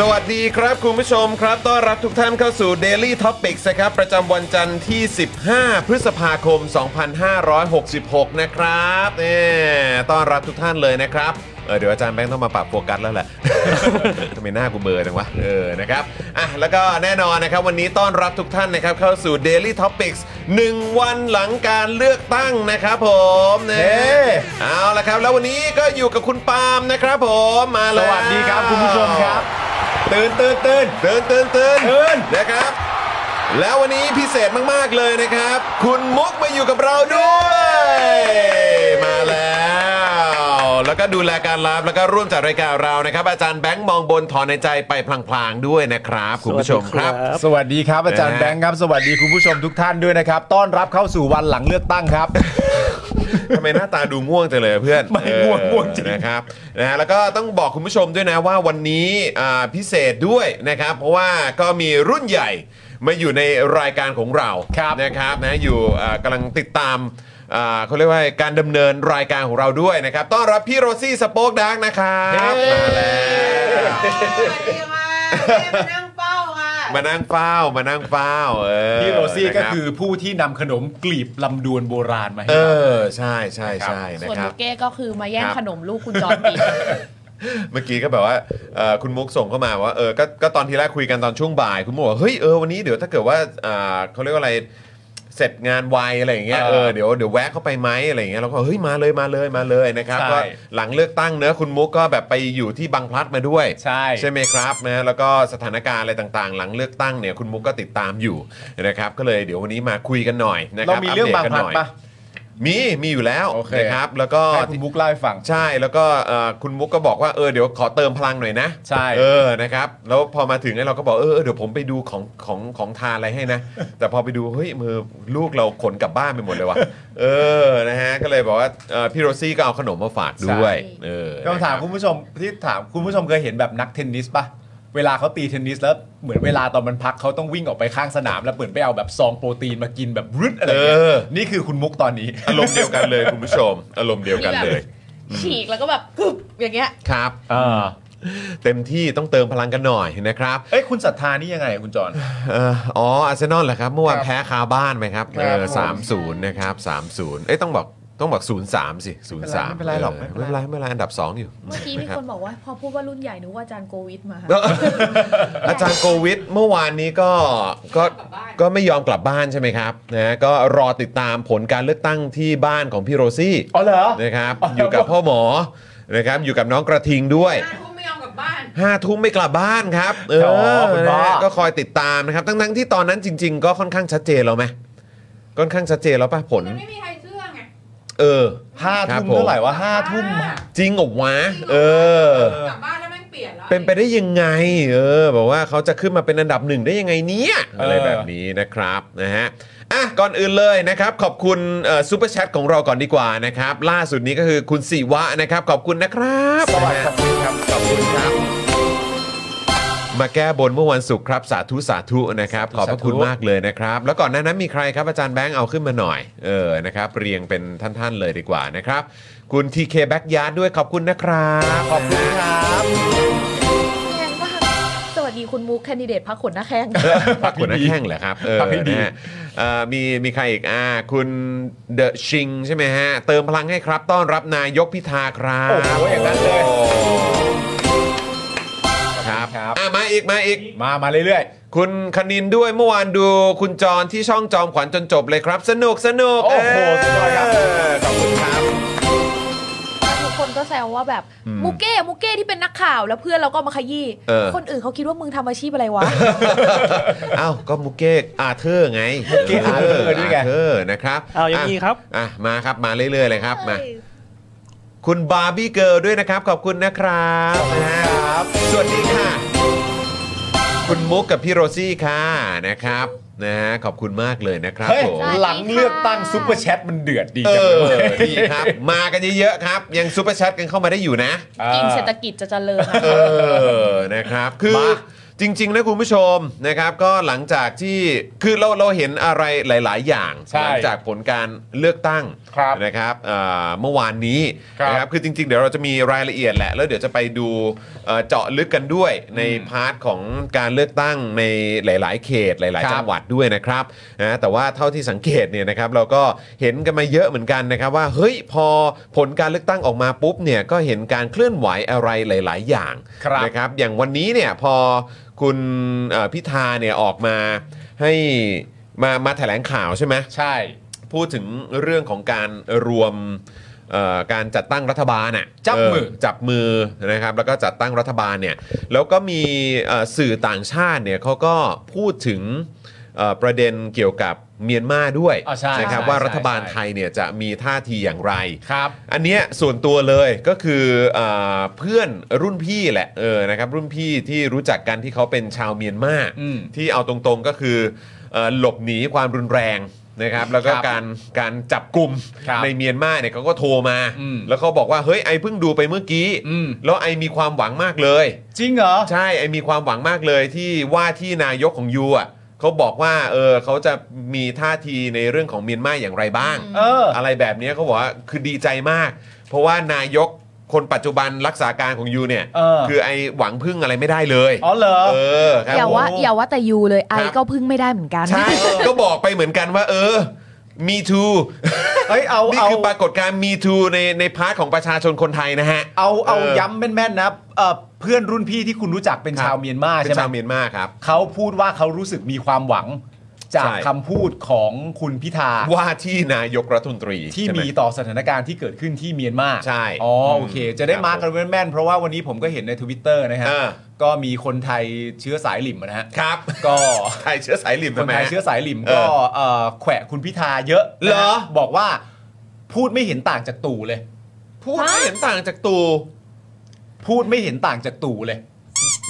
สวัสดีครับคุณผู้ชมครับต้อนรับทุกท่านเข้าสู่ Daily Topics นะครับ ประจำวันจันทร์ที่ 15 พฤษภาคม 2566 นะครับเน่ต้อนรับทุกท่านเลยนะครับเออเดี๋ยวอาจารย์แบงค์ต้องมาปรับโฟกัสแล้วแหละ ทำไมหน้ากูเบลอจังวะเออนะครับอ่ะแล้วก็แน่นอนนะครับ วันนี้ต้อนรับทุกท่านนะครับเข้าสู่ Daily Topics 1 วันหลังการเลือกตั้งนะครับผมเน่เอาละครับ แล้ววันนี้ก็อยู่กับคุณปาล์มนะครับผมมาแล้ว สวัสดีครับคุณผู้ชมครับ ตื่นตื่นตื่นตื่นตื่นตื่นตื่นนะครับ แล้ววันนี้พิเศษมาก ๆ เลยนะครับ คุณมุกมาอยู่กับเราด้วย มาแล้ว แล้วก็ดูแลการไลฟ์แล้วก็ร่วมจัดรายการเรานะครับ อาจารย์แบงค์มองบนถอนในใจไปพลางๆด้วยนะครับ คุณผู้ชมครับ สวัสดีครับอาจารย์ นะฮะ แบงค์ครับ สวัสดีคุณผู้ชมทุกท่านด้วยนะครับ ต้อนรับเข้าสู่วันหลังเลือกตั้งครับ ทำไมหน้าตาดูง่วงจังเลยเพื่อน ไม่ง่วง เออ ง่วงจริง นะครับนะฮะแล้วก็ต้องบอกคุณผู้ชมด้วยนะว่าวันนี้อ่าพิเศษด้วยนะครับ เพราะว่าก็มีรุ่นใหญ่มาอยู่ในรายการของเรานะครับนะอยู่อ่ากำลังติดตามอ่าเขาเรียกว่าการดำเนินรายการของเราด้วยนะครับ ต้อนรับพี่โรซี่สป็อกดักนะครับมาแล้ว ดีมากมานั่งเป้าค่ะ มานั่งเฝ้ามานั่งเฝ้าเออ พี่โรซี่ก็ นะรับ คือผู้ที่นำขนมกลีบลำดวนโบราณมาให้ เอ เรา อใช่ใช่ใช่นะ ส่วน ครั ลู บ กเก้ก็คือมาแย่ง ครับ ขนมลูกคุณจ อนอีก เมื่อกี้ก็แบบว่าเอ่อคุณมุกส่งเข้ามาว่าเออก็ก็ตอนที่แรกคุยกันตอนช่วงบ่าย คุณมุกบอกว่าเฮ้ยเออวันนี้เดี๋ยวถ้าเกิดว่าอ่าเขาเรียกว่าอะไรเสร็จงานไวอะไรอย่างเงี้ย เออ เออเดี๋ยวเดี๋ยวแวะเข้าไปไหมอะไรอย่างเงี้ยเราก็เฮ้ยมาเลยมาเลยมาเลยนะครับ ใช่ ก็หลังเลือกตั้งเนอะคุณมุกก็แบบไปอยู่ที่บางพลัดมาด้วย ใช่ ใช่ไหมครับนะแล้วก็สถานการณ์อะไรต่างๆ หลังเลือกตั้งเนี่ยคุณมุกก็ติดตามอยู่นะครับก็เลยเดี๋ยววันนี้มาคุยกันหน่อยนะค เรา รับ มีเรื่องบางพลัดปะ มีมีอยู่แล้ว โอเค นะครับแล้วก็ ให้คุณบุ๊กเล่าให้ฟัง ใช่แล้วก็เอ่อคุณมุกก็บอกว่าเออเดี๋ยวขอเติมพลังหน่อยนะ ใช่ เออนะครับแล้วพอมาถึงเนี่ยเราก็บอกเออเออเดี๋ยวผมไปดูของของของทานอะไรให้นะ แต่พอไปดูเฮ้ยมือลูกเราขนกลับบ้านไปหมดเลยว่ะเออนะฮะก็เลยบอกว่าเอ่อพี่โรซี่ก็เอาขนมมาฝากด้วยเออ คำถาม นะรับ คุณผู้ชมที่ถามคุณผู้ชมเคยเห็นแบบนักเทนนิสปะเวลาเขาตีเทนนิสแล้วเหมือนเวลาตอนมันพักเขาต้องวิ่งออกไปข้างสนามแล้วเหมือนไปเอาแบบซองโปรตีนมากินแบบรึดอะไรเงี้ย เออ นี่คือคุณมุกตอนนี้ อารมณ์เดียวกันเลยคุณผู้ชม อารมณ์เดียวกันเลย ฉีกแล้วก็แบบกึบอย่า งเงี้ย ครับเต็มที่ต้องเติมพลังกันหน่อยนะครับ เอ้ยคุณศรัทธานี่ยังไงคุณจอน เอ่ออ๋ออาร์เซนอลเหรอครับเมื่อวาน ครับ แพ้คาบ้านไหมครับ ค เอ รับ อสามศูนย์นะครับสามศูนย์เอ้ยต้องบอกต้องบอกศูนย์สามสิศูนย์สาม ไม่เป็นไรหรอก ไม่เป็นไรไม่เป็นไรอันดับ 2 อยู่ เมื่อกี้มี ะรับ คนบอกว่า พอพูดว่ารุ่นใหญ่นึกว่าอาจารย์โกวิท มา เอออาจารย์โควิดเมื่อวานนี้ก็ก็ก็ไม่ยอมกลับบ้านใช่ไหมครับนะก็รอติดตามผลการเลือกตั้งที่บ้านของพี่โรซี่ อ๋อเหรอ นะครับ อยู่กับพ่อหมอนะครับอยู่กับน้องกระทิงด้วยห้าทุ่มไม่กลับบ้านครับเอ อ๋ อ อคุณพ่อ นะฮะก็คอยติดตามนะครับ ทั้งทั้งๆที่ตอนนั้นจริง ๆ ก็ค่อนข้างชัดเจนแล้วไหมค่อนข้างชัดเจนแล้วป่ะผล ไม่มีใครเชื่อไง เออ ห้า ครับ ทุ่ม ผม เท่าไหร่วะห้าทุ่ม จริงเหรอวะเออ กลับบ้านแล้วแม่งเปลี่ยนแล้ว เป็นไปได้ยังไง เออบอกว่าเขาจะขึ้นมาเป็นอันดับหนึ่งได้ยังไงเนี่ย เอออ อะไรแบบนี้นะครับนะฮะอ่ะก่อนอื่นเลยนะครับ ขอบคุณซูเปอร์แชทของเราก่อนดีกว่านะครับ ล่าสุดนี้ก็คือคุณสิวะนะครับ ขอบคุณนะครับ สวัสดีครับ มาแก้บนเมื่อวันศุกร์ครับ สาธุสาธุนะครับ ขอบพระคุณมากเลยนะครับ แล้วก่อนหน้านั้นมีใครครับอาจารย์แบงค์เอาขึ้นมาหน่อยเออนะครับเรียงเป็นท่านๆเลยดีกว่านะครับ คุณทีเคแบ็กยาร์ดด้วยขอบคุณนะครับขอบคุณครับ แรงมากสวัสดีคุณมุกแคนดิเดตพักขนหน้าแข้ ง ปักหัวหน้าแข้งเหรอครับเออ ปักให้ดี นะฮะเอ่อมีมีใครอีกอ่าคุณเดอะชิงใช่ไหมฮะ เติมพลังให้ครับต้อนรับนายกพิธาครับ โอ้โหอย่างนั้นเลย ครับ ครับ อ่ะมาอีกมาอีก มามาเรื่อย คุณคณินด้วยเมื่อวานดูคุณจรที่ช่องจอมขวัญจนจบเลยครับ สนุกสนุก โอ้โหสุดยอดครับ เขอบคุณครับ ทุกคนก็แซวว่าแบบมุกเก้มุกเก้ที่เป็นนักข่าวแล้วเพื่อนเราก็มาขยี้ เออ คนอื่นเขาคิดว่ามึงทำอาชีพอะไรวะ เอ้าก็มุกเก้อาเธอร์ไง มุกเก้อาเธอร์ด้วยไง าเธอร์นะครับ เอายังมีครับ อ่ะมาครับมาเรื่อยๆเลยครับ มา คุณบาร์บี้เกิร์ลด้วยนะครับ ขอบคุณนะครับนะครับ สวัสดีค่ะ คุณมุกกับพี่โรซี่ค่ะนะครับนะฮะขอบคุณมากเลยนะค ๆ รับ เฮ้ย ผม หลังเลือกตั้งซุปเปอร์แชทมันเดือดดี เอ จัง อ เลย ดีครับ มากันเยอะๆครับ ยังซูเปอร์แชทกันเข้ามาได้อยู่นะ จริงเศรษฐกิจจะเจริญนะ เอ คะ อ นะครับ คือ มา จริง ๆ นะคุณผู้ชมนะครับ ก็หลังจากที่คือเราเราเห็นอะไรหลาย ๆ อย่าง ใช่ หลัจากผลการเลือกตั้ง ครับ นะครับเอ่อเมื่อวานนี้ ครับ นะครับ คือจริง ๆ เดี๋ยวเราจะมีรายละเอียดแหละ แล้วเดี๋ยวจะไปดูเอ่อเจาะลึกกันด้วยในพาร์ทของการเลือกตั้งในหลาย ๆ เขตหลาย คๆรับ จังหวัดด้วยนะครับนะแต่ว่าเท่าที่สังเกตเนี่ยนะครับ เราก็เห็นกันมาเยอะเหมือนกันนะครับ ว่าเฮ้ยพอผลการเลือกตั้งออกมาปุ๊บเนี่ยก็เห็นการเคลื่อนไหวอะไรหลาย ๆ อย่าง ครับ นะครับอย่างวันนี้เนี่ยพอคุณเอ่อพิธาเนี่ยออกมาให้มามาแถลงข่าวใช่ไหม ใช่ พูดถึงเรื่องของการรวมเอ่อการจัดตั้งรัฐบาลน่ะ จับมือ เจับมือนะครับแล้วก็จัดตั้งรัฐบาลเนี่ยแล้วก็มีเอ่อสื่อต่างชาติเนี่ยเขาก็พูดถึงเอ่อประเด็นเกี่ยวกับเมียนมาด้วย อ๋อใช่ นะครับ ใช่ ว่า ใช่ รัฐบาล ใช่ ไทยเนี่ยจะมีท่าทีอย่างไร ครับ อันเนี้ยส่วนตัวเลยก็คืออาเพื่อนรุ่นพี่แหละเออนะครับรุ่นพี่ที่รู้จักกันที่เขาเป็นชาวเมียนมา อืม ที่เอาตรงๆก็คือเออหลบหนีความรุนแรงนะครับแล้วก็ ครับ การการจับกลุ่ม ครับ ในเมียนมาเนี่ยเขาก็โทรมา อืม แล้วเขาบอกว่าเฮ้ยไอเพิ่งดูไปเมื่อกี้ อืม แล้วไอมีความหวังมากเลย จริงเหรอ ใช่ไอมีความหวังมากเลยที่ว่าที่นายกของยูอ่ะเขาบอกว่าเออเขาจะมีท่าทีในเรื่องของเมียนมาอย่างไรบ้าง เออ อะไรแบบเนี้ยเขาบอกว่าคือดีใจมาก เพราะว่านายกคนปัจจุบันรักษาการของยูเนี่ย เออ คือไอหวังพึ่งอะไรไม่ได้เลย อ๋อเหรอ เออครับ อย่าว่า ผม อย่าว่าแต่ยูเลยไอ ครับ ก็พึ่งไม่ได้เหมือนกัน ใช่ ก็บอกไปเหมือนกันว่า เออ me too เอ้ยเอา นี่ เอา คือปรากฏการณ์ me too ในในพาร์ทของประชาชนคนไทยนะฮะ เอาเอา เออ ย้ำแม่นๆนะเอ่อเพื่อนรุ่นพี่ที่คุณรู้จักเป็นชาวเมียนมา เป็นใช่ไหม ชาวเมียนมาครับ เขาพูดว่าเขารู้สึกมีความหวัง จาก ใช่ คำพูดของคุณพิธา ว่าที่นายกรัฐมนตรี ที่ ใช่ไห มีต่อสถานการณ์ที่เกิดขึ้นที่เมียนมา ใช่ อ๋อโอเค จะได้ ครับ มาร์กกันแม่นๆเพราะว่าวันนี้ผมก็เห็นในทวิตเตอร์นะฮะ เออ ก็มีคนไทยเชื้อสายหลิมนะฮะ ครับ ก็ ไทยเชื้อสายลิม ค ทำ น ไม ไทย ฮะ เชื้อสายหลิม เออ ก็เอ่อแขวะคุณพิธาเยอะนะฮะ เหรอ บอกว่าพูดไม่เห็นต่างจากตู่เลย พูดไม่เห็นต่างจากตู พูดไม่เห็นต่างจากตู่เลย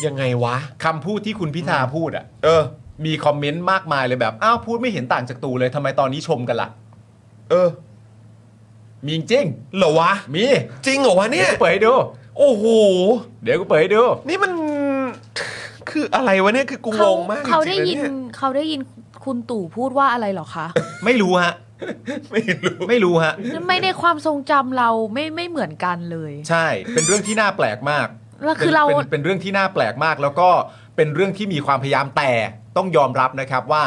ยังไงวะ คำพูดที่คุณพิธาพูดอ่ะ เออ มีคอมเมนต์มากมายเลยแบบ อ้าวพูดไม่เห็นต่างจากตู่เลยทำไมตอนนี้ชมกันล่ะ เออ มีจริง เหรอวะ มี จริงเหรอวะเนี่ เดี๋ย ยว กูเปิดให้ดู โอ้โห เดี๋ยวกูเปิดให้ดู นี่ มัน คืออะไรวะเนี่ยคือกูง เขา งมาก เขา จ ได้ ริงๆะ ยินเขาได้ยินคุณตู่พูดว่าอะไรเหรอคะ ไม่รู้ฮะ ไม่รู้ ไม่รู้ฮะ ไม่ในความทรงจำเราไม่ไม่เหมือนกันเลย ใช่ เป็นเรื่องที่น่าแปลกมาก แล้วคือเรา ป็นป็นเป็นเรื่องที่น่าแปลกมาก แล้วก็เป็นเรื่องที่มีความพยายามแต่ต้องยอมรับนะครับว่า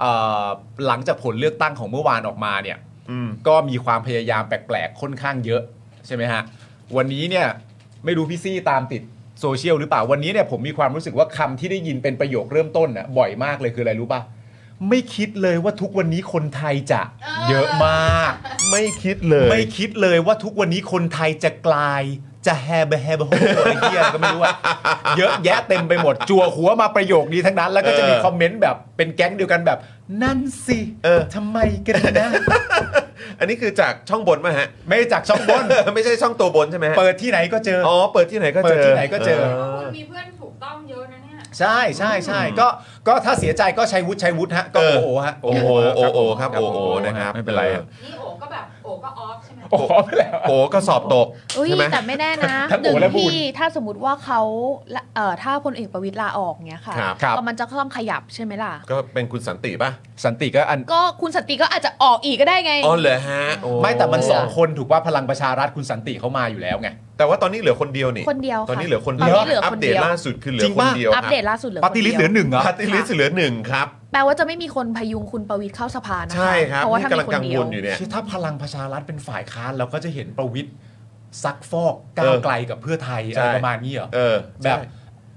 เอ่อหลังจากผลเลือกตั้งของเมื่อวานออกมาเนี่ยก็มีความพยายามแปลกๆค่อนข้างเยอะใช่ไหมฮะวันนี้เนี่ยไม่รู้พี่ซี่ตามติดโซเชียลหรือเปล่าวันนี้เนี่ยผมมีความรู้สึกว่าคำที่ได้ยินเป็นประโยคเริ่มต้นน่ะบ่อยมากเลยคืออะไรรู้ป่ะไม่คิดเลยว่าทุกวันนี้คนไทยจะเยอะมาก ไม่คิดเลย ไม่คิดเลยว่าทุกวันนี้คนไทยจะกลายจะแฮบแฮบโฮอะไรเงี้ยก็ไม่รู้อะเยอะแยะเต็มไปหมด จั่วหัวมาประโยคนี้ทั้งนั้น แล้วก็จะมี เออ คอมเมนต์แบบเป็นแก๊งเดียวกันแบบ นั่นสิ เออ ทำไมกันนะ อันนี้คือจากช่องบนมาฮะ ไม่จากช่องบน ไม่ใช่ช่องตัวบนใช่ไหมฮะ เปิดที่ไหนก็เจอ อ๋อ เปิดที่ไหนก็เจอ เปิดที่ไหนก็เจอ คุณมีเพื่อนถูกต้องเยอะนะเนี่ย ใช่ใช่ใช่ก็ก็ถ้าเสียใจก็ใช้วุฒิใช้วุฒิฮะก็โอ้โหฮะ โอ้โหโอ้โหครับโอ้โหนะครับ ไม่เป็นไรฮะ นี่โอก็แบบ แบบโอ้ก็ออฟใช่ไหม โอ้โหไปแล้ว โอ้ก็สอบตก เอ้ย ใช่ไหม แต่ไม่แน่นะ ทั้ง ห โอ นึ่ง และบุญ ที่ถ้าสมมติว่าเขาละเอ่อถ้าพลเอกประวิตยลาออกเนี้ยค่ะ ครับ ครับ ก็มันจะต้องขยับใช่ไหมล่ะ ก็เป็นคุณสันติป่ะ สันติก็อัน ก็คุณสนติก็อาจจะออกอีกก็ได้ไง อ๋อเหรอฮะโอ้ ไม่แต่มัน เออ สองคนถูกว่าพลังประชารัฐคุณสันติเขามาอยู่แล้วไง แต่ว่าตอนนี้เหลือคนเดียวนี่ คนเดียวค่ะ ตอนนี้เหลือคน ตอน เดียว นี้เหลือ อั ค ป น เด เดี ต ยว ล่าสุดคือเหลื จริ อง ค ป่ะ นเดียว อัปเดตล่าสุดเหลือ ปาร์ตี้ลิสต์เหลือหนึ่งเหรอ ปาร์ตี้ลิสต์เหลือหนึ่งครับ แปลว่าจะไม่มีคนพยุงคุณประวิตยเข้าสภานะคะ ใช่ครับ เพราะว่า นี่ำลังถ้ากมีค กัน ง เดี ว ยว ลอยู่เนี่ย คือถ้าพลังประชารัฐเป็นฝ่ายค้านเราก็จะเห็นประวิทย์ซักฟอกก้าวไกลกับเพื่อไทย ใช่ อะไรประมาณนี้เหรอ เออ แบบ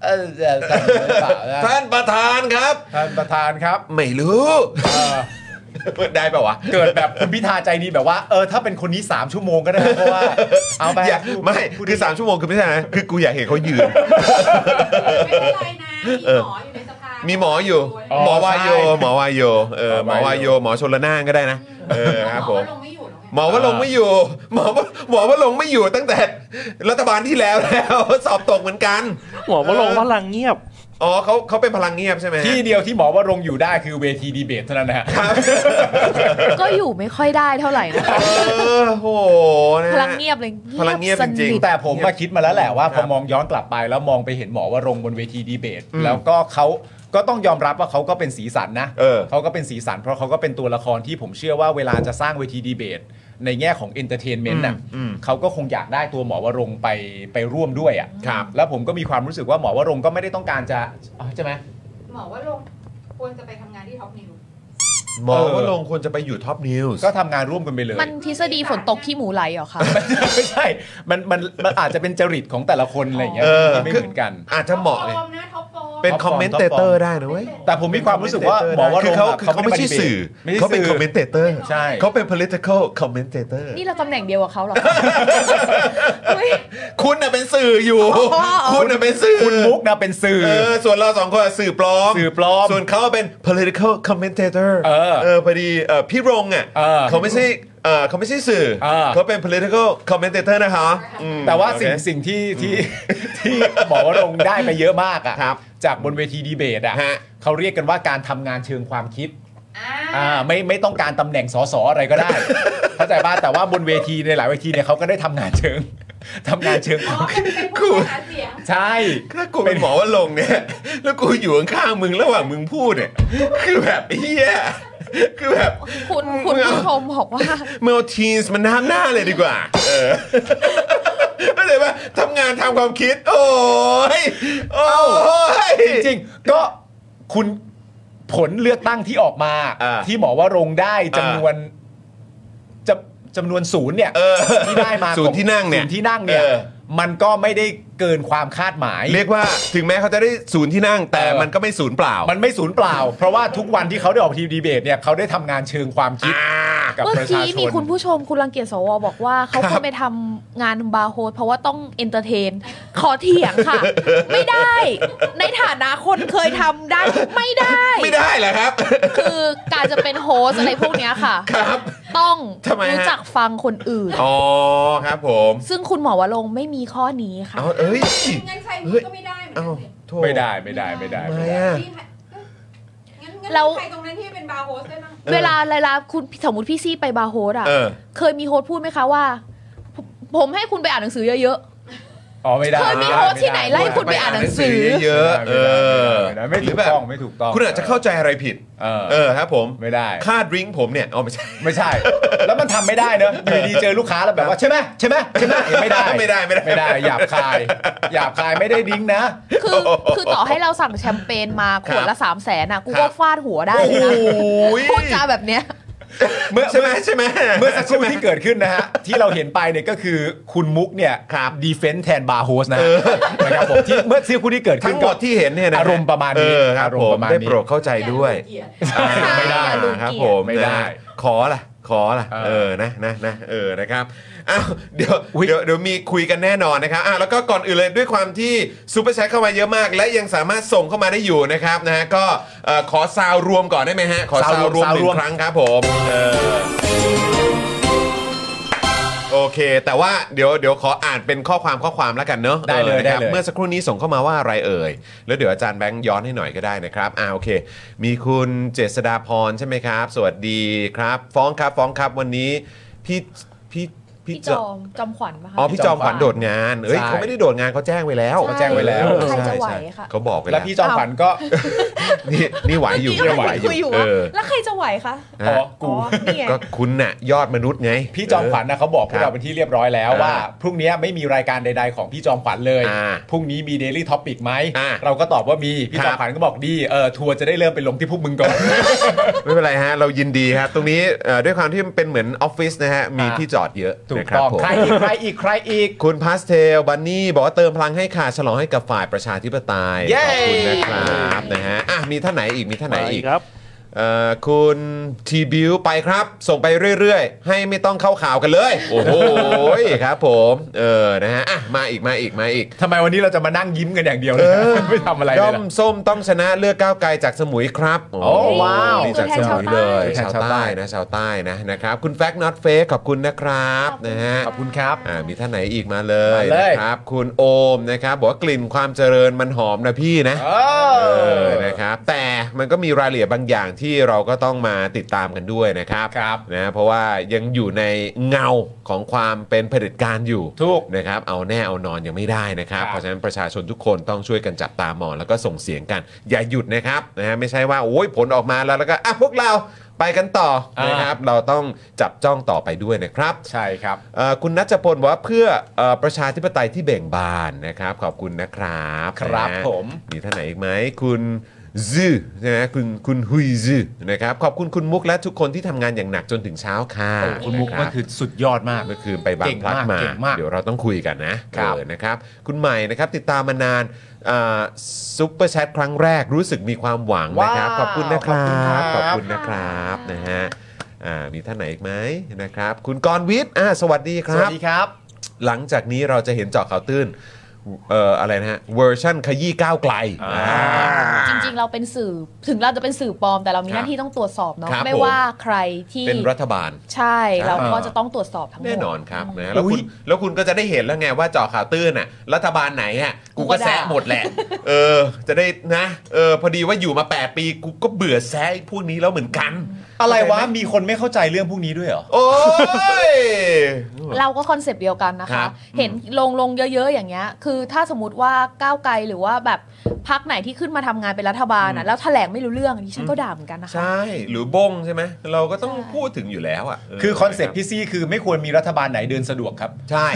เออเออเอ ใช่ อ ท่านประธานครับ ท่านประธานครับ ไม่รู้ เอ่อ ได้ป่าวะ เกิดแบบคุณพิธาใจดีแบบว่าเออถ้าเป็นคนนี้ 3 ชั่วโมงก็ได้นะเพราะ ว่าเอาไป อยากไม่คือสามชั่วโมงคือไม่ใช่นะคือกูอยากเห็นเขายืน ไม่เป็นไรนะ มีหมออยู่ในสภา มี มี หมออยู่ หมอวายโย หมอวายโยเออหมอวายโย หมอชนละนานก็ได้นะ เออครับผม ลงไม่อยู่หรอกไง หมอว่าลงค์ไม่อยู่ หมอว่าหมอว่าลงค์ไม่อยู่ตั้งแต่รัฐบาลที่แล้วแล้ว สอบตกเหมือนกัน หมอว่าลงพลังเงียบ อ๋อเขาเขาเป็นพลังเงียบใช่ไหมฮะ ที่เดียวที่หมอว่ารงค์อยู่ได้คือเวทีดีเบตเท่านั้นนะฮะ ครับ ก็อยู่ไม่ค่อยได้เท่าไหร่ นะคะ เออโหนะฮะ พลังเงียบเลย พลังเงียบจริงๆ สนิท แต่ผมมาคิดมาแล้วแหละว่า ค พ รั อบ มองย้อนกลับไปแล้วมองไปเห็นหมอว่ารงค์บนเวทีดีเบต อืม แล้วก็เขาก็ต้องยอมรับว่าเขาก็เป็นสีสันนะ เออ ก็เป็นสีสันเพราะเขาก็เป็นตัวละครที่ผมเชื่อว่าเวลาจะสร้างเวทีดีเบต ในแง่ของเอนเตอร์เทนเมนต์น่ะ อืมอืม เขาก็คงอยากได้ตัวหมอวรงค์ไปไปร่วมด้วยอ่ะ ครับ แล้วผมก็มีความรู้สึกว่าหมอวรงค์ก็ไม่ได้ต้องการจะอ๋อใช่ไหม หมอว่าลงควรจะไปทำงานที่ท็อปนิว หมอว่าลงค์ควรจะไปอยู่ท็อปนิวส์ ก็ทำงานร่วมกันไปเลย มันทฤษฎีฝนตกขี้หมูไหลเหรอคะ ไม่ใช่มันมันมันอาจจะเป็นจริตของแต่ละคนอะไรอย่างเงี้ย เออ ที่ไม่เหมือนกัน อาจจะเหมาะเลย ท็อปโฟมนะท็อปโฟม เป็นคอมเมนเตเตอร์ได้นะเว้ย แต่ผมมีความรู้สึกว่าหมอว คื ร อง ค์ เขา อะ คือเขาไม่ใช่สื่อ ไม่ใช่ เขาเป็น สื่ คอมเมนเตเตอร์ ใช่ เขาเป็น political commentator นี่เราตำแหน่งเดียวกับเขาเหรอ คุณน่ะเป็นสื่ออยู่ อ๋อ คุณน่ะเป็นสื่อ คุณมุกนะเป็นสื่อ เออส่วนเราสองคนอะสื่อปลอม สื่อปลอม ส่วนเขาเป็น political commentator เออ พอดีเออพี่รงค์อ่ะ เออ เขาไม่ใช่เออเขาไม่ใช่สื่อ เออ เขาเป็น political commentator นะคะอืม แต่ว่าสิ่ง โอเค สิ่งที่ที่ ที่หมอวรงค์ได้ไปเยอะมากอ่ะ ครับ จากบนเวทีดีเบตอ่ะ ฮะ เขาเรียกกันว่าการทำงานเชิงความคิด อ่า อ่าไม่ไม่ต้องการตำแหน่งสสอะไรก็ได้ เข้าใจป่ะแต่ว่าบนเวทีในหลายเวทีเนี่ยเขาก็ได้ทำงานเชิง ทำงานเชิงค อ๋อ วาม เป็นเป็นผู้หาเสียง ใช่ ถ้ากูเป็นหมอว่าลงค์เนี่ยแล้วกูอยู่ข้างๆมึงระหว่างมึงพูดเนี่ยคือแบบเฮียคือแบบ คุณคุณผู้ชมบอกว่า เมลทีนส์มันน้ำหน้าเลยดีกว่า เออเข้าใจปะทำงานทำความคิด โอ้ยโอ้ย จริงๆ ก็คุณผลเลือกตั้งที่ออกมา อ่า ที่หมอวรงค์ได้จำนวนจำจำนวนศูนย์เนี่ย เออ ที่ได้มา ศูนย์ที่นั่งเนี่ย ศูนย์ที่นั่งเนี่ย เออ มันก็ไม่ได้เกินความคาดหมาย เรียกว่าถึงแม้เขาจะได้ศูนย์ที่นั่ง แต่ เออ มันก็ไม่ศูนย์เปล่า มันไม่ศูนย์เปล่า เพราะว่าทุกวันที่เขาได้ออกทีวีดีเบตเนี่ยเขาได้ทำงานเชิงความคิด อ่า กับ เมื่อ ประชา กี้ ช มี น คุณผู้ชมคุณรังเกียจสวบอกว่าเขา ครั ขึ้ บ นไปทำงานบาร์โฮสเพราะว่าต้องเอนเตอร์เทน ขอเถียงค่ะ ไม่ได้ ในฐานะคนเคยทำได้ไม่ได้ ไม่ได้เหรอครับ คือการจะเป็นโฮสอะไรพวกเนี้ยค่ะ ครับ ต้อง ทำไมฮะ รู้จักฟังคนอื่น อ๋อครับผม ซึ่งคุณหมอวรงค์ไม่มีข้อนี้ค่ะ เอาเอ้ย งั้นใครพูดก็ไม่ได้เหมือนกั เอา นสิ โทษ ไม่ได้ไม่ได้ไม่ได้ทำไม่ไม ได้ อะ นี่ใครงั้นงั้น แล้ว ใครตรงนั้นที่เป็นบาร์โฮสได้บ้าง เวลาเวลาคุณสมมติพี่ซี่ไปบาร์โฮสอะ เออ เคยมีโฮสต์พูดไหมคะว่าผมผมให้คุณไปอ่านหนังสือเยอะ อ๋อไม่ได้ เคยมีโฮสต์ที่ไหนไล่คุณไปอ่านหนังสือ เยอะๆเออ ไม่ได้ไม่ หรือกถูแบบ ต้องไม่ถูกต้อง คุณอาจจะเข้าใจอะไรผิด เออ เออครับผม ไม่ได้ ค่าดริ้งก์ผมเนี่ยเอาไม่ใช่ ไม่ใช่ แล้วมันทำไม่ได้เนอะอยู่ดีๆเจอลูกค้าแล้วแบบว่าใช่ไหมใช่ไหมใช่ไหมไม่ได้ ไม่ได้ไม่ได้ ไม่ได้หยาบคายหยาบคายไม่ได้ดิ้งนะ ๆ คือคือต่อให้เราสั่งแชมเปญมาขวดละสามแสนอะกูก็ฟาดหัวได้ โอ้ เล โห ยนะพูดจาแบบเนี้ย เมื่อ ใช่ไหมใช่ไหม เมื่อสักครู่ที่เกิดขึ้นนะฮะ ที่เราเห็นไปเนี่ยก็คือคุณมุกเนี่ยครับดีเฟนต์แทนบาร์โฮสนะฮะนะครับผมที่เมื่อสักครู่ที่เกิดขึ้ ทั้ น งหม ก็ ดที่เห็นเนี่ยนะ อารมณ์ประมาณนี้ เออครับ อารม ผ ณ์ ม ประมาณนี้ ได้โปรดเข้าใจด้วยอ่าไม่ได้ อย่าลืมเกียรติ ครับผม ไม่ได้ นะขอล่ะ ขอล่ะ เออ เออนะนะนะเออนะครับอ้าวเดี๋ยว อุ๊ย เดี๋ยวเดี๋ยวมีคุยกันแน่นอนนะครับอ่ะแล้วก็ก่อนอื่นเลยด้วยความที่ซูเปอร์แชทเข้ามาเยอะมาก และยังสามารถส่งเข้ามาได้อยู่นะครับนะฮะก็เอ่อขอซาวรวมก่อนได้ไหมฮะ ขอซาวรวมหนึ่งครั้งครับผมเออโอเค แต่ว่าเดี๋ยวเดี๋ยวขออ่านเป็นข้อความข้อความแล้วกันเนอะ ได้เลย ออนะครับ ได้เลย เมื่อ สักครู่นี้ส่งเข้ามาว่าอะไรเอ่ย แล้วเดี๋ยวอาจารย์แบงค์ย้อนให้หน่อยก็ได้นะครับอ่าโอเค มีคุณเจษดาพรใช่ไหมครับ สวัสดีครับ ฟ้องครับฟ้องครับวันนี้ พี่พี่พี่ พี่จ จะ อมจอมขวัญปะคะ อ๋อพี่จอมขวัญโดดงานเอ้ย ใช่ เขาไม่ได้โดดงานเขาแจ้งไว้แล้ว เขาแจ้งไว้แล้ว ใครจะไหว ใช่ใช่ ค่ะ เขาบอกไว้ แล้ แล้ว ว พี่จอมขวัญก็ นี่นี่ไหวอยู่ เมื่อกี้ก็ ไหว คุยอยู่ เอ ว่า อ แล้วใครจะไหวคะ นะ อ๋อ ฮะ กู อ๋อนี่ไง ก็คุณน่ะยอดมนุษย์ไง พี่จอมขวัญนะเขาบอกคพวรั ก บ เราเป็นที่เรียบร้อยแล้ว อ่า ว่า พรุ่งนี้ไม่มีรายการใด ๆ ของพี่จอมขวัญเลย อ่า พรุ่งนี้มี Daily To อปิกไหม อ่า เราก็ตอบว่ามีพี่ ครับ จอมขวัญก็บอกดีเออทัวร์จะได้เริ่มไปลงที่พวกมึงก่อน ไม่เป็นไรฮะ เรายินดีครับ ตรงนี้เอ่อด้วยความที่มันเป็นเหมือนออฟฟิศนะฮะ มี อ่า ที่จอดเยอะ ถูก นะครั ต้ บ อง ผม ใครอีกใครอีกใครอีก คุณพาสเทลบันนี่บอกว่าเติมพลังให้ค่ะฉลองให้กับฝ่ายประชาธิปไตย เย้ ขอบคุณนะครับนะฮะอ่ะมีท่านไหนอีกมีท่านไหนอีก ครับ เอ่อคุณทีบิวไปครับ ส่งไปเรื่อยๆ ให้ไม่ต้องเข้าข่าวกันเลย โอ้โห ครับผม เออนะฮะอ่ะมาอีกมาอีกมาอีก ทำไมวันนี้เราจะมานั่งยิ้มกันอย่างเดียวเลยนะ เออ ไม่ทำอะไรเล ด้อย ม ล่ะ ส้มต้องชนะเลือกก้าวไกลจากสมุยครับ โอ้ว้าว นี่จากสมุยเลย ตัวแทน ชาว ชาวใต้ใต้นะชาวใต้นะนะครับ คุณแฟกต์น็อตเฟขอบคุณนะครับนะฮะ ขอบคุณครับ อ่ามีท่านไหนอีกมาเลย มาเลย นะครับ คุณโอมนะครับ บอกว่ากลิ่นความเจริญมันหอมนะพี่นะ เอ เอออนะครับ แต่มันก็มีรายละเอียดบางอย่างที่เราก็ต้องมาติดตามกันด้วยนะครับ ครับ นะเพราะว่ายังอยู่ในเงาของความเป็นเผด็จการอยู่ ถูก นะครับเอาแน่เอานอนยังไม่ได้นะครับ ครับ เพราะฉะนั้นประชาชนทุกคนต้องช่วยกันจับตามองแล้วก็ส่งเสียงกัน อย่าหยุดนะครับนะฮะไม่ใช่ว่าโอ้ยผลออกมาแล้วแล้วก็อ่ะพวกเราไปกันต่อ อ่าน นะครับ เราต้องจับจ้องต่อไปด้วยนะครับ ใช่ครับ เอ่อคุณนัชพลบอกว่าเพื่อเอ่อประชาธิปไตยที่เบ่งบานนะครับ ขอบคุณนะครับ ครับ นะฮะ ผม มีท่านไหนอีกไหมคุณซื่อใช่ไหมคุณคุณฮุยซื่อนะครับขอบคุณคุณมุกและทุกคนที่ทำงานอย่างหนักจนถึงเช้าค่ะ คุณมุก นะ ก็ รับ คือสุดยอดมาก เมื่อคืนไปบาง เก่ง พลัด มาก มา เก่งมาก เดี๋ยวเราต้องคุยกันนะครับ เออนะครับ คุณใหม่นะครับติดตามมานานซุปเปอร์แชทครั้งแรกรู้สึกมีความหวังนะครับขอบคุณนะครับ ขอบคุณนะครับนะฮะอ่ามีท่านไหนอีกไหมนะครับ คุณกรณ์วิทย์อ่าสวัสดีค ส รั วั บ สดีครับ หลังจากนี้เราจะเห็นเจาะข่าวตื้น เอ่ออะไรนะฮะ เวอร์ชั่นขยี้ก้าวไกล อ่า อ่า จริงๆ เราเป็นสื่อถึงเราจะเป็นสื่อปลอมแต่เรามีห ครั น้า บ ที่ต้องตรวจสอบเนาะ ครับ ไม่ ผม ว่าใครที่ เป็นรัฐบาล ใช่เรา อ่า ก็จะต้องตรวจสอบทั้งหมด แน่นอนครับนะแล้ว อุ๊ คุ ย ณแล้วคุณก็จะได้เห็นแล้วไงว่าเจาะข่าวตื้นน่ะรัฐบาลไหนอ่ะกูก็แซะ กูก็ด่า หมดแหละ เออ จะได้นะเออพอดีว่าอยู่มา 8 ปีกูก็เบื่อแซะไอ้พวกนี้แล้วเหมือนกัน อะไรวะมีคนไม่เข้าใจเรื่องพวกนี้ด้วยเหรอ โอ้ย เราก็คอนเซปต์เดียวกันนะ ครั คะ บ เห็นลงลงเยอะๆ อย่างเงี้ย คือถ้าสมมติว่าก้าวไกลหรือว่าแบบพักไหนที่ขึ้นมาทำงานเป็นรัฐบาล อื อ่ะ ม แล้วแถลงไม่รู้เรื่องดิฉันก็ด่าเหมือนกันนะคะ ใช่หรือบงใช่ไหมเราก็ต้อง ใช่ พูดถึงอยู่แล้วอ่ะ คือคอนเซ็ปต์พี่ซี่คือไม่ควรมีรัฐบาลไหนเดินสะดวกครับ ใช่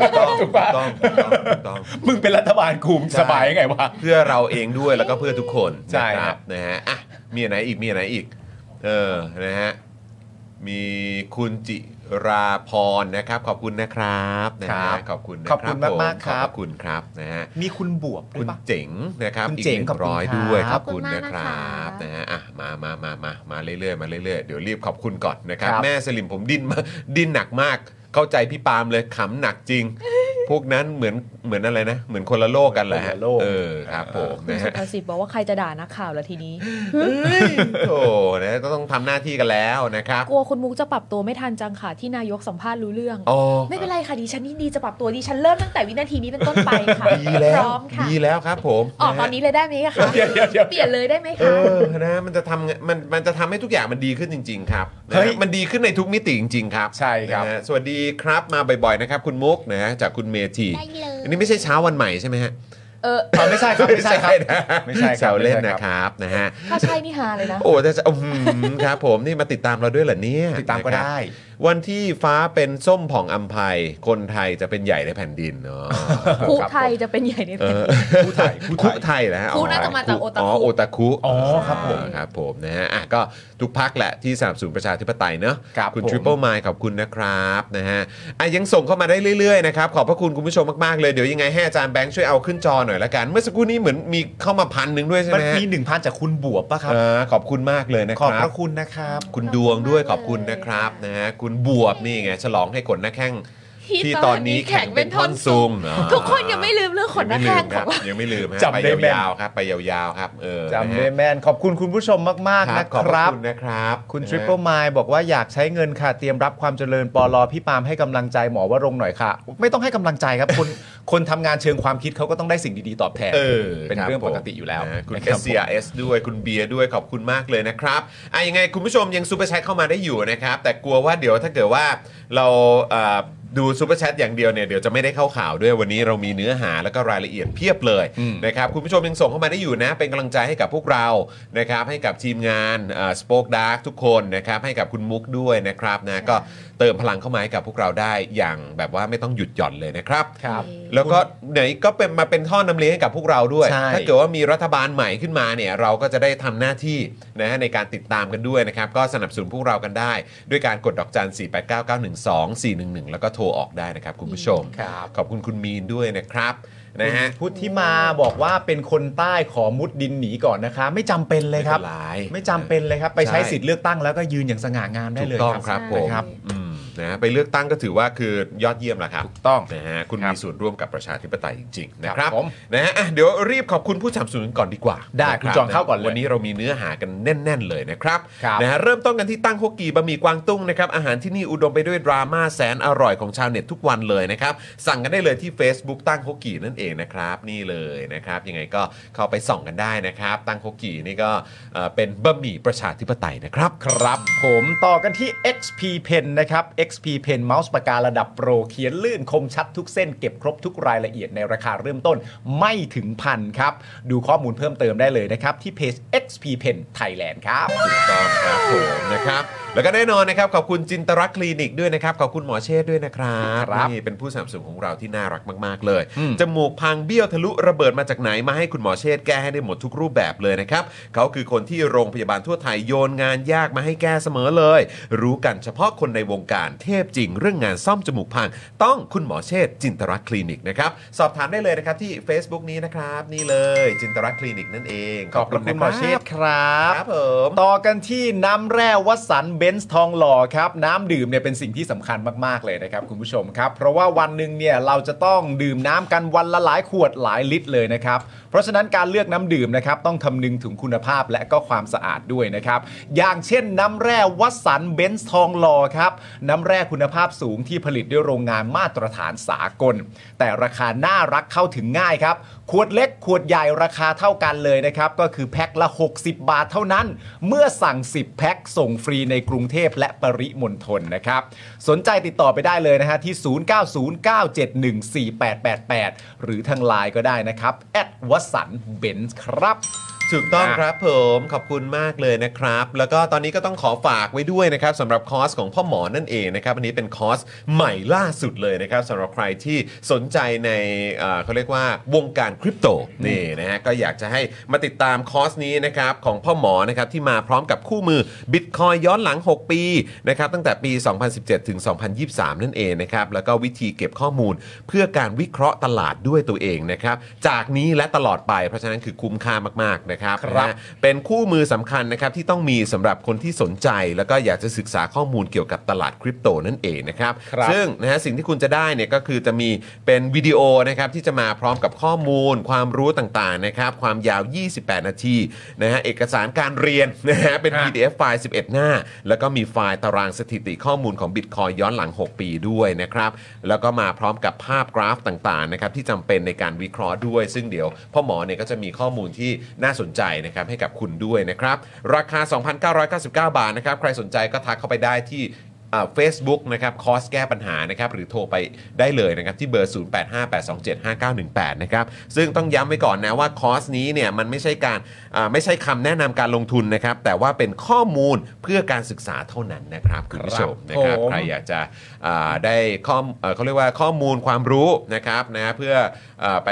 ถูกต้อง ถู ถู ก ก ปะ ต้องถูกต้องถูกต้อง มึงเป็นรัฐบาลกูมึงสบายยังไงวะ เพื่อเราเองด้วยแล้วก็เพื่อทุกคน ใช่ นะค ครั รับบ นะฮะอ่ะมีอันไหนอีกมีอันไหนอีก เออนะฮะมีคุณจิราพรนะครับ ขอบคุณนะครับนะฮะขอบคุณนะ ขอบคุณมากๆ ผ ครับ ขอบคุณครับนะฮะ มีคุณบวบด้ว คุ ย ณ ปะ เจ๋งนะครับ คุณ อีก เจ๋ ห ง นึ่ง ขอบคุณ ร้อย ครับ ด้วยขอบ ขอบคุ คุณ ณ นะ มาก ค นะ รับ คะ นะฮะอ่ะมามามามามาเรื่อยๆมาเรื่อยๆเดี๋ยวรีบขอบคุณก่อนนะครับ ครับ แม่สลิมผมดิ้น มาดิ้นหนักมาก เข้าใจพี่ปาล์มเลยขำหนักจริง พวกนั้นเหมือนเหมือนอะไรนะ เหมือนคนละโลกกันแหละฮะ คนละโลก เออครับผม คุณ นะ สุ ฮะ ภาษิตบอกว่าใครจะด่านักข่าวละทีนี้ โอ้นะก็ต้องทำหน้าที่กันแล้วนะครับ กลัวคุณมุกจะปรับตัวไม่ทันจังค่ะที่นายกสัมภาษณ์รู้เรื่อง โอ้ ไม่เป็นไรค่ะดิฉันยินดีจะปรับตัวดิฉันเริ่มตั้งแต่วินาทีนี้เป็นต้นไปค่ะ ดีแล้ว พร้อมค่ะ ดีแล้วครับผม ออกตอนนี้เลยได้ไหมคะ เดี๋ยวเดี๋ยวเดี๋ยว เปลี่ยนเลยได้ไหม เอ คะ อนะมันจะทำมันมันจะทำให้ทุกอย่างมันดีขึ้นจริง ๆ ครับนะ เฮ้ย มันดีขึ้นในทุกมิติจริง ๆ ครับ ใช่ครับ นะฮะสวัสดีครับมาบ่อยๆนะครับ คุณมุกนะฮะจากคุณเมธีอันนี้ไม่ใช่เช้าวันใหม่ใช่ไหมฮะ เออ อ๋อไม่ใช่ครับไม่ใช่ครับ นะ ไม่ใช่ครับ แซวเล่น ไม่ใช่ นะครับ ครับนะฮะ ถ้าใช่นี่ฮาเลยนะ โอ้แต่จะอื้อหือครับ ผมนี่มาติดตามเราด้วยเหรอเนี่ย ติดตามก็ นะครับ ได้ วันที่ฟ้าเป็นส้มผ่องอัมภัย คนไทยจะเป็นใหญ่ในแผ่นดินเนาะ คู่ไทยจะเป็นใหญ่ในประเทศ คู่ไทย คุไทยนะฮะ คุน่าจะมาจากโอตาคุ อ๋อโอตาคุ อ๋อครับผม อ่าครับผมนะฮะอ่ะก็ทุกพักแหละที่สนับสนุนประชาธิปไตยเนอะ ครับ คุณ ผม ทริปเปิลไมล์ขอบคุณนะครับนะฮะอ่ะยังส่งเข้ามาได้เรื่อยๆนะครับขอบพระคุณคุณผู้ชมมากๆเลย เดี๋ยวยังไงให้อาจารย์แบงค์ช่วยเอาขึ้นจอหน่อยละกัน เมื่อสักครู่นี้เหมือนมีเข้ามาพันหนึ่งด้วยใช่ มัน ไหมฮะ มีหนึ่งพันจากคุณบวบปะครับ อ่าขอบคุณมากเลยนะค ขอบ รั พ บ ระคุณนะครับ คุณดวงด้วยขอบคุณนะครับนะฮะคุณบวบนี่ไงฉลองให้ขนหน้าแข้ง ที่ตอนนี้แข็งเป็นท่อนซุงา ทุกคนยังไม่ลืมเรื่องขนหน้าแข้งของเรา ยังไม่ลืมฮะ จำ ไป ได้แม่น ยาวๆครับไปยาวๆครับเออ จำได้แม่นขอบคุณคุณผู้ชมมาก นะ ๆ ฮะ นะ ขอบ ค พระ รับ คุณนะครับ คุณ Triple m i บอกว่าอยากใช้เงินค่ะ เตรียมรับความเจริญปอลอพี่ปาล์มให้กำลังใจหมอวรงค์หน่อยค่ะ ไม่ต้องให้กำลังใจครับ คนคนทำงานเชิงความคิดเขาก็ต้องได้สิ่งดี ๆ ตอบแทน เออ เป็น คบ เรื่องปก ผม ติอยู่แล้ว นะฮะคุณ นะครับ SCRS ด้วยคุณเบียร์ด้วยขอบคุณมากเลยนะครับอ่ะยังไงคุณผู้ชมยังซูเปอร์แชทเข้ามาได้อยู่นะครับ แต่กลัวว่าเดี๋ยวถ้าเกิดว่าเราเอ่อดูซูเปอร์แชทอย่างเดียวเนี่ยเดี๋ยวจะไม่ได้เข้าข่าวด้วยวันนี้เรามีเนื้อหาแล้วก็รายละเอียดเพียบเลย อืม นะครับคุณผู้ชมยังส่งเข้ามาได้อยู่นะ เป็นกำลังใจให้กับพวกเรานะครับให้กับทีมงานสป็อคดาร์กทุกคนนะครับให้กับคุณมุกด้วยนะครับนะก็เติมพลังเข้ามาให้กับพวกเราได้อย่างแบบว่าไม่ต้องหยุดหย่อนเลยนะครับ ครับ แล้วก็ไหนก็เป็นมาเป็นท่อนำเลี้ยงให้กับพวกเราด้วย ใช่ ถ้าเกิดว่ามีรัฐบาลใหม่ขึ้นมาเนี่ยเราก็จะได้ทำหน้าที่นะฮะในการติดตามกันด้วยนะครับ ก็สนับสนุนพวกเรากันได้ ด้วยการกดดอกจัน 4 8 9 9 1 2 4 1 1 แล้วก็โทรออกได้นะครับ คุณผู้ชม ครับ ขอบคุณคุณมีนด้วยนะครับนะฮะ พุทธิมาบอกว่าเป็นคนใต้ขอมุดดินหนีก่อนนะคะ ไม่จำเป็นเลยครับ ไม่ป็นไร ไม่จำเป็นเลยครับ ไปใช้ ใช่ สิทธิ์เลือกตั้งแล้วก็ยืนอย่างสง่างามได้ ถู เล ก ย ต้อง ครับ ครับผมใช่นะครับ อืมนะฮะไปเลือกตั้งก็ถือว่าคือยอดเยี่ยมแล้วครับ ถูกต้อง นะฮะคุณ ครั มี บ ส่วนร่วมกับประชาธิปไตยจริงๆนะครับ ครับผม นะฮะอ่ะเดี๋ยวรีบขอบคุณผู้สนับสนุนก่อนดีกว่า ได้คุณจอห์นะ เข้าก่อนเลย วันนี้เรามีเนื้อหากันแน่น ๆ เลยนะครับ ครับ นะฮะเริ่มต้นกันที่ตั้งฮกกีบะหมี่กวางตุ้งนะครับอาหารที่นี่อุดมไปด้วยดราม่าแสนอร่อยของชาวเน็ตทุกวันเลยนะครับสั่งกันได้เลยที่ Facebook ตั้งฮกกีนั่นเองนะครับนี่เลยนะครับยังไงก็เข้าไปส่องกันได้นะครับ ตั้งฮกกีนี่ก็เอ่อเป็นบะหมี่ประชาธิปไตยนะครับ ครับผมต่อกันที่ XP Pen นะครับ XP Pen เมาส์ปากการะดับโปรเขียนลื่นคมชัดทุกเส้นเก็บครบทุกรายละเอียดในราคาเริ่มต้นไม่ถึงพันครับ ดูข้อมูลเพิ่มเติมได้เลยนะครับ ที่เพจ XP Pen Thailand ครับ ถูกต้องครับผมนะครับแล้วก็แน่นอนนะครับขอบคุณจินตรักษณ์คลินิกด้วยนะครับขอบคุณหมอเชษฐ์ด้วยนะครับ ครับ นี่เป็นผู้สนับสนุนของเราที่น่ารักมาก ๆ เลย อืม จมูกพังเบี้ยวทะลุระเบิดมาจากไหนมาให้คุณหมอเชษฐ์แก้ให้ได้หมดทุกรูปแบบเลยนะครับเขาคือคนที่โรงพยาบาลทั่วไทยโยนงานยากมาให้แก้เสมอเลย รู้กันเฉพาะคนในวงการเทพจริง เรื่องงานซ่อมจมูกพัง ต้องคุณหมอเชษฐ์จินตรักษณ์คลินิกนะครับสอบถามได้เลยนะครับที่ Facebook นี้นะครับนี่เลยจินตรักษณ์คลินิกนั่นเอง ขอบคุณ นะ หมอเชษฐ์ครับ ครับผม ต่อกันที่น้ำแร่วัดสันเบนซ์ทองหล่อครับ น้ำดื่มเนี่ยเป็นสิ่งที่สำคัญมาก ๆ เลยนะครับ คุณผู้ชมครับ เพราะว่าวันหนึ่งเนี่ยเราจะต้องดื่มน้ำกันวันละหลายขวดหลายลิตรเลยนะครับ เพราะฉะนั้นการเลือกน้ำดื่มนะครับ ต้องคำนึงถึงคุณภาพและก็ความสะอาดด้วยนะครับ อย่างเช่นน้ำแร่วัดสันเบนซ์ทองหล่อครับน้ำแร่คุณภาพสูงที่ผลิตด้วยโรงงานมาตรฐานสากล แต่ราคาน่ารักเข้าถึงง่ายครับ ขวดเล็กขวดใหญ่ราคาเท่ากันเลยนะครับ ก็คือแพ็คละ 60 บาทเท่านั้น เมื่อสั่ง 10 แพ็คส่งฟรีในกรุงเทพและปริมณฑลนะครับ สนใจติดต่อไปได้เลยนะฮะที่ 0909714888 หรือทางไลน์ก็ได้นะครับแอดวสันเบนซ์ครับ ถูกต้อง อ่ะ ครับผมขอบคุณมากเลยนะครับ แล้วก็ตอนนี้ก็ต้องขอฝากไว้ด้วยนะครับสำหรับคอร์สของพ่อหมอนั่นเองนะครับอันนี้เป็นคอร์สใหม่ล่าสุดเลยนะครับสำหรับใครที่สนใจในเอ่อเขาเรียกว่าวงการคริปโตนี่นะฮะก็อยากจะให้มาติดตามคอร์สนี้นะครับของพ่อหมอนะครับที่มาพร้อมกับคู่มือ Bitcoin ย้อนหลัง 6 ปีนะครับตั้งแต่ปี 2017 ถึง 2023 นั่นเองนะครับแล้วก็วิธีเก็บข้อมูลเพื่อการวิเคราะห์ตลาดด้วยตัวเองนะครับจากนี้และตลอดไปเพราะฉะนั้นคือคุ้มค่ามากๆนะครับ ครับ นะฮะเป็นคู่มือสำคัญนะครับที่ต้องมีสำหรับคนที่สนใจ แล้วก็อยากจะศึกษาข้อมูลเกี่ยวกับตลาดคริปโตนั่นเองนะครับ ครับ ซึ่งนะฮะสิ่งที่คุณจะได้เนี่ยก็คือจะมีเป็นวิดีโอนะครับที่จะมาพร้อมกับข้อมูล ความรู้ต่างๆนะครับความยาว 28 นาทีนะฮะเอกสารการเรียน นะฮะเป็น ฮะ PDF ไฟล์ 11 หน้า แล้วก็มีไฟล์ตารางสถิติข้อมูลของ Bitcoin ย้อนหลัง 6 ปีด้วยนะครับ แล้วก็มาพร้อมกับภาพกราฟต่างๆนะครับที่จำเป็นในการวิเคราะห์ด้วย ซึ่งเดี๋ยวพ่อหมอเนี่ยก็จะมีข้อมูลที่น่าสนใจนะครับให้กับคุณด้วยนะครับ ราคา 2,999 บาทนะครับ ใครสนใจก็ทักเข้าไปได้ที่เฟซบุ๊กนะครับคอสแก้ปัญหานะครับหรือโทรไปได้เลยนะครับที่เบอร์ 0858275918 นะครับซึ่งต้องย้ำไว้ก่อนนะว่าคอสนี้เนี่ยมันไม่ใช่การอ่าไม่ใช่คำแนะนำการลงทุนนะครับแต่ว่าเป็นข้อมูลเพื่อการศึกษาเท่านั้นนะครับคุณผู้ชม ครับ นะครับ ผม ใครอยากจะอ่าได้ข้อมเอ่อเขาเรียกว่าข้อมูลความรู้นะครับนะเพื่ออาไป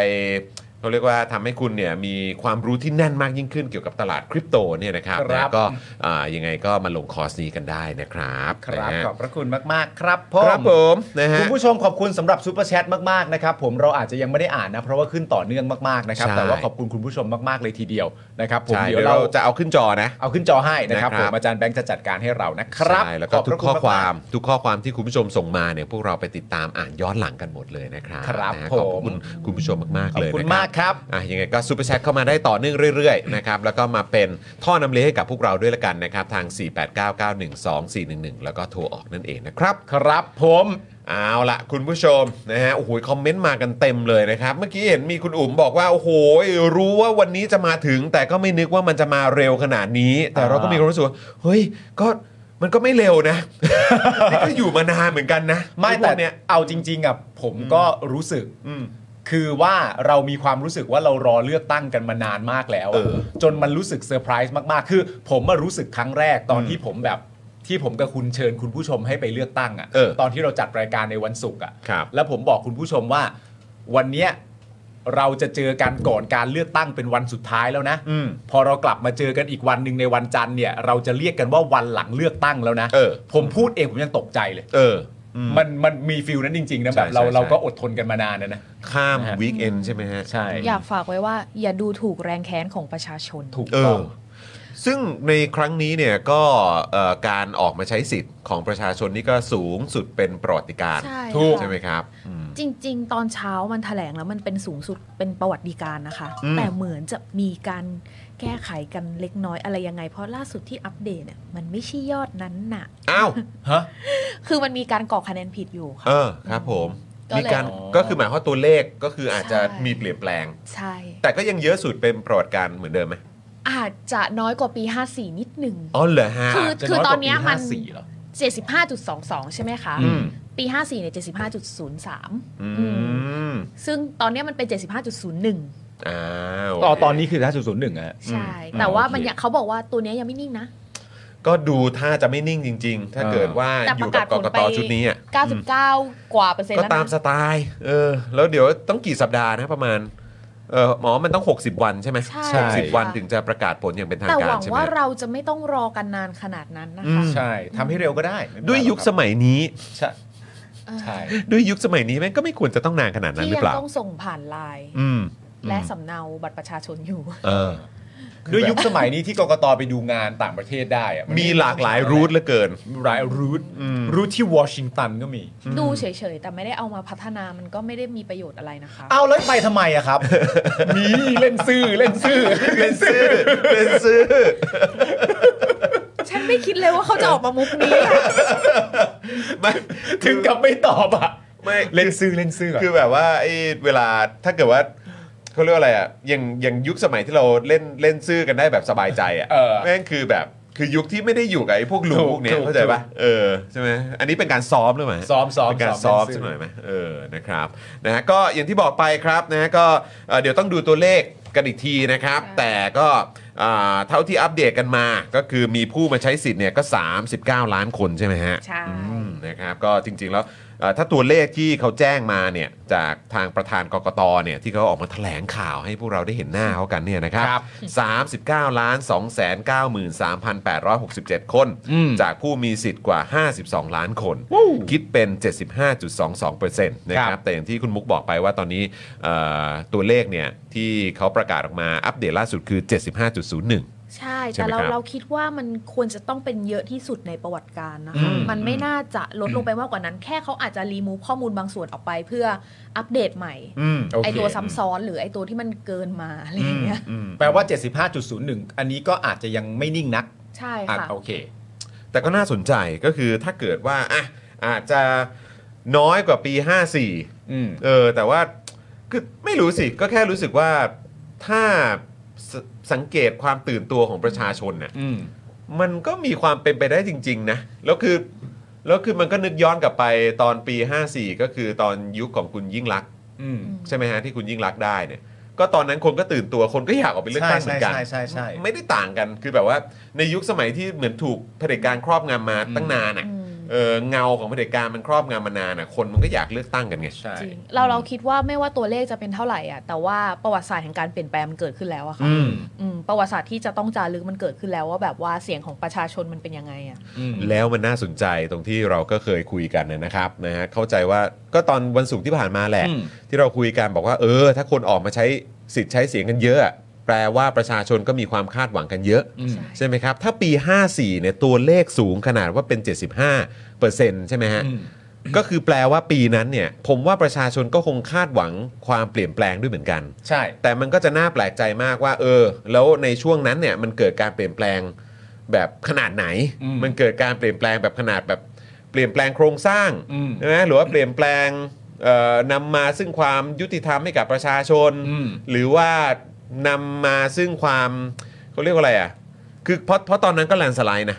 เขาเรียกว่าทำให้คุณเนี่ยมีความรู้ที่แน่นมากยิ่งขึ้นเกี่ยวกับตลาดคริปโตเนี่ยนะครับ ครั นะ บ ก็อ่ายังไงก็มาลงคอร์สนี้กันได้นะครับ ครับ นะฮะ ขอบพระคุณมาก ๆ ครับผ ครับ ม ผมนะฮะ คุณผู้ชมขอบคุณสำหรับซูเปอร์แชทมาก ๆ นะครับ ผมเราอาจจะยังไม่ได้อ่านนะ เพราะว่าขึ้นต่อเนื่องมาก ๆ นะครับ ใช่ แต่ว่าขอบคุณคุณผู้ชมมาก ๆ เลยทีเดียวนะครับผม ใช่ เดี๋ เดี๋ ย ยว ว เรา เราจะเอาขึ้นจอนะ เอาขึ้นจอให้นะครับ นะค ผ รับ มอาจารย์แบงค์จะจัดการให้เรานะครับ ใช่แล้วก็ ขบ ทุ พ ก ระณ ข้อความ ม ก ทุกข้อความที่คุณผู้ชมส่งมาเนี่ยพวกเราไปติดตามอ่านย้อนหลังกันหมดเลยนะครับ ครับ นะฮะ ผม ขอบพระคุณคุณผู้ชมมากๆขอบ เลย คุณ นะ มากครับ อ่ะยังไงก็ซูเปอร์แชทเข้ามาได้ต่อเนื่องเรื่อยๆ นะครับแล้วก็มาเป็นท่อนำเลี้ยงให้กับพวกเราด้วยละกันนะครับ ทาง 0899124411 แล้วก็โทรออกนั่นเองนะครับ ๆครับผม เอาละคุณผู้ชมนะฮะโอ้โหคอมเมนต์มากันเต็มเลยนะครับ เมื่อกี้เห็นมีคุณอุ๋มบอกว่า โอ้โห รู้ว่าวันนี้จะมาถึง แต่ก็ไม่นึกว่ามันจะมาเร็วขนาดนี้ แต่เราก็มีความรู้สึกว่าเฮ้ยก็มันก็ไม่เร็วนะ นี่ก็อยู่มานานเหมือนกันนะ ไม่ อ้พ แต่ วก เนี่ เนี้ย ยเอาจริง ๆอ่ะผมก็รู้สึก อืม คือว่าเรามีความรู้สึกว่าเรารอเลือกตั้งกันมานานมากแล้ว เอ อะ อ จนมันรู้สึกเซอร์ไพรส์มากๆ คือ ผมมารู้สึกครั้งแรกตอนที่ผมแบบที่ผมกับคุณเชิญคุณผู้ชมให้ไปเลือกตั้งอ่ะ เออ ตอนที่เราจัดรายการในวันศุกร์อ่ะ ครับ แล้วผมบอกคุณผู้ชมว่าวันเนี้ยเราจะเจอกันก่อนการเลือกตั้งเป็นวันสุดท้ายแล้วนะ อืม พอเรากลับมาเจอกันอีกวันหนึ่งในวันจันทร์เนี่ย เราจะเรียกกันว่าวันหลังเลือกตั้งแล้วนะ เออ ผมพูดเองผมยังตกใจเลย เอออืม มันมันมีฟิลนั้นจริง ๆ นะแบบ ใช่ เรา ใช่ เราก็ ใช่ อดทนกันมานานนะนะ ข้าม นะฮะ วีคเอนใช่ไหมฮะ ใช่ อยากฝากไว้ว่า อย่าดูถูกแรงแค้นของประชาชน ถูก เอ ต้อ อ ง ซึ่งในครั้งนี้เนี่ยก็เอ่อการออกมาใช้สิทธิ์ของประชาชนนี่ก็สูงสุดเป็นประวัติการณ์ ใช่ ถูก ค่ะ ใช่ไหมครับอืม จริง ๆ ตอนเช้ามันแถลงแล้วมันเป็นสูงสุดเป็นประวัติการณ์นะคะ อืม แต่เหมือนจะมีการแก้ไขกันเล็กน้อยอะไรยังไง เพราะล่าสุดที่อัปเดตเนี่ยมันไม่ใช่ยอดนั้นน่ะ อ้าว ฮะ คือมันมีการกรอกคะแนนผิดอยู่ค่ะ เออครับผม ก็เลย มีการ อ๋อ ก็คือหมายความว่าตัวเลขก็คืออาจจะ ใช่ มีเปลี่ยนแปลง ใช่ แต่ก็ยังเยอะสุดเป็นประวัติการณ์เหมือนเดิมไหม อาจจะน้อยกว่าปี 54 นิดหนึ่ง อ๋อเหรอฮะ คือ จะยกว่า ตอนเนี้ย ปี มัน 54เหรอ 75.22 ใช่ไหมคะ อืม ปี 54เนี่ย75.03 อืม ซึ่งตอนเนี้ยมันเป็น 75.01 อ้าว อ๋อตอนนี้คือ5.01อะฮะ ใช่ อืม แต่ว่ามัน โอเค ยังเขาบอกว่าตัวเนี้ยยังไม่นิ่งนะ ก็ดูถ้าจะไม่นิ่งจริง ๆ ถ้า เออ เกิดว่า แต่ อ ป ยู่ ระ กั กา บกศผล ก ไป ตชุดนี้อ่ะ 99 กว่าเปอร์เซ็นต์ ก็ แล้วนะ ตามสไตล์เออแล้วเดี๋ยวต้องกี่สัปดาห์นะประมาณเออหมอมันต้อง 60 วันใช่ไหม ใช่หใช่กสิบวันถึงจะประกาศผลอย่างเป็นทาง แต่ การหวัง ใช่ไหม ว่าเราจะไม่ต้องรอกันนานขนาดนั้นนะ อื คะ ม ใช่ทำให้เร็วก็ได้ไม่เป็นไร ด้วยยุค หรอก ส รับ มัยนี้ ใช่ เออ ใช่ ด้วยยุคสมัยนี้แม่งก็ไม่ควรจะต้องนานขนาดนั้น ที่ หรือ ยั เปล่า ต้องส่งผ่านไลน์ อืม และสำเนาบัตรประชาชนอยู่ เออ ด้วยยุคสมัยนี้ที่กกตไปดูงานต่างประเทศได้อะน มีหลากหลายรูทเหลือเกิน หลายรูท อืม รูทที่วอชิงตันก็มี ดูเฉยๆ แต่ไม่ได้เอามาพัฒนามันก็ไม่ได้มีประโยชน์อะไรนะคะ เอาแล้วไปทำไมอะครับ มีเล่นซื่อเล่นซื่อเล่นซื่อ เป็นซื้อ ฉันไม่คิดเลยว่าเขาจะออกมามุกนี้อะ ไม่ ถึงกับไม่ตอบอะ ไม่ เล่นซื่อเล่นซื่อ คือแบบว่าไอ้เวลาถ้าเกิดว่าเขาเรียกว่าอะไรอ่ะอย่างอย่างยุคสมัยที่เราเล่นเล่นซื่อกันได้แบบสบายใจอ่ะ เออ แม่งคือแบบคือยุคที่ไม่ได้อยู่กับไอ้พวกลุง ถูก พวกเนี้ย ถูก เข้าใจป่ะเออใช่ไหมอันนี้เป็นการซ้อมหรือเปล่า ซ้อมซ้อม เป็นการ ซ้ ซ้อ อ ม ม สักหน่อยไหมเออนะครับนะฮะก็อย่างที่บอกไปครับนะฮะก็เอ่อเดี๋ยวต้องดูตัวเลขกันอีกทีนะครับ ใช่ แต่ก็อ่าเท่าที่อัปเดตกันมาก็คือมีผู้มาใช้สิทธิ์เนี่ยก็ 39 ล้านคนใช่ไหมฮะ ใช่ อืมนะครับก็จริงๆแล้วเอ่อถ้าตัวเลขที่เขาแจ้งมาเนี่ยจากทางประธานกกตเนี่ยที่เขาออกมาแถลงข่าวให้พวกเราได้เห็นหน้าเขากันเนี่ยนะครับ 39ล้าน2 9 3 8 6 7 คน อืม จากผู้มีสิทธิ์กว่า 52 ล้านคน คิดเป็น 75.22%นะค ครั รับบ แต่อย่างที่คุณมุกบอกไปว่าตอนนี้เอ่อตัวเลขเนี่ยที่เขาประกาศออกมาอัปเดตล่าสุดคือ 75.01 ใช่ ใช่ แต่ ไหม เรา ครับ เราคิดว่ามันควรจะต้องเป็นเยอะที่สุดในประวัติการนะคะ มันไม่น่าจะลดลงไปมากกว่านั้น แค่เขาอาจจะรีมูฟข้อมูลบางส่วนออกไปเพื่ออัปเดตใหม่ อืม โอเค ไอตัวซ้ำซ้อนหรือไอตัวที่มันเกินมาอะไรอย่างเงี้ย อืม แปลว่า 75.01 อันนี้ก็อาจจะยังไม่นิ่งนัก ใช่ อ่ะ ค่ะ โอเค แต่ก็น่าสนใจก็คือถ้าเกิดว่าอ่ะอาจจะน้อยกว่าปี 54 อืม เออแต่ว่าคือไม่รู้สิ ก็แค่รู้สึกว่าถ้าสสังเกตความตื่นตัวของประชาชนเนี่ย อืม มันก็มีความเป็นไปได้จริง ๆ นะ แล้วคือแล้วคือมันก็นึกย้อนกลับไปตอนปี 54 ก็คือตอนยุคของคุณยิ่งรักษณ์ อืม ใช่ไหมฮะที่คุณยิ่งรักษณ์ได้เนี่ยก็ตอนนั้นคนก็ตื่นตัวคนก็อยากออกไปเลือก ใช่ ตั้งเหมือนใช่กัน ใช่ใช่ใช่ ไม่ได้ต่างกันคือแบบว่าในยุคสมัยที่เหมือนถูกเผด็จการครอบงำมาตั้งนานอ่ะ อืม เออ เออเงาของเผด็จการมันครอบงำมานานอ่ะคนมันก็อยากเลือกตั้งกันไง ใช่ จริงเราเราคิดว่าไม่ว่าตัวเลขจะเป็นเท่าไหร่อ่ะแต่ว่าประวัติศาสตร์แห่งการเปลี่ยนแปลงมันเกิดขึ้นแล้วอะค่ะ อืม อืมประวัติศาสตร์ที่จะต้องจารึกมันเกิดขึ้นแล้วว่าแบบว่าเสียงของประชาชนมันเป็นยังไงอ่ะ อืม แล้วมันน่าสนใจตรงที่เราก็เคยคุยกันนะครับนะฮะเข้าใจว่าก็ตอนวันศุกร์ที่ผ่านมาแหละ อืม ที่เราคุยกันบอกว่า เออ ถ้าคนออกมาใช้สิทธิ์ใช้เสียงกันเยอะ แปลว่าประชาชนก็มีความคาดหวังกันเยอะ อืม ใช่ไหมครับ ถ้าปี 54เนี่ยตัวเลขสูงขนาดว่าเป็น 75%ใช่ไหมฮะ อืม ก็คือแปลว่าปีนั้นเนี่ย ผมว่าประชาชนก็คงคาดหวังความเปลี่ยนแปลงด้วยเหมือนกัน ใช่ แต่มันก็จะน่าแปลกใจมากว่า เออ แล้วในช่วงนั้นเนี่ยมันเกิดการเปลี่ยนแปลงแบบขนาดไหน อืม มันเกิดการเปลี่ยนแปลงแบบขนาดแบบเปลี่ยนแปลงโครงสร้าง อืม ใช่ไหมหรือว่าเปลี่ยนแปลงเอ่อนำมาซึ่งความยุติธรรมให้กับประชาชน อืม หรือว่านำมาซึ่งความเขาเรียกว่าอะไรอ่ะคือเพราะเพราะตอนนั้นก็แลนด์สไลด์นะ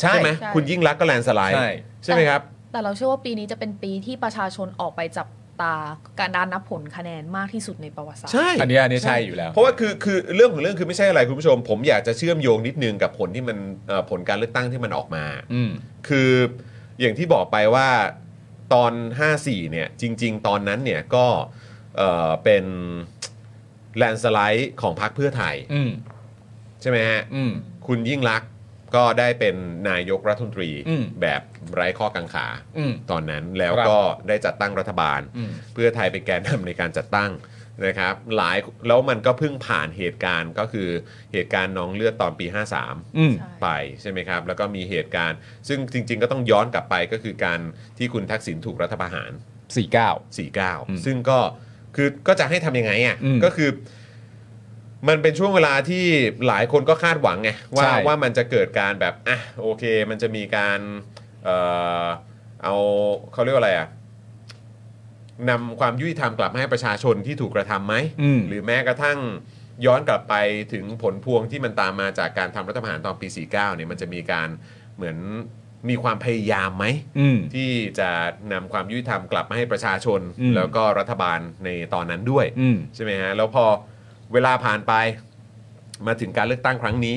ใช่ ไหม ใช่ คุณยิ่งรักษณ์ก็แลนด์สไลด์ ใช่ ใช่ไหมครับ แต่เราเชื่อว่าปีนี้จะเป็นปีที่ประชาชนออกไปจับตาการด้านนับผลคะแนนมากที่สุดในประวัติศาสตร์ ใช่ อันเนี้ยอันเนี้ยใช่อยู่แล้ว เพราะว่าคือคือเรื่องของเรื่องคือไม่ใช่อะไรคุณผู้ชม ผมอยากจะเชื่อมโยงนิดนึงกับผลที่มันเอ่อผลการเลือกตั้งที่มันออกมา อืม คืออย่างที่บอกไปว่าตอน 54 เนี่ย จริง ๆ ตอนนั้นเนี่ยก็เอ่อเป็นแลนสไลด์ของพรรคเพื่อไทย อืม ใช่ไหมฮะ อืม คุณยิ่งลักษณ์ก็ได้เป็นนายกรัฐมนตรี อืม แบบไร้ข้อกังขา อืม ตอนนั้นแล้ว ครับ ก็ได้จัดตั้งรัฐบาล อืม เพื่อไทยเป็นแกนนำในการจัดตั้งนะครับ หลายแล้วมันก็เพิ่งผ่านเหตุการณ์ก็คือเหตุการณ์น้องเลือดตอนปี 53 อืม ไปใช่ไหมครับ แล้วก็มีเหตุการณ์ ซึ่งจริง ๆ ก็ต้องย้อนกลับไปก็คือการที่คุณทักษิณถูกรัฐประหาร สี่เก้า อืม 49 ซึ่งก็คือก็จะให้ทำยังไงอ่ะ อืม ก็คือ มันเป็นช่วงเวลาที่หลายคนก็คาดหวังไงว่า ใช่ ว่ามันจะเกิดการแบบอ่ะโอเค มันจะมีการเอ่อเอาเขาเรียกว่าอะไรอ่ะนำความยุติธรรมกลับมาให้ประชาชนที่ถูกกระทำไหม อืม หรือแม้กระทั่งย้อนกลับไปถึงผลพวงที่มันตามมาจากการทำรัฐประหารตอนปี 49เนี่ยมันจะมีการเหมือนมีความพยายามไหม อืม ที่จะนำความยุติธรรมกลับมาให้ประชาชน อืม แล้วก็รัฐบาลในตอนนั้นด้วย อืม ใช่ไหมฮะ แล้วพอเวลาผ่านไปมาถึงการเลือกตั้งครั้งนี้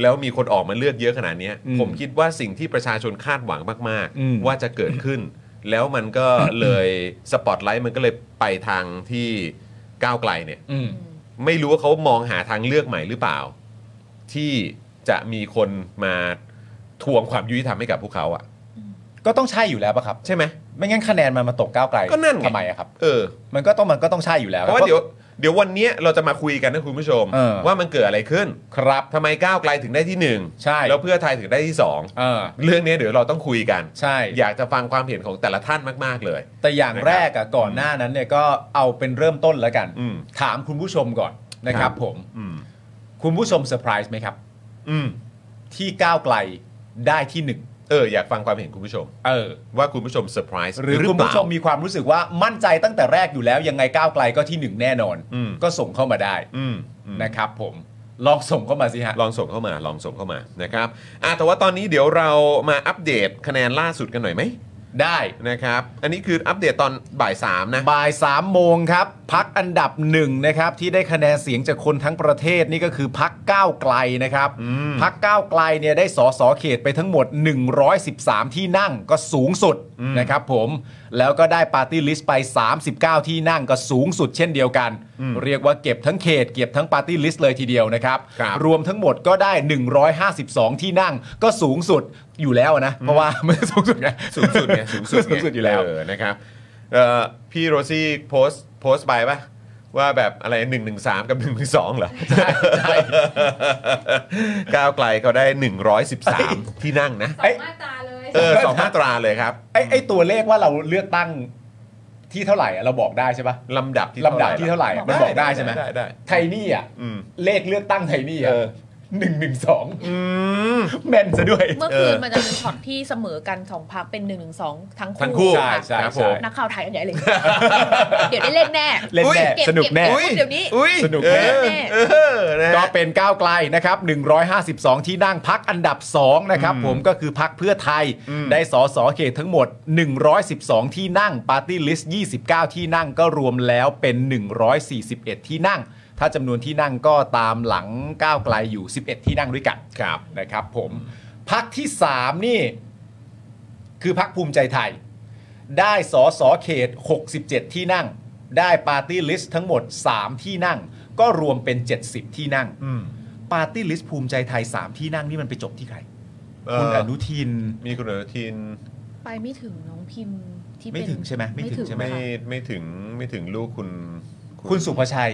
แล้วมีคนออกมาเลือกเยอะขนาดเนี้ย อืม ผมคิดว่าสิ่งที่ประชาชนคาดหวังมาก อืม ว่าจะเกิดขึ้น แล้วมันก็เลยสปอตไลท์มันก็เลยไปทางที่ก้าวไกลเนี่ย อืม ไม่รู้ว่าเขามองหาทางเลือกใหม่หรือเปล่า ที่จะมีคนมาทวงความยุติธรรมให้กับพวกเขาอะ ก็ต้องใช่อยู่แล้วป่ะครับ ใช่ไหม ไม่งั้นคะแนนมันมาตกก้าวไกล ก็นั่นไง ทำไมอะครับ เออ มันก็ต้องมันก็ต้องใช่อยู่แล้ว เพราะว่าเดี๋ยวเดี๋ยววันเนี้ยเราจะมาคุยกันนะคุณผู้ชม เออ ว่ามันเกิดอะไรขึ้น ครับ ทำไมก้าวไกลถึงได้ที่หนึ่ง ใช่ แล้วเพื่อไทยถึงได้ที่สอง เออ เรื่องเนี้ยเดี๋ยวเราต้องคุยกัน ใช่ อยากจะฟังความเห็นของแต่ละท่านมาก ๆ เลย แต่อย่าง นะครับ แรกอะก่อนหน้านั้นเนี่ยก็เอาเป็นเริ่มต้นแล้วกัน อืม ถามคุณผู้ชมก่อนนะครับผม อืม คุณผู้ชมเซอร์ไพรส์ไหมครับ อืม ที่ก้าวไกลได้ที่หนึ่ง เออ อยากฟังความเห็นคุณผู้ชม เออ ว่าคุณผู้ชมเซอร์ไพรส์ หรือคุณ เป ผู้ ล่า ชมมีความรู้สึกว่ามั่นใจตั้งแต่แรกอยู่แล้ว ยังไงก้าวไกลก็ที่หนึ่งแน่นอน อืม ก็ส่งเข้ามาได้ อืมอืม นะครับผมลองส่งเข้ามาสิฮะ ลองส่งเข้ามาลองส่งเข้ามานะครับอ่ะแต่ว่าตอนนี้เดี๋ยวเรามาอัปเดตคะแนนล่าสุดกันหน่อยไหม ได้ นะครับ อันนี้คืออัปเดตตอนบ่ายสามนะ บ่ายสามโมงครับพักอันดับหนึ่งนะครับที่ได้คะแนนเสียงจากคนทั้งประเทศนี่ก็คือพักก้าวไกลนะครับ ม พักก้าวไกลเนี่ยได้สอสอเขตไปทั้งหมด 113 ที่นั่งก็สูงสุดนะครับผมแล้วก็ได้ปาร์ตี้ลิสต์ไป 39 ที่นั่งก็สูงสุดเช่นเดียวกัน เรียกว่าเก็บทั้งเขตเก็บทั้งปาร์ตี้ลิสต์เลยทีเดียวนะครับ ครับ รวมทั้งหมดก็ได้ 152 ที่นั่งก็สูงสุดอยู่แล้วนะเพราะ ว่าไม่ได้สูงสุดไง สูงสุดไงสูงสุดไ สูงสุดอยู่แล้ว เนะครับเอ่อพี่โรซี่โพสต์โพสต์ไปปะว่าแบบอะไร 113 กับ 112 เหรอ ใช่ใช่ก้าวไกลเขาได้ 113 ที่นั่งนะ สองมาตราเลย เออสองมาตราเลยครับ ไอ้ไอ้ตัวเลขว่าเราเลือกตั้งที่เท่าไหร่อะเราบอกได้ใช่ปะ ลำดับที่ ลำดับที่เท่าไหร่อะมันบอกได้ใช่ไหม ได้ได้ ไทนี่อ่ะ อืม เลขเลือกตั้งไทนี่อ่ะ เออ หนึ่งหนึ่งสอง อืม แมนซะด้วย เมื่อคืนมันจะเป็นช็อตที่เสมอกันสองพักเป็นหนึ่งหนึ่งสองทั้ ทั้งคู่ ะ ใช่ใช่ ครับ ผม นักข่าวไทยกันใหญ่เลย เดี๋ยวได้เล่นแน่ เล่นแน่ เบ สนุกแน่ เบเดี๋ยวนี้ อุ้ย สนุก เอ แน่ อเออ นะฮะ ก็เป็นก้าวไกลนะครับ 152 ที่นั่งพักอันดับ 2 นะครับ ผมก็คือพักเพื่อไทย ได้สอสอเขตทั้งหมด 112 ที่นั่งปาร์ตี้ลิสต์ 29 ที่นั่งก็รวมแล้วเป็น 141 ที่นั่ง ถ้าจำนวนที่นั่งก็ตามหลังก้าวไกลอยู่ 11 ที่นั่งด้วยกันครับนะครับ ผมพักที่ 3 นี่ คือพักภูมิใจไทย ได้สอสอเขต 67 ที่นั่ง ได้ปาร์ตี้ลิสต์ทั้งหมด 3 ที่นั่ง ก็รวมเป็น 70 ที่นั่ง อืม ปาร์ตี้ลิสต์ภูมิใจไทย 3 ที่นั่งนี่มันไปจบที่ใคร เ คุณอนุทิน มีคุณอนุทิน ไปไม่ถึงน้องพิมพ์ที่ ไม่ เป็น ถึงใช่ไหมไม่ถึงใช่ไห ไม่ ค่ะ ไม่ถึงไม่ถึงลูกคุณ คุณสุภชัย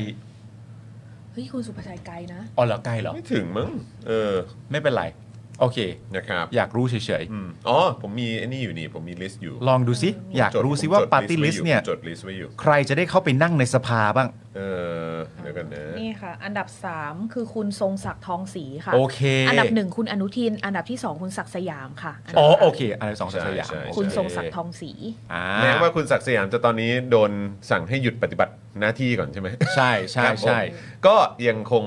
เฮ้ยคุณสุภชัยไกลนะ อ๋อเหรอใกล้เหรอ ไม่ถึงมั้งเออ ไม่เป็นไร โอเค นะครับ อยากรู้เฉย อืมอ๋อผมมีไอ้นี่อยู่นี่ผมมีลิสต์อยู่ ๆ ลองดูซิ อยาก จด รู้ซิ ผม ว่า จด ปาร์ตี้ list ไว้อลิสต์เนี่ย จดลิสต์ไว้อยู่ ใครจะได้เข้าไปนั่งในสภาบ้าง เออเดี๋ยวกันนะ นี่ค่ะ อันดับ 3 คือคุณทรงศักดิ์ทองศรีค่ะ โอเค อันดับหนึ่งคุณอนุทิน อันดับที่ 2 คุณศักดิ์สยามค่ะนดับ อ๋อ สาม โอเคอะไรสองสามอย่าง คุณทรงศักดิ์ทองศรี อ่า แม้ว่าคุณศักดิ์สยามจะตอนนี้โดนสั่งให้หยุดปฏิบัติหน้าที่ก่อนใช่ไหม ใช่ใช่ ครับผม ใช่ ก็ยังคง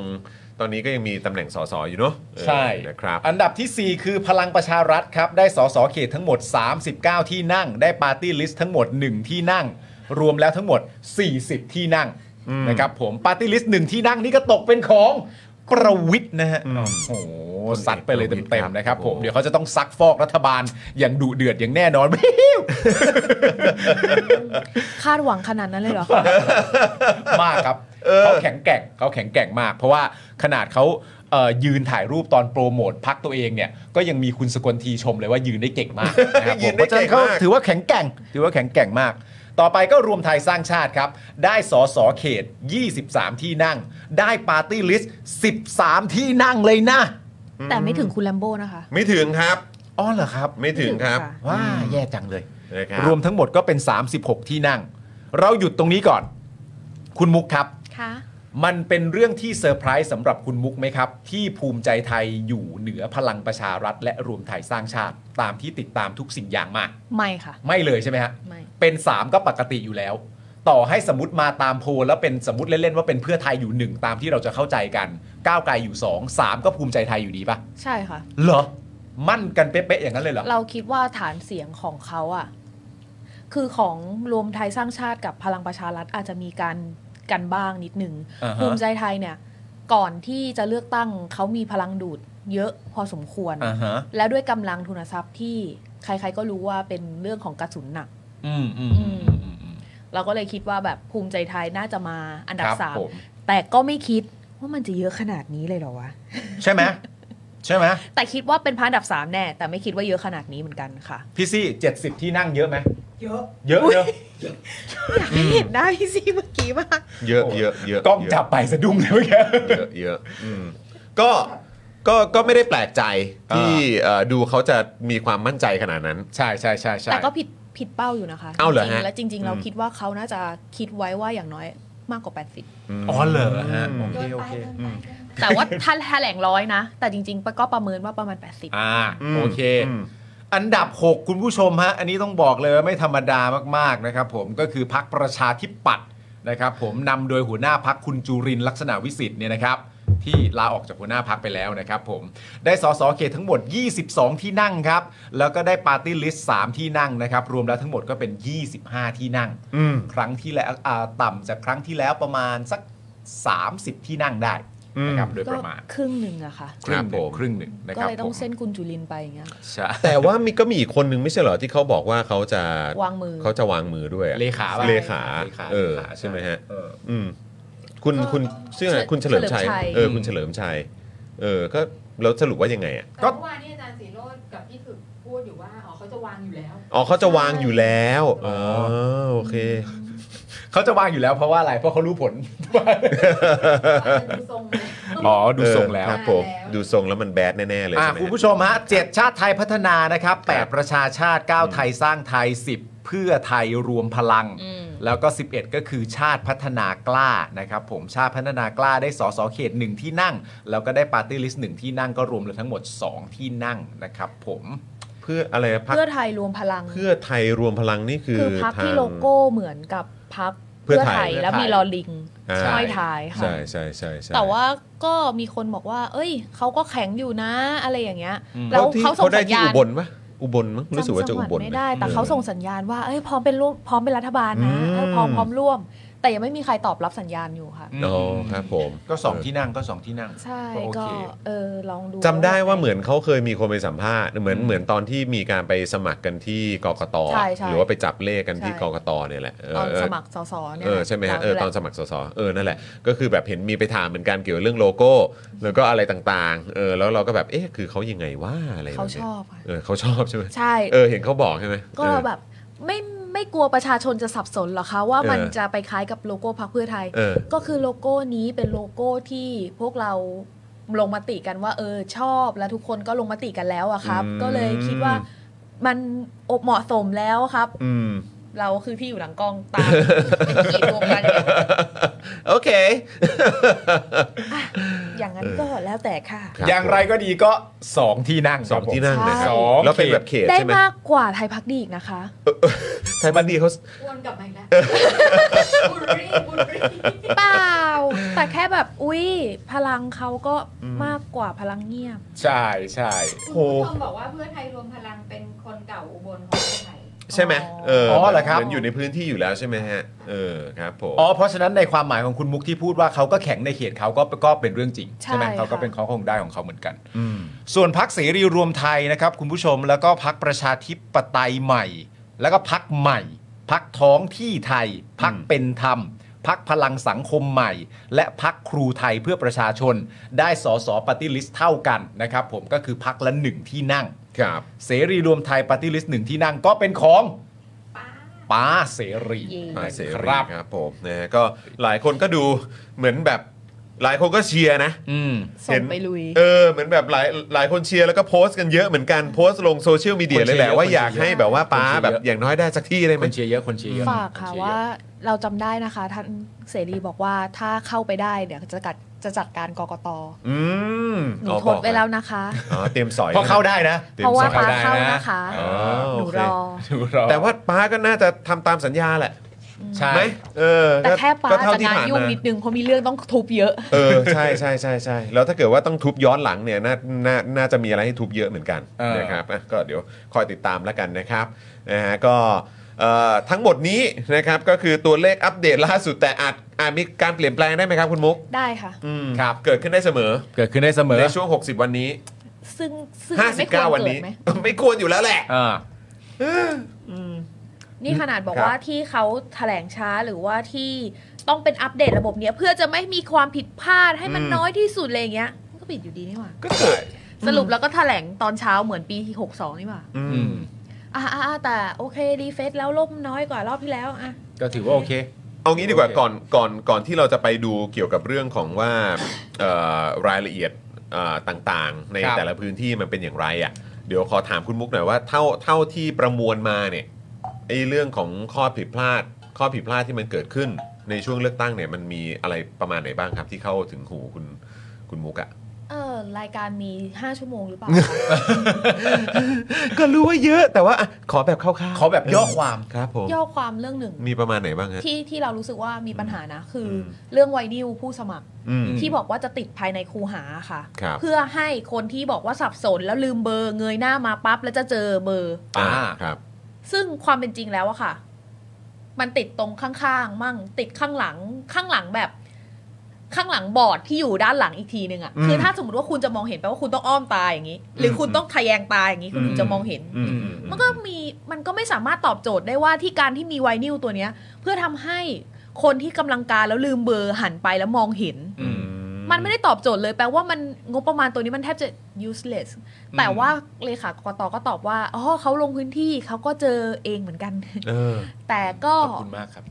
ตอนนี้ก็ยังมีตำแหน่งสสอยู่เนอะ ใช่ เออนะครับ อันดับทีสี่ 4 คือพลังประชารัฐครับ ได้สสเขตทั้งหมด 39 ที่นั่ง ได้ปาร์ตี้ลิสต์ทั้งหมด 1 ที่นั่ง รวมแล้วทั้งหมด 40 ที่นั่งนะครับผมปาร์ตี้ลิสต์หนึ่งที่นั่งนี่ก็ตกเป็นของประวิทย์นะฮะ อืม โอ้โหสัตว์ไปเลยเต็มๆนะครับผมเดี๋ยวเขาจะต้องซักฟอกรัฐบาลอย่างดุเดือดอย่างแน่น อน คาดหวังขนาดนั้นเลยเหรอคะ มากครับเขาแข็งแกร่งเขาแข็งแกร่งมาก เพราะว่าขนาดเขาเอ่อยืนถ่ายรูปตอนโปรโมทพักตัวเองเนี่ยก็ยังมีคุณสกลทีชมเลยว่ายืนได้เก่งมากนะครับผ ยื ม น เพ ได้ ราะฉะ เก่ นั้ ง นเขา มาก ถือว่าแข็งแกร่ง ถือว่าแข็งแกร่งมาก ต่อไปก็รวมไทยสร้างชาติครับ ได้สสเขต 23 ที่นั่ง ได้ปาร์ตี้ลิสต์ 13 ที่นั่งเลยนะ แต่ไม่ถึงคุณแลมโบ้นะคะ ไม่ถึงครับ อ๋อเหรอครับ ไม่ถึงครับ ว้าแย่จังเลย นะครับ รวมทั้งหมดก็เป็น 36 ที่นั่ง เราหยุดตรงนี้ก่อน คุณมุกครับ ค่ะ มันเป็นเรื่องที่เซอร์ไพรส์สำหรับคุณมุกไหมครับ ที่ภูมิใจไทยอยู่เหนือพลังประชารัฐ และรวมไทยสร้างชาติ ตามที่ติดตามทุกสิ่งอย่างมาก ไม่ค่ะ ไม่เลยใช่ไหมฮะ ไม่ เป็น 3 ก็ปกติอยู่แล้ว ต่อให้สมมติมาตามโพลแล้วเป็นสมมติเล่น ๆ ว่าเป็นเพื่อไทยอยู่หนึ่งตามที่เราจะเข้าใจกัน ก้าวไกลอยู่สองสามก็ภูมิใจไทยอยู่ดีปะ ใช่ค่ะ เหรอ มั่นกันเป๊ะๆอย่างนั้นเลยเหรอ เราคิดว่าฐานเสียงของเขาอะคือของรวมไทยสร้างชาติกับพลังประชารัฐอาจจะมีการกันบ้างนิดนึง อ่าฮะ ภูมิใจไทยเนี่ย ก่อนที่จะเลือกตั้งเขามีพลังดูดเยอะพอสมควร อ่าฮะ และด้วยกำลังทุนทรัพย์ที่ใครๆก็รู้ว่าเป็นเรื่องของกระสุนหนัก อืมอืมอืมอืมอืมอืม เราก็เลยคิดว่าแบบภูมิใจไทยน่าจะมาอันดั ค บ รับ สาม ผม แต่ก็ไม่คิดว่ามันจะเยอะขนาดนี้เลยเหรอวะ ใช่ไหมใช่ไหม แต่คิดว่าเป็นพันอันดับสามแน่ แต่ไม่คิดว่าเยอะขนาดนี้เหมือนกันค่ะ พี่ซี่เจ็ดสิบที่นั่งเยอะไหม เยอะ เยอะเยอะ อยากให้เห็นหน้าพี่ซีเมื่อกี้มาก เยอะเยอะเยอะ กล้องจับไปสะดุ้งเลยเมื่อกี้ เยอะเยอะอืมก็ก็ก็ไม่ได้แปลกใจที่เอ่อดูเขาจะมีความมั่นใจขนาดนั้น ใช่ใช่ใช่ใช่ แต่ก็ผิดผิดเป้าอยู่นะคะ เอ้าเหรอ จริง ฮะ ๆแล้วจริง อืม ๆ เราคิดว่าเขาน่าจะคิดไว้ว่าอย่างน้อยมากกว่า 80 อ๋อเหรอฮะ อืม โอเคโอเค แต่ว่าถ้าแถลงร้อยนะ แต่จริงๆก็ประเมินว่าประมาณ 80 อ่า ม โอเค ม อันดับ 6 คุณผู้ชมฮะ อันนี้ต้องบอกเลยว่าไม่ธรรมดามาก ๆ นะครับผมก็คือพักประชาธิปัตย์นะครับผมนำโดยหัวหน้าพักคุณจุรินทร์ลักษณะวิสิทธิ์เนี่ยนะครับ ที่ลาออกจากหัวหน้าพักไปแล้วนะครับผมได้สสเขตทั้งหมด 22 ที่นั่งครับ แล้วก็ได้ปาร์ตี้ลิสต์ 3 ที่นั่งนะครับ รวมแล้วทั้งหมดก็เป็น 25 ที่นั่ง อืม ครั้งที่แล้วอ่าต่ำจากครั้งที่แล้วประมาณสัก 30 ที่นั่งได้นะครับโดย ก็ ประมาณ ครึ่งหนึ่งอะค่ะ ครึ่งหนึ่ ผม งครึ่งหนึ่งนะค ก็ รับ เลยต้อง ผม เส้นคุณจุลินไปอย่างเงี้ย ใช่ แต่ว่ามีก็มีอีกคนนึงไม่ใช่เหรอที่เขาบอกว่าเขาจะ วางมือ เขาจะวางมือด้วยอะ เลขาปะ เลขา เลขา เออ เลขา ใช่ไหมฮะ เออ อืมคุณคุณชื่ออะไรคุณเฉลิมชัย เฉลิมชัย เออคุณเฉลิมชัยเออก็แล้วสรุปว่ายังไงอ่ะ แต่เมื่อวานนี้อาจารย์สีโรดกับพี่ถึกพูดอยู่ว่า อ๋อเขาจะวางอยู่ แล้ว อ๋อเขาจะวางอยู่แล้ว อ๋ อ๋ อ อโอเค เขาจะวางอยู่แล้วเพราะว่าอะไร เพราะเขารู้ผ ล ดูทรงเลย อ๋อ ดูทรงแล้ว ครับผม แล้ว ดูทรงแล้วมันแบดแน่ ๆ เลย อ่ะ ใช่ไหม คุณผู้ ฮะ ชมฮะเจ็ดชาติไทยพัฒนานะครับแป ครั ด บ ประชาชาติ 9 ไทยสร้างไทย 10 เพื่อไทยรวมพลัง อืม แล้วก็ 11 ก็คือชาติพัฒนากล้านะครับผมชาติพัฒนากล้าได้สสเขต 1 ที่นั่ง แล้วก็ได้ปาร์ตี้ลิสต์หนึ่งที่นั่งก็รวมแล้วทั้งหมด 2 ที่นั่งนะครับผม เพื่ออะไรพรรค เพื่อไทยรวมพลัง เพื่อไทยรวมพลังนี่คือ คือพัก ทาง ที่โลโก้เหมือนกับพัก เพื่อไทย แล้วมีลอลิง อ่า ห้อยท้ายค่ะ ใช่ใช่ใช่ใช่ แต่ว่าก็มีคนบอกว่า เอ้ย เขาก็แข็งอยู่นะ อะไรอย่างเงี้ย แล้ แล้ว วที่ เขาส่ เขา ง ได้ สัญ ที่ ญา อุ ณ บลปะอุบลมั้งรู้สึกว่าจะอุบล ไม่ นะ ได้ แต่เขาส่งสัญญาณว่า เอ้ย พร้อมเป็นร่วมพร้อมเป็นรัฐบาลนะ อืม เออพร้อมพร้อมร่วม แต่ยังไม่มีใครตอบรับสัญญาณอยู่ค่ะ อืม โอ้ครับผม ก็สองที่นั่งก็สองที่นั่ง ใช่ โอ ก็ เค เออลองดู จำได้ว่าเหมือนเขาเคยมีคนไปสัมภาษณ์เหมือนเหมือนตอนที่มีการไปสมัครกันที่กกต ใช่ใช่ หรือว่าไปจับเลขกันที่ ใช่ กกตเนี่ยแหละเออ ตอน เออ สมัครสสเนี่ย เออใช่ไหมฮะเออตอนส จำด้แหละ มัครสสเออนั่นแหละก็คือแบบเห็นมีไปถามเหมือนกันเกี่ยวกับเรื่องโลโก้ แล้วก็อะไรต่างๆเออแล้วเราก็แบบเอ๊ะคือเขายังไงว่าอะไรแบบนี้ย เขาชอบอะ เออเขาชอบใช่ไหม ใช่ เออเห็นเขาบอกใช่ไหม ก็ เอ เรา อ แบบไม่ไม่กลัวประชาชนจะสับสนเหรอคะ ว่ามัน เออ จะไปคล้ายกับโลโก้พรรคเพื่อไทย เออ ก็คือโลโก้นี้เป็นโลโก้ที่พวกเราลงมติกันว่าเออชอบและทุกคนก็ลงมติกันแล้วอะครับ อืม ก็เลยคิดว่ามันเหมาะสมแล้วครับ อืม เราคือที่อยู่หลังกล้อง ตามกีดวงกันเนี่ย โอเค อย่างนั้นก็แล้วแต่ค่ะ คบ อย่างไรก็ดีก็สองที่นั่ง สองที่นั่ง ใช่ นะค ส รับ อง แล้วเป็นแบบเขต ได้ ใช่ไหม มากกว่าไทยพักดีอีกนะคะ ไทยบันดีเขา วนกลับมาอีกแล้ว บุรีบุ รี เปล่า แต่แค่แบบอุ๊ย พลังเขาก็มากกว่าพลังเงียบ ใช่ใช่ คุณผู้ชมบอกว่าเพื่อไทยรวมพลังเป็นคนเก่าอุบลของเพื่อไทย ใช่ไหมเออ อ๋อเหรอครับ มือนอยู่ในพื้นที่อยู่แล้วใช่ไหมฮะเออครับผม อ๋อเพราะฉะนั้นในความหมายของคุณมุกที่พูดว่าเขาก็แข็งในเขตเขาก็ก็เป็นเรื่องจริง ใช่ ไหมเขาก็ ค่ะ เป็นเขาคงได้ของเขาเหมือนกัน ม ส่วนพักเสรีรวมไทยนะครับคุณผู้ชมแล้วก็พักประชาธิปไตยใหม่ แล้วก็พักใหม่ พักท้องที่ไทย พักเป็นธรรม พักพลังสังคมใหม่ และพักครูไทยเพื่อประชาชน ได้สอสอปฏิลิสเท่ากันนะครับผมก็คือพักละหนึ่งที่นั่ง ครับ เสรีรวมไทยปฏิลิสหนึ่งที่นั่งก็เป็นของป้าเสรี มาเส ค รี รับ ครับผมนะฮะก็หลายคนก็ดูเหมือนแบบหลายคนก็เชียร์นะ อืม ส่ เห็ ง น ไปลุย เออเหมือนแบบหลายหลายคนเชียร์แล้วก็โพสต์กันเยอะเหมือนกันโพสต์ลงโซเชียลมีเดีย คน เลยเชียร์ แหละว่า คนเชียร์ อยากให้แบบว่าป้า คนเชียร์ แบบ เยอะ อย่างน้อยได้สักที่ได้ไหม คนเชียร์เยอะคนเชียร์เยอะ ฝากค่ะ นเชียร์เยอ ว่าเราจำได้นะคะท่านเสรีบอกว่าถ้าเข้าไปได้เดี๋ยวจะกัดจะจัดการกกต อืม หนู อ๋อ ทดไว้แล้วนะคะ อ๋อเตรียมสอย เพราะเข้าได้นะ เตรีย เพ ม ราะ ส ว่า อย สอ ป้า บ เข้า ได้นะ นะคะ อ๋อ หนู โอเค รอ ดูเร แต่ว่าป้าก็น่าจะทำตามสัญญาแหละ ใช่ ไหมเออ แต่ ก็ แค่ป้า ก็เท่ จะ ที่ งาน ผ่ ยุ่ง ม นิดนึงเพราะมีเรื่องต้องทุบเยอะ เออใช่ใช่ใช่ใช่แล้วถ้าเกิดว่าต้องทุบย้อนหลังเนี่ยน่าน่าน่าจะมีอะไรให้ทุบเยอะเหมือนกัน เออ นะครับอ่ะก็เดี๋ยวคอยติดตามแล้วกันนะครับนะฮะก็เอ่อทั้งหมดนี้นะครับก็คือตัวเลขอัปเดตล่าสุดแต่อาจอาจมีการเปลี่ยนแปลงได้ไหมครับคุณมุก ได้ค่ะ ครับเกิดขึ้นได้เสมอ เกิดขึ้นได้เสมอ ในช่วง 60 วันนี้ ซึ่งซึ่งมันไม่ค59วรวัน เกิด นี้ ไหม ไม่ควรอยู่แล้วแหละ อ่า นี่ขนาดบอก ครับ ว่าที่เขาแถลงช้าหรือว่าที่ต้องเป็นอัปเดตระบบเนี้ยเพื่อจะไม่มีความผิดพลาดให้มันน้อยที่สุดอะไรอย่างเงี้ยมันก็ผิดอยู่ดีนี่หว่า ก็เกิด สรุปแล้วก็แถลงตอนเช้าเหมือนปี62นี่หว่า อื อื ม ม อ่าแต่โอเคดีเฟซแล้วล่มน้อยกว่ารอบที่แล้วอ่ะ ก็ถือว่าโอเค เอางี้ดีกว่า โอเค ก่อนก่อนก่อนที่เราจะไปดูเกี่ยวกับเรื่องของว่าเอ่อรายละเอียดเอ่อต่างๆ ในแต่ละพื้นที่มันเป็นอย่างไรอ่ะเดี๋ยวขอถามคุณมุกหน่อยว่าเท่าเท่าที่ประมวลมาเนี่ยไอ้เรื่องของข้อผิดพลาด ข้อผิดพลาดที่มันเกิดขึ้นในช่วงเลือกตั้งเนี่ยมันมีอะไรประมาณไหนบ้างครับที่เข้าถึงหูคุณคุณมุกอะ เออ รายการมี 5 ชั่วโมงหรือ เปล่า ก็รู้ว่าเยอะแต่ว่าอ่ะขอแบบคร่าวๆ ขอแบบย่อความ ครับผม ย่อความเรื่องหนึ่ง มีประมาณไหนบ้างฮะ ที่ที่เรารู้สึกว่ามีปัญหานะ คืออ ม เรื่องไวนิวผู้สมัคร อืม ที่บอกว่าจะติดภายในคูหาค่ะ ครับ เพื่อให้คนที่บอกว่าสับสนแล้วลืมเบอร์เงยหน้ามาปั๊บแล้วจะเจอเบอร์ อ่าครับ ซึ่งความเป็นจริงแล้วอะค่ะ มันติดตรงข้างๆ มั่งติดข้างหลังข้างหลังแบบ ข้างหลังบอร์ดที่อยู่ด้านหลังอีกทีหนึ่งอะ อืม คือถ้าสมมติว่าคุณจะมองเห็นแปลว่าคุณต้องอ้อมตายอย่างนี้ หรือคุณต้องทะแยงตายอย่างนี้คุณถึงจะมองเห็น อืม มันก็มีมันก็ไม่สามารถตอบโจทย์ได้ว่าที่การที่มีไวนิลตัวเนี้ย เพื่อทำให้คนที่กำลังการแล้วลืมเบอร์หันไปแล้วมองเห็น อืม มันไม่ได้ตอบโจทย์เลยแปลว่ามันงบประมาณตัวนี้มันแทบจะ useless อืม แต่ว่าเลขากกตก็ตอบว่าอ๋อเขาลงพื้นที่เขาก็เจอเองเหมือนกัน เออ แต่ก็ ขอบคุณมากครับ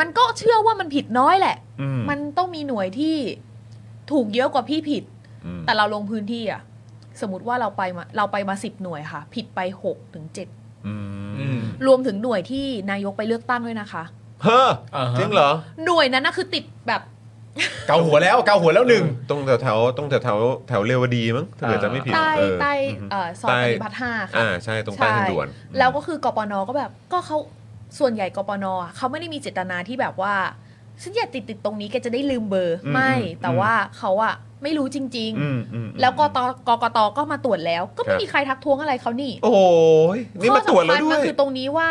มันก็เชื่อว่ามันผิดน้อยแหละ อืม มันต้องมีหน่วยที่ถูกเยอะกว่าพี่ผิด อืม แต่เราลงพื้นที่อะสมมติว่าเราไปมาเราไปมาสิบหน่วยค่ะ ผิดไปหกถึงเจ็ด อื อื ม ม รวมถึงหน่วยที่นายกไปเลือกตั้งด้วยนะคะ เฮ้อ อ่าฮะ จริงเหรอ หน่วยนั้นนะคือติดแบบ เกาหัวแล้วเกาหัวแล้วหนึ่ง ตรงแถวแถวๆตรงแถวแถวๆแถวเรวดีมั้งถ้าเกิด อ่า จะไม่ผิด ใต้ เออ ใต้ อืม เอ่อซอยปฏิบัติห้าค่ะ อ่าใช่ตรงใต้ทางด่วน ใช่แล้วก็คือกปนก็แบบก็เขาส่วนใหญ่กปนอะเขาไม่ได้มีเจตนาที่แบบว่าฉันอยากติดติดๆตรงนี้แกจะได้ลืมเบอร์ อืม ไม่ อืม แต่ว่าเขาอะไม่รู้จริง อืมอืม ๆ แล้วกตกกตก็มาตรวจแล้ว ก็ ค ไม่ รับ มีใครทักท้วงอะไรเขานี่ โอ้ยนี่มาตรวจแล้วด้ ข้อสำคัวยญมันคือตรงนี้ว่า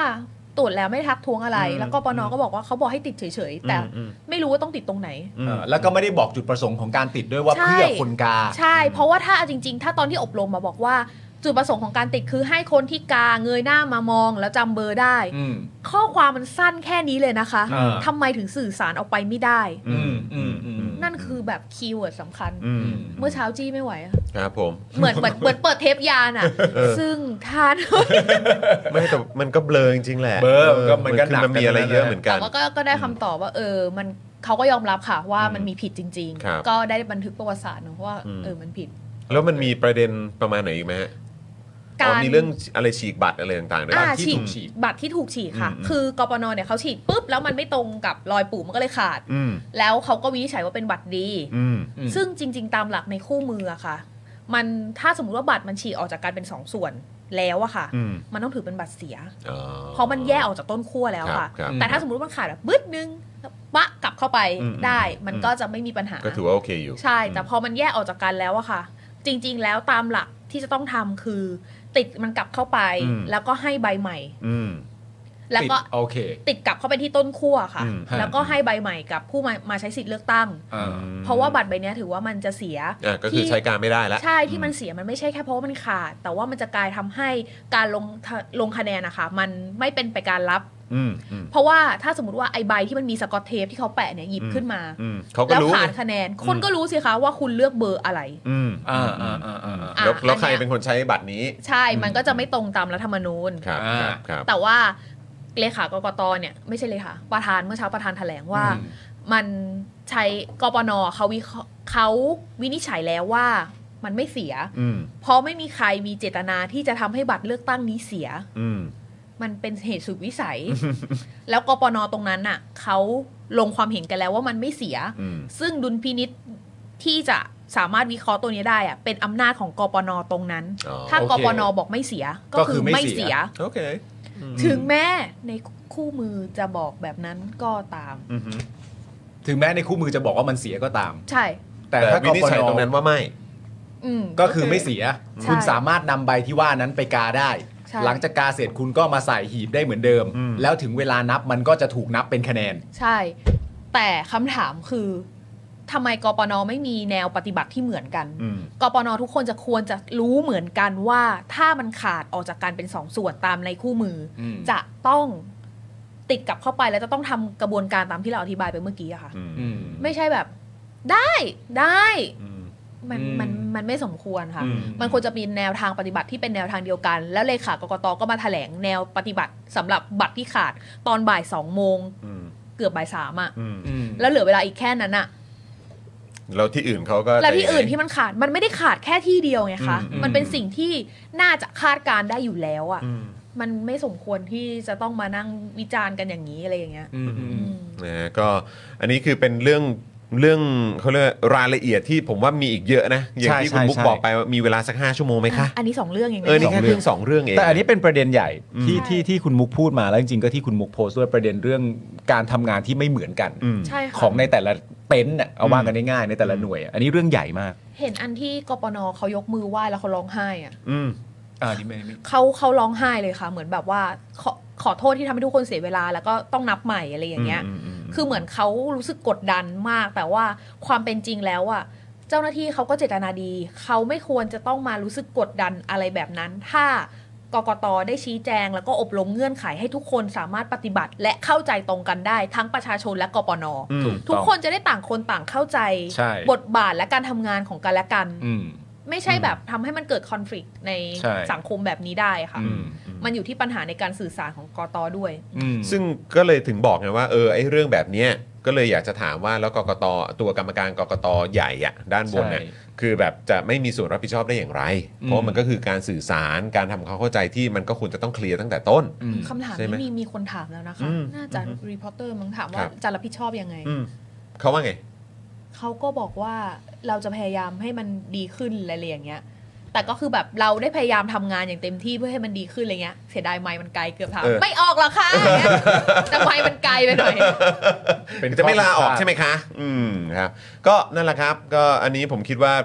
ตรวจแล้วไม่ทักท้วงอะไร อืม แล้วก็ปนก็บอกว่าเขาบอกให้ติดเฉยๆ แต่ อืมอืม ไม่รู้ว่าต้องติดตรงไหน อืม เออแล้วก็ไม่ได้บอกจุดประสงค์ของการติดด้วยว่า ใช่ เพื่อคนกา ใช่ เพราะว่าถ้าเอาจริง ๆ ถ้าตอนที่อบรมมาบอกว่า จุดประสงค์ของการติดคือให้คนที่กาเงยหน้ามามองแล้วจำเบอร์ได้ อืม ข้อความมันสั้นแค่นี้เลยนะคะ อ่า ทำไมถึงสื่อสารออกไปไม่ได้ อืมอืมอืม นั่นคือแบบคีย์เวิร์ดสำคัญ อืม เมื่อเช้าจี้ไม่ไหวอะ ครับผม เหมือนเหมือนเหมือนเปิดเทปยานอ่ะ เออ ซึ่งทาน ไม่แต่มันก็เบลอจริงๆแหละ เบลอมันก็มันก็ คือ หนัก มันมีอะไร กันนะ เยอะเหมือนกั แต่ น ว่าก็ก็ได้คำตอบว่า เออ มันเขาก็ยอมรับค่ะว่ามันมีผิดจริง ครับ ๆ ก็ได้บันทึกประวัติศาสตร์เนอะว่า อืม เออมันผิด แล้วมันมีประเด็นประมาณไหนอีกไหมฮะอ๋ กา อ ร มีเรื่องอะไรฉีกบัตรอะไรต่างๆด้วย อ่า บัตรที่ถูกฉีกฉีก บัตรที่ถูกฉีกค่ะ อืม คือกปนเนี่ยเขาฉีกปุ๊บแล้วมันไม่ตรงกับรอยปู่มันก็เลยขาด อืม แล้วเขาก็วินิจฉัยว่าเป็นบัตรดี อืม อืม ซึ่งจริง ๆ ตามหลักในคู่มืออะค่ะ มันถ้าสมมติว่าบัตรมันฉีกออกจากการเป็นสองส่วนแล้วอะค่ะ อืม มันต้องถือเป็นบัตรเสีย อ๋อ เพราะมันแยกออกจากต้นขั้วแล้วค่ะ ครับครับ แต่ถ้าสมมติว่ามันขาดแบบบึ้ดนึงแล้วปะกลับเข้าไป อืม ได้ มันก็จะไม่มีปัญหา ก็ถือว่าโอเคอยู่ ใช่ แต่พอมันแยกออกจากกันแล้วอะค่ะ จริง ๆ แล้วตามหลักที่จะต้องทำคือ ติดมันกลับเข้าไป อืม แล้วก็ให้ใบใหม่ อืม แล้วก็ ติดโอเค ติดกลับเข้าไปที่ต้นขั้วค่ะ อืมฮะ แล้วก็ให้ใบใหม่กับผู้มามาใช้สิทธิ์เลือกตั้ง อ่า เพราะว่าบัตรใบเนี้ยถือว่ามันจะเสีย อ่ะก็คือ ที่ ใช้การไม่ได้แล้ว ใช่ที่มันเสียมันไม่ใช่แค่เพราะว่ามันขาด แต่ว่ามันจะกลายทำให้การลงทะลงคะแนนนะคะมันไม่เป็นไปการรับ อืมอืม เพราะว่าถ้าสมมติว่าไอใบที่มันมีสกอตเทปที่เขาแปะเนี่ยหยิบขึ้นมา อืมเขาก็ แล้ว รู้ ขา ไง ดคะแนนคนก็รู้สิคะว่าคุณเลือกเบอร์อะไร อืม อ่าอ่าอ่าอ่า อ่ะ แล้วแล้ว อันเนี้ย ใครเป็นคนใช้บัตรนี้ ใช่ มันก็จะไม่ตรงตามรัฐธรรมนูญ ครับครับครับ แต่ว่าเลขากกตเนี่ยไม่ใช่เลขาประธานเมื่อเช้าประธานแถลงว่า มันใช้กปนเขาวิเคราะห์เขาวินิจฉัยแล้วว่ามันไม่เสีย อืม เพราะไม่มีใครมีเจตนาที่จะทำให้บัตรเลือกตั้งนี้เสีย อืม มันเป็นเหตุสุดวิสัย แล้วกปนตรงนั้นน่ะเขาลงความเห็นกันแล้วว่ามันไม่เสีย อืม ซึ่งดุลพินิษที่จะสามารถวิเคราะห์ตัวนี้ได้อะเป็นอำนาจของกปนตรงนั้น อ๋อ ถ้า โอเค กปนบอกไม่เสีย ก็คือไม่เสีย โอเค ถึงแม้ในคู่มือจะบอกแบบนั้นก็ตาม อือฮึ ถึงแม้ในคู่มือจะบอกว่ามันเสียก็ตาม ใช่ แต่ แต่ ถ้า วิ ก นิจ ป ฉัย น ตรงนั้นว่าไม่ อืม ก็คือไม่เสีย ใช่ คุณสามารถนำใบที่ว่านั้นไปกาได้ ใช่ หลังจากกาเสร็จคุณก็มาใส่หีบได้เหมือนเดิม อืม แล้วถึงเวลานับมันก็จะถูกนับเป็นคะแนน ใช่ แต่คำถามคือทำไมกปนไม่มีแนวปฏิบัติที่เหมือนกัน อืม กปนทุกคนจะควรจะรู้เหมือนกันว่าถ้ามันขาดออกจากการเป็นสองส่วนตามในคู่มืออ ม จะต้องติดกลับเข้าไปแล้วจะต้องทำกระบวนการตามที่เราอธิบายไปเมื่อกี้อะค่ะ อืม อืม ไม่ใช่แบบ ได้ได้ อืม มัน อืม มันมันไม่สมควรค่ะ อืม มันควรจะมีแนวทางปฏิบัติที่เป็นแนวทางเดียวกัน แล้วเลขากกตก็มาแถลงแนวปฏิบัติสำหรับบัตรที่ขาดตอนบ่ายสองโมง อืม เกือบบ่ายสามอะ อืม อืม แล้วเหลือเวลาอีกแค่นั้นอะ แล้วที่อื่นเขาก็ แล้วที่อื่น ไป ที่มันขาดมันไม่ได้ขาดแค่ที่เดียวไงคะ อืมอืม มันเป็นสิ่งที่น่าจะคาดการณ์ได้อยู่แล้วอะ่ะ อืม มันไม่สมควรที่จะต้องมานั่งวิจารณ์กันอย่างนี้อะไรอย่างเงี้ย อืมอืม อืม นะฮะก็อันนี้คือเป็นเรื่องเรื่องเขาเรียกว่ารายละเอียดที่ผมว่ามีอีกเยอะนะ อย่างที่ ใช่ คุณบุ๊ก ใช่ บอกไปว่ามีเวลาสัก 5 ชั่วโมงไหมคะ อันนี้สองเรื่องเอง เออ นี่ นะ แค่เพียงสองเรื่องเอง แต่อันนี้เป็นประเด็นใหญ่ที่ ใช่ ที่ที่คุณมุกพูดมาแล้วจริงๆก็ที่คุณมุกโพสต์ด้วยประเด็นเรื่องการทำงานที่ไม่เหมือนกัน อืม ใช่ค่ะ ของในแต่ละเต็นท์น่ะเอาว่ากันง่ายๆในแต่ละหน่วย อันนี้เรื่องใหญ่มาก เห็นอันที่กปนเขายกมือไหว้แล้วเขาร้องไห้อะ อืม อ่านี่ไม่ไม่ เขาเขาร้องไห้เลยค่ะ เหมือนแบบว่าขอขอโทษที่ทำให้ทุกคนเสียเวลาแล้วก็ต้องนับใหม่อะไรอย่างเงี้ย คือเหมือนเขารู้สึกกดดันมาก แต่ว่าความเป็นจริงแล้วอะเจ้าหน้าที่เขาก็เจตนาดี เขาไม่ควรจะต้องมารู้สึกกดดันอะไรแบบนั้น ถ้ากกตได้ชี้แจง แล้วก็อบรมเงื่อนไขให้ทุกคนสามารถปฏิบัติ และเข้าใจตรงกันได้ ทั้งประชาชนและกปน ถูกต้อง ทุกคนจะได้ต่างคนต่างเข้าใจ ใช่ บทบาทและการทำงานของกันและกัน อืม ไม่ใช่แบบทำให้มันเกิดคอน FLICT ใน ใช่ สังคมแบบนี้ได้ค่ะ อืม มันอยู่ที่ปัญหาในการสื่อสารของกตด้วย อืม ซึ่งก็เลยถึงบอกไงว่าเออไอ้เรื่องแบบเนี้ยก็เลยอยากจะถามว่าแล้วกกตตัวกรรมการกกตใหญ่อะด้านบนเนี่ย ใช่ คือแบบจะไม่มีส่วนรับผิดชอบได้อย่างไร อืม เพราะมันก็คือการสื่อสารการทำความเข้าใจที่มันก็ควรจะต้องเคลียร์ตั้งแต่ต้น อืม คำถาม ใช่ไหม นี้มีมีคนถามแล้วนะคะ อืม น่าจะ อืม รีพอร์เตอร์มั้งถาม ค ว่า รับ จะรับผิดชอบยังไง อืมเขาว่าไง เขาก็บอกว่าเราจะพยายามให้มันดีขึ้นอะไรอย่างเงี้ย แต่ก็คือแบบเราได้พยายามทำงานอย่างเต็มที่เพื่อให้มันดีขึ้นอะไรเงี้ย เสียดายไม้มันไกลเกือบถาม เออ ไม่ออกหรอกค่ะอย่างเงี้ยแต่ไม้มันไกลไปหน่อย เป็น จะไม่ลาออก ข้อพิพาท ใช่ไหมคะ อืมครับ ก็นั่นแหละครับ ก็อันนี้ผมคิดว่า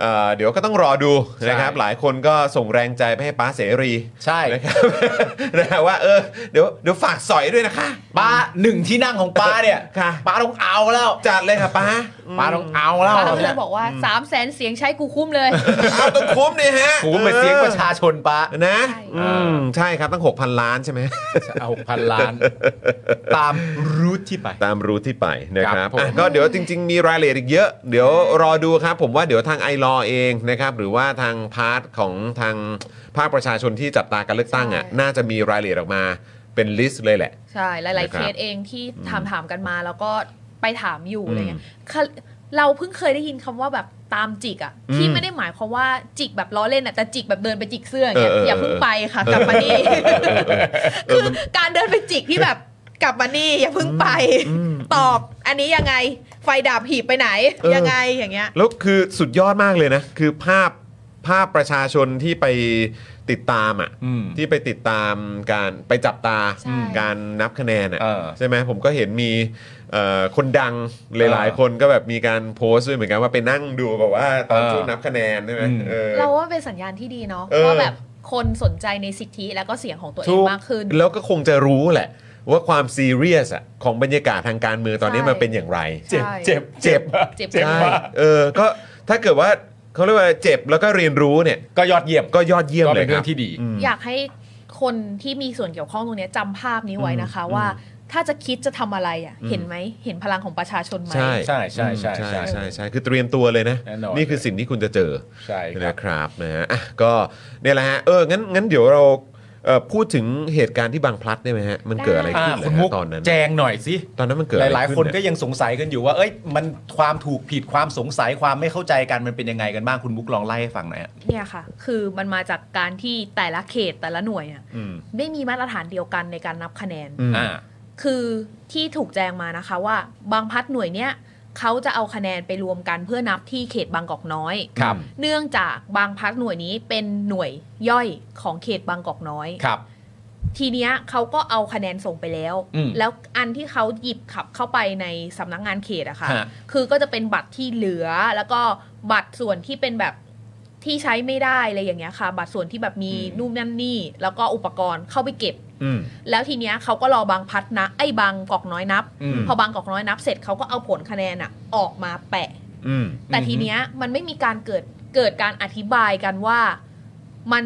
เอ่อเดี๋ยวก็ต้องรอดูนะครับ ใช่ หลายคนก็ส่งแรงใจไปให้ป้าเสรี ใช่ นะครับ นะฮะว่าเออเดี๋ยวเดี๋ยวฝากสอยด้วยนะคะ ป้าหนึ่งที่นั่งของป้าเนี่ย ค่ะ ป้าต้องเอาแล้ว จัดเลยค่ะ ป้า ป้าต้องเอาแล้ว ป้าก็เลยบอกว่า3 0 0แสนเสียงใช้กูคุ้มเลย เอาต้องคุ้มเนี่ยฮะ ถูไปเสียงประชาชนป้า เออนะ ใช่ อืมใช่ครับตั้ง 6,000 ล้านใช่ไหม หกพันล้าน ตามรูทที่ไป ตามรูทที่ไปนะค ครั รับบ ผม อ่ะก็เดี๋ยวจริง ๆ มีรายละเอียดอีกเยอะ เดี๋ยวรอดูครับ ผมว่าเดี๋ยวทางไอรอเองนะครับ หรือว่าทางพาร์ทของทางภาคประชาชนที่จับตาการเลือกตั้งอ่ะ ใช่ น่าจะมีรายละเอียดออกมาเป็นลิสต์เลยแหละ ใช่หลาย ๆ นะครั เค บ สเองที่ถามถามกันมาแล้วก็ไปถามอยู่ อืม อะไรเงี้ยค่ะเราเพิ่งเคยได้ยินคำว่าแบบตามจิกอะ อืม ที่ไม่ได้หมายความว่าจิกแบบล้อเล่นอะแต่จิกแบบเดินไปจิกเสื้ออย่างเงี้ย เออเออ อย่าเพิ่งไปค่ะกลับมานี่ เออ คือ มัน การเดินไปจิกที่แบบกลับมานี่อย่าเพิ่งไป ตอบอันนี้ยังไงไฟดับหีบไปไหน ยังไงอย่างเงี้ย แล้วคือสุดยอดมากเลยนะ คือภาพภาพประชาชนที่ไปติดตามอ่ะ อืม ที่ไปติดตามการไปจับตา ใช่ การนับคะแนนอ่ะ เออ ใช่ไหมผมก็เห็นมีเอ่อคนดังหลาย เออ ๆ คนก็แบบมีการโพสต์ด้วยเหมือนกันว่าไปนั่งดูแบบว่าตอน เออ ช่วงนับคะแนนใช่ไหม อืม เออ เราว่าเป็นสัญญาณที่ดีเนาะ เออ ว่าแบบคนสนใจในสิทธิแล้วก็เสียงของตัวเอ ถู ง ก มากขึ้น แล้วก็คงจะรู้แหละ ว่าความซีเรียสอ่ะของบรรยากาศทางการเมืองตอนนี้ ใช่ มันเป็นอย่างไร ใช่ เจ็บ เจ็บ เจ็บ เจ็บ ใช่ มาก เออก็ถ้าเกิดว่าเขาเรียกว่าเจ็บแล้วก็เรียนรู้เนี่ย ก็ยอดเยี่ยม ก็ยอดเยี่ยม ก็ เล เป็ ย น ค เรื่ รั อบ งที่ดี อืม อยากให้คนที่มีส่วนเกี่ยวข้องตรงเนี้ยจำภาพนี้ไว้นะคะ อืม ว่า ถ้าจะคิดจะทำอะไรอ่ะ อืม เห็นไหมเห็นพลังของประชาชนไหม ใช่ ใช่ใช่ใช่ อืม ใช่ ใช่ใช่ใช่คือเตรียมตัวเลยนะ แน่นอน นี่คือสิ่งที่คุณจะเจอ ใช่ครับ นะครับนะฮะอ่ะก็เนี่ยแหละฮะเอองั้นงั้นเดี๋ยวเราเอ่อพูดถึงเหตุการณ์ที่บางพลัดได้ไหมฮะมันเกิดอะไร อ่า ขึ้นเลยคุณมุก ฮะตอนนั้น แจงหน่อยสิ ตอนนั้นมันเกิด ห อะไร ลายๆ ค ขึ้ นก็ยังสงสัยกันอยู่ว่า เอ้ย มันความถูกผิดความสงสัยความไม่เข้าใจกันมันเป็นยังไงกันบ้างคุณมุกลองไล่ให้ฟังหน่อยอะ เนี่ยค่ะ คือมันมาจากการที่แต่ละเขตแต่ละหน่วยอ่ะ อืม ไม่มีมาตรฐานเดียวกันในการนับคะแนน อืม คือที่ถูกแจ้งมานะคะว่าบางพัดหน่วยเนี้ยเขาจะเอาคะแนนไปรวมกันเพื่อนับที่เขตบางกอกน้อย ครับ เนื่องจากบางพัดหน่วยนี้เป็นหน่วยย่อยของเขตบางกอกน้อย ครับ ทีเนี้ยเขาก็เอาคะแนนส่งไปแล้ว อืม แล้วอันที่เขาหยิบขับเข้าไปในสำนักงานเขตอะค่ะ ฮะ คือก็จะเป็นบัตรที่เหลือ แล้วก็บัตรส่วนที่เป็นแบบที่ใช้ไม่ได้อะไรอย่างเงี้ยค่ะ บัตรส่วนที่แบบมีนู่นนั่นนี่ แล้วก็อุปกรณ์เข้าไปเก็บ อืม แล้วทีเนี้ยเขาก็รอบางพัดนะไอ้บางกอกน้อยนับ อืม พอบางกอกน้อยนับเสร็จเขาก็เอาผลคะแนนอะออกมาแปะ อืม แต่ อือฮึ ทีเนี้ยมันไม่มีการเกิดเกิดการอธิบายกันว่ามัน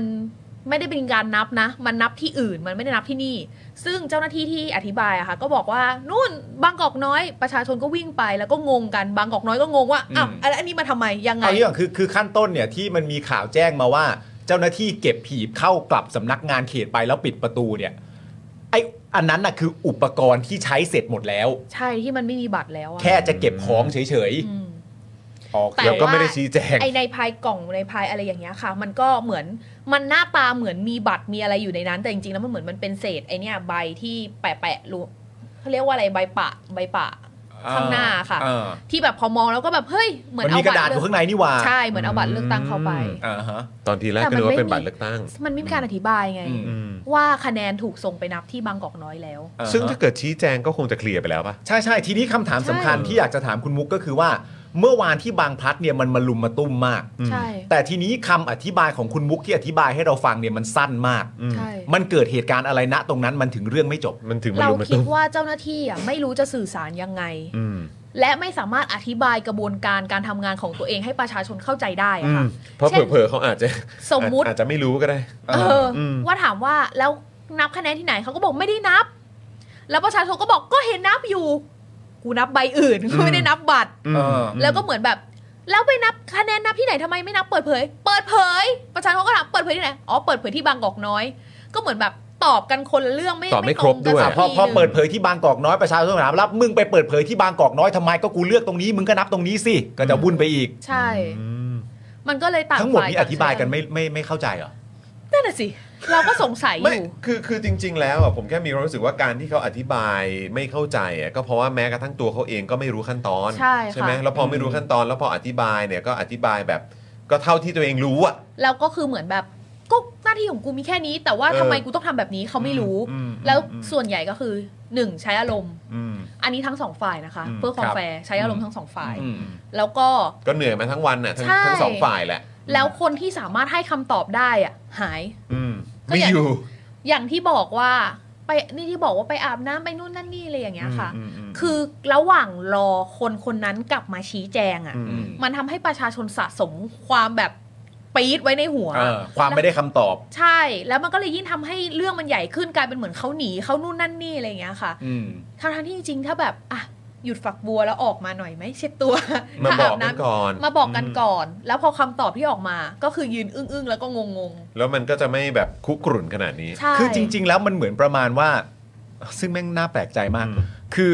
ไม่ได้เป็นการนับนะ มันนับที่อื่นมันไม่ได้นับที่นี่ ซึ่งเจ้าหน้าที่ที่อธิบายอะค่ะ ก็บอกว่านู่นบางกอกน้อย ประชาชนก็วิ่งไปแล้วก็งงกันบางกอกน้อยก็งงว่าอ้าวแล้วอันนี้มาทำไมยังไง เอาเรื่องคือคือขั้นต้นเนี่ยที่มันมีข่าวแจ้งมาว่า เจ้าหน้าที่เก็บหีบเข้ากลับสำนักงานเขตไปแล้วปิดประตูเนี่ยไออันนั้นน่ะคืออุปกรณ์ที่ใช้เสร็จหมดแล้ว ใช่ที่มันไม่มีบัตรแล้วอะ แค่จะเก็บของเฉย อืม ๆออก แต่ แล้วก็ไม่ได้ ว่า ชี้แจง ไอในพายกล่องในพายอะไรอย่างเงี้ยค่ะ มันก็เหมือนมันหน้าตาเหมือนมีบัตรมีอะไรอยู่ในนั้น แต่จริงๆแล้วมันเหมือนมันเป็นเศษไอเนี่ยใบที่แปะแปะๆรูเขาเรียกว่าอะไรใบปะใบปะ ข้างหน้าค่ะ เออ ที่แบบพอมองแล้วก็แบบเฮ้ยเหมือน มัน เอา มีก บั ระ ต ดารษอยู่ เลือข้าก งในนี่หว่า ใช่เหมือนเอาบัตรเลือกตั้งเข้าไป อ่าฮะ ตอนทีแรกก็แต่มัน นึกว่าเป็น ไม่มี บัตรเลือกตั้ง มันไม่มีการอธิบายไง อืม อืม ว่าคะแนนถูกส่งไปนับที่บางกอกน้อยแล้ว อ่าฮะ ซึ่งถ้าเกิดชี้แจงก็คงจะเคลียร์ไปแล้วป่ะ ใช่ใช่ทีนี้คำถามสำคัญ ใช่ ที่อยากจะถามคุณมุกก็คือว่า เมื่อวานที่บางพลัดเนี่ยมันมาลุมมาตุ้มมาก ใช่ แต่ทีนี้คำอธิบายของคุณมุกที่อธิบายให้เราฟังเนี่ยมันสั้นมาก ใช่ มันเกิดเหตุการณ์อะไรณตรงนั้นมันถึงเรื่องไม่จบ มันถึงมัน เรา ลุมมา คิด ตุ้ม ว่าเจ้าหน้าที่อ่ะไม่รู้จะสื่อสารยังไง อืม และไม่สามารถอธิบายกระบวนการการทำงานของตัวเองให้ประชาชนเข้าใจได้ อืมอะค่ะ เพราะ เช่น เผลอๆเขาอาจจะ สมมุติ อาจจะไม่รู้ก็ได้ เอออ ม ว่าถามว่าแล้วนับคะแนนที่ไหนเขาก็บอกไม่ได้นับ แล้วประชาชนก็บอกก็เห็นนับอยู่ กูนับใบอื่นกูไม่ได้นับบัตร อืม เออ แล้วก็เหมือนแบบ แล้วไปนับคะแนนนับที่ไหนทำไมไม่นับเปิดเผย เปิดเผย ประชาชนก็ถามเปิดเผยที่ไหนอ๋อเปิดเผยที่บางกอกน้อย ก็เหมือนแบบตอบกันคนละเรื่องไม่ ตอบไม่ครบด้วย ตงกันสั อ่ะ ก พอ ที พอ หนึ่ง เปิดเผยที่บางกอกน้อยประชาชนถามรับมึงไปเปิดเผยที่บางกอกน้อยทำไมก็กูเลือกตรงนี้มึงก็นับตรงนี้สิก็จะวุ่นไปอีก ใช่ มันก็เลยต่าง ทั้งหมด ฝ่ นี้ ต่ อธิบายกันไม่ไม่ไม่เข้าใจเหรอ นั่นน่ะสิเราก็สงสัยอ ไม่ ยู่ คือคือจริง ๆ แล้วอ่ะผมแค่มีความรู้สึกว่าการที่เขาอธิบายไม่เข้าใจอ่ะก็เพราะว่าแม้กระทั่งตัวเขาเองก็ไม่รู้ขั้นตอน ใช่ค่ะ ไหมแล้วพอไม่รู้ขั้นตอนแล้วพออธิบายเนี่ยก็อธิบายแบบก็เท่าที่ตัวเองรู้อ่ะ แล้วก็คือเหมือนแบบ ก็หน้าที่ของกูมีแค่นี้ แต่ว่า เออ ทำไมกูต้องทำแบบนี้เขาไม่รู้ อืม แล้ว อืม ส่วนใหญ่ก็คือหนึ่งใช้อารมณ์ อืม อันนี้ทั้งสองฝ่ายนะคะ อืม เพื่อความครับ แฟร์ใช้อารมณ์ทั้งสองฝ่าย อืม แล้วก็ ก็เหนื่อยมาทั้งวันน่ะทั้ง ใช่ ทั้งสองฝ่ายแหละ แล้วคนที่สามารถให้คำตอบได้อ่ะ หาย อืม ก็อย่างอย่างที่บอกว่าไปนี่ที่บอกว่าไปอาบน้ำไปนู่นนั่นนี่อะไรอย่างเงี้ยค่ะ อืมอืมอืม คือระหว่างรอคนคนนั้นกลับมาชี้แจงอ่ะ อืม มันทำให้ประชาชนสะสมความแบบปี๊ดไว้ในหัว เออความไม่ได้คำตอบ ใช่ แล้วมันก็เลยยิ่งทำให้เรื่องมันใหญ่ขึ้นกลายเป็นเหมือนเขาหนีเขานู่นนั่นนี่อะไรอย่างเงี้ยค่ะ อืม ทั้งทที่จริงๆ ถ้าแบบอ่ะหยุดฝักบัวแล้วออกมาหน่อยไหมเช็ดตัว มาบอก ถ้ กันก่อน มาบอกกันก่อน แล้วพอคำตอบที่ออกมาก็คือยืนอึ้งๆ แล้วก็งง แล้วมันก็จะไม่แบบคุกรุ่นขนาดนี้ ๆ ใช่ คือจริง ๆ แล้วมันเหมือนประมาณว่า ซึ่งแม่งน่าแปลกใจมาก อืม คือ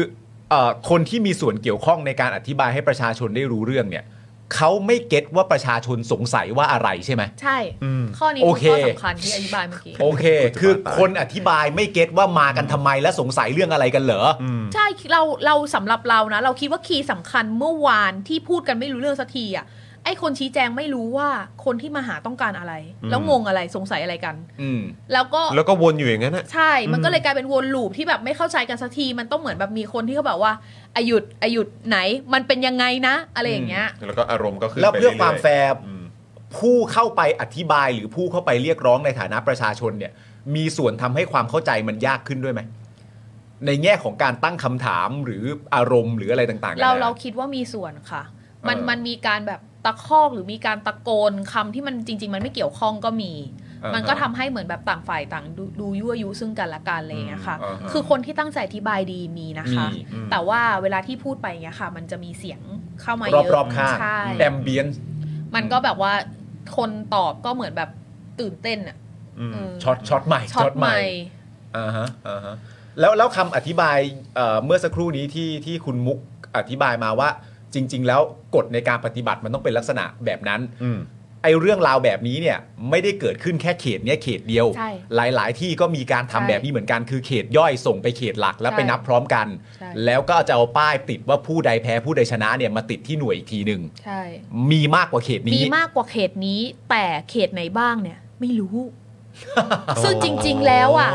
เอ่อคนที่มีส่วนเกี่ยวข้องในการอธิบายให้ประชาชนได้รู้เรื่องเนี่ยเขาไม่เก็ตว่าประชาชนสงสัยว่าอะไร ใช่ไหม ใช่ อืม ข้อนี้ โอ คือ เค ข้อสำคัญที่อธิบายเมื่อกี้ โอเค คือคนอธิบายไม่เก็ตว่ามากันทำไมและสงสัยเรื่องอะไรกันเหรออ ใช่เราเราสำหรับเรานะ เราคิดว่าคีย์สำคัญเมื่อวานที่พูดกันไม่รู้เรื่องสักทีอ่ะไอ้คนชี้แจงไม่รู้ว่าคนที่มาหาต้องการอะไร แล้วงงอะไรสงสัยอะไรกัน อืม แล้วก็ แล้วก็วนอยู่อย่างนั้นน่ะ ใช่ มันก็เลยกลายเป็นวนลูปที่แบบไม่เข้าใจกันสักที มันต้องเหมือนแบบมีคนที่เขาแบบว่าอายุดอายุดไหน มันเป็นยังไงนะ อะไรอย่างเงี้ย แล้วก็อารมณ์ก็ขึ้น แล้ว ไป เพื่อ เรื่อยๆ ความแฟร์ อืม ผู้เข้าไปอธิบายหรือผู้เข้าไปเรียกร้องในฐานะประชาชนเนี่ย มีส่วนทำให้ความเข้าใจมันยากขึ้นด้วยไหม ในแง่ของการตั้งคำถามหรืออารมณ์หรืออะไรต่างๆกั เรา นะ เราคิดว่ามีส่วนค่ะ มัน เออ มันมีการแบบตะคอกหรือมีการตะโกนคำที่มันจริง ๆ มันไม่เกี่ยวข้องก็มี อ่าฮะ มันก็ทำให้เหมือนแบบต่างฝ่ายต่างดูดูยั่วยุซึ่งกันและกันอะไรอย่างเงี้ยค่ะ อ่าฮะ คือคนที่ตั้งใจอธิบายดีมีนะคะ มีอืม แต่ว่าเวลาที่พูดไปอย่างเงี้ยค่ะ มันจะมีเสียงเข้ามาเย รอบ อะ รอบๆข้าง ใช่ แอมเบียน มันก็แบบว่าคนตอบก็เหมือนแบบตื่นเต้นอะเออ ช็อตช็อตใหม่ ช็อตใหม่ อ่าฮะอ่าฮะแล้วแล้วคำอธิบายเอ่อเมื่อสักครู่นี้ที่ที่คุณมุกอธิบายมาว่า จริง ๆ แล้วกฎในการปฏิบัติมันต้องเป็นลักษณะแบบนั้น อืม ไอ้เรื่องราวแบบนี้เนี่ยไม่ได้เกิดขึ้นแค่เขตเนี้ยเขตเดียว ใช่ หลาย ๆ ที่ก็มีการทำ ใช่ แบบนี้เหมือนกันคือเขตย่อยส่งไปเขตหลักแล้ว ใช่ ไปนับพร้อมกัน ใช่ แล้วก็จะเอาป้ายติดว่าผู้ใดแพ้ผู้ใดชนะเนี่ยมาติดที่หน่วยอีกทีหนึ่ง ใช่ มีมากกว่าเขต มี นี้ มากกว่าเขตนี้ แต่เขตไหนบ้างเนี่ย ไม่รู้ ซึ่งจริง ๆ แล้วอ่ะ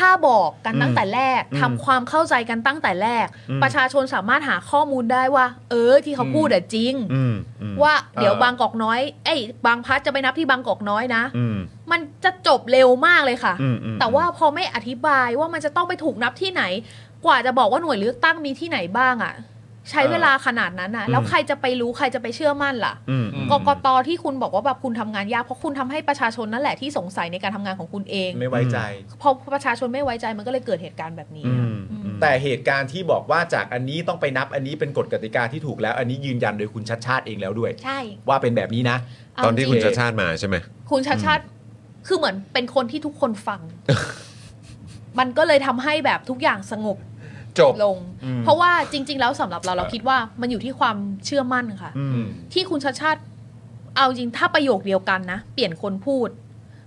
ถ้าบอกกันตั้งแต่แรก อืม ทำความเข้าใจกันตั้งแต่แรก อืม ประชาชนสามารถหาข้อมูลได้ว่า เออที่เขาพูดอะจริง อืมอืม ว่าเดี๋ยว เออ บางกอกน้อยเอ้ยบางพัดจะไปนับที่บางกอกน้อยนะ อืม มันจะจบเร็วมากเลยค่ะ อืมอืม แต่ว่าพอไม่อธิบายว่ามันจะต้องไปถูกนับที่ไหน กว่าจะบอกว่าหน่วยเลือกตั้งมีที่ไหนบ้างอะใช้เวลาขนาดนั้นอะแล้วใครจะไปรู้ใครจะไปเชื่อมั่นล่ะ อืมอืม กกตที่คุณบอกว่าแบบคุณทำงานยากเพราะคุณทำให้ประชาชนนั่นแหละที่สงสัยในการทำงานของคุณเอง ไม่ไว้ใจ พอประชาชนไม่ไว้ใจมันก็เลยเกิดเหตุการณ์แบบนี้ อื อะ มอืม แต่เหตุการณ์ที่บอกว่าจากอันนี้ต้องไปนับอันนี้เป็นกฎกติกาที่ถูกแล้ว อันนี้ยืนยันโดยคุณชัดชาติเองแล้วด้วย ใช่ ว่าเป็นแบบนี้นะ เา ตอนที่คุณ จ ชา ริง ติชาติมาใช่ไหม คุณชาชาติคือเหมือนเป็นคนที่ทุกคนฟัง มันก็เลยทำให้แบบทุกอย่างสงบ จบ ลง เพราะว่าจริง ๆ แล้วสำหรับเราเราคิดว่ามันอยู่ที่ความเชื่อมั่นค่ะ อืม ที่คุณชาชาติเอาจริงถ้าประโยคเดียวกันนะเปลี่ยนคนพูด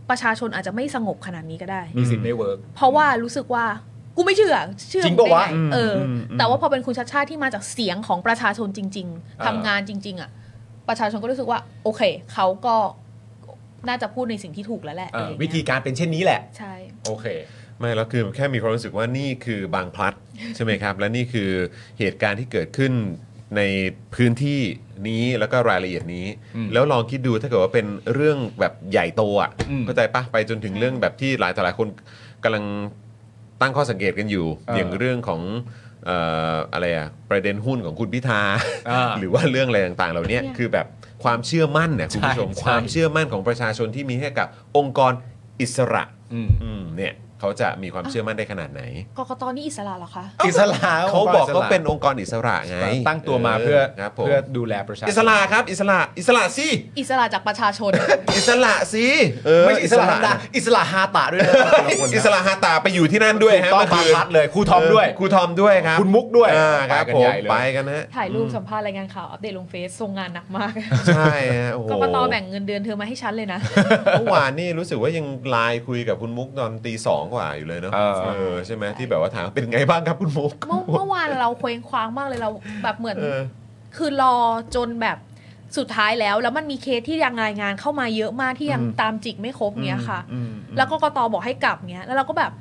ประชาชนอาจจะไม่สงบขนาดนี้ก็ได้ มีสิทธิ์ไม่เวิร์ก เพราะว่ารู้สึกว่ากูไม่เชื่อเชื่อ จริง มึได้ ปะไวะอืม เอออ มอืม แต่ว่าพอเป็นคุณชาติชาติที่มาจากเสียงของประชาชนจริงๆอ่าทำงานจริง ๆ อ่ะ ประชาชนก็รู้สึกว่า โอเค เขาก็น่าจะพูดในสิ่งที่ถูกแล้วแหละอะไรอย่าง วิ เงี้ย ธีการเป็นเช่นนี้แหละ ใช่ โอเค ไม่แล้วคือแค่มีความรู้สึกว่านี่คือบางพลัด ใช่ไหมครับ และนี่คือเหตุการณ์ที่เกิดขึ้นในพื้นที่นี้แล้วก็รายละเอียดนี้ อืม แล้วลองคิดดูถ้าเกิดว่าเป็นเรื่องแบบใหญ่โตอ่ะ อืม เข้าใจปะไปจนถึงเรื่องแบบที่หลายต่อหลายคนกำลังตั้งข้อสังเกตกันอยู่ เอออ อย่างเรื่องของเอ่ออะไรอะประเด็นหุ้นของคุณพิธา อ่า หรือว่าเรื่องอะไรต่างๆ เหล่านี้ เนี่ย คือแบบความเชื่อมั่นเนี่ยคุณผู้ชม ใช่ใช่ ความเชื่อมั่นของประชาชนที่มีให้กับองค์กรอิสระ อืม อืมเนี่ยเขาจะมีความเชื่อมั่นได้ขนาดไหน กกตนี่อิสระเหรอคะ อิสระ เขาบอก อิสระ เขาเป็นองค์กรอิสระไง ตั้งตัวมาเพื่อ ครับผม เพื่อดูแลประชาชน อิสระครับ อิสระอิสระสิ อิสระจากประชาช น อิสระสิเ ไม่ใช่อิสระธรรมดาอิสระฮาตะด้วยนะแต่ละคนนะ อิสระฮาตาไปอยู่ที่นั่นด้วยฮะ ต้อง เมื่อบางคืน พัดเลยครูทอมด้วย เครูทอมด้วยครับ คุณมุกด้วย อ่าครับ ไปกัน ผมใหญ่เลย ไปกันนะฮะ ถ่ายรูปสัมภาษณ์รายงานข่าวอัปเดตลงเฟซทรงงานหนักมาก ใช่ฮะโอ้โห กกตแบ่งเงินเดือนเธอมาให้ฉัน เลยนะ เมื่อวานนี่รู้สึกว่ายังไลน์คุยกับคุณมุกตอนตีสองกว่าอยู่เลยเนาะ เออ เออใช่ไหมที่แบบว่าถามเป็นไงบ้างครับคุณมุก เมื่อเมื่อวานเราเคว้งคว้างมากเลยเราแบบเหมือน เออ คือรอจนแบบ สุดท้ายแล้วแล้วมันมีเคสที่ยังรายงานเข้ามาเยอะมากที่ยังตามจิกไม่ครบเงี้ยค่ะ อืมอืม แล้วก็กตบอกให้กลับเงี้ยแล้วเราก็แบบ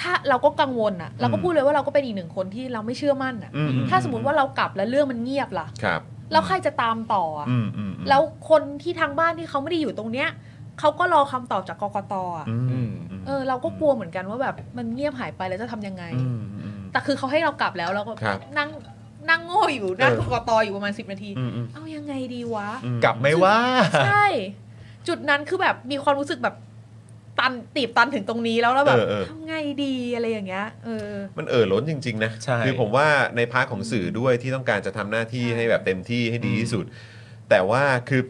ถ้าเราก็กังวลอ่ะ เราก็พูดเลยว่าเราก็เป็นอีกหนึ่งคนที่เราไม่เชื่อมั่นอ่ะ อืม ถ้าสมมติว่าเรากลับแล้วเรื่องมันเงียบล่ะ ครับ แล้วใครจะตามต่ออ่ะ อืมอืมอืม แล้วคนที่ทางบ้านที่เขาไม่ได้อยู่ตรงเนี้ยเขาก็รอคำตอบจากกกตอ่ะ อืมอืม เออเราก็กลัวเหมือนกันว่าแบบมันเงียบหายไปแล้วจะทำยังไง อืมอืม แต่คือเขาให้เรากลับแล้วเราก็ ครับ นั่งนั่งโง่อยู่หนั่ง เออ กกตอยู่ประมาณสิบนาที อืมอืม เอายังไงดีวะ อืม กลับไม่ว่า ใช่ จุดนั้นคือแบบมีความรู้สึกแบบตันตีบตันถึงตรงนี้แล้วแล้วแบบ เออเออ ทำไงดีอะไรอย่างเงี้ยเออ มันเอ่อล้นจริง ๆ นะ ใช่ คือผมว่าในพาร์ทของสื่อด้วยที่ต้องการจะทำหน้าที่ให้แบบเต็มที่ให้ดีที่สุด แต่ว่าคือ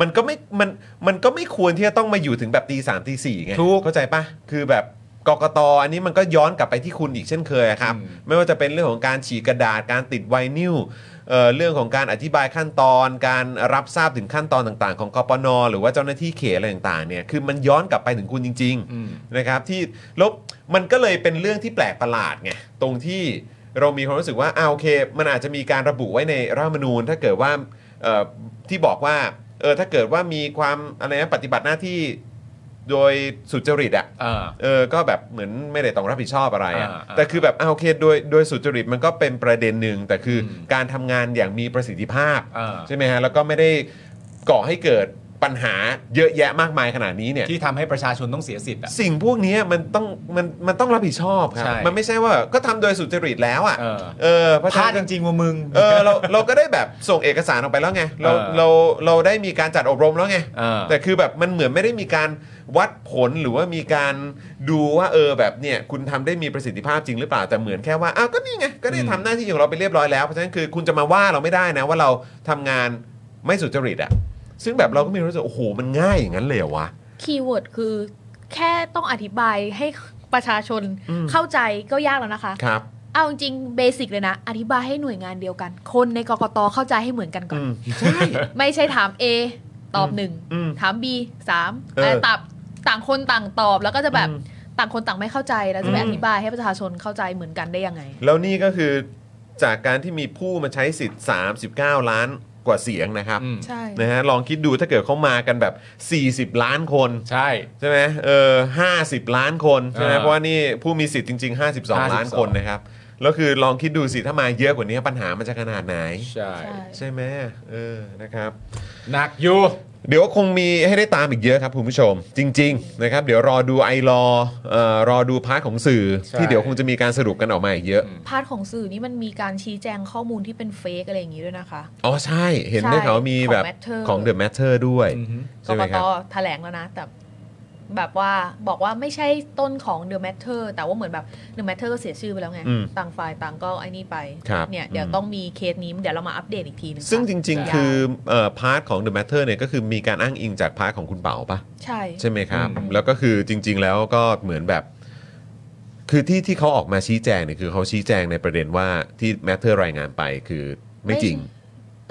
มันก็ไม่มันมันก็ไม่ควรที่จะต้องมาอยู่ถึงแบบตีสามตีสี่ไง ถูก เข้าใจปะคือแบบกกตอันนี้มันก็ย้อนกลับไปที่คุณอีกเช่นเคยอะครับ อืม ไม่ว่าจะเป็นเรื่องของการฉีกกระดาษการติดไวนิลเอ่อเรื่องของการอธิบายขั้นตอน การรับทราบถึงขั้นตอนต่างๆ ของกปนหรือว่าเจ้าหน้าที่เขตอะไรต่างๆเนี่ยคือมันย้อนกลับไปถึงคุณจริง ๆ อืม นะครับที่แล้วมันก็เลยเป็นเรื่องที่แปลกประหลาดไงตรงที่เรามีความรู้สึกว่าอ่าโอเค มันอาจจะมีการระบุไว้ในรัฐธรรมนูญ ถ้าเกิดว่าเอ่อที่บอกว่าเออถ้าเกิดว่ามีความอะไรนะปฏิบัติหน้าที่โดยสุจริตอ่ะ อ่า เออก็แบบเหมือนไม่ได้ต้องรับผิดชอบอะไรอะ อ่าอ่า แต่คือแบบอ่าโอเคโดยโดยสุจริตมันก็เป็นประเด็นหนึ่งแต่คืออ ม การทำงานอย่างมีประสิทธิภาพ อ่า ใช่ไหมฮะแล้วก็ไม่ได้ก่อให้เกิดปัญหาเยอะแยะมากมายขนาดนี้เนี่ย ที่ทำให้ประชาชนต้องเสียสิทธิ์อ่ะ สิ่งพวกนี้มันต้องมันมันต้องรับผิดชอบครับ ใช่ มันไม่ใช่ว่าก็ทำโดยสุจริตแล้วอ่ะ เออ เออเพราะ พ ฉะ ลาด นั้ จ น ริงๆว่ามึง เออเราเราก็ได้แบบส่งเอกสารออกไปแล้วไงเรา เออ เราเราได้มีการจัดอบรมแล้วไง เออ แต่คือแบบมันเหมือนไม่ได้มีการวัดผลหรือว่ามีการดูว่าเออแบบเนี่ยคุณทำได้มีประสิทธิภาพจริงหรือเปล่าแต่เหมือนแค่ว่าอ้าวก็นี่ไงก็ได้ อืม ทำหน้าที่ของเราไปเรียบร้อยแล้วเพราะฉะนั้นคือคุณจะมาว่าเราไม่ได้นะว่าเราทำงานไม่สุจริตอ่ะซึ่งแบบเราก็มีความรู้สึกโอ้โหมันง่ายอย่างนั้นเลยเหรอวะ คีย์เวิร์ดคือแค่ต้องอธิบายให้ประชาชนเข้าใจก็ยากแล้วนะคะ ครับ เอาจริงเบสิกเลยนะ อธิบายให้หน่วยงานเดียวกัน คนในกกตเข้าใจให้เหมือนกันก่อน ไม่ใช่ถาม A ตอบหนึ่ง อืม ถาม B สาม เออ แต่ตอบต่างคนต่างตอบแล้วก็จะแบบ อืม ต่างคนต่างไม่เข้าใจแล้วจะไป อืม อธิบายให้ประชาชนเข้าใจเหมือนกันได้ยังไง แล้วนี่ก็คือจากการที่มีผู้มาใช้สิทธิ์ 39 ล้านกว่าเสียงนะครับ อืม ใช่ นะฮะลองคิดดูถ้าเกิดเขามากันแบบ 40 ล้านคน ใช่ ใช่ไหมเออ50 ล้านคนใช่ไหม อ่า เพราะว่านี่ผู้มีสิทธิ์จริง ๆ 52 52 ล้านคนนะครับ แล้วคือลองคิดดูสิถ้ามาเยอะกว่านี้ปัญหามันจะขนาดไหน ใช่ ใช่ ใช่ไหมเออนะครับ หนักอยู่ เดี๋ยวคงมีให้ได้ตามอีกเยอะครับคุณผู้ชม จริง ๆ นะครับ เดี๋ยวรอดูไอรอเอ่อรอดูพาร์ทของสื่อ ใช่ ที่เดี๋ยวคงจะมีการสรุปกันออกมาอีกเยอะ พาร์ทของสื่อนี่มันมีการชี้แจงข้อมูลที่เป็นเฟกอะไรอย่างนี้ด้วยนะคะ อ๋อใช่เห็นได้เขาวว่ามี ใช่ แบบ ของ Matter ของ The Matter ด้วย อือฮึ ก ใช่ไห ก มค ต รับ แถลงแล้วนะ แต่แบบว่าบอกว่าไม่ใช่ต้นของ The Matter แต่ว่าเหมือนแบบ The Matter ก็เสียชื่อไปแล้วไง อืม ต่างฝ่ายต่างก็ไอ้นี่ไป ครับ เนี่ย เดี๋ยว อืม ต้องมีเคสนี้ เดี๋ยวเรามาอัปเดตอีกทีหนึง ซึ่ง ค่ะ จริง ๆ คือเอ่อพาร์ทของ The Matter เนี่ยก็คือมีการอ้างอิงจากพาร์ทของคุณเป๋าปะ ใช่ ใช่ไหมครับ อืม แล้วก็คือจริง ๆ แล้วก็เหมือนแบบ คือที่ที่เขาออกมาชี้แจงเนี่ยคือเขาชี้แจงในประเด็นว่าที่ Matter รายงานไปคือไม่จริง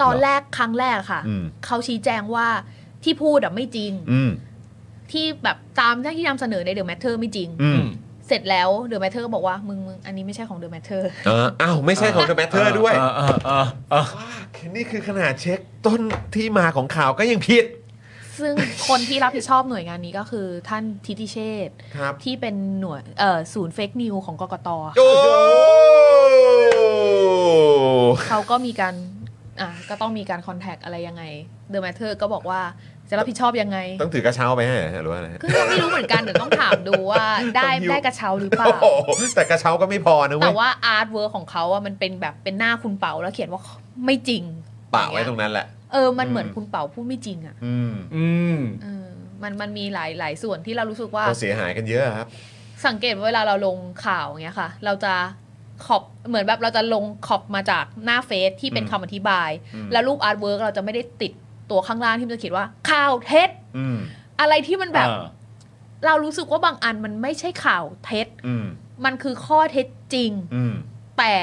ตอนแรกครั้งแรกค่ะ อืม เขาชี้แจงว่าที่พูดอะไม่จริง อืม ที่แบบตามที่นำเสนอใน The Matter ไม่จริง อืม เสร็จแล้ว The Matter ก็บอกว่ามึงมึงอันนี้ไม่ใช่ของ The Matter เอออ้าวไม่ใช่ของ The Matter ด้วย เออเออเออ นี่คือขนาดเช็คต้นที่มาของข่าวก็ยังผิด ซึ่งคนที่รับผิดชอบหน่วยงานนี้ก็คือท่านทิติเชษฐ์ ครับ ที่เป็นหน่วยเอ่อศูนย์เฟกนิวของกกต โอ้ เขาก็มีการอ่ะก็ต้องมีการคอนแทคอะไรยังไงเดอะแมทเทอร์ก็บอกว่าจะรับผิดชอบยังไง ต้องถือกระเช้าไปให้เหรอฮะหรือว่าอะไรฮะ คือก็ไม่รู้เหมือนกันเดี๋ยวต้องถามดูว่าได้ ต้องหิ้ว ได้กระเช้าหรือเปล่า โอ้โหแต่กระเช้าก็ไม่พอนะเว้ แต่ ย ว่าอาร์ตเวิร์ของเขาอะมันเป็นแบบเป็นหน้าคุณเปาแล้วเขียนว่าไม่จริง ปะไว้ตรงนั้นแหละ เออมันเหมือน อืม คุณเปาพูดไม่จริงอ่ะ อืม อืม เออมันมันมีหลายหลายส่วนที่เรารู้สึกว่า ก็เสียหายกันเยอะครับ สังเกตว่าเวลาเราลงข่าวอย่างเงี้ยค่ะ เราจะขอบเหมือนแบบเราจะลงขอบมาจากหน้าเฟซที่เป็น อืม คำอธิบาย อืม แล้วรูปอาร์ตเวิร์กเราจะไม่ได้ติดตัวข้างล่างที่มันจะเขียนว่าข่าวเท็จ อืม อะไรที่มันแบบ เออ เรารู้สึกว่าบางอันมันไม่ใช่ข่าวเท็จ อืม มันคือข้อเท็จจริง อืม แต่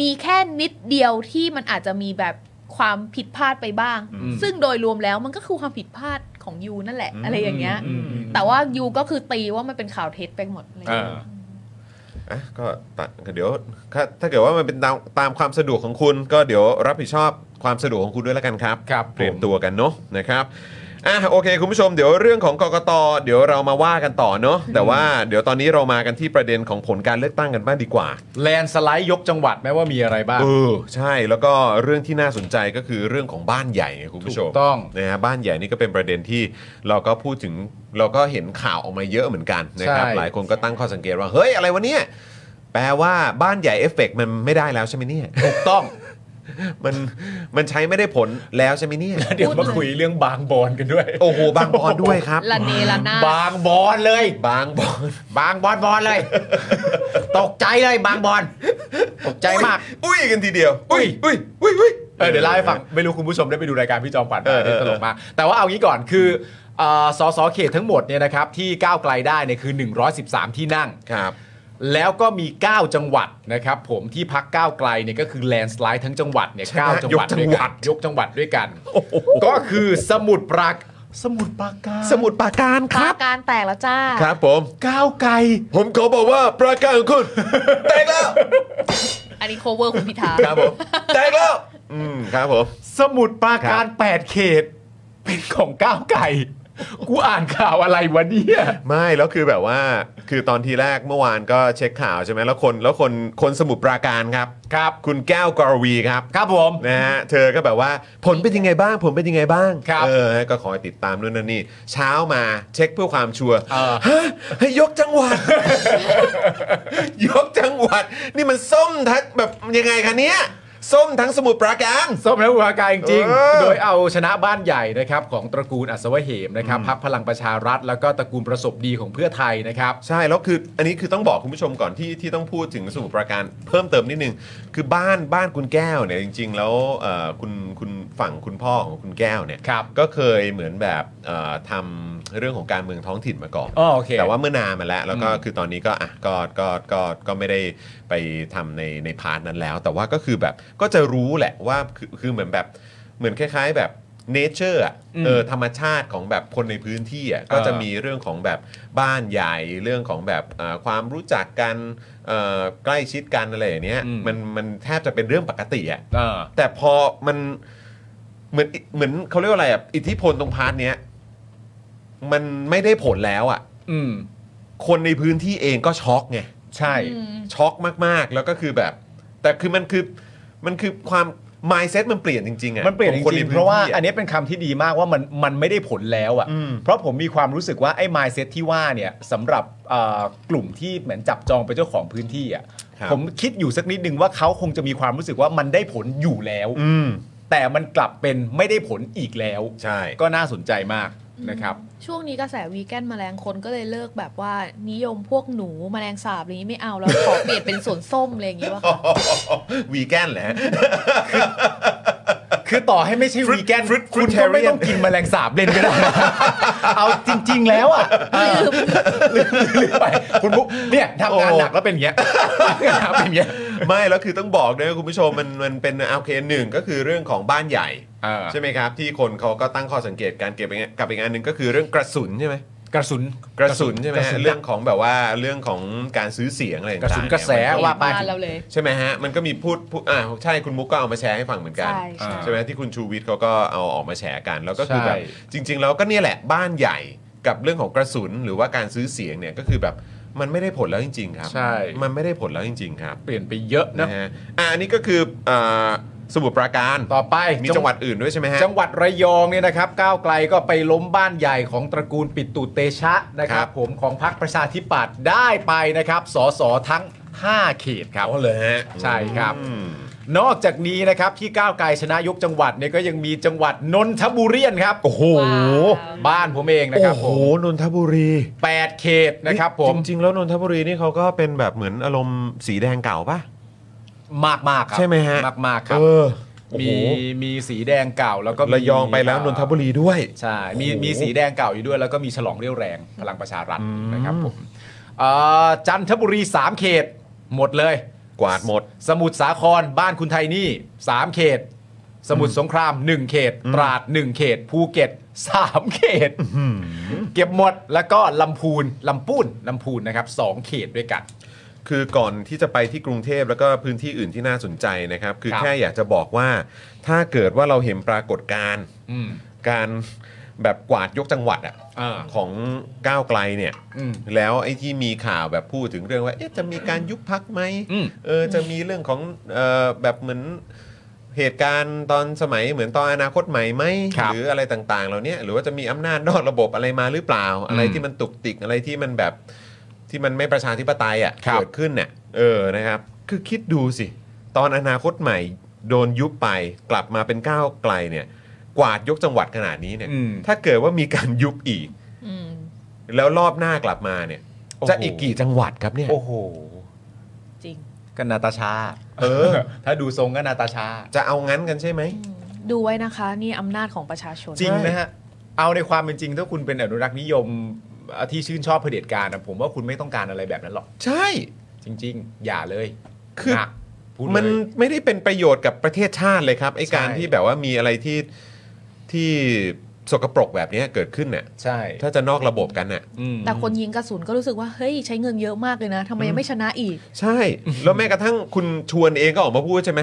มีแค่นิดเดียวที่มันอาจจะมีแบบความผิดพลาดไปบ้าง อืม ซึ่งโดยรวมแล้วมันก็คือความผิดพลาดของยูนั่นแหละ อะไรอย่างเงี้ย มอืม แต่ว่ายูก็คือตีว่ามันเป็นข่าวเท็จไปหมดอะไรอย่างเลย อ่า อ่ะก็ตัดเดี๋ยวถ้าถ้าเกิดว่ามันเป็นตามตามความสะดวกของคุณก็เดี๋ยวรับผิดชอบ ความสะดวกของคุณด้วยแล้วกันครับ ครับ เตรียม ผม ตัวกันเนาะนะครับอ่ะโอเค คุณผู้ชมเดี๋ยวเรื่องของกกตเดี๋ยวเรามาว่ากันต่อเนาะแต่ว่าเดี๋ยวตอนนี้เรามากันที่ประเด็นของผลการเลือกตั้งกันบ้างดีกว่า แลนสไลด์ยกจังหวัดแม้ว่ามีอะไรบ้าง เออใช่แล้วก็เรื่องที่น่าสนใจก็คือเรื่องของบ้านใหญ่ไงคุณผู้ชม ถูกต้อง นะฮะบ้านใหญ่นี่ก็เป็นประเด็นที่เราก็พูดถึงเราก็เห็นข่าวออกมาเยอะเหมือนกันนะครับ ใช่ หลายคนก็ตั้งข้อสังเกตว่าเฮ้ยอะไรวะเนี่ยแปลว่าบ้านใหญ่เอฟเฟกมันไม่ได้แล้วใช่ไหมเนี่ย ถูกต้อง มันมันใช้ไม่ได้ผลแล้วใช่ไหมเนี่ย เดี๋ยวมาคุยเรื่องบางบอนกันด้วย โอ้โหบางบอนด้วยครับ ละเนละนาด บางบอนเลย บางบอน บางบอนบอน เลย ตกใจเลยบางบอน ตกใจมาก อุ้ยกันทีเดียว อุ้ยอุ้ยอุ้ยอุ้ย เออเดี๋ยวเล่าให้ฟังไม่รู้คุณผู้ชมได้ไปดูรายการพี่จอมขวัญ เอ ป่ะ อเออ ที่ตลกมากแต่ว่าเอางี้ก่อนคือเอ่อสสเขตทั้งหมดเนี่ยนะครับที่ก้าวไกลได้เนี่ยคือ 113 ที่นั่ง ครับ แล้วก็มี 9 จังหวัดนะครับผมที่พักก้าวไกลเนี่ยก็คือแลนด์สไลด์ทั้งจังหวัดเนี่ยเก้าจังหวัดด้วยกันยกจังหวัดด้วยกัน ก็คือสมุทรปราการสมุทรปราการ สมุดปราการค ปา รับ การแตกแล้วจ้า ครับผม ก้าวไกล ผมขอบอกว่าปราการของคุณ แตกแล้ว อันนี้ cover คุณพิธา ครับผม แตกแล้ว อืมครับผม สมุทรปราการ 8 เขต เป็นของก้าวไกลกูอ่านข่าวอะไรวะเนี่ย ไม่แล้วคือแบบว่า คือตอนทีแรกเมื่อวานก็เช็คข่าวใช่ไหมแล้วคนแล้วคนคนสมุดปราการครับ ครับ คุณแก้วกรวีครับ ครับผม นะฮะเธอก็แบบว่าผลเป็นยังไงบ้าง ผลเป็นยังไงบ้าง ครับ เออก็ขอให้ติดตามนู่นนั่นนี่ เช้ามาเช็คเพื่อความชัวร์ เออ ฮะให้ยกจังหวัด ยกจังหวัด นี่มันส้มทั้งแบบยังไงคะเนี้ยส้มทั้งสมุทรปราการ ส้มและอุตสาหกรรมจริงๆ เออ โดยเอาชนะบ้านใหญ่นะครับของตระกูลอัศวเหมนะครับพักพลังประชารัฐ แล้วก็ตระกูลประสบดีของเพื่อไทยนะครับ ใช่แล้วคืออันนี้คือต้องบอกคุณผู้ชมก่อนที่ที่ต้องพูดถึงสมุทรปราการเพิ่มเติมนิดนึง คือบ้านบ้านคุณแก้วเนี่ยจริง ๆ แล้วเอ่อคุณคุณฝั่งคุณพ่อของคุณแก้วเนี่ย ครับ ก็เคยเหมือนแบบเอ่อทำเรื่องของการเมืองท้องถิ่นมาก่อน อ๋อโอเค แต่ว่าเมื่อนานมาแล้วแล้วก็ อืม คือตอนนี้ก็อ่ะก็ก็ก็ก็ไม่ได้ไปทำในในพาร์ทนั้นแล้ว แต่ว่าก็คือแบบก็จะรู้แหละว่าคือคือเหมือนแบบเหมือนคล้าย ๆ แบบเนเจอร์เออธรรมชาติของแบบคนในพื้นที่อ่ะก็จะมี มีเรื่องของแบบบ้านใหญ่เรื่องของแบบเอ่อความรู้จักกันเอ่อใกล้ชิดกันอะไรอย่างเนี้ย อืม มันมันแทบจะเป็นเรื่องปกติอะ เออ แต่พอมันเหมือนเหมือนเขาเรียกว่าอะไรอะอิทธิพลตรงพาร์ทเนี้ยมันไม่ได้ผลแล้วอะ อืม คนในพื้นที่เองก็ช็อกไง ใช่ ช็อกมากๆ แล้วก็คือแบบ แต่คือมันคือมันคือความ mindset มันเปลี่ยนจริงๆอะ มันเปลี่ยนจ ขอค ริ ใ งๆเพราะว่า พื้ที่ อันนี้เป็นคำที่ดีมากว่ามันมันไม่ได้ผลแล้วอ่ะ อืม เพราะผมมีความรู้สึกว่าไอ้ mindset ที่ว่าเนี่ยสำหรับเอ่อกลุ่มที่เหมือนจับจองเป็นเจ้าของพื้นที่อ่ะ ครับ ผมคิดอยู่สักนิดนึงว่าเขาคงจะมีความรู้สึกว่ามันได้ผลอยู่แล้ว อืม แต่มันกลับเป็นไม่ได้ผลอีกแล้ว ใช่ ก็น่าสนใจมากนะครับ ช่วงนี้กระแสวีแกนแมลงคนก็เลยเลิกแบบว่านิยมพวกหนูแมลงสาบอะไรนี้ไม่เอาแล้ว ขอเปลี่ยนเป็นสวนส้มอะไรอย่างงี้ว่า วีแกนแหละ คือต่อให้ไม่ใช่วีแกน Fruit- คุณ Fruit- ก็ไม่ต้องกินแมลงสาบเล่นก็ ได้ เอาจริง ๆ แล้วอ่ะ ลืม ลืมไปคุณบุ๊กเนี่ยทำงานหนักแล้วเป็นอย่างเงี้ย งานหนักเป็นอย่างเงี้ย ไม่แล้วคือต้องบอกด้วยนะคุณผู้ชมมันมันเป็นโอเคหนึ่งก็คือเรื่องของบ้านใหญ่ อ่า ใช่ไหมครับ ที่คนเขาก็ตั้งข้อสังเกตการเก็บไปไงกับอีกอันหนึ่งก็คือเรื่องกระสุนใช่ไหม กระสุน กระสุนใช่ไหม กระสุ ฮะ น เรื่องของแบบว่าเรื่องของการซื้อเสียงอะไรต่างๆ กระสุนกระแส เนี่ยมัน ว่าไป เราเลย ใช่ไหมฮะมันก็มีพูดพูดอ่าใช่คุณมุกก็เอามาแชร์ให้ฟังเหมือนกัน ใช่ใช่ ไหมที่คุณชูวิทย์เขาก็เอาออกมาแชร์กันแล้วก็คือ ใช่ แบบจริง ๆ แล้วก็เนี่ยแหละบ้านใหญ่กับเรื่องของกระสุนหรือว่าการซื้อเสียงเนี่ยก็คือแบบมันไม่ได้ผลแล้วจริง ๆ ครับ ใช่ มันไม่ได้ผลแล้วจริง ๆ ครับ เปลี่ยนไปเยอะนะ นะฮะอ่ะอันนี้ก็คืออ่าสมุทรปราการ ต่อไป มีจังหวัดอื่นด้วยใช่ไหมฮะ จังหวัดระยองเนี่ยนะครับ ก้าวไกลก็ไปล้มบ้านใหญ่ของตระกูลปิตุเตชะนะค ครั รับ บ ผมของพรรคประชาธิปัตย์ได้ไปนะครับสสทั้ง 5 เขตครับ อ๋อเลยฮะ ใช่ครับ อืม นอกจากนี้นะครับที่ก้าวไกลชนะยกจังหวัดเนี่ยก็ยังมีจังหวัดนนทบุรีครับโอ้โห ว้าว บ้านผมเองนะครับผ โอ้ ม โหนนทบุรี แปดเขตนะครับผม จริง ๆ แล้วนนทบุรีนี่เขาก็เป็นแบบเหมือนอารมณ์สีแดงเก่าป่ะ มากมากๆครับ ใช่ไหมฮะ มากมากๆครับ เออโอ้โห มีมีสีแดงเก่าแล้วก็มี ระยองไปแล้วนนทบุรีด้วย ใช่มี โอ้โห มีสีแดงเก่าอยู่ด้วย แล้วก็มีฉลองเรี่ยวแรงพลังประชารัฐนะครับผมเอ่อจันทบุรี 3 เขต หมดเลย กวาดหมด สมุทรสาครบ้านคุณไทยนี่ 3 เขต สมุทรสงคราม 1 เขต ตราด 1 เขต ภูเก็ต 3 เขต เก็บหมดแล้วก็ลำพูนลำปูนลำพูนนะครับ 2 เขตด้วยกัน คือก่อนที่จะไปที่กรุงเทพแล้วก็พื้นที่อื่นที่น่าสนใจนะครับ คือ ครับ แค่อยากจะบอกว่า ถ้าเกิดว่าเราเห็นปรากฏการณ์ อืม การแบบกวาดยกจังหวัดอะ อ่า ของก้าวไกลเนี่ย อืม แล้วไอ้ที่มีข่าวแบบพูดถึงเรื่องว่าเอ๊ะจะมีการยุบพักไหม อืม เออจะมีเรื่องของเออแบบเหมือนเหตุการณ์ตอนสมัยเหมือนตอนอนาคตใหม่ไหมหรืออะไรต่างๆเหล่าเนี้ยหรือว่าจะมีอำนาจนอกระบบอะไรมาหรือเปล่า อะไรที่มันตุกติกอะไรที่มันแบบที่มันไม่ประชาธิปไตยอ่ะเกิดขึ้นเนี่ยเออนะครับ คือคิดดูสิ ตอนอนาคตใหม่โดนยุบไปกลับมาเป็นก้าวไกลเนี่ย กวาดยกจังหวัดขนาดนี้เนี่ย อืม ถ้าเกิดว่ามีการยุบอีก อืม แล้วรอบหน้ากลับมาเนี่ย โอ้โห จะอีกกี่จังหวัดครับเนี่ย โอ้โห จริง ก็นาตาชา เออ ถ้าดูทรงก็นาตาชา จะเอางั้นกันใช่ไหม ดูไว้นะคะ นี่อำนาจของประชาชน จริงนะฮะ เอาในความเป็นจริงถ้าคุณเป็นอนุรักษ์นิยมอ่ะที่ชื่นชอบเผด็จการนะผมว่าคุณไม่ต้องการอะไรแบบนั้นหรอก ใช่ จริง ๆ อย่าเลย คือ หนักพูดเลย มันไม่ได้เป็นประโยชน์กับประเทศชาติเลยครับไอ้การ ใช่ ที่แบบว่ามีอะไรที่ที่สกปรกแบบเนี้ยเกิดขึ้นเนี่ย ใช่ ถ้าจะนอกระบบกันเนี่ย อืม แต่คนยิงกระสุนก็รู้สึกว่า เฮ้ย ใช้เงินเยอะมากเลยนะทำไมยังไม่ชนะอีก ใช่ แล้วแม้กระทั่งคุณชวนเองก็ออกมาพูดใช่ไหม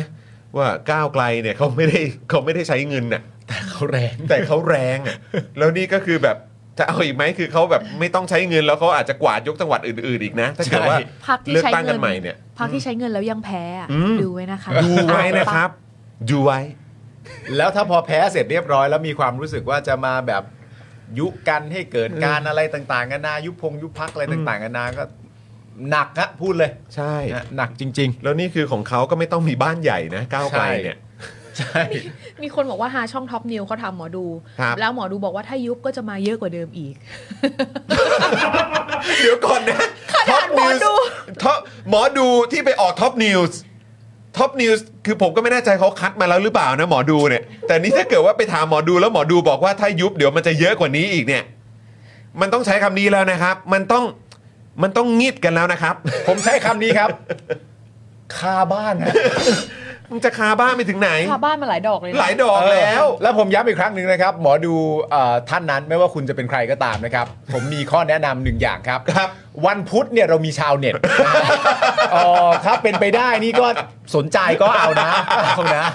ว่าก้าวไกลเนี่ยเขาไม่ได้เขาไม่ได้ใช้เงินน่ะ แต่เขาแรง แต่เขาแรงอ่ะ แล้วนี่ก็คือแบบจะเอาอีกไหมคือเขาแบบไม่ต้องใช้เงินแล้วเขาอาจจะกวาดยกจังหวัดอื่นๆอีกนะถ้าเกิดว่า ใช่ พักที่ เลือก ใช้ ตั้ง เงิ กัน น ใหม่เนี่ย พรรคที่ใช้เงินแล้วยังแพ้อะ อืม ดูไว้นะคะ ดูไว้นะครับ ดูไว้ แล้วถ้าพอแพ้เสร็จเรียบร้อยแล้วมีความรู้สึกว่าจะมาแบบยุกันให้เกิดการอะไรต่างๆกันานายุบพงยุบพักอะไรต่างๆกันานาก็หนักฮะพูดเลย ใช่ นะหนักจริง แล้วนี่คือของเขาก็ไม่ต้องมีบ้านใหญ่นะก้าวไกลเนี่ย ๆ ใช่ มีคนบอกว่าหาช่องท็อปนิวเขาทำหมอดู ครับ แล้วหมอดูบอกว่าถ้ายุบก็จะมาเยอะกว่าเดิมอีก เดี๋ยวก่อนนะท็อป หมอ นิว ดู ส์ท็อปหมอดูที่ไปออกท็อปนิวส์ท็อปนิวส์คือผมก็ไม่แน่ใจเขาคัดมาแล้วหรือเปล่านะหมอดูเนี่ย แต่นี่ถ้าเกิดว่าไปถามหมอดูแล้วหมอดูบอกว่าถ้ายุบเดี๋ยวมันจะเยอะกว่านี้อีกเนี่ย มันต้องใช้คำนี้แล้วนะครับ มันต้องมันต้องงิดกันแล้วนะครับ ผมใช้คำนี้ ครับ คาบ้านฮะ มึงจะคาบ้านไปถึงไหน ชาวบ้านมาหลายดอกเลยนะ หลายดอกแล้ว แล้วผมย้ำอีกครั้งหนึ่งนะครับ หมอดูเอ่อท่านนั้นไม่ว่าคุณจะเป็นใครก็ตามนะครับ ผมมีข้อแนะนำหนึ่งอย่างครับ ครับ วันพุธเนี่ยเรามีชาวเน็ต อ๋อครับเป็นไปได้นี่ก็สนใจก็เอานะเอานะ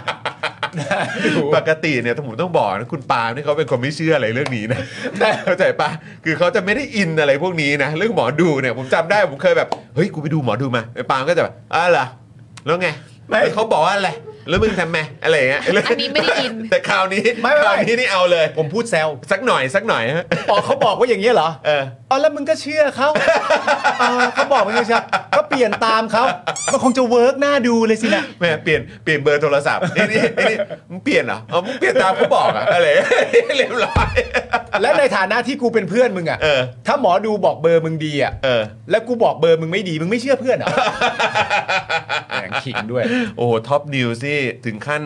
ดู ปกติเนี่ยผมต้องบอกนะคุณปาล์มนี่เขาเป็นคนไม่เชื่ออะไรเรื่องนี้นะ เข้าใจปะคือเขาจะไม่ได้อินอะไรพวกนี้นะ เรื่องหมอดูเนี่ยผมจำได้ผมเคยแบบเฮ้ยกูไปดูหมอดูมาไอ้ปาล์มก็จะแบบอ้าวเหรอแล้วไง ไม่ แล้วเขาบอกว่าอะไรแล้วมึงทำไมอะไรอย่างเงี้ย อันนี้ไม่ได้อิน แต่คราวนี้ ไม่ไม่ คราวนี้นี่เอาเลย ผมพูดแซว สักหน่อยสักหน่อยฮะ อ๋อเขาบอกว่าอย่างนี้ยเหรอ เออ อ๋อแล้วมึงก็เชื่อเขาอ๋อเขาบอกมึงก็เชื่อก็เปลี่ยนตามเขามันคงจะเวิร์กหน้าดูเลยสินะ แม่เปลี่ยนเปลี่ยนเบอร์โทรศัพท์ไอ้นี่ไอ้นี่มึงเปลี่ยนเหรออ๋อมึงเปลี่ยนตามเขาบอกอะอะไร เรียบร้อย และในฐานะที่กูเป็นเพื่อนมึงอ่ะ เออ ถ้าหมอดูบอกเบอร์มึงดีอ่ะ เออ แล้วกูบอกเบอร์มึงไม่ดี มึงไม่เชื่อเพื่อนเหรอ แหม่งขิงด้วย โอ้โหท็อปนิวส์นี่ถึงขั้น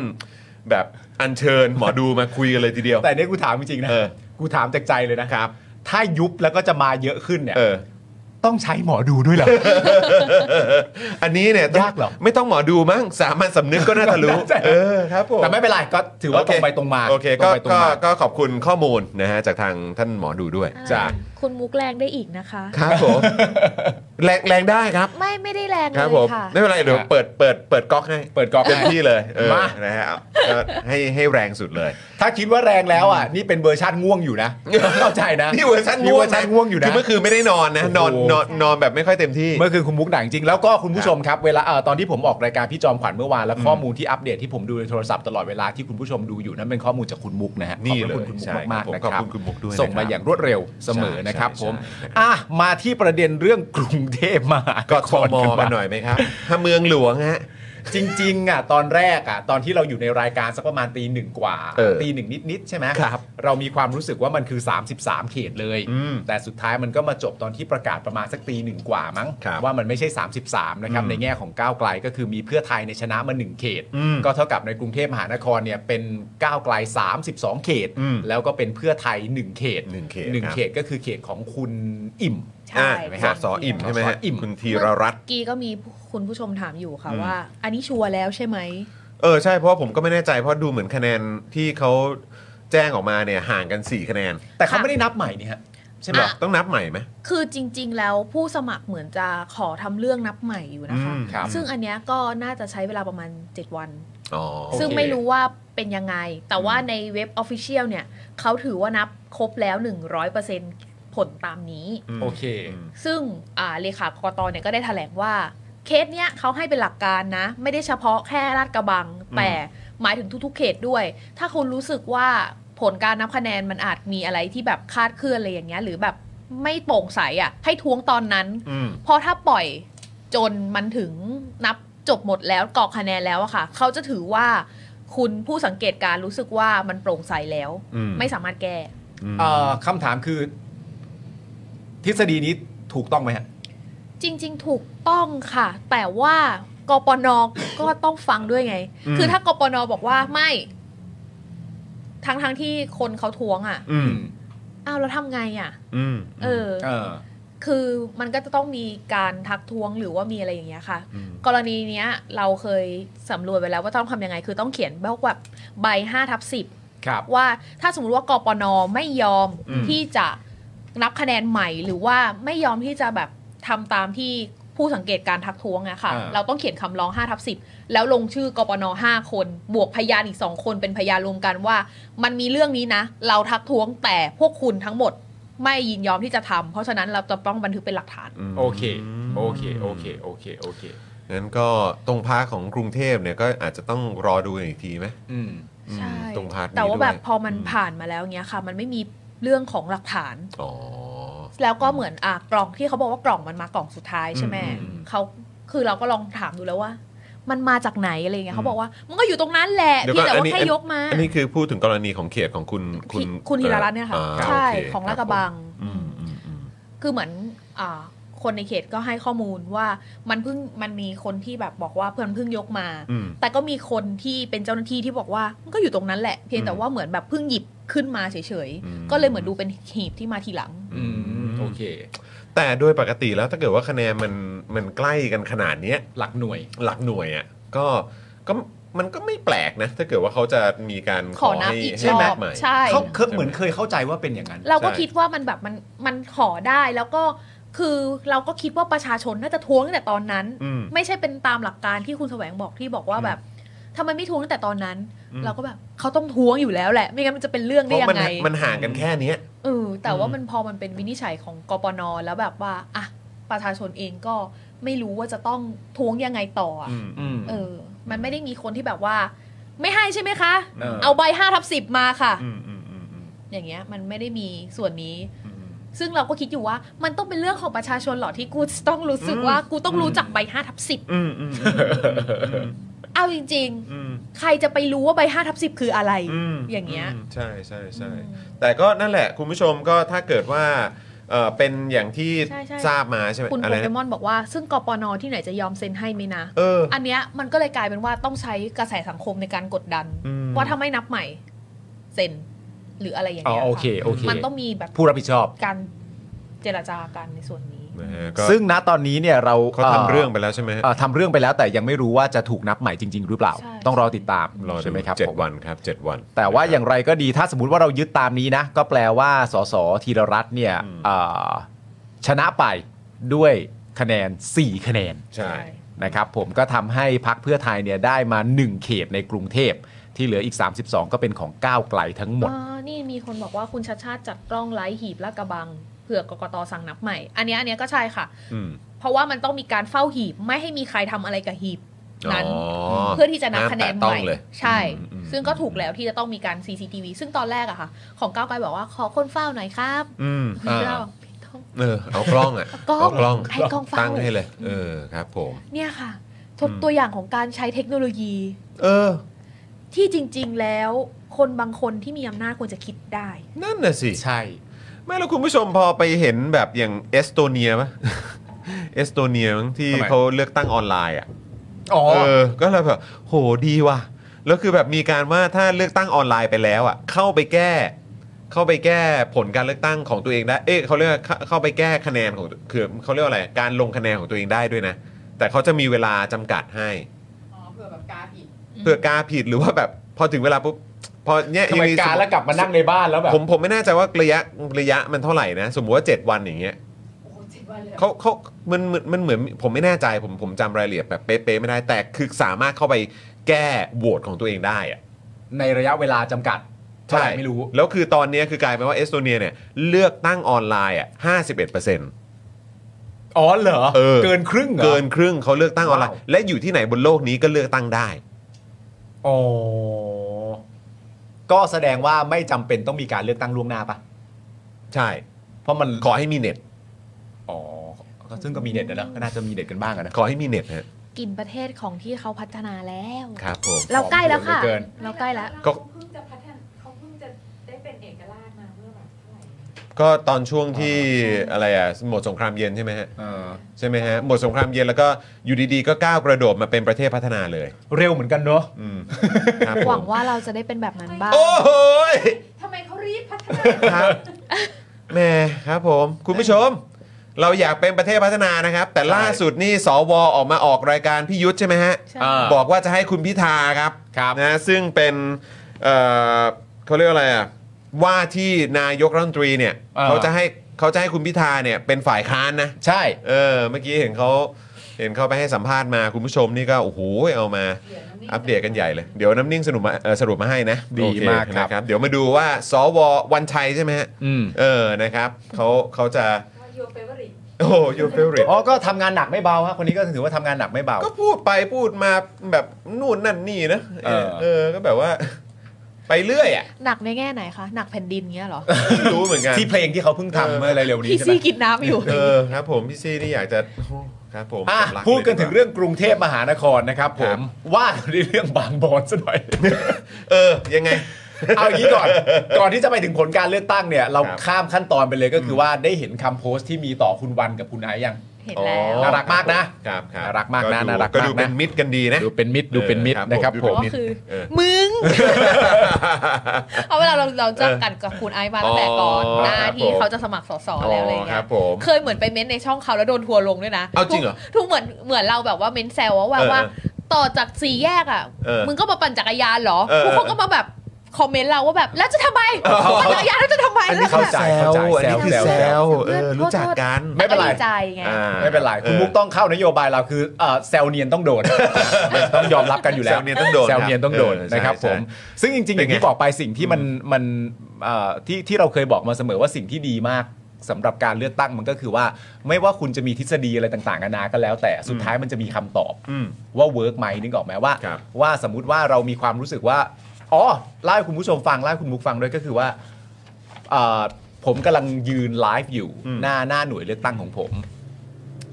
แบบอัญเชิญหมอดูมาคุยกันเลยทีเดียว แต่เนี่ยกูถามจริงๆนะ เออ กูถามจากใจเลยนะ ครับ ถ้ายุบแล้วก็จะมาเยอะขึ้นเนี่ย เออ ต้องใช้หมอดูด้วยเห รอ อันนี้เนี่ยต้ง ยากเหรอ ไม่ต้องหมอดูมั้งสามัญสำนึกก็น่าจะรู้ เออครับผม แต่ไม่เป็นไรก็ถือว่า โเค ตรงไปตรงมา โอเค ตร ก็ งไปตรง ก็ มา ก็ขอบคุณข้อมูลนะฮะจากทางท่านหมอดูด้วย อ่ จ้า คุณมุกแรงได้อีกนะคะ ครับผมแรงแรงได้ครับ ไม่ไม่ได้แรงเล ครับผ ย ม ค่ะ ไม่เป็นไรเดี๋ยวเปิดเปิดเปิดก๊อกให้ เปิดก๊อก เต็ม ให้ ที่เลยเออ มา นะฮะก็ ให้ให้แรงสุดเลย ถ้าคิดว่าแรงแล้วอ่ะ นี่เป็นเวอร์ชันง่วงอยู่นะ เข้าใจนะ นี่เวอร์ชัน นี่ ง่วงเวอร์ชันง่วงอยู่นะ คือเมื่อคืนไม่ได้นอนนะนอน โอ้โห นอนนอนแบบไม่ค่อยเต็มที่ เมื่อคืนคุณมุกหนังจริงแล้วก็คุณผู้ชมครับเวลาเอ่อตอนที่ผมออกรายการพี่จอมขวัญเมื่อวานแล้วข้อมูลที่อัปเดตที่ผมดูในโทรศัพท์ตลอดเวลาที่คุณผู้ชมดูอยู่นั่นเป็นข้อมูลจากคุณมุกนะฮะ นี่ ขอบพระคุเลยณคุณมุ ใช่ กมาก ครับผมขๆนะอบ ครับ คุณคุณมุกด้วย ส่ง นะครั มา บ อย่างรวดเร็วเสมอ ใช่ นะครับ ใช่ ผม ใช่นะครับ อ่ะมาที่ประเด็นเรื่องกรุงเทพมหานคร ก็ทม กั มา บ้ง หน่อยไหมครับถ้าเมืองหลวงฮะ จริงๆอ่ะตอนแรกอ่ะตอนที่เราอยู่ในรายการสักประมาณตีหนึ่งกว่า เออ ตีหนึ่งนิดๆใช่ไหม ครับ เรามีความรู้สึกว่ามันคือ 33 เขตเลย อืม แต่สุดท้ายมันก็มาจบตอนที่ประกาศประมาณสักตีหนึ่งกว่ามั้ง ครับ ว่ามันไม่ใช่ 33 นะครับ ในแง่ของก้าวไกลก็คือมีเพื่อไทยในชนะมา 1 เขต อืม ก็เท่ากับในกรุงเทพมหานครเนี่ยเป็นก้าวไกล 32 เขต อืม แล้วก็เป็นเพื่อไทย 1 เขต หนึ่งเขต หนึ่ง ครับ เขตก็คือเขตของคุณอิ่ม ใช่ อ่ะ ไหม ส ฮะ สอิ่มใช่ไหมฮะ สสอิ่ม คุณธีรรัตน์ กี้ก็มีคุณผู้ชมถามอยู่ค่ะว่า อันนี้ชัวร์แล้วใช่ไหม เออใช่เพราะว่าผมก็ไม่แน่ใจเพราะดูเหมือนคะแนนที่เขาแจ้งออกมาเนี่ยห่างกัน 4 คะแนน แต่เขาไม่ได้นับใหม่นี่ฮะใช่ไหม อ่ะ ต้องนับใหม่ไหม คือจริง ๆ แล้วผู้สมัครเหมือนจะขอทำเรื่องนับใหม่อยู่นะคะ อืมครับ ซึ่งอันเนี้ยก็น่าจะใช้เวลาประมาณ 7 วัน อ๋อโอเค ซึ่งไม่รู้ว่าเป็นยังไง แต่ว่าในเว็บ Official เนี่ยเขาถือว่านับครบแล้ว 100%ผลตามนี้ โอเค ซึ่งอ่าเลขากกตเนี่ยก็ได้แถลงว่า เคสเนี้ยเขาให้เป็นหลักการนะ ไม่ได้เฉพาะแค่ลาดกระบัง แต่หมายถึงทุกๆเขตด้วย ถ้าคุณรู้สึกว่าผลการนับคะแนนมันอาจมีอะไรที่แบบคาดเคลื่อนอะไรอย่างเงี้ยหรือแบบไม่โปร่งใสอะ่ะ ให้ท้วงตอนนั้น อืม เพราะถ้าปล่อยจนมันถึงนับจบหมดแล้วกรอกคะแนนแล้วอะค่ะ เขาจะถือว่าคุณผู้สังเกตการณ์รู้สึกว่ามันโปร่งใสแล้ว อืม ไม่สามารถแก้ อืม เอ่อคำถามคือ ทฤษฎีนี้ถูกต้องไหมฮะ จริง ๆ ถูกต้องค่ะ แต่ว่ากปน ก็ต้องฟังด้วยไง อืม คือถ้ากปน บอกว่าไม่ ทั้งทั้งๆที่คนเขาท้วงอ่ะ อืม อ้าวแล้วทำไงอ่ะ อืม เออ เออ คือมันก็จะต้องมีการทักท้วงหรือว่ามีอะไรอย่างเงี้ยค่ะ อืม กรณีเนี้ย เราเคยสำรวจไปแล้วว่าต้องทำยังไง คือต้องเขียนแบบแบบใบ5ทับ10 ครับ ว่าถ้าสมมติว่ากปนไม่ยอม อืม ที่จะนับคะแนนใหม่ หรือว่าไม่ยอมที่จะแบบทำตามที่ผู้สังเกตการทักท้วงอะค่ะ อ่า เราต้องเขียนคำร้อง5ทับ10 แล้วลงชื่อกปน5 คน บวกพยานอีก 2 คนเป็นพยานรวมกันว่า มันมีเรื่องนี้นะ เราทักท้วงแต่พวกคุณทั้งหมดไม่ยินยอมที่จะทำเพราะฉะนั้นเราจะต้องบันทึกเป็นหลักฐาน ม โอเค โอเค โอเค โอเค โอเค งั้นก็ตรงพาร์ทของกรุงเทพเนี่ยก็อาจจะต้องรอดูอีกทีไหม อืม อืม ใช่ ตรงพาร์ทนี้ แต่ว่าแบบ ด้วย พอมันผ่านมาแล้วเงี้ยค่ะ มันไม่มีเรื่องของหลักฐาน อ๋อ แล้วก็เหมือนอ่ะกล่องที่เขาบอกว่ากล่องมันมากล่องสุดท้ายใช่ไหม อืมอืมอืม เขาคือเราก็ลองถามดูแล้วว่า มันมาจากไหนอะไรอืเงี้มยเขาบอกว่ามันก็อยู่ตรงนั้นแหละ เดี๋ยว เพียง ก่ แต่ อน ว่า นี้ แค่ยกมา อันนี้คือพูดถึงกรณีของเขตของคุณคุณ พี่คุณธีรรัตน์เนี่ยค่ะ อ่า ใช่ โเค ของลาดกระบัง อืมอืมอืม คือเหมือนอ่าคนในเขตก็ให้ข้อมูลว่ามันเพิ่งมันมีคนที่แบบบอกว่าเพื่อนเพิ่งยกมา อืม แต่ก็มีคนที่เป็นเจ้าหน้าที่ที่บอกว่ามันก็อยู่ตรงนั้นแหละ เพียงแต่ว่าเหมือนแบบเพิ่งหยิบขึ้นมาเฉย อืม ๆก็เลยเหมือนดูเป็นหีบที่มาทีหลัง อืม โอเค แต่โดยปกติแล้วถ้าเกิดว่าคะแนนมันมันใกล้กันขนาดเนี้ย หลักหน่วย หลักหน่วยอ่ะก็ก็มันก็ไม่แปลกนะ ถ้าเกิดว่าเขาจะมีการ ขอนับ ให้ อีก ให้ รอ แม็ บ กใหม่ ใช่ เขาเคยเหมือนเคยเข้าใจว่าเป็นอย่างนั้น เราก็ ใช่ คิดว่ามันแบบมันมันขอได้แล้วก็คือเราก็คิดว่าประชาชนน่าจะท้วงตั้งแต่ตอนนั้น อืม ไม่ใช่เป็นตามหลักการที่คุณแสวงบอกที่บอกว่าแบบทำไมไม่ท้วงตั้งแต่ตอนนั้น อืม เราก็แบบเขาต้องท้วงอยู่แล้วแหละ ไม่งั้นมันจะเป็นเรื่อง เพ ได้ ราะ ยั มัน งไง มันห่างกันแค่เนี้ย เออแต่ อื ว่าม มันพอมันเป็นวินิจฉัยของกปนแล้วแบบว่าอ่ะประชาชนเองก็ไม่รู้ว่าจะต้องท้วงยังไงต่ออะ อืม อืม เออ มันไม่ได้มีคนที่แบบว่า ไม่ให้ใช่ไหมคะ เออ เอาใบห้าทับสิบมาค่ะ อืมอืมอืมอืม อย่างเงี้ยมันไม่ได้มีส่วนนี้ อืม ซึ่งเราก็คิดอยู่ว่ามันต้องเป็นเรื่องของประชาชนเหรอที่กูจะต้องรู้สึกว่ากูต้องรู้จักใบห้าทับสิบ อืมอืมอืม เอาจริง อืม ๆ ใครจะไปรู้ว่าใบห้าทับสิบคืออะไร อืม อย่างเงี้ย มใช่ใช่ใช่ อืม แต่ก็นั่นแหละคุณผู้ชมก็ถ้าเกิดว่าเอ่อเป็นอย่างที่ ใช่ใช่ ทราบมาใช่ไหม คุณ อะ โป ไร เก นะ มอนบอกว่าซึ่งกปนที่ไหนจะยอมเซ็นให้ไหมนะ เออ อันเนี้ยมันก็เลยกลายเป็นว่าต้องใช้กระแสสังคมในการกดดัน อืม ว่าถ้าไม่นับใหม่ เซ็น หรืออะไรอย่าง อ๋อ เงี้ย โอเคโอเค มันต้องมีแบบ ผู้รับผิดชอบ การเจรจากันในส่วนนี้ นะฮะก็ ซึ่งณตอนนี้เนี่ยเรา เขาทำเรื่องไปแล้วใช่ไหมฮะ เอ่อทำเรื่องไปแล้วแต่ยังไม่รู้ว่าจะถูกนับใหม่จริง ๆ หรือเปล่า ใช่ ต้องรอติดตาม รอดู ใช่ไหมครับ เจ็ด ผม วันครับเจ็ดวัน แต่ว่าอย่างไรก็ดีถ้าสมมติว่าเรายึดตามนี้นะ ก็แปลว่าสสธีรรัตน์เนี่ย อืม เอ่อชนะไปด้วยคะแนน 4 คะแนน ใช่ นะครับผมก็ทำให้พักเพื่อไทยเนี่ยได้มา 1 เขตในกรุงเทพ ที่เหลืออีก 32 ก็เป็นของก้าวไกลทั้งหมด อ่านี่มีคนบอกว่าคุณชาชาติจัดกล้องไลฟ์หีบลาดกระบังเผื่อกกตสั่งนับใหม่ อันเนี้ยอันเนี้ยก็ใช่ค่ะ อืม เพราะว่ามันต้องมีการเฝ้าหีบไม่ให้มีใครทำอะไรกับหีบนั้น อ๋อ เพื่อที่จะนับคะแนน ห้ามแตะต้องใหม่ เลย ใช่ อืมอืม ซึ่งก็ถูกแล้วที่จะต้องมีการ CCTV ซึ่งตอนแรกอะค่ะ ของก้าวไกลบอกว่าขอคนเฝ้าหน่อยครับ อืม อ่า เราไม่ต้อง เออเอากล้องอ่ะ กล้อง เอากล้อง ให้กล้องเฝ้า ตั้งให้เลย เออครับผม เนี่ยค่ะทด อืม ตัวอย่างของการใช้เทคโนโลยี เออ ที่จริง ๆ แล้ว คนบางคนที่มีอำนาจควรจะคิดได้ นั่นน่ะสิ ใช่ ไม่แล้วคุณผู้ชมพอไปเห็นแบบอย่างเอสโตเนียปะ เอสโตเนียมั้งที่ ทำไม เขาเลือกตั้งออนไลน์อ่ะ อ๋อ เออ ก็เลยแบบโหดีว่ะ แล้วคือแบบมีการว่าถ้าเลือกตั้งออนไลน์ไปแล้วอ่ะ เข้าไปแก้ เข้าไปแก้ผลการเลือกตั้งของตัวเองได้ เอ๊ะเขาเรียกว่าเข้าเข้าไปแก้คะแนนของคือเขาเรียกว่าอะไร การลงคะแนนของตัวเองได้ด้วยนะ แต่เขาจะมีเวลาจำกัดให้ อ๋อเผื่อแบบกาผิด อืม เพื่อกาผิดหรือว่าแบบพอถึงเวลาปุ๊บพอเนี้ย ทำไม ยัง การแล้วกลับมานั่งในบ้านแล้วแบบ ผมผมไม่แน่ใจว่าระยะระยะมันเท่าไหร่นะ สมมุติว่า 7 วันอย่างเงี้ย โอ้โหเจ็ดวันเลยเหรอ เขาเขามันมันมันเหมือนผมไม่แน่ใจผมผมจำรายละเอียดแบบเป๊ะๆไม่ได้แต่คือสามารถเข้าไป แก้โหวตของตัวเองได้อะ ในระยะเวลาจำกัดเท่าไหร่ไม่รู้ แล้วคือตอนนี้คือกลายเป็นว่าเอสโตเนียเนี่ยเลือกตั้งออนไลน์อ่ะ51%เ อ๋อเหรอ เออ เกินครึ่งหรอ เกินครึ่งเขาเลือกตั้งออนไลน์ ว้าว และอยู่ที่ไหนบนโลกนี้ก็เลือกตั้งได้ อ๋อก็แสดงว่าไม่จำเป็นต้องมีการเลือกตั้งล่วงหน้าปะ ใช่ เพราะมัน ขอให้มีเน็ต อ๋อก็ซึ่งก็มีเน็ตนะเนอะก็น่าจะมีเน็ตกันบ้างอะนะ ขอให้มีเน็ตฮะ กลินประเทศของที่เขาพัฒนาแล้ว ครับผม เราใกล้แล้วค่ะ เกิน เราใกล้แล้ว ก็ เขาเพิ่งจะพัฒนาเขาเพิ่งจะได้เป็นเอกราชมาเมื่อแบบเท่าไหร่ ก็ตอนช่วงที่อะไรอ่ะหมดสงครามเย็นใช่ไหมฮะ เออ ใช่ไหมฮะหมดสงครามเย็นแล้วก็อยู่ดีๆ ก็ก้าวกระโดดมาเป็นประเทศพัฒนาเลย เร็วเหมือนกันเนอะ อืมครับผม หวังว่าเราจะได้เป็นแบบนั้นบ้าง โอ้โหย ทำไมเขารีบพัฒนา ครับ แหม่ครับผม คุณผู้ชม เราอยากเป็นประเทศพัฒนานะครับ แต่ล่าสุดนี่สวออกมาออกรายการพี่ยุทธใช่ไหมฮะ ใช่ า บอกว่าจะให้คุณพิธาครับ ครับ นะซึ่งเป็นเอ่อเขาเรียกว่าอะไรอ่ะว่าที่นายกรัฐมนตรีเนี่ย อ่า เขาจะให้เขาจะให้คุณพิธาเนี่ยเป็นฝ่ายค้านนะ ใช่ เออเมื่อกี้เห็นเขาเห็นเขาไปให้สัมภาษณ์มาคุณผู้ชมนี่ก็โอ้โหเอามา อัปเดตกันใหญ่เลย เดี๋ยวน้ำนิ่งสรุปมาเอ่อสรุปมาให้นะโอเคนะครับ เดี๋ยวมาดูว่าสววันชัยใช่ไหมฮะ อืม เออ นะครับเขาเขาจะ Your favorite โอ้ย your favorite อ๋อก็ทำงานหนักไม่เบาฮะคนนี้ก็ถือว่าทำงานหนักไม่เบา ก็พูดไปพูดมาแบบนู่นนั่นนี่นะ เออ เออ ก็แบบว่า ไปเรื่อย อ่ะ หนักในแง่ไหนคะ หนักแผ่นดินเงี้ยเหรอ ไม่รู้เหมือนกัน ที่เพลงที่เขาเพิ่ง เออ ทำเมื่อไรเร็วนี้ พี่ ใช่ไหม ซี่กินน้ำอยู่ เออ ครับผมพี่ซี่นี่อยากจะโอ้ครับผม อ่ะ สำลั พูดกัน ลย ถึงเรื่องกรุงเทพมหานครนะครับผมว่าในเรื่องบางบอนซะหน่อย เออ ยังไง เอาอย่างนี้ ก่อน ก่อนที่จะไปถึงผลการเลือกตั้งเนี่ย เรา ครับ ข้ามขั้นตอนไปเลยก็คือว่าได้เห็นคำโพสต์ที่มีต่อคุณวันกับคุณไอซ์ยัง เห็นแล้ว น่ารักมากนะครับ ครับ น่ารักมากนะ ดู น่ารัก ก็ดู มากนะ เป็นมิตรกันดีนะ ดูเป็นมิตรดูเป็นมิตร เออ นะครับ ครับ ผ ผม ม ก็คือ เออ มึง เอาเวลาเราเราจะกันกับคุณไอซ์มาตั้งแต่ก่อน อ๋อ หน้า ครับ ที่ ผม เขาจะสมัครสสแล้วอะไร ค เงี้ รั ย บผม เคยเหมือนไปเม้นในช่องเขาแล้วโดนทัวร์ลงด้วยนะ เอาจริงเหรอ ทุกทุกเหมือนเหมือนเราแบบว่าเม้นแซวว่าว่า เออ ว่าต่อจากสี่แยกอ่ะ เออ มึงก็มาปั่นจักรยานเหรอ เออ ทุกคนก็มาแบบคอมเมนต์เราว่าแบบแล้วจะทำไมปั่นจักรยานแล้วจะทำไม อันนี้ แล้ว เข้า แบบ ใจ เข้าใจ อันนี้คือ แซว แซวเอ แซว อ รู้จักกัน ไม่เป็นไร ก็ดีใจไง อ่า ไม่เป็นไร คุณมุกต้องเข้านโยบายเราคือเอ่อแซลเนียนต้องโดน ต้องยอมรับกันอยู่แล้ว แซลเนียนต้องโดน แซลเนียนต้องโดน ครับ นะครับ เออ ผ ใช่ มซึ่งจริงๆ เป็ อน ไง ย่างที่บอกไปสิ่งที่มันมันเอ่อที่ที่เราเคยบอกมาเสมอว่าสิ่งที่ดีมากสำหรับการเลือกตั้งมันก็คือว่า ไม่ว่าคุณจะมีทฤษฎีอะไรต่างๆนานาก็แล้ว แต่สุดท้ายมันจะมีคำตอบ อืม ว่าเวิร์กไหมนึกออกไหมว่า ครับ ว่าสมมุติว่าเรามีความรู้สึกว่าอ๋อเล่าให้คุณผู้ชมฟังเล่าให้คุณมุกฟังด้วยก็คือว่าเอ่อผมกำลังยืนไลฟ์อยู่ อืม หน้าหน้าหน่วยเลือกตั้งของผม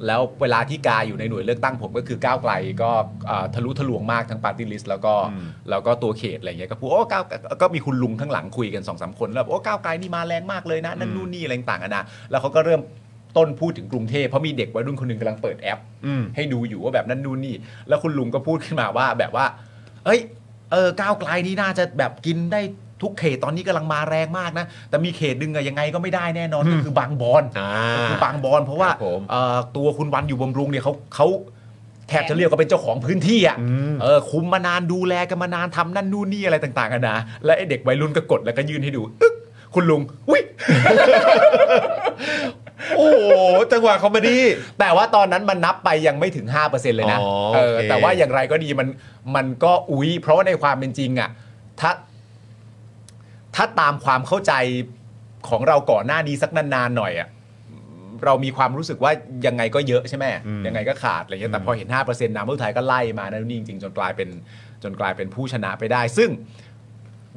แล้วเวลาที่กาอยู่ในหน่วยเลือกตั้งผมก็คือก้าวไกลก็เอ่อทะลุทะลวงมากทั้งปาร์ตี้ลิสต์แล้วก็แล้วก็ตัวเขตอะไรเงี้ยก็พูดโอ้ก้าวก็มีคุณลุงข้างหลังคุยกันสองสามคนแล้วแบบโอ้ก้าวไกลนี่มาแรงมากเลยนะนั่นนู่นนี่อะไรต่างๆอะนะแล้วเขาก็เริ่มต้นพูดถึงกรุงเทพเพราะมีเด็กวัยรุ่นคนหนึ่งกำลังเปิดแอป อืม ให้ดูอยู่ว่าแบบนั้นนู่นนี่ แล้วคุณลุงก็พูดขึ้นมาว่าแบบว่า เอ้ย เออก้าวไกลนี่น่าจะแบบกินได้ทุกเขตตอนนี้กำลังมาแรงมากนะ แต่มีเขตดึงอะยังไงก็ไม่ได้แน่นอนก็คือบางบอน อ่า ก็คือบางบอน เพราะว่า ครับผม เอ่อตัวคุณวันอยู่บำรุงเนี่ยเขาเขาแทบจะเรียกว่าเป็นเจ้าของพื้นที่อ่ะ ม เออคุมมานานดูแลกันมานานทำนั่นนู่นนี่อะไรต่างๆกันนะและไอ้เด็กวัยรุ่นก็กดแล้วก็ยื่นให้ดูอึ๊กคุณลุงอุ้ย โอ้โหจังหวะคอมเมดี้ แต่ว่าตอนนั้นมันนับไปยังไม่ถึง 5%เลยนะ อ๋อ เออ โอเค แต่ว่าอย่างไรก็ดีมันมันก็อุ๊ย เพราะว่าในความเป็นจริงอะ่ะถ้าถ้าตามความเข้าใจของเราก่อนหน้านี้สักนานๆหน่อยอะ่ะเรามีความรู้สึกว่ายังไงก็เยอะใช่ไหม อืม ยังไงก็ขาดอะไรเงี้ยแต่ อืม พอเห็น 5%น้ำมือไทยก็ไล่มานะนี่จริงๆจนกลายเป็นจนกลายเป็นผู้ชนะไปได้ ซึ่ง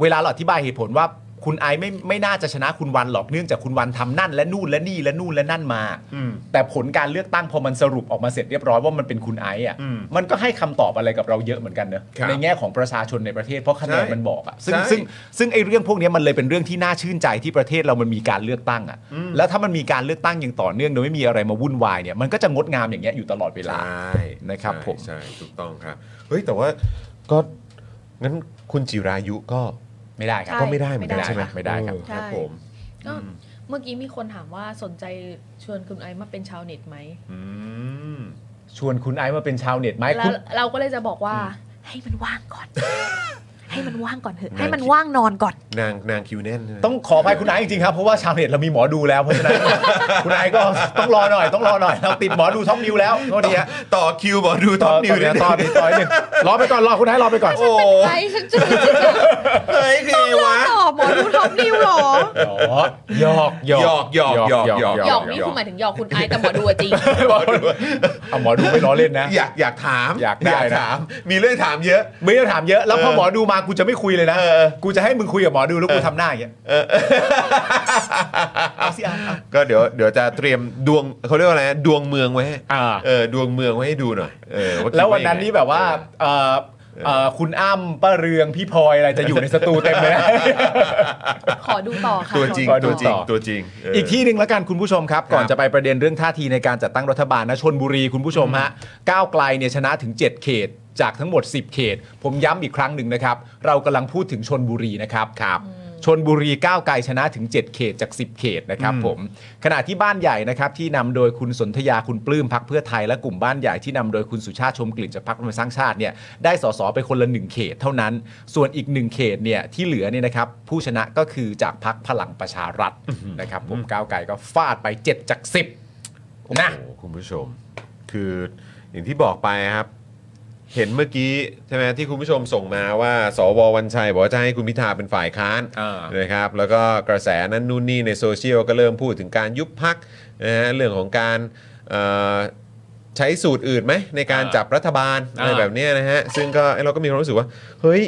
เวลาเราอธิบายเหตุผลว่าคุณไอซ์ไม่ไม่น่าจะชนะคุณวันหรอกเนื่องจากคุณวันทำนั่น และนู่นและนี่และนู่นและนั่นมา อืม แต่ผลการเลือกตั้งพอมันสรุปออกมาเสร็จเรียบร้อยว่ามันเป็นคุณไอซ์อ่ะ อืม มันก็ให้คำตอบอะไรกับเราเยอะเหมือนกันเนอะ ครับ ในแง่ของประชาชนในประเทศเพราะคะแนน ใช่ มันบอกอ่ะซึ่ง ใช่ ซึ่งซึ่งไอ้เรื่องพวกเนี้ยมันเลยเป็นเรื่องที่น่าชื่นใจที่ประเทศเรามันมีการเลือกตั้งอ่ะ อืม แล้วถ้ามันมีการเลือกตั้งอย่างต่อเนื่องโดยไม่มีอะไรมาวุ่นวายเนี่ยมันก็จะงดงามอย่างเงี้ยอยู่ตลอดเวลา ใช่ นะครับ ใช่ ผม ใช่ถูกต้องครับเฮ้ยแต่ว่าก็งั้นคุณจิรายุก็ ไม่ได้ครับ ก็ไม่ได้เหมือนกัน ไม่ได้ ใช่ไหม ไม่ได้ครับ เออครับผม ก็ เมื่อกี้มีคนถามว่าสนใจชวนคุณไอซ์มาเป็นชาวเน็ตไหม อืม ชวนคุณไอซ์มาเป็นชาวเน็ตไหม แล้ คุ ว ณ เราก็เลยจะบอกว่าให้มันว่างก่อน ให้ ให้มันว่างก่อนเถอะให้มันว่างนอนก่อน นางนางคิวแน่นใช่ไหม ต้องขออภัยคุณนายจริงๆครับ เพราะว่าชาวเน็ตเรามีหมอดูแล้วเพราะฉะนั้น คุณนายก็ต้องรอหน่อยต้องรอหน่อยเราติดหมอดูท็อปนิวแล้วโทษทีฮะ ต่อคิวบอกดูท็อปนิว เนี่ เนี่ย ย ตอนนี้ตอนนึงรอไปก่อนรอคุณนายรอไปก่อน โอ้โห ไอ้ฉันจะรู้สึกแบบ เฮ้ยคือไงวะ ตอบหมอดูท็อปนิวเหรอ หยอกหยอก หยอกหยอกหยอก หยอกนี่คือหมายถึงหยอกคุณไอซ์แต่หมอดู อะจริง เอาหมอดูไม่ล้อเล่นนะ อยากอยากถาม อยากได้นะ ถาม มีเรื่องถามเยอะ ไม่ได้ถามเยอะแล้วพอหมอดูมากูจะไม่คุยเลยนะ เออ กูจะให้มึงคุยกับหมอดูแล้วกูทำหน้าอย่างเงี้ยเอาสิเอาเอา ก็เดี๋ยวเดี๋ยวจะเตรียมดวงเขาเรียกว่าอะไรนะดวงเมืองไว้ให้ อ่า เออดวงเมืองไว้ให้ดูหน่อยเออคิด แล้ววันนั้น ยังไง นี่แบบว่าเอ่อเอ่อคุณอ้ำป้าเรืองพี่พลอยอะไรจะอยู่ในสตูเต็มเลยนะ ขอดูต่อค่ะ ตัวจริง ขอดู ตัวจริ ต่ ง อ ตัวจริงเ อีกที่หนึ่งแล้วกันคุณผู้ชมครับ ก่อนจะไปประเด็นเรื่องท่าทีในการจัดตั้งรัฐบาลนะชนบุรีคุณผู้ชมฮะก้าวไกลเนี่ยชนะถึง 7 เขต จากทั้งหมด 10 เขต ผมย้ำอีกครั้งหนึ่งนะครับ เรากำลังพูดถึงชนบุรีนะครับครับชนบุรีก้าวไกลชนะถึง 7 เขตจาก 10 เขตนะครับผมขณะที่บ้านใหญ่นะครับที่นำโดยคุณสนธยาคุณปลื้มพักเพื่อไทยและกลุ่มบ้านใหญ่ที่นำโดยคุณสุชาติชมกลิ่นจากพักรวมสร้างชาติเนี่ยได้สสไปคนละหนึ่งเขตเท่านั้น ส่วนอีกหนึ่งเขตเนี่ยที่เหลือเนี่ยนะครับผู้ชนะก็คือจากพักพลังประชารัฐนะครับผมก้าวไกลก็ฟาดไป 7 จาก 10 นะ โอ้โหคุณผู้ชม คืออย่างที่บอกไปครับ เห็นเมื่อกี้ใช่ไหมที่คุณผู้ชมส่งมาว่า สววันชัยบอกว่าจะให้คุณพิธาเป็นฝ่ายค้าน อ่าน นะครับ แล้วก็กระแสนั้นนู่นนี่ในโซเชียลก็เริ่มพูดถึงการยุบพักนะฮะเรื่องของการเอ่อใช้สูตรอื่นไหมในการจับรัฐบาลอะไรแบบเนี้ยนะฮะซึ่งก็เราก็มีความรู้สึกว่า เฮ้ย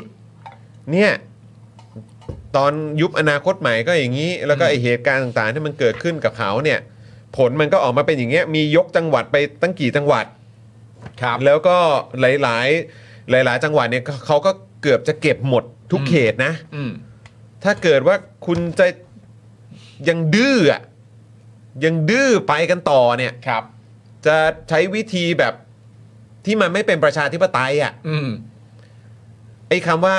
เนี่ย ตอนยุบอนาคตใหม่ก็อย่างนี้ แล้วก็ไอเหตุการณ์ต่างๆที่มันเกิดขึ้นกับเขาเนี่ย ผลมันก็ออกมาเป็นอย่างเงี้ยมียกจังหวัดไปตั้งกี่จังหวัด ครับ แล้วก็หลาย ๆ หลาย ๆ จังหวัดเนี่ยเขาก็เกือบจะเก็บหมดทุกเขตนะ อืม ถ้าเกิดว่าคุณจะยังดื้ออะยังดื้อไปกันต่อเนี่ย ครับ จะใช้วิธีแบบที่มันไม่เป็นประชาธิปไตยอ่ะ อืม ไอ้คำว่า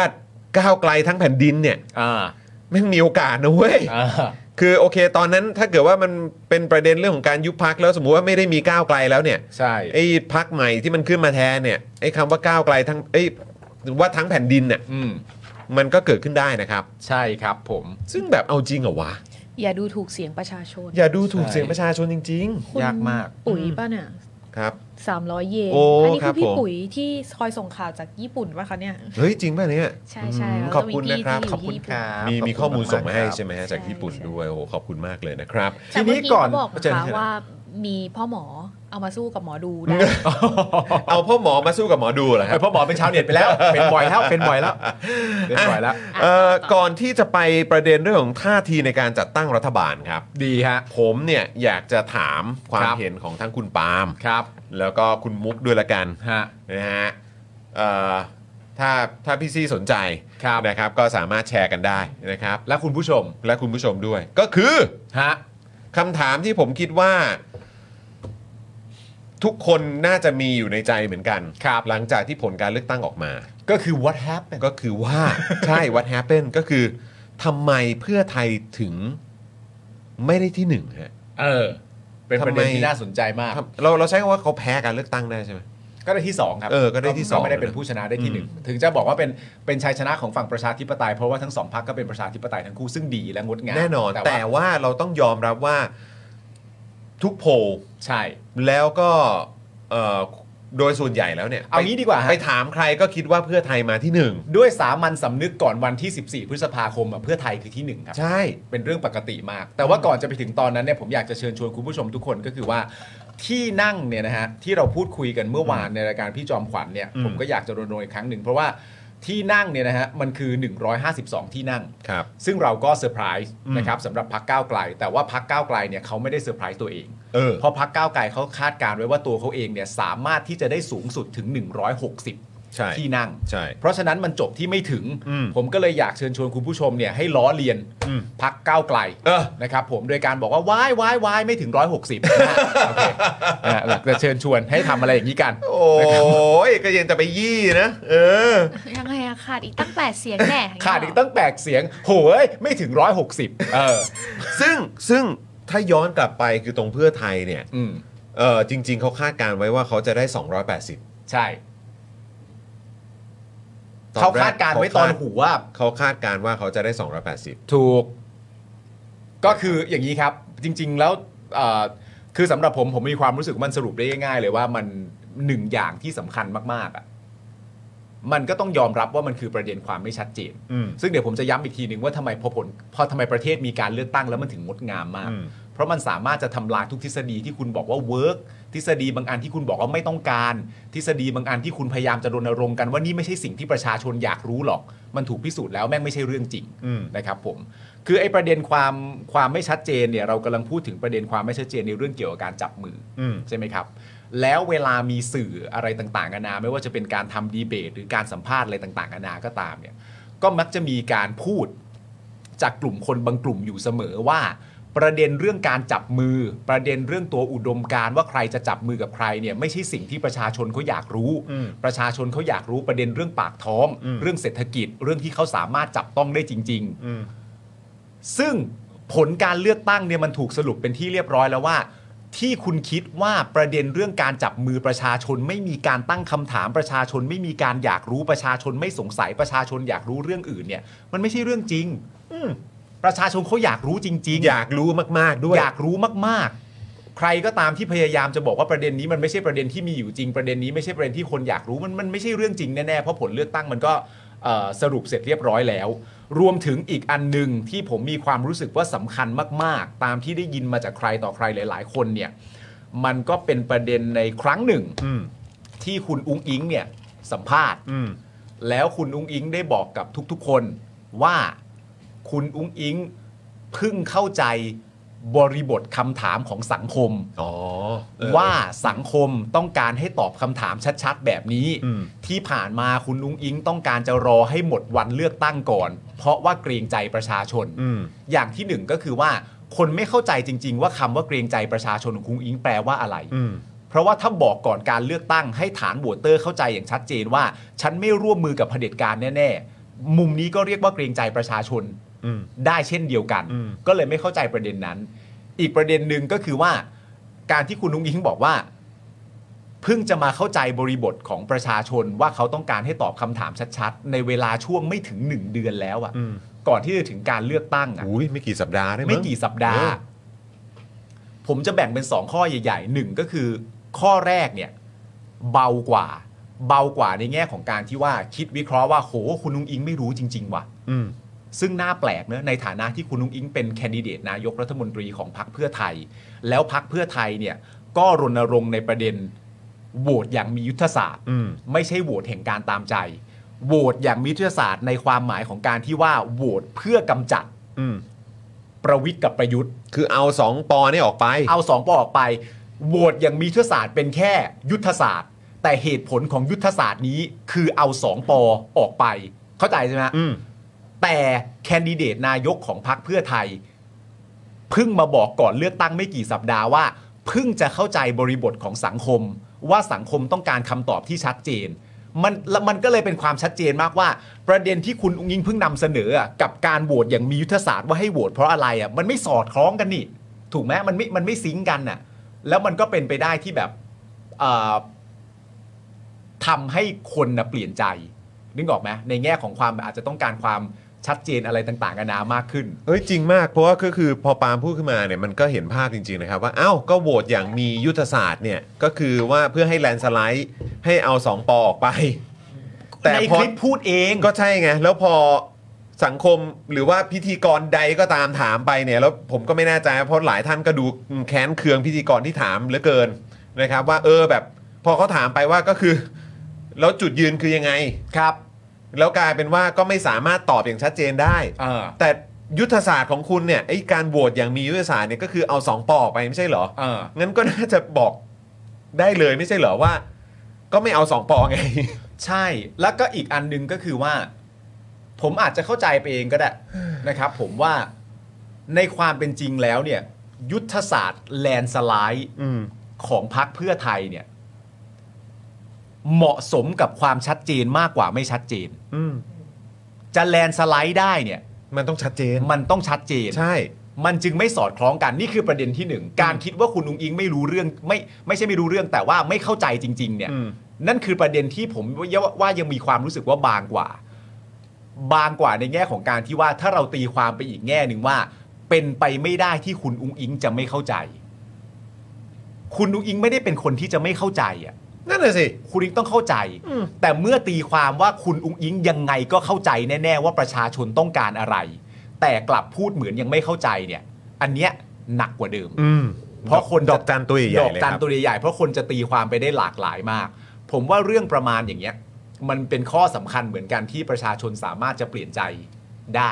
ก้าวไกลทั้งแผ่นดินเนี่ย อ่า แม่งมีโอกาสนะเว้ย อ่า คือโอเค ตอนนั้นถ้าเกิดว่ามันเป็นประเด็นเรื่องของการยุบพักแล้วสมมุติว่าไม่ได้มีก้าวไกลแล้วเนี่ย ใช่ ไอ้พักใหม่ที่มันขึ้นมาแทนเนี่ยไอ้คำว่าก้าวไกลทั้งไอ้ยว่าทั้งแผ่นดินเนี่ย อืม มันก็เกิดขึ้นได้นะครับ ใช่ครับผม ซึ่งแบบเอาจริงเหรอวะ อย่าดูถูกเสียงประชาชน อย่าดูถูก ใช่ เสียงประชาชนจริง คุณ ยากมาก ปุ๋ยป่ะเนี่ย ๆ ครับ สามร้อยเยน โอ้ อันี้ ครั คื บผอพี่ ม ปุ๋ยที่คอยส่งข่าวจากญี่ปุ่นป่ะคะเนี่ย เฮ้ยจริงป่ะเนี่ย ใช่ใช่ อืม แล้ว ขอบคุณ ก็นะมีพี่ ครับ ที่ยู่ ขอบคุณ ญี่ปุ่น ครับ มีมีข้อมูลส่งมาให้ใช่ไหมฮะ ใช่ จากญี่ปุ่น ใช่ ด้วยโอ้โหขอบคุณมากเลยนะครับ ที แต่ นี้ เมื่อกี้ ก่อน เขาบอก เจอ นะคะ ที่ไหน ว่ามีพ่อหมอเอามาสู้กับหมอดูได้ เอาพ่อหมอมาสู้กับหมอดูเหรอค ไอ รับ ยพ่อหมอเป็นชาวเน็ตไปแล้ว เป็นบ่อยแล้ว เป็นบ่อยแล้ว เป็นบ่อยแล้ว เอ่อก่อนที่จะไปประเด็นเรื่องของท่าทีในการจัดตั้งรัฐบาลครับ ดีฮะ ผมเนี่ยอยากจะถามความครับ เห็นของทั้งคุณปาล์ม ครับ แล้วก็คุณมุกด้วยละกัน ฮะ นะฮะเอ่อถ้าถ้าพี่ซี่สนใจ ครับ นะครับ ก็สามารถแชร์กันได้นะครับ และคุณผู้ชม และคุณผู้ชมด้วย ก็คือ ฮะ คำถามที่ผมคิดว่า ทุกคนน่าจะมีอยู่ในใจเหมือนกันครับหลังจากที่ผลการเลือกตั้งออกมา ก็คือ what happened ก็คือว่า ใช่ what happened ก็คือทำไมเพื่อไทยถึงไม่ได้ที่หนึ่งฮะ เออ เป็นประเด็น ทำไม ที่น่าสนใจมาก ทำเราเราใช้คำว่าเขาแพ้การเลือกตั้งได้ใช่ไหม ก็ได้ที่ 2 ครับ เออก็ได้ที่สอง ไม่ได้เป็นผู้ชนะได้ที่ 1 ถึงจะบอกว่าเป็นเป็นชัยชนะของฝั่งประชาธิปไตย เพราะว่าทั้งสองพรรคก็เป็นประชาธิปไตยทั้งคู่ซึ่งดีและงดงาม แน่นอน แต่ แต่ ว่า ว่าเราต้องยอมรับว่าทุกโพล ใช่ แล้วก็เอ่อโดยส่วนใหญ่แล้วเนี่ย เอางี้ดีกว่าฮะ ไปถามใครก็คิดว่าเพื่อไทยมาที่หนึ่ง ด้วยสามัญสำนึกก่อนวันที่ 14 พฤษภาคมอะเพื่อไทยคือที่หนึ่งครับ ใช่ เป็นเรื่องปกติมาก แต่ว่าก่อนจะไปถึงตอนนั้นเนี่ยผมอยากจะเชิญชวนคุณผู้ชมทุกคนก็คือว่าที่นั่งเนี่ยนะฮะที่เราพูดคุยกันเมื่อวานในรายการพี่จอมขวัญเนี่ย อืม ผมก็อยากจะรณรงค์อีกครั้งหนึ่งเพราะว่าที่นั่งเนี่ยนะฮะมันคือ 152 ที่นั่ง ครับ ซึ่งเราก็เซอร์ไพรส์ อืม นะครับสำหรับพักก้าวไกล แต่ว่าพักก้าวไกลเนี่ยเขาไม่ได้เซอร์ไพรส์ตัวเอง เออ เพราะพักก้าวไกลเขาคาดการณ์ไว้ว่าตัวเขาเองเนี่ยสามารถที่จะได้สูงสุดถึง 160 ใช่ ที่นั่ง ใช่ เพราะฉะนั้นมันจบที่ไม่ถึง อืม ผมก็เลยอยากเชิญชวนคุณผู้ชมเนี่ยให้ล้อเลียน อืม พักก้าวไกล เออ นะครับผมโดยการบอกว่าว้ายว้ายว้ายไม่ถึง 160นะฮะโอเคนะฮะจะเชิญชวนให้ทำอะไรอย่างนี้ กัน โอ้ยก็ยังจะไปยี่นะ เออ ยังไงอะขาดอีกตั้งแปดเสียงแน่ย่เย ขาดอีกตั้งแปดเสียง โหยไม่ถึง 160 เออ ซึ่งซึ่งถ้าย้อนกลับไปคือตรงเพื่อไทยเนี่ย อืม เออจริง ๆเขาคาดการณ์ไว้ว่าเขาจะได้ 280 ใช่ ต ตอนแรก เขาคาดการณ์ไว้ตอนหัวว่า เขาคาดการณ์ว่าเขาจะได้ 280 ถูก ก็คืออย่างนี้ครับ จริง ๆ แล้วเอ่อคือสำหรับผมผมมีความรู้สึกว่ามันสรุปได้ง่ายๆเลยว่ามันหนึ่งอย่างที่สำคัญมาก ๆอ่ะมันก็ต้องยอมรับว่ามันคือประเด็นความไม่ชัดเจน อืม ซึ่งเดี๋ยวผมจะย้ำอีกทีหนึ่งว่าทำไมพอผลพอทำไมประเทศมีการเลือกตั้งแล้วมันถึงงดงามมาก อืม เพราะมันสามารถจะทำลายทุกทฤษฎีที่คุณบอกว่าเวิร์กทฤษฎีบางอันที่คุณบอกว่าไม่ต้องการ ทฤษฎีบางอันที่คุณพยายามจะรณรงค์กันว่านี่ไม่ใช่สิ่งที่ประชาชนอยากรู้หรอก มันถูกพิสูจน์แล้วแม่งไม่ใช่เรื่องจริง อืม นะครับผมคือไอ้ประเด็นความความไม่ชัดเจนเนี่ยเรากำลังพูดถึงประเด็นความไม่ชัดเจนในเรื่องเกี่ยวกับการจับมืออ ม ใช่ไหมครับ แล้วเวลามีสื่ออะไรต่างๆนานาไม่ว่าจะเป็นการทำดีเบต หรือการสัมภาษณ์อะไรต่างๆนานาก็ตามเนี่ยก็มักจะมีการพูดจากกลุ่มคนบางกลุ่มอยู่เสมอว่า ประเด็นเรื่องการจับมือ ประเด็นเรื่องตัวอุดมการณ์ว่าใครจะจับมือกับใครเนี่ยไม่ใช่สิ่งที่ประชาชนเขาอยากรู้ อืม ประชาชนเขาอยากรู้ประเด็นเรื่องปากท้อง อืม เรื่องเศรษฐกิจ เรื่องที่เขาสามารถจับต้องได้จริง ๆ อืม ซึ่งผลการเลือกตั้งเนี่ยมันถูกสรุปเป็นที่เรียบร้อยแล้วว่า ที่คุณคิดว่าประเด็นเรื่องการจับมือประชาชน ไม่มีการตั้งคำถามประชาชน ไม่มีการอยากรู้ประชาชน ไม่สงสัยประชาชนอยากรู้เรื่องอื่นเนี่ย มันไม่ใช่เรื่องจริงประชาชนเขาอยากรู้จริง ๆ อยากรู้มาก ๆ ด้วย อยากรู้มาก ๆ ใครก็ตามที่พยายามจะบอกว่าประเด็นนี้มันไม่ใช่ประเด็นที่มีอยู่จริง ประเด็นนี้ไม่ใช่ประเด็นที่คนอยากรู้มันมันไม่ใช่เรื่องจริงแน่ ๆ เพราะผลเลือกตั้งมันก็เอ่อสรุปเสร็จเรียบร้อยแล้ว รวมถึงอีกอันหนึ่งที่ผมมีความรู้สึกว่าสำคัญมาก ๆ ตามที่ได้ยินมาจากใครต่อใครหลาย ๆ คนเนี่ยมันก็เป็นประเด็นในครั้งหนึ่ง อืม ที่คุณอุ้งอิงเนี่ยสัมภาษณ์ อืม แล้วคุณอุ้งอิงได้บอกกับทุกๆคนว่าคุณอุ้งอิงเพิ่งเข้าใจบริบทคำถามของสังคม อ๋อเออ ว่าสังคมต้องการให้ตอบคำถามชัดๆ แบบนี้ อืม ที่ผ่านมาคุณอุ้งอิงต้องการจะรอให้หมดวันเลือกตั้งก่อน เพราะว่าเกรงใจประชาชน อืม อย่างที่หนึ่งก็คือว่าคนไม่เข้าใจจริง ๆ ว่าคำว่าเกรงใจประชาชนของคุณอุ้งอิงแปลว่าอะไร อืม เพราะว่าถ้าบอกก่อนการเลือกตั้งให้ฐานโหวตเตอร์เข้าใจอย่างชัดเจนว่า ฉันไม่ร่วมมือกับเผด็จการแน่ๆ มุมนี้ก็เรียกว่าเกรงใจประชาชน อืม ได้เช่นเดียวกัน อืม ก็เลยไม่เข้าใจประเด็นนั้น อีกประเด็นหนึ่งก็คือว่า การที่คุณนุ้งอิงบอกว่า เพิ่งจะมาเข้าใจบริบทของประชาชนว่าเขาต้องการให้ตอบคำถามชัดๆ ในเวลาช่วงไม่ถึงหนึ่งเดือนแล้วอะ อืม ก่อนที่จะถึงการเลือกตั้งอะ อุ้ยไม่กี่สัปดาห์ได้ง ไม่กี่สัปดาห์ เออ ผมจะแบ่งเป็น 2 ข้อใหญ่ๆหนึ่งก็คือ ข้อแรกเนี่ยเบากว่า เบากว่าในแง่ของการที่ว่าคิดวิเคราะห์ว่าโหคุณนุ้งอิงไม่รู้จริง ๆ ว่ะ อืม ซึ่งน่าแปลกเนอะในฐานะที่คุณนุ้งอิงเป็นแคนดิเดตนายกรัฐมนตรีของพรรคเพื่อไทย แล้วพรรคเพื่อไทยเนี่ยก็รณรงค์ในประเด็นโหวตอย่างมียุทธศาสตร์ อืม ไม่ใช่โหวตแห่งการตามใจโหวตอย่างมียุทธศาสตร์ในความหมายของการที่ว่าโหวตเพื่อกำจัด อืม ประวิทย์กับประยุทธ์ คือเอาสองปอนี่ออกไป เอาสองปอออกไปโหวตอย่างมียุทธศาสตร์เป็นแค่ยุทธศาสตร์ แต่เหตุผลของยุทธศาสตร์นี้คือเอาสองปอออกไป เข้าใจใช่ไหมฮะ อืม แต่แคนดิเดตนายกของพรรคเพื่อไทยเพิ่งมาบอกก่อนเลือกตั้งไม่กี่สัปดาห์ว่าเพิ่งจะเข้าใจบริบทของสังคม ว่าสังคมต้องการคำตอบที่ชัดเจน มันแล้วมันก็เลยเป็นความชัดเจนมากว่า ประเด็นที่คุณอุ้งยิงเพิ่งนำเสนออะกับการโหวตอย่างมียุทธศาสตร์ว่าให้โหวตเพราะอะไรอ่ะมันไม่สอดคล้องกันนี่ ถูกไหมมันไม่มันไม่ซิงก์กันน่ะ แล้วมันก็เป็นไปได้ที่แบบเอ่อทำให้คนนะเปลี่ยนใจนึกออกไหมในแง่ของความอาจจะต้องการความชัดเจนอะไรต่างๆนานามากขึ้น เอ้ยจริงมากเพราะว่าก็คือพอปาล์มพูดขึ้นมาเนี่ยมันก็เห็นภาพจริง ๆ นะครับ ว่าเอ้าก็โหวตอย่างมียุทธศาสตร์เนี่ยก็คือว่าเพื่อให้แลนด์สไลด์ให้เอาสองปอออกไป แต่ ใน พอ คลิปพูดเอง ก็ใช่ไง แล้วพอสังคมหรือว่าพิธีกรใดก็ตามถามไปเนี่ยแล้วผมก็ไม่แน่ใจเพราะหลายท่านก็ดูแค้นเคืองพิธีกรที่ถามเหลือเกินนะครับ ว่าเออแบบ พอเขาถามไปว่าก็คือ แล้วจุดยืนคือยังไง ครับ แล้วกลายเป็นว่าก็ไม่สามารถตอบอย่างชัดเจนได้ เออ แต่ยุทธศาสตร์ของคุณเนี่ยไอ้การโหวตอย่างมียุทธศาสตร์เนี่ยก็คือเอาสองปอออกไปไม่ใช่เหรอ เออ งั้นก็น่าจะบอกได้เลยไม่ใช่เหรอว่า ก็ไม่เอาสองปอไง ใช่ แล้วก็อีกอันหนึงก็คือว่า ผมอาจจะเข้าใจไปเองก็ได้ นะครับ ผมว่าในความเป็นจริงแล้วเนี่ย ยุทธศาสตร์แลนด์สไลด์ อืม ของพักเพื่อไทยเนี่ย เหมาะสมกับความชัดเจนมากกว่าไม่ชัดเจน อืม จะแลนด์สไลด์ได้เนี่ย มันต้องชัดเจน มันต้องชัดเจน ใช่ มันจึงไม่สอดคล้องกันนี่คือประเด็นที่หนึ่งการคิดว่าคุณอุงอิงไม่รู้เรื่องไม่ไม่ใช่ไม่รู้เรื่องแต่ว่าไม่เข้าใจจริง ๆ เนี่ย อืม นั่นคือประเด็นที่ผมว่าว่ายังมีความรู้สึกว่าบางกว่า บางกว่าในแง่ของการที่ว่าถ้าเราตีความไปอีกแง่หนึ่งว่า เป็นไปไม่ได้ที่คุณอุ้งอิงจะไม่เข้าใจ คุณอุ้งอิงไม่ได้เป็นคนที่จะไม่เข้าใจอ่ะ นั่นน่ะสิ คุณอิงต้องเข้าใจ แต่เมื่อตีความว่าคุณอุ้งอิงยังไงก็เข้าใจแน่ ๆ ว่าประชาชนต้องการอะไร แต่กลับพูดเหมือนยังไม่เข้าใจเนี่ย อันเนี้ยหนักกว่าเดิม อืม เพราะคน ดอกจันตัวใหญ่ ดอก ๆเลยค จัน รับ ตัวใหญ่ๆเพราะคนจะตีความไปได้หลากหลายมาก ผมว่าเรื่องประมาณอย่างเงี้ย มันเป็นข้อสำคัญเหมือนกันที่ประชาชนสามารถจะเปลี่ยนใจได้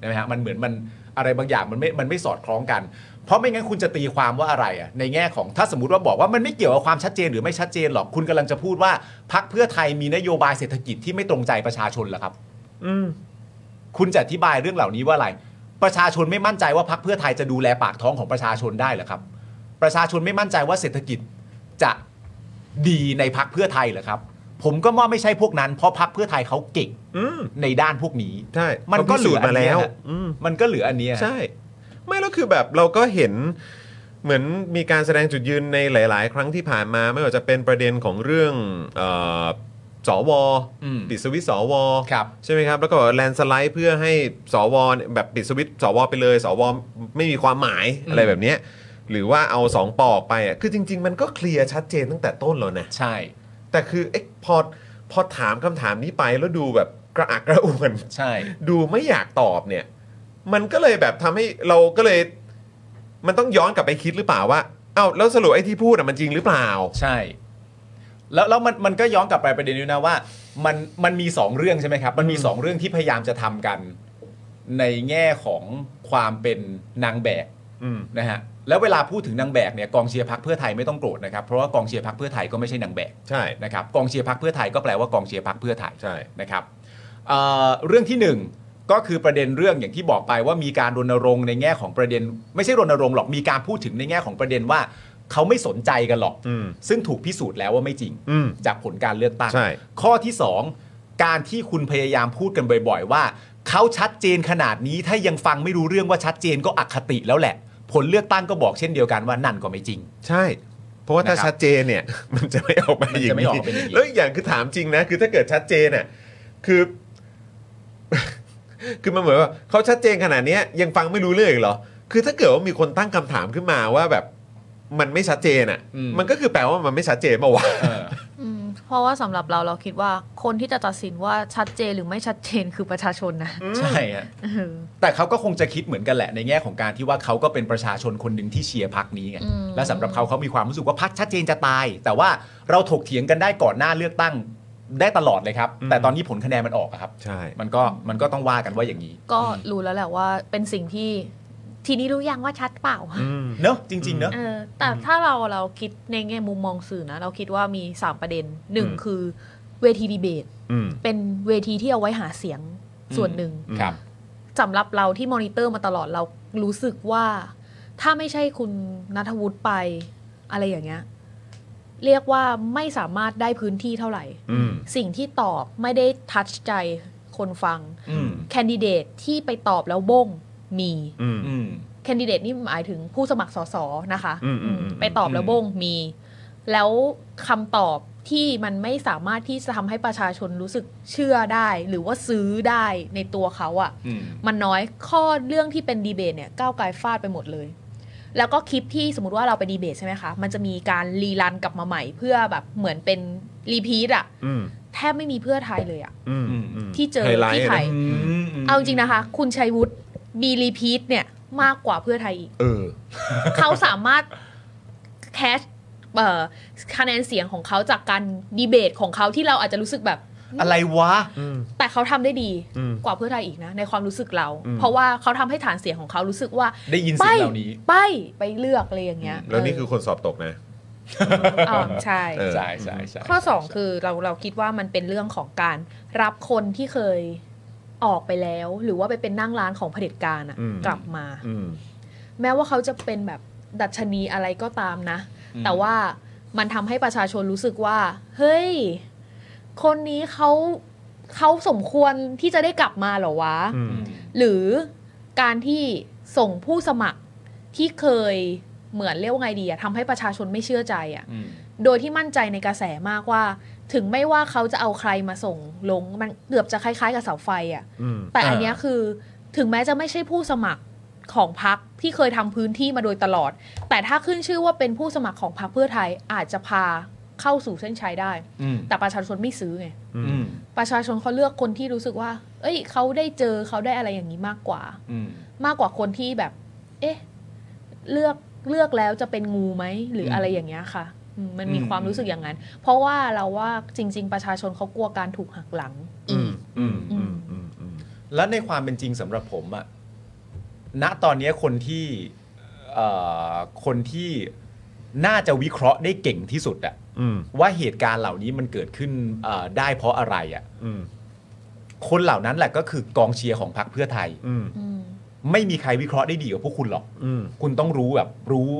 นะฮะมันเหมือนมันอะไรบางอย่างมันไม่มันไม่สอดคล้องกัน เพราะไม่งั้นคุณจะตีความว่าอะไรอ่ะในแง่ของถ้าสมมติว่าบอกว่ามันไม่เกี่ยวกับความชัดเจนหรือไม่ชัดเจนหรอกคุณกำลังจะพูดว่าพักเพื่อไทยมีนโยบายเศรษฐกิจที่ไม่ตรงใจประชาชนเหรอครับ อืม คุณจะอธิบายเรื่องเหล่านี้ว่าอะไร ประชาชนไม่มั่นใจว่าพักเพื่อไทยจะดูแลปากท้องของประชาชนได้เหรอครับ ประชาชนไม่มั่นใจว่าเศรษฐกิจจะดีในพักเพื่อไทยเหรอครับ ผมก็ว่าไม่ใช่พวกนั้น เพราะพักเพื่อไทยเขาเก่ง อืม ในด้านพวกนี้ ใช่ มันก็ เขาพิ เห สู ลื จ อ น์ อั มาน เนี้ แล้ ยว ฮะ อืม มันก็เหลืออันเนี้ยฮะ ใช่ ไม่แล้วคือแบบเราก็เห็นเหมือนมีการแสดงจุดยืนในหลาย ๆ ครั้งที่ผ่านมา ไม่ว่าจะเป็นประเด็นของเรื่องเออสว อืม ปิดสวิตช์สว ครับ ใช่ไหมครับ แล้วก็แลนสไลด์เพื่อให้สวเนี่ยแบบปิดสวิตช์สวไปเลย สวไม่มีความหมายอะไรแบบเนี้ยหรือว่าเอาสองปอออกไปอ่ะคือจริง ๆ มันก็เคลียร์ชัดเจนตั้งแต่ต้นแล้วนะ ใช่ แต่คือเอ๊ะพอพอถามคำถามนี้ไปแล้วดูแบบกระอักกระอ่วน ใช่ ดูไม่อยากตอบเนี่ย มันก็เลยแบบทำให้เราก็เลย มันต้องย้อนกลับไปคิดหรือเปล่าว่าเอ้าแล้วสรุปไอ้ที่พูดอ่ะมันจริงหรือเปล่า ใช่ แล้วแล้วมันมันก็ย้อนกลับไปประเด็นนี้นะว่า มันมันมีสองเรื่องใช่ไหมครับ มันมีสองเรื่องที่พยายามจะทำกันในแง่ของความเป็นนางแบก อืม นะฮะแล้วเวลาพูดถึงนางแบกเนี่ยกองเชียร์พักเพื่อไทยไม่ต้องโกรธนะครับเพราะว่ากองเชียร์พักเพื่อไทยก็ไม่ใช่นางแบก ใช่ นะครับกองเชียร์พักเพื่อไทยก็แปลว่ากองเชียร์พักเพื่อไทย ใช่ นะครับเอ่อเรื่องที่หนึ่งก็คือประเด็นเรื่องอย่างที่บอกไปว่ามีการรณรงค์ในแง่ของประเด็น ไม่ใช่รณรงค์หรอกมีการพูดถึงในแง่ของประเด็นว่า เขาไม่สนใจกันหรอก อืม ซึ่งถูกพิสูจน์แล้วว่าไม่จริง อืม จากผลการเลือกตั้ง ใช่ ข้อที่ 2 การที่คุณพยายามพูดกันบ่อย ๆ ว่า เขาชัดเจนขนาดนี้ถ้ายังฟังไม่รู้เรื่องว่าชัดเจนก็อคติแล้วแหละ ผลเลือกตั้งก็บอกเช่นเดียวกันว่านั่นก็ไม่จริง ใช่ เพราะว่าถ้า นะครับ ชัดเจนเนี่ย มันจะไม่ออกมา มัน อย่าง จะไม่ออกมาเป็นอย่างนี้ แล้วอีกอย่างคือถามจริงนะ คือถ้าเกิดชัดเจนอ่ะคือ คือมันเหมือนว่าเขาชัดเจนขนาดเนี้ยยังฟังไม่รู้เรื่องอีกเหรอ คือถ้าเกิดว่ามีคนตั้งคำถามขึ้นมาว่าแบบมันไม่ชัดเจนอ่ะ อืม มันก็คือแปลว่ามันไม่ชัดเจนมาวะ อืมเพราะว่าสำหรับเราเราคิดว่าคนที่จะตัดสินว่าชัดเจนหรือไม่ชัดเจนคือประชาชนนะ ใช่ฮะ เออ แต่เขาก็คงจะคิดเหมือนกันแหละ ในแง่ของการที่ว่าเขาก็เป็นประชาชนคนหนึ่งที่เชียร์พักนี้ไง อืม และสำหรับเขาเขามีความรู้สึกว่าพักชัดเจนจะตาย แต่ว่าเราถกเถียงกันได้ก่อนหน้าเลือกตั้งได้ตลอดเลยครับ อืม แต่ตอนนี้ผลคะแนนมันออกอะครับ ใช่ มันก็มันก็ต้องว่ากันว่าอย่างนี้ ก็รู้แล้วแหละว่าเป็นสิ่งที่ทีนี้รู้ยังว่าชัดเปล่า เนอะจริงๆเนอะ เออแต่ถ้าเราเราคิดในแง่มุมมองสื่อนะ เราคิดว่ามี 3 ประเด็นหนึ่ง อืม คือเวทีดีเบต อืม เป็นเวทีที่เอาไว้หาเสียงส่วนหนึ่ง ครับ สำหรับเราที่มอนิเตอร์มาตลอดเรารู้สึกว่า ถ้าไม่ใช่คุณนัทวุฒิไปอะไรอย่างเงี้ยเรียกว่าไม่สามารถได้พื้นที่เท่าไหร่ อืม สิ่งที่ตอบไม่ได้ทัชใจคนฟัง อืม แคนดิเดตที่ไปตอบแล้วบ้งมี อืม อืม แคนดิเดตนี่หมายถึงผู้สมัครสสนะคะ อืมอืมอืม ไปตอบแล้วบ้งมี แล้วคำตอบที่มันไม่สามารถที่จะทำให้ประชาชนรู้สึกเชื่อได้ หรือว่าซื้อได้ในตัวเขาอะ อืม มันน้อยข้อเรื่องที่เป็นดีเบตเนี่ยก้าวไกลฟาดไปหมดเลย แล้วก็คลิปที่สมมติว่าเราไปดีเบตใช่ไหมคะ มันจะมีการรีรันกลับมาใหม่ เพื่อแบบเหมือนเป็นรีพีทอะ อืม แทบไม่มีเพื่อไทยเลยอะ อืมอืม ที่เจอ ไฮไลท์ ที่ไทย นะ เอาจริงนะคะ คุณชัยวุฒิมีรีพีทเนี่ยมากกว่าเพื่อไทยอีก เออ เขาสามารถแคชเอ่อคะแนนเสียงของเขาจากการดีเบตของเขาที่เราอาจจะรู้สึกแบบ อะไรวะ แต่เขาทำได้ดี อืม กว่าเพื่อไทยอีกนะในความรู้สึกเรา อืม เพราะว่าเขาทำให้ฐานเสียงของเขารู้สึกว่า ได้ยินเสียงเหล่านี้ ไป ไปเลือกอะไรอย่างเงี้ย แล้วนี่คือคนสอบตกนะ เอออ๋อใช่ เออ ใช่ใช่ใช่ ข้อ 2 คือเราเราคิดว่ามันเป็นเรื่องของการรับคนที่เคยออกไปแล้ว หรือว่าไปเป็นนั่งร้านของเผด็จการอะ อืม กลับมา อืม แม้ว่าเขาจะเป็นแบบดัชนีอะไรก็ตามนะ แต่ว่ามันทำให้ประชาชนรู้สึกว่า เฮ้ย คนนี้เขาเขาสมควรที่จะได้กลับมาเหรอวะ อืม หรือการที่ส่งผู้สมัครที่เคยเหมือนเรียกว่าไงดีอะทำให้ประชาชนไม่เชื่อใจอะ อืม โดยที่มั่นใจในกระแสมากว่า ถึงไม่ว่าเขาจะเอาใครมาส่งลงมันเกือบจะคล้ายๆ กับเสาไฟอะ่ะ อืม แต่อันเนี้ยคือถึงแม้จะไม่ใช่ผู้สมัครของพักที่เคยทำพื้นที่มาโดยตลอด แต่ถ้าขึ้นชื่อว่าเป็นผู้สมัครของพรรคเพื่อไทยอาจจะพาเข้าสู่เส้นชัยได้ อืม แต่ประชาชนไม่ซื้อไง อื อื ม ม ประชาชนเขาเลือกคนที่รู้สึกว่า เอ้ย เขาได้เจอเขาได้อะไรอย่างนี้มากกว่า อืม มากกว่าคนที่แบบ เอ๊ะ เลือกเลือกแล้วจะเป็นงูไหมหรืออะไรอย่างเงี้ยค่ะอืมมันมี อืม ความรู้สึกอย่างนั้น เพราะว่าเราว่าจริง ๆ ประชาชนเขากลัวการถูกหักหลังอีก อืม อืม อืมอืม และในความเป็นจริงสำหรับผมอะณตอนเนี้ยคนที่เอ่อคนที่น่าจะวิเคราะห์ได้เก่งที่สุดอะ อืม ว่าเหตุการณ์เหล่านี้มันเกิดขึ้นเอ่อได้เพราะอะไรอะ อืม คนเหล่านั้นแหละก็คือกองเชียร์ของพรรคเพื่อไทย อืม อืม ไม่มีใครวิเคราะห์ได้ดีกว่าพวกคุณหรอก อืม คุณต้องรู้แบบรู้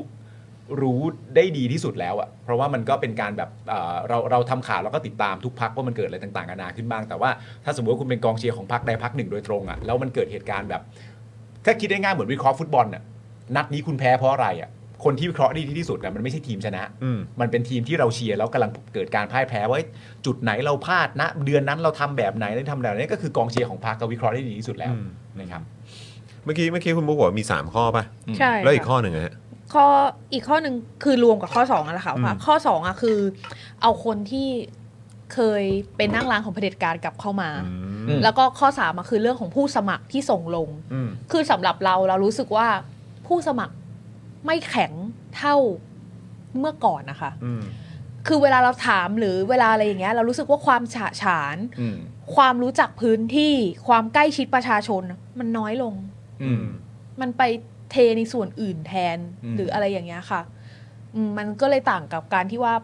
รู้ได้ดีที่สุดแล้วอะเพราะว่ามันก็เป็นการแบบเอ่อเราเราทำข่าวแล้วก็ติดตามทุกพักว่ามันเกิดอะไรต่างๆนานาขึ้นบ้าง แต่ว่าถ้าสมมติว่าคุณเป็นกองเชียร์ของพักใดพักหนึ่งโดยตรงอะแล้วมันเกิดเหตุการณ์แบบ ถ้าคิดได้ง่ายเหมือนวิเคราะห์ฟุตบอลน่ะนัดนี้คุณแพ้เพราะอะไรอะคนที่วิเคราะห์ได้ดีที่สุดน่ะมันไม่ใช่ทีมชนะ อืม มันเป็นทีมที่เราเชียร์แล้วกำลังเกิดการพ่ายแพ้ว่าจุดไหนเราพลาดนะ เดือนนั้นเราทำแบบไหนเราทำแบบไหนก็คือกองเชียร์ของพรรคก็วิเคราะห์ได้ดีที่สุดแล้ว อืม นะครับ เมื่อกี้เมื่อกี้คุณบุ๊กบอกว่ามี 3 ข้อป่ะ ใช่ แล้วอีก ค่ะ ข้อหนึ่งอะฮะ ข้ออีกข้อหนึ่งคือรวมกับข้อสองอะแหละค่ะ อืม ว่าข้อสองอะคือ เอาคนที่เคยเป็นนั่งร้างของเผด็จการกลับเข้ามา อืม ม แล้วก็ข้อสามอะคือเรื่องของผู้สมัครที่ส่งลง อืม คือสำหรับเราเรารู้สึกว่าผู้สมัครไม่แข็งเท่าเมื่อก่อนนะคะ อืม คือเวลาเราถามหรือเวลาอะไรอย่างเงี้ยเรารู้สึกว่าความฉะฉาน อืม ความรู้จักพื้นที่ความใกล้ชิดประชาชน มันน้อยลง อืม มันไปเทในส่วนอื่นแทน อืม หรืออะไรอย่างเงี้ยค่ะอืมมันก็เลยต่างกับการที่ว่า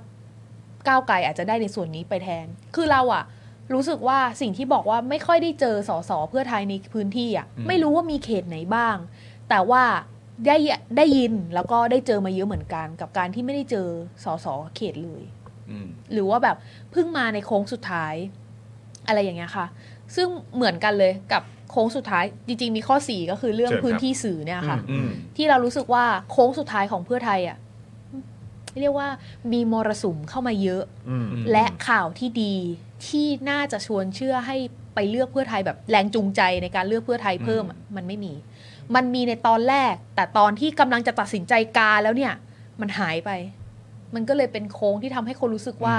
ก้าวไกลอาจจะได้ในส่วนนี้ไปแทน คือเราอะรู้สึกว่าสิ่งที่บอกว่าไม่ค่อยได้เจอสสเพื่อไทยในพื้นที่อะไม่รู้ว่ามีเขตไหนบ้าง แต่ว่าได้ได้ยินแล้วก็ได้เจอมาเยอะเหมือนกัน กับการที่ไม่ได้เจอสสเขตเลย อืม หรือว่าแบบเพิ่งมาในโค้งสุดท้าย อะไรอย่างเงี้ยค่ะ ซึ่งเหมือนกันเลยกับโค้งสุดท้ายจริง ๆ มีข้อ 4 ก็คือเรื่องพื้นที่สื่อเนี่ยค่ะ อืม ที่เรารู้สึกว่าโค้งสุดท้ายของเพื่อไทยอ่ะเรียกว่ามีมรสุมเข้ามาเยอะ อืม ม และข่าวที่ดีที่น่าจะชวนเชื่อให้ไปเลือกเพื่อไทยแบบแรงจูงใจในการเลือกเพื่อไทยเพิ่มอะมันไม่มี มันมีในตอนแรก แต่ตอนที่กำลังจะตัดสินใจกาแล้วเนี่ย มันหายไป มันก็เลยเป็นโค้งที่ทำให้คนรู้สึกว่า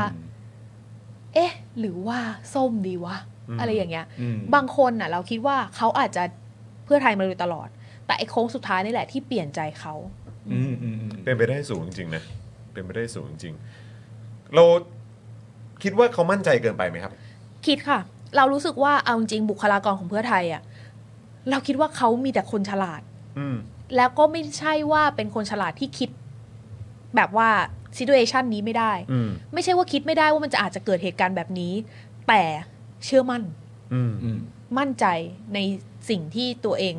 เอ๊ะ หรือว่าส้มดีวะ อืม อะไรอย่างเงี้ย อืม บางคนน่ะ เราคิดว่าเขาอาจจะเพื่อไทยมาโดยตลอด แต่ไอ้โค้งสุดท้ายนี่แหละที่เปลี่ยนใจเขา อืมอืมอืม เป็นไปได้สูงจริงๆนะ เป็นไปได้สูงจริง เราคิดว่าเขามั่นใจเกินไปไหมครับ คิดค่ะ เรารู้สึกว่าเอาจริงๆบุคลากรของเพื่อไทยอ่ะเราคิดว่าเขามีแต่คนฉลาด อืม แล้วก็ไม่ใช่ว่าเป็นคนฉลาดที่คิด แบบว่าซีดูเอชันนี้ไม่ได้ อืม ไม่ใช่ว่าคิดไม่ได้ว่ามันจะอาจจะเกิดเหตุการณ์แบบนี้ แต่เชื่อมั่น อืม อืม มั่นใจในสิ่งที่ตัวเอง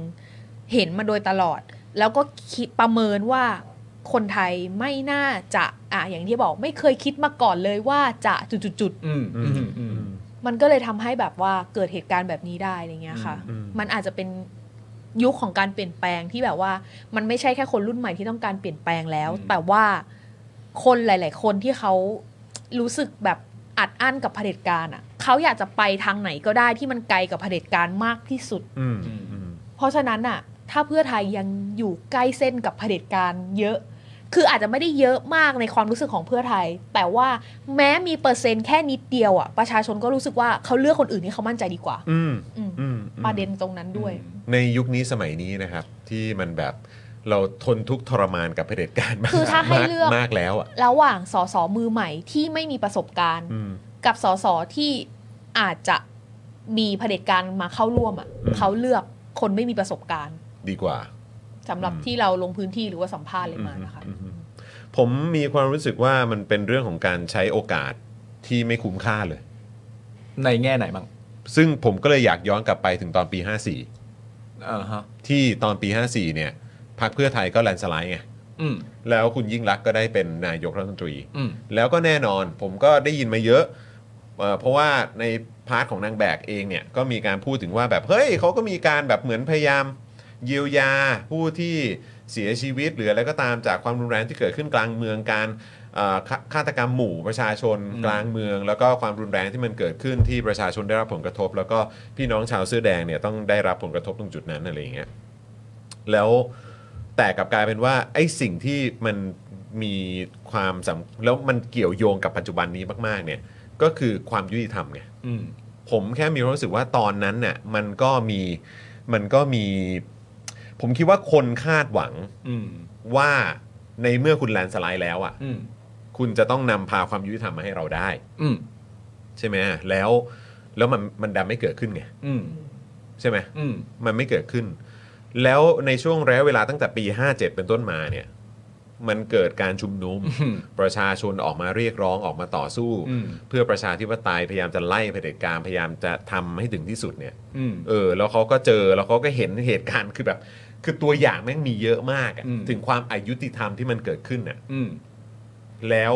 เห็นมาโดยตลอด แล้วก็คิดประเมินว่าคนไทยไม่น่าจะอ่ะอย่างที่บอกไม่เคยคิดมาก่อนเลยว่าจะจุดๆ อืมอืมอืม ๆมันก็เลยทำให้แบบว่าเกิดเหตุการณ์แบบนี้ได้อะไรเงี้ยค่ะ อืม มันอาจจะเป็นยุคของการเปลี่ยนแปลงที่แบบว่า มันไม่ใช่แค่คนรุ่นใหม่ที่ต้องการเปลี่ยนแปลงแล้ว อืม แต่ว่าคนหลาย ๆ คนที่เขารู้สึกแบบอัดอั้นกับเผด็จการอ่ะเขาอยากจะไปทางไหนก็ได้ที่มันไกลกับเผด็จการมากที่สุด อืม เพราะฉะนั้นอ่ะ ถ้าเพื่อไทยยังอยู่ใกล้เส้นกับเผด็จการเยอะ คืออาจจะไม่ได้เยอะมากในความรู้สึกของเพื่อไทย แต่ว่าแม้มีเปอร์เซ็นต์แค่นิดเดียวอ่ะประชาชนก็รู้สึกว่าเขาเลือกคนอื่นที่เขามั่นใจดีกว่า อืม อืม อืม ประเด็นตรงนั้นด้วย ในยุคนี้สมัยนี้นะครับ ที่มันแบบเราทนทุกข์ทรมานกับเผด็จการมาก คือถ้าให้เลือก มากแล้วอ่ะ ระหว่างสสมือใหม่ที่ไม่มีประสบการณ์ อืม กับสสที่อาจจะมีเผด็จการมาเข้าร่วมอ่ะ อืม เขาเลือกคนไม่มีประสบการณ์ ดีกว่า สำหรับ อืม ที่เราลงพื้นที่หรือว่าสัมภาษณ์อะไรมานะคะ อืมอืมผมมีความรู้สึกว่ามันเป็นเรื่องของการใช้โอกาสที่ไม่คุ้มค่าเลย ในแง่ไหนบ้าง ซึ่งผมก็เลยอยากย้อนกลับไปถึงตอนปี 54 อ่าฮะ ที่ตอนปี 54 เนี่ยพรรคเพื่อไทยก็แลนสไลด์ไง อืม แล้วคุณยิ่งรักษณ์ก็ได้เป็นนายกรัฐมนตรี อืม แล้วก็แน่นอนผมก็ได้ยินมาเยอะเอ่อเพราะว่าในพาร์ทของนางแบกเองเนี่ยก็มีการพูดถึงว่าแบบเฮ้ยเขาก็มีการแบบเหมือนพยายาม เยียวยาผู้ที่เสียชีวิตหรืออะไรก็ตามจากความรุนแรงที่เกิดขึ้นกลางเมืองการเอ่อฆาฆาตกรรมหมู่ประชาชน อืม กลางเมือง แล้วก็ความรุนแรงที่มันเกิดขึ้นที่ประชาชนได้รับผลกระทบ แล้วก็พี่น้องชาวเสื้อแดงเนี่ยต้องได้รับผลกระทบตรงจุดนั้นอะไรอย่างเงี้ยแล้วแต่กลับกลายเป็นว่าไอ้สิ่งที่มันมีความสำแล้วมันเกี่ยวโยงกับปัจจุบันนี้มากๆเนี่ยก็คือความยุติธรรมไง อืม ผมแค่มีความรู้สึกว่าตอนนั้นเนี่ยมันก็มีมันก็มี ผมคิดว่าคนคาดหวัง อืม ว่าในเมื่อคุณแลนด์สไลด์แล้วอะ่ะ อืม คุณจะต้องนำพาความยุติธรรมมาให้เราได้ อืม ใช่ไหมแล้วแล้วมันมันดันไม่เกิดขึ้นไง อืม ใช่ไหม อืม มันไม่เกิดขึ้น แล้วในช่วงระยะเวลาตั้งแต่ปี 57 เป็นต้นมาเนี่ยมันเกิดการชุม นุม อืม ประชาชนออกมาเรียกร้องออกมาต่อสู้ อืม เพื่อประชาธิปไตยพยายามจะไล่เผด็จการพยายามจะทำให้ถึงที่สุดเนี่ย อืม เออแล้วเขาก็เจอแล้วเขาก็เห็นเหตุการณ์คือแบบ คือตัวอย่างแม่งมีเยอะมากอะ อืม ถึงความอายุติธรรมที่มันเกิดขึ้นน่ะ อืม แล้ว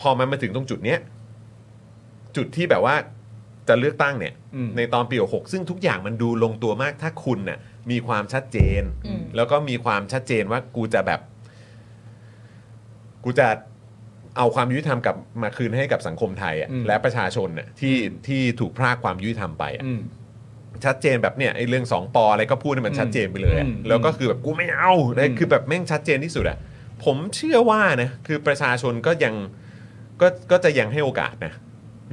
พอมันมาถึงตรงจุดเนี้ยจุดที่แบบว่าจะเลือกตั้งเนี่ย อืม ในตอนปีหกซึ่งทุกอย่างมันดูลงตัวมากถ้าคุณน่ะ มีความชัดเจน อืม แล้วก็มีความชัดเจนว่ากูจะแบบ กูจะเอาความยุติธรรมกลับมาคืนให้กับสังคมไทย อืม อะ่ะและประชาชนน่ะที่ที่ถูกพรากความยุติธรรมไปอะ อืม ชัดเจนแบบเนี่ยไอ้เรื่องสองปออะไรก็พูดให้มัน อืม ชัดเจนไปเลยอะ อืม แล้วก็คือแบบกูไม่เอาเลย อืม คือแบบแม่งชัดเจนที่สุดอะผมเชื่อว่านะคือประชาชนก็ยังก็ก็จะยังให้โอกาสนะ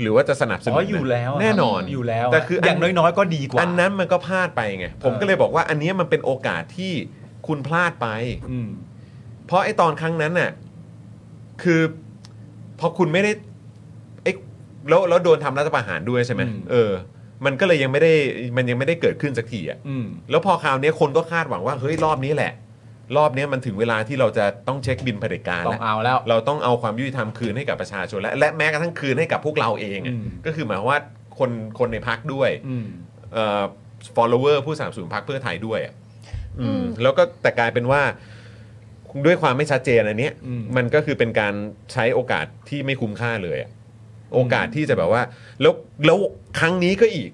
หรือว่าจะสนับสนุน อ๋อ นะ อยู่แล้วะ แน่นอน อยู่แล้ว แต่คืออัน อย่างน้อยๆก็ดีกว่า อันนั้นมันก็พลาดไปไงผม เออ ก็เลยบอกว่าอันเนี้ยมันเป็นโอกาสที่คุณพลาดไป อืม เพราะไอ้ตอนครั้งนั้นน่ะคือพอคุณไม่ได้ไอ้แล้วแล้วโดนทำรัฐประหารด้วยใช่ไหม อืม เออ มันก็เลยยังไม่ได้มันยังไม่ได้เกิดขึ้นสักทีอะ อืม แล้วพอคราวนี้คนก็คาดหวังว่าเฮ้ยรอบนี้แหละ รอบนี้มันถึงเวลาที่เราจะต้องเช็คบินเผด็จการ ต้อ แล้วงเอาแล้ว เราต้องเอาความยุติธรรมคืนให้กับประชาชนและและแม้กระทั่งคืนให้กับพวกเราเองอะ อืม ก็คือหมายความว่าคนคนในพักด้วย อืม เอ่อ follower ผู้สามสูนพักเพื่อไทยด้วยอะ อือืมมแล้วก็แต่กลายเป็นว่าด้วยความไม่ชัดเจนอันเนี้ย อืม มันก็คือเป็นการใช้โอกาสที่ไม่คุ้มค่าเลยอะโอกาสที่จะแบบว่า แล้วแล้วครั้งนี้ก็อีก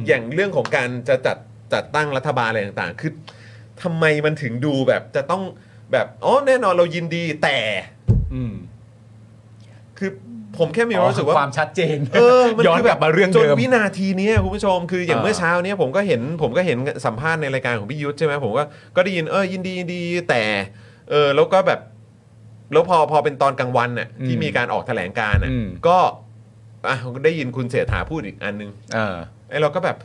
ม อย่างเรื่องของการจะจัดจัดตั้งรัฐบาลอะไรต่างๆ คือทำไมมันถึงดูแบบจะต้องแบบอ๋อแน่นอนเรายินดีแต่ อืม คือผมแค่มีความรู้สึกว่า ความชัดเจน เออมัน ย้อน คื กลับมาเรื่อง จน เดิม วินาทีเนี้ยคุณผู้ชมคืออย่าง อ่า เมื่อเช้าเนี้ยผมก็เห็นผมก็เห็นสัมภาษณ์ในรายการของพี่ยุทธใช่ไหมผมก็ก็ได้ยินเออยินดียินดีแต่เออแล้วก็แบบแล้วพอพอเป็นตอนกลางวันน่ะที่มีการออกแถลงการน่ะก็อ่ะได้ยินคุณเสถาพูดอีกอันนึง เออ ไอ้เราก็แบบ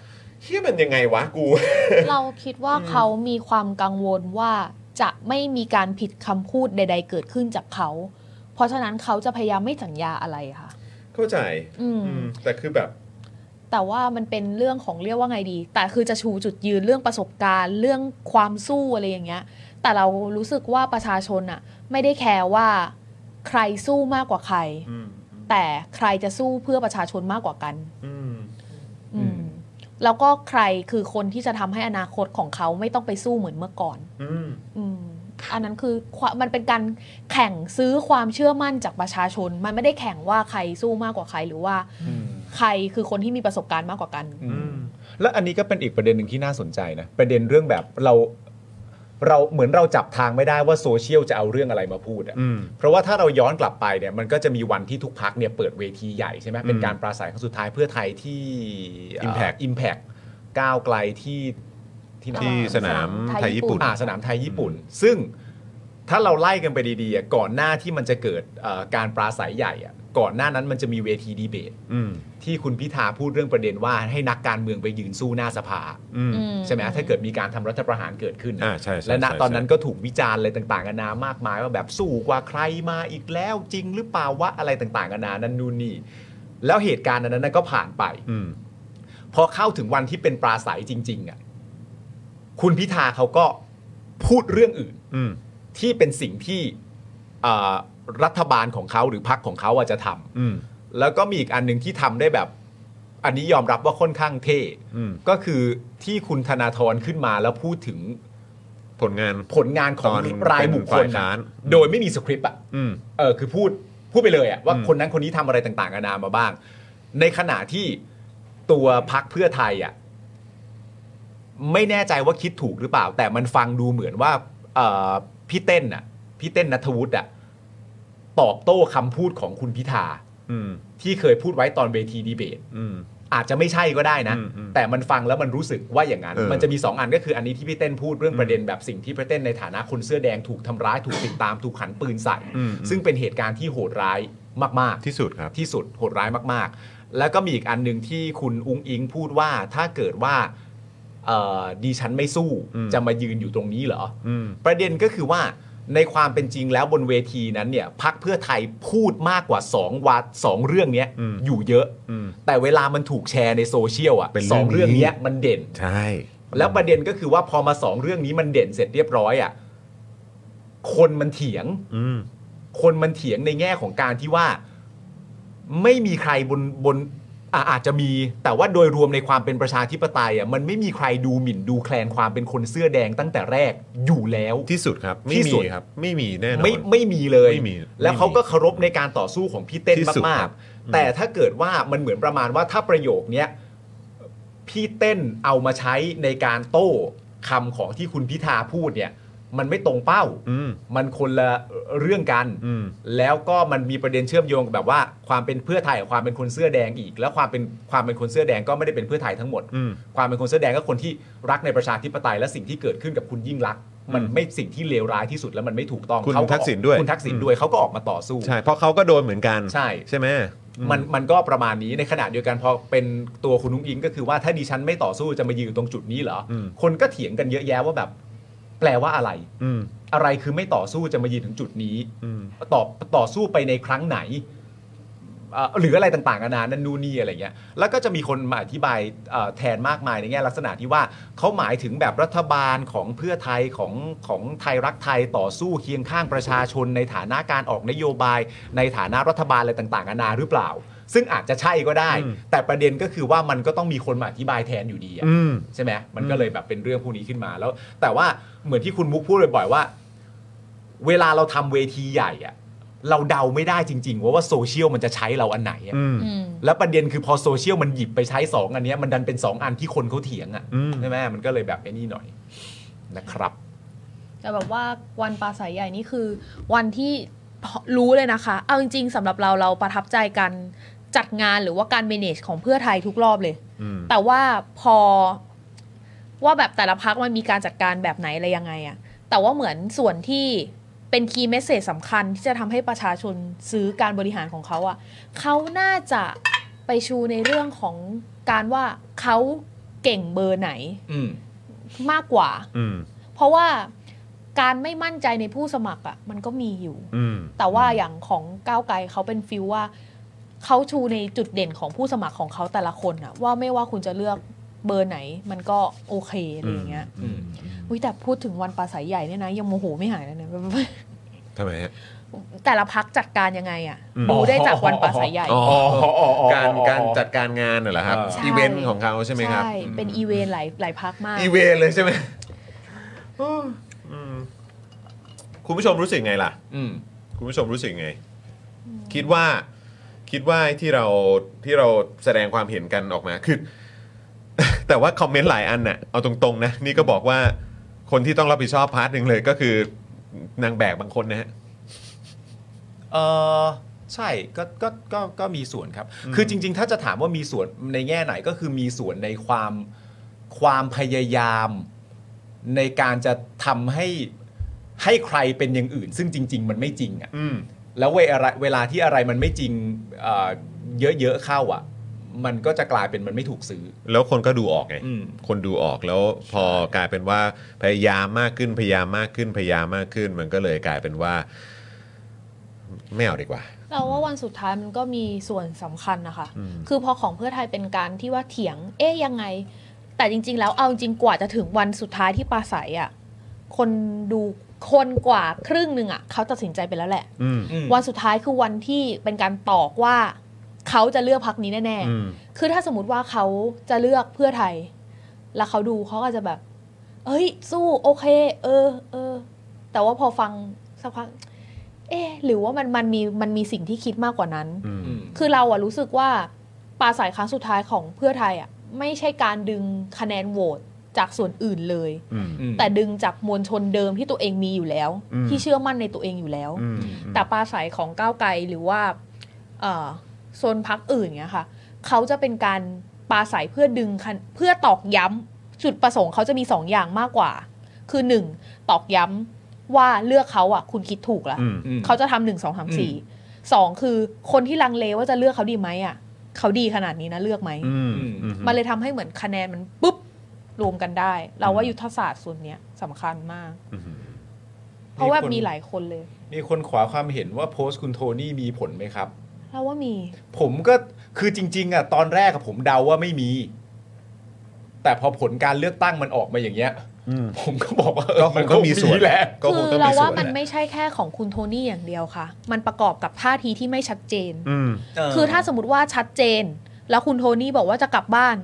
เฮียมันยังไงวะกู เราคิดว่าเขามีความกังวลว่าจะไม่มีการผิดคำพูดใด ๆ เกิดขึ้นจากเขา เพราะฉะนั้นเขาจะพยายามไม่สัญญาอะไรค่ะ เข้าใจ อืม อืมแต่คือแบบ แต่ว่ามันเป็นเรื่องของเรียกว่าไงดี แต่คือจะชูจุดยืนเรื่องประสบการณ์ เรื่องความสู้อะไรอย่างเงี้ย แต่เรารู้สึกว่าประชาชนอะไม่ได้แคร์ว่าใครสู้มากกว่าใคร แต่ใครจะสู้เพื่อประชาชนมากกว่ากัน อืมแล้วก็ใครคือคนที่จะทำให้อนาคตของเขาไม่ต้องไปสู้เหมือนเมื่อก่อน อืมอันนั้นคือควมันเป็นการแข่งซื้อความเชื่อมั่นจากประชาชน มันไม่ได้แข่งว่าใครสู้มากกว่าใครหรือว่าใครคือคนที่มีประสบการณ์มากกว่ากัน และอันนี้ก็เป็นอีกประเด็นหนึ่งที่น่าสนใจนะ ประเด็นเรื่องแบบเราเราเหมือนเราจับทางไม่ได้ว่าโซเชียลจะเอาเรื่องอะไรมาพูดอะเพราะว่าถ้าเราย้อนกลับไปเนี่ยมันก็จะมีวันที่ทุกพักเนี่ยเปิดเวทีใหญ่ใช่ไหมเป็นการปราศัยครั้งสุดท้ายเพื่อไทยที่ Impact อิมแพกก้าวไกลที่ที่ไหน ที่สนามไทยญี่ปุ่น อ่าสนามไทยญี่ปุ่น ซึ่งถ้าเราไล่กันไปดีๆอ่ะก่อนหน้าที่มันจะเกิดเอ่อการปราศัยใหญ่อ่ะก่อนหน้านั้นมันจะมีเวทีดีเบต อืม ที่คุณพิธาพูดเรื่องประเด็นว่าให้นักการเมืองไปยืนสู้หน้าสภา อืม ใช่ไหมถ้าเกิดมีการทำรัฐประหารเกิดขึ้น อ่าใช่ใช่ และณ ใช่ ตอนนั้น ใช่ ก็ถูกวิจารณ์อะไรต่างๆนานามากมายว่าแบบสู้กว่าใครมาอีกแล้วจริงหรือเปล่าวะอะไรต่างๆนานานั่นนู่นนี่แล้วเหตุการณ์อันนั้นนะก็ผ่านไป อืม พอเข้าถึงวันที่เป็นปราศัยจริง ๆอ่ะคุณพิธาเขาก็พูดเรื่องอื่น อืม ที่เป็นสิ่งที่เอ่อรัฐบาลของเขาหรือพรรคของเขาอาจจะทำ อืม แล้วก็มีอีกอันหนึ่งที่ทำได้แบบ อันนี้ยอมรับว่าค่อนข้างเท่ อืม ก็คือที่คุณธนาธรขึ้นมาแล้วพูดถึง ผลงาน ผลงานของ ตอน รายบุคคล เป็นฝ่าย นะ ค้าน โดยไม่มีสคริปต์อ่ะ อืม เออคือพูดพูดไปเลยอะว่า อืม คนนั้นคนนี้ทำอะไรต่างๆนานามาบ้าง ในขณะที่ตัวพักเพื่อไทยอะ ไม่แน่ใจว่าคิดถูกหรือเปล่า แต่มันฟังดูเหมือนว่าเอ่อพี่เต้นอ่ะพี่เต้นนัทวุฒิอ่ะตอบโต้คำพูดของคุณพิธา อืม ที่เคยพูดไว้ตอนเวทีดีเบต อืม อาจจะไม่ใช่ก็ได้นะ อืมอืม แต่มันฟังแล้วมันรู้สึกว่าอย่างนั้น เออ มันจะมี 2 อันก็คืออันนี้ที่พี่เต้นพูดเรื่องประเด็นแบบสิ่งที่พี่เต้นในฐานะคนเสื้อแดงถูกทำร้ายถูกติดตามถูกหันปืนใส่ อืมอืม ซึ่งเป็นเหตุการณ์ที่โหดร้ายมากๆ ที่สุดครับ ที่สุดโหดร้ายมาก ๆ แล้วก็มีอีกอันหนึ่งที่คุณอุ้งอิงพูดว่าถ้าเกิดว่าเอ่อดีฉันไม่สู้ อืม จะมายืนอยู่ตรงนี้เหรอ อืม ประเด็นก็คือว่าในความเป็นจริงแล้วบนเวทีนั้นเนี่ยพักเพื่อไทยพูดมากกว่า 2วัดสองเรื่องเนี้ย อืม อยู่เยอะ อืม แต่เวลามันถูกแชร์ในโซเชียลอ่ะ เป็นเรื่ ส อ องนี้งเรื่องเนี้ยมันเด่น ใช่ แล้วประเด็นก็คือว่าพอมาสองเรื่องนี้มันเด่นเสร็จเรียบร้อยอ่ะคนมันเถียง อืม คนมันเถียงในแง่ของการที่ว่าไม่มีใครบนบนอ่ะอาจจะมี แต่ว่าโดยรวมในความเป็นประชาธิปไตยอ่ะมันไม่มีใครดูหมิ่นดูแคลนความเป็นคนเสื้อแดงตั้งแต่แรกอยู่แล้ว ที่สุดครับ ไม่ ที่ มี สุด ครับ ไม่มีแน่นอน ไม่ไม่มีเลย ไม่มี แล้วเขาก็เคารพในการต่อสู้ของพี่เต้น ที่สุด มา ครั ก บ ๆ แต่ถ้าเกิดว่ามันเหมือนประมาณว่าถ้าประโยคเนี้ยพี่เต้นเอามาใช้ในการโต้คำของที่คุณพิธาพูดเนี่ย มันไม่ตรงเป้า อืม มันคนละเรื่องกัน อืม แล้วก็มันมีประเด็นเชื่อมโยงกับแบบว่าความเป็นเพื่อไทยกับความเป็นคนเสื้อแดงอีก แล้วความเป็นความเป็นคนเสื้อแดงก็ไม่ได้เป็นเพื่อไทยทั้งหมด อืม ความเป็นคนเสื้อแดงก็คนที่รักในประชาธิปไตยและสิ่งที่เกิดขึ้นกับคุณยิ่งรักษณ์มันไม่สิ่งที่เลวร้ายที่สุดและมันไม่ถูกต้อง คุณ เขาออ ทักษิณด้วย คุณทักษิณ อืม ด้วยเขาก็ออกมาต่อสู้ ใช่เพราะเขาก็โดนเหมือนกัน ใช่ ใช่ไหม มันมันก็ประมาณนี้ในขณะเดียวกันพอเป็นตัวคุณนุ้งอิงก็คือว่าถ้าดิฉันไม่ต่อสู้จะมายืนตรงจุดนี้เหรออคนก็เถียงกันเยอะแยะว่าแบบ แปลว่าอะไร อืม อะไรคือไม่ต่อสู้จะมายืนถึงจุดนี้ อืม ตอบต่อสู้ไปในครั้งไหนเอ่อหรืออะไรต่างๆนานานั่นนู่นนี่อะไรเงี้ย แล้วก็จะมีคนมาอธิบายเอ่อแทนมากมายในแง่ลักษณะที่ว่าเขาหมายถึงแบบรัฐบาลของเพื่อไทยของของไทยรักไทยต่อสู้เคียงข้างประชาชน ในฐานะการออกนโยบาย ในฐานะรัฐบาลอะไรต่างๆนานาหรือเปล่า ซึ่งอาจจะใช่ก็ได้ แต่ประเด็นก็คือว่ามันก็ต้องมีคนมาอธิบายแทนอยู่ดีอะ อืม ใช่ไหมมันก็เลยแบบเป็นเรื่องพวกนี้ขึ้นมาแล้ว แต่ว่าเหมือนที่คุณมุกพูดบ่อยๆว่า เวลาเราทำเวทีใหญ่อะเราเดาไม่ได้จริง ๆ ว่าว่าโซเชียลมันจะใช้เราอันไหนอะ อืม อืม แล้วประเด็นคือพอโซเชียลมันหยิบไปใช้สองอันเนี้ยมันดันเป็นสองอันที่คนเขาเถียงอะ อืม ใช่ไหมมันก็เลยแบบไอ้นี่หน่อยนะครับ แต่แบบว่าวันปลาใสใหญ่นี่คือ วันที่รู้เลยนะคะ เอาจริงๆสำหรับเราเราประทับใจกันจัดงานหรือว่าการ manage ของเพื่อไทยทุกรอบเลย อืม แต่ว่าพอว่าแบบแต่ละพักมันมีการจัดการแบบไหนอะไรยังไงอะแต่ว่าเหมือนส่วนที่เป็นคีย์เมสเซจสำคัญที่จะทำให้ประชาชนซื้อการบริหารของเขาอะเขาน่าจะไปชูในเรื่องของการว่าเขาเก่งเบอร์ไหน อืม มากกว่า อืม เพราะว่าการไม่มั่นใจในผู้สมัครอะ่ะ มันก็มีอยู่ อืม แต่ว่าอย่างของก้าวไกลเขาเป็นฟิลว่าเขาชูในจุดเด่นของผู้สมัครของเขาแต่ละคนอะว่าไม่ว่าคุณจะเลือกเบอร์ไหน มันก็โอเคอะไรอย่างเงี้ย อืม อุ้ยแต่พูดถึงวันปลาใสใหญ่เนี่ยนะ ยังโมโหไม่หายเลยเนี่ย ทำไมฮะ แต่ละพักจัดการยังไงอะ อืม ดูได้จากวันปลาใสใหญ่ อ๋อ การการ จัด จัดการงานน่ะเหรอครับ ใช่ อีเวนต์ของเขาใช่ไหมครับ ใช่ เป็นอีเวนต์หลายหลายพักมาก อีเวนต์เลยใช่ไหมโอ้อืมคุณผู้ชมรู้สึกไงล่ะ อืม คุณผู้ชมรู้สึกไง คิดว่าคิดว่าที่เราที่เราแสดงความเห็นกันออกมาคือ แต่ว่าคอมเมนต์หลายอันน่ะเอาตรงๆนะ นี่ก็บอกว่าคนที่ต้องรับผิดชอบพาร์ทหนึ่งเลยก็คือนางแบกบางคนนะฮะ เออใช่ก็ก็ก็ก็มีส่วนครับ คือจริง ๆ ถ้าจะถามว่ามีส่วนในแง่ไหนก็คือมีส่วนในความความพยายาม ในการจะทำให้ให้ใครเป็นอย่างอื่น ซึ่งจริง ๆ มันไม่จริงอะ่ะ อืม แล้วเวลาเวลาที่อะไรมันไม่จริงเอ่อเยอะๆเข้าอะ่ะ มันก็จะกลายเป็นมันไม่ถูกซื้อ แล้วคนก็ดูออกไง อืม คนดูออกแล้วพอกลายเป็นว่าพยายามมากขึ้นพยายามมากขึ้นพยายามมากขึ้น มันก็เลยกลายเป็นว่าไม่เอาดีกว่า เราว่าวันสุดท้ายมันก็มีส่วนสำคัญนะคะ คือพอของเพื่อไทยเป็นการที่ว่าเถียง เอ๊ยยังไง แต่จริง ๆ แล้วเอาจริงกว่าจะถึงวันสุดท้ายที่ปราศัยอะ่ะ คนดูคนกว่าครึ่งหนึ่งอะ่ะเขาตัดสินใจไปแล้วแหละ อืม อืม วันสุดท้ายคือวันที่เป็นการตอกว่าเขาจะเลือกพักนี้แน่ อืม ๆ คือถ้าสมมติว่าเขาจะเลือกเพื่อไทย แล้วเขาดูเขาก็จะแบบ เอ้ย สู้โอเค เออเออ แต่ว่าพอฟังสักพัก เอ๊ะหรือว่ามันมันมีมันมีสิ่งที่คิดมากกว่านั้น อืม คือเราอะรู้สึกว่าปลาสายครั้งสุดท้ายของเพื่อไทยอะไม่ใช่การดึงคะแนนโหวต จากส่วนอื่นเลย อืม อืม แต่ดึงจากมวลชนเดิมที่ตัวเองมีอยู่แล้ว อืม ที่เชื่อมั่นในตัวเองอยู่แล้ว อืม แต่ปราศัยของก้าวไกลหรือว่าเอ่อโซนพักอื่นเนี้ยค่ะเขาจะเป็นการปราศัยเพื่อดึงคะเพื่อตอกย้ำจุดประสงค์เขาจะมีสองอย่างมากกว่า คือหนึ่งตอกย้ำว่าเลือกเขาอ่ะ คุณคิดถูกละ อืม อืม เขาจะทำหนึ่งสองสามสี่สองคือคนที่ลังเลว่าจะเลือกเขาดีไหมอ่ะเขาดีขนาดนี้นะเลือกไหม อืมอืม มันเลยทำให้เหมือนคะแนนมันปุ๊บรวมกันได้ เราว่ายุทธศาสตร์ส่วนเนี้ยสำคัญมาก อือหือ เพราะว่า คน มีหลายคนเลย มีคนขวาความเห็นว่าโพสต์คุณโทนี่มีผลไหมครับ เราว่ามี ผมก็คือจริง ๆอ่ะตอนแรกอะผมเดาว่าไม่มี แต่พอผลการเลือกตั้งมันออกมาอย่างเงี้ย อืม ผมก็บอกว่าเออ ก็คงต้องมีส่วน แหละ ก็คง คื ต้อง เรา มีส่ ว่า วน มัน แหละ ไม่ใช่แค่ของคุณโทนี่อย่างเดียวค่ะ มันประกอบกับท่าทีที่ไม่ชัดเจน อืม คือถ้าสมมติว่าชัดเจน แล้วคุณโทนี่บอกว่าจะกลับบ้าน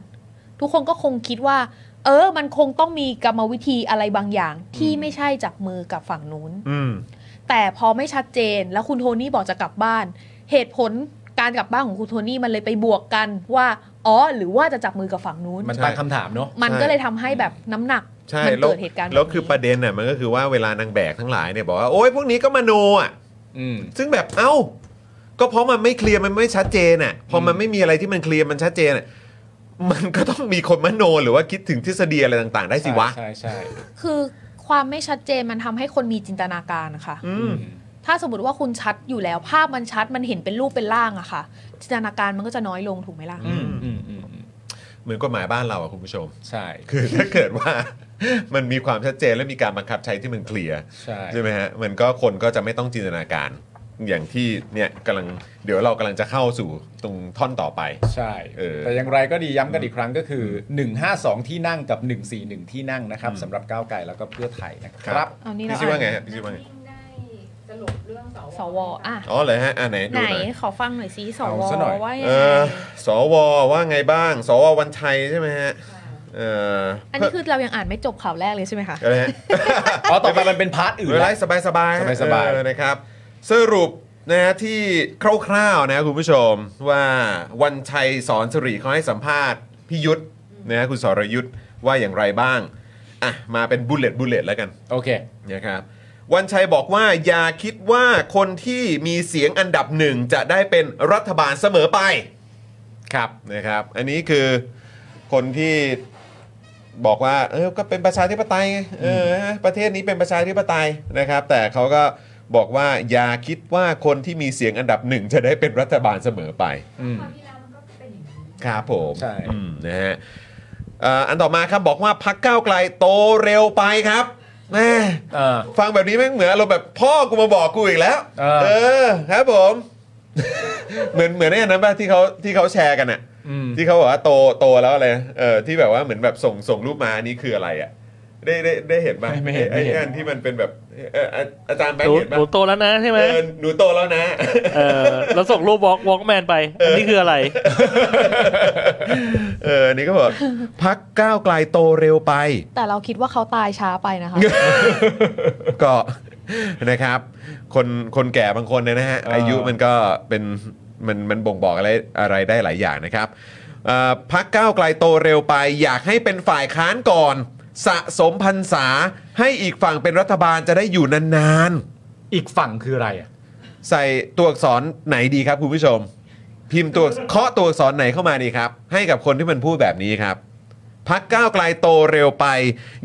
ทุกคนก็คงคิดว่า เออ มันคงต้องมีกรรมวิธีอะไรบางอย่าง ที่ไม่ใช่จับมือกับฝั่งนู้น อืม แต่พอไม่ชัดเจนแล้วคุณโทนี่บอกจะกลับบ้าน เหตุผลการกลับบ้านของคุณโทนี่มันเลยไปบวกกันว่า อ๋อ หรือว่าจะจับมือกับฝั่งนู้น มันตั้งคำถามเนาะ มันก็เลยทำให้แบบน้ำหนัก ใช่ มั แล้ว เกิดเหตุการณ์ แล้ว บบนี้ คือประเด็นน่ะมันก็คือว่าเวลานางแบกทั้งหลายเนี่ยบอกว่า โอ๊ยพวกนี้ก็มโนอ่ะ อืม ซึ่งแบบเอ้า ก็เพราะมันไม่เคลียร์มันไม่ชัดเจนอ่ะพอมันไม่มีอะไรที่มันเคลียร์มันชัดเจนอ่ะมันก็ต้องมีคนมโนหรือว่าคิดถึงทฤษฎีอะไรต่าง ๆ ได้สิวะ ใช่ใช่ใช่ คือความไม่ชัดเจนมันทำให้คนมีจินตนาการนะคะ อื อื ม ม ถ้าสมมติว่าคุณชัดอยู่แล้ว ภาพมันชัดมันเห็นเป็นรูปเป็นร่างอะค่ะ จินตนาการมันก็จะน้อยลงถูกไหมล่ะ อืมอืมอืมอืม เหมือนกฎหมายบ้านเราอ่ะคุณผู้ชม ใช่ คือถ้าเกิดว่า มันมีความชัดเจนและมีการบังคับใช้ที่มันเคลียร์ ใช่ ใช่ไหมฮะมันก็คนก็จะไม่ต้องจินตนาการ อย่างที่เนี่ยกำลังเดี๋ยวเรากำลังจะเข้าสู่ตรงท่อนต่อไป ใช่ เออ แต่อย่างไรก็ดีย้ำกันอีกครั้งก็คือ 152 ที่นั่งกับ 141 ที่นั่งนะครับ อืม สำหรับก้าวไกลแล้วก็เพื่อไทยนะครับ เอานี่ พี่ เรา ชิดว่าไง อ่าน ฮะพี่ชิดว่าไง ยิ่งได้สรุปเรื่อง สวอ่ะ อ๋อเลยฮะอ่าไหนดู ไหน หน่อย ขอฟังหน่อยซิส เอา ว ซะหน่อย ว่ายัง เอ ไง อสวว่าไงบ้าง สววันชัยใช่ไหมฮะเออ อันนี้คือเรายังอ่านไม่จบข่าวแรกเลยใช่ไหมคะ อะไร ฮะ อ๋อต่อไปมันเป็นพาร์ทอื่น เวลา แล้ว สบายสบายๆฮะ สบายๆ เออนะครับ สรุปนะฮะที่คร่าวๆนะคุณผู้ชมว่าวันชัยสอนสิริเขาให้สัมภาษณ์พี่ยุทธนะฮะคุณสรยุทธว่าอย่างไรบ้างอ่ะมาเป็นบุลเลตบุลเลตแล้วกัน โอเค นะครับวันชัยบอกว่าอย่าคิดว่าคนที่มีเสียงอันดับหนึ่งจะได้เป็นรัฐบาลเสมอไปครับนะครับ อันนี้คือคนที่บอกว่าเออก็เป็นประชาธิปไตยไงเออฮะประเทศนี้เป็นประชาธิปไตยนะครับ แต่เขาก็บอกว่าอย่าคิดว่าคนที่มีเสียงอันดับหนึ่งจะได้เป็นรัฐบาลเสมอไป อืม คราวที่แล้วมันก็เป็นอย่างนี้ ครับผม ใช่ อืมนะฮะเอ่ออันต่อมาครับบอกว่าพักก้าวไกลโตเร็วไปครับแม่ เออ ฟังแบบนี้แม่งเหมือนอารมณ์แบบพ่อกูมาบอกกูอีกแล้ว เออ อครับผม เหมือนเหมือนไอ้อันนั้นป่ะที่เขาที่เขาแชร์กันอะ อืม ที่เขาบอกว่าโตโตแล้วอะไรนะเออที่แบบว่าเหมือนแบบส่งส่งรูปมาอันนี้คืออะไรอะได้ได้ได้เห็นป่ะ ไม่เห็นไม่ ไอ้ เห็น ไอ้อันที่มันเป็นแบบเอ่ออ่ะอาจารย์แบง หนู ค์เห็น หนู ป่ะ โตแล้วนะใช่ไหม เออหนูโตแล้วนะ เออแล้วส่งรูปวอล์กวอล์กแมนไป อันนี้คืออะไร เอออันนี้ก็บอกพักก้าวไกลโตเร็วไป แต่เราคิดว่าเขาตายช้าไปนะคะ ก็นะครับ คนคนแก่บางคนเนี่ยนะฮะ เอออ อายุมันก็เป็นมันมันบ่งบอกอะไรอะไรได้หลายอย่างนะครับเอ่อพักก้าวไกลโตเร็วไป อยากให้เป็นฝ่ายค้านก่อน สะสมพรรษาให้อีกฝั่งเป็นรัฐบาลจะได้อยู่นาน อีกฝั่งคืออะไรอ่ะ ๆ ใส่ตัวอักษรไหนดีครับคุณผู้ชม พิมพ์ตัวเคาะตัวอักษรไหนเข้ามาดีครับ ให้กับคนที่มันพูดแบบนี้ครับ พักก้าวไกลโตเร็วไป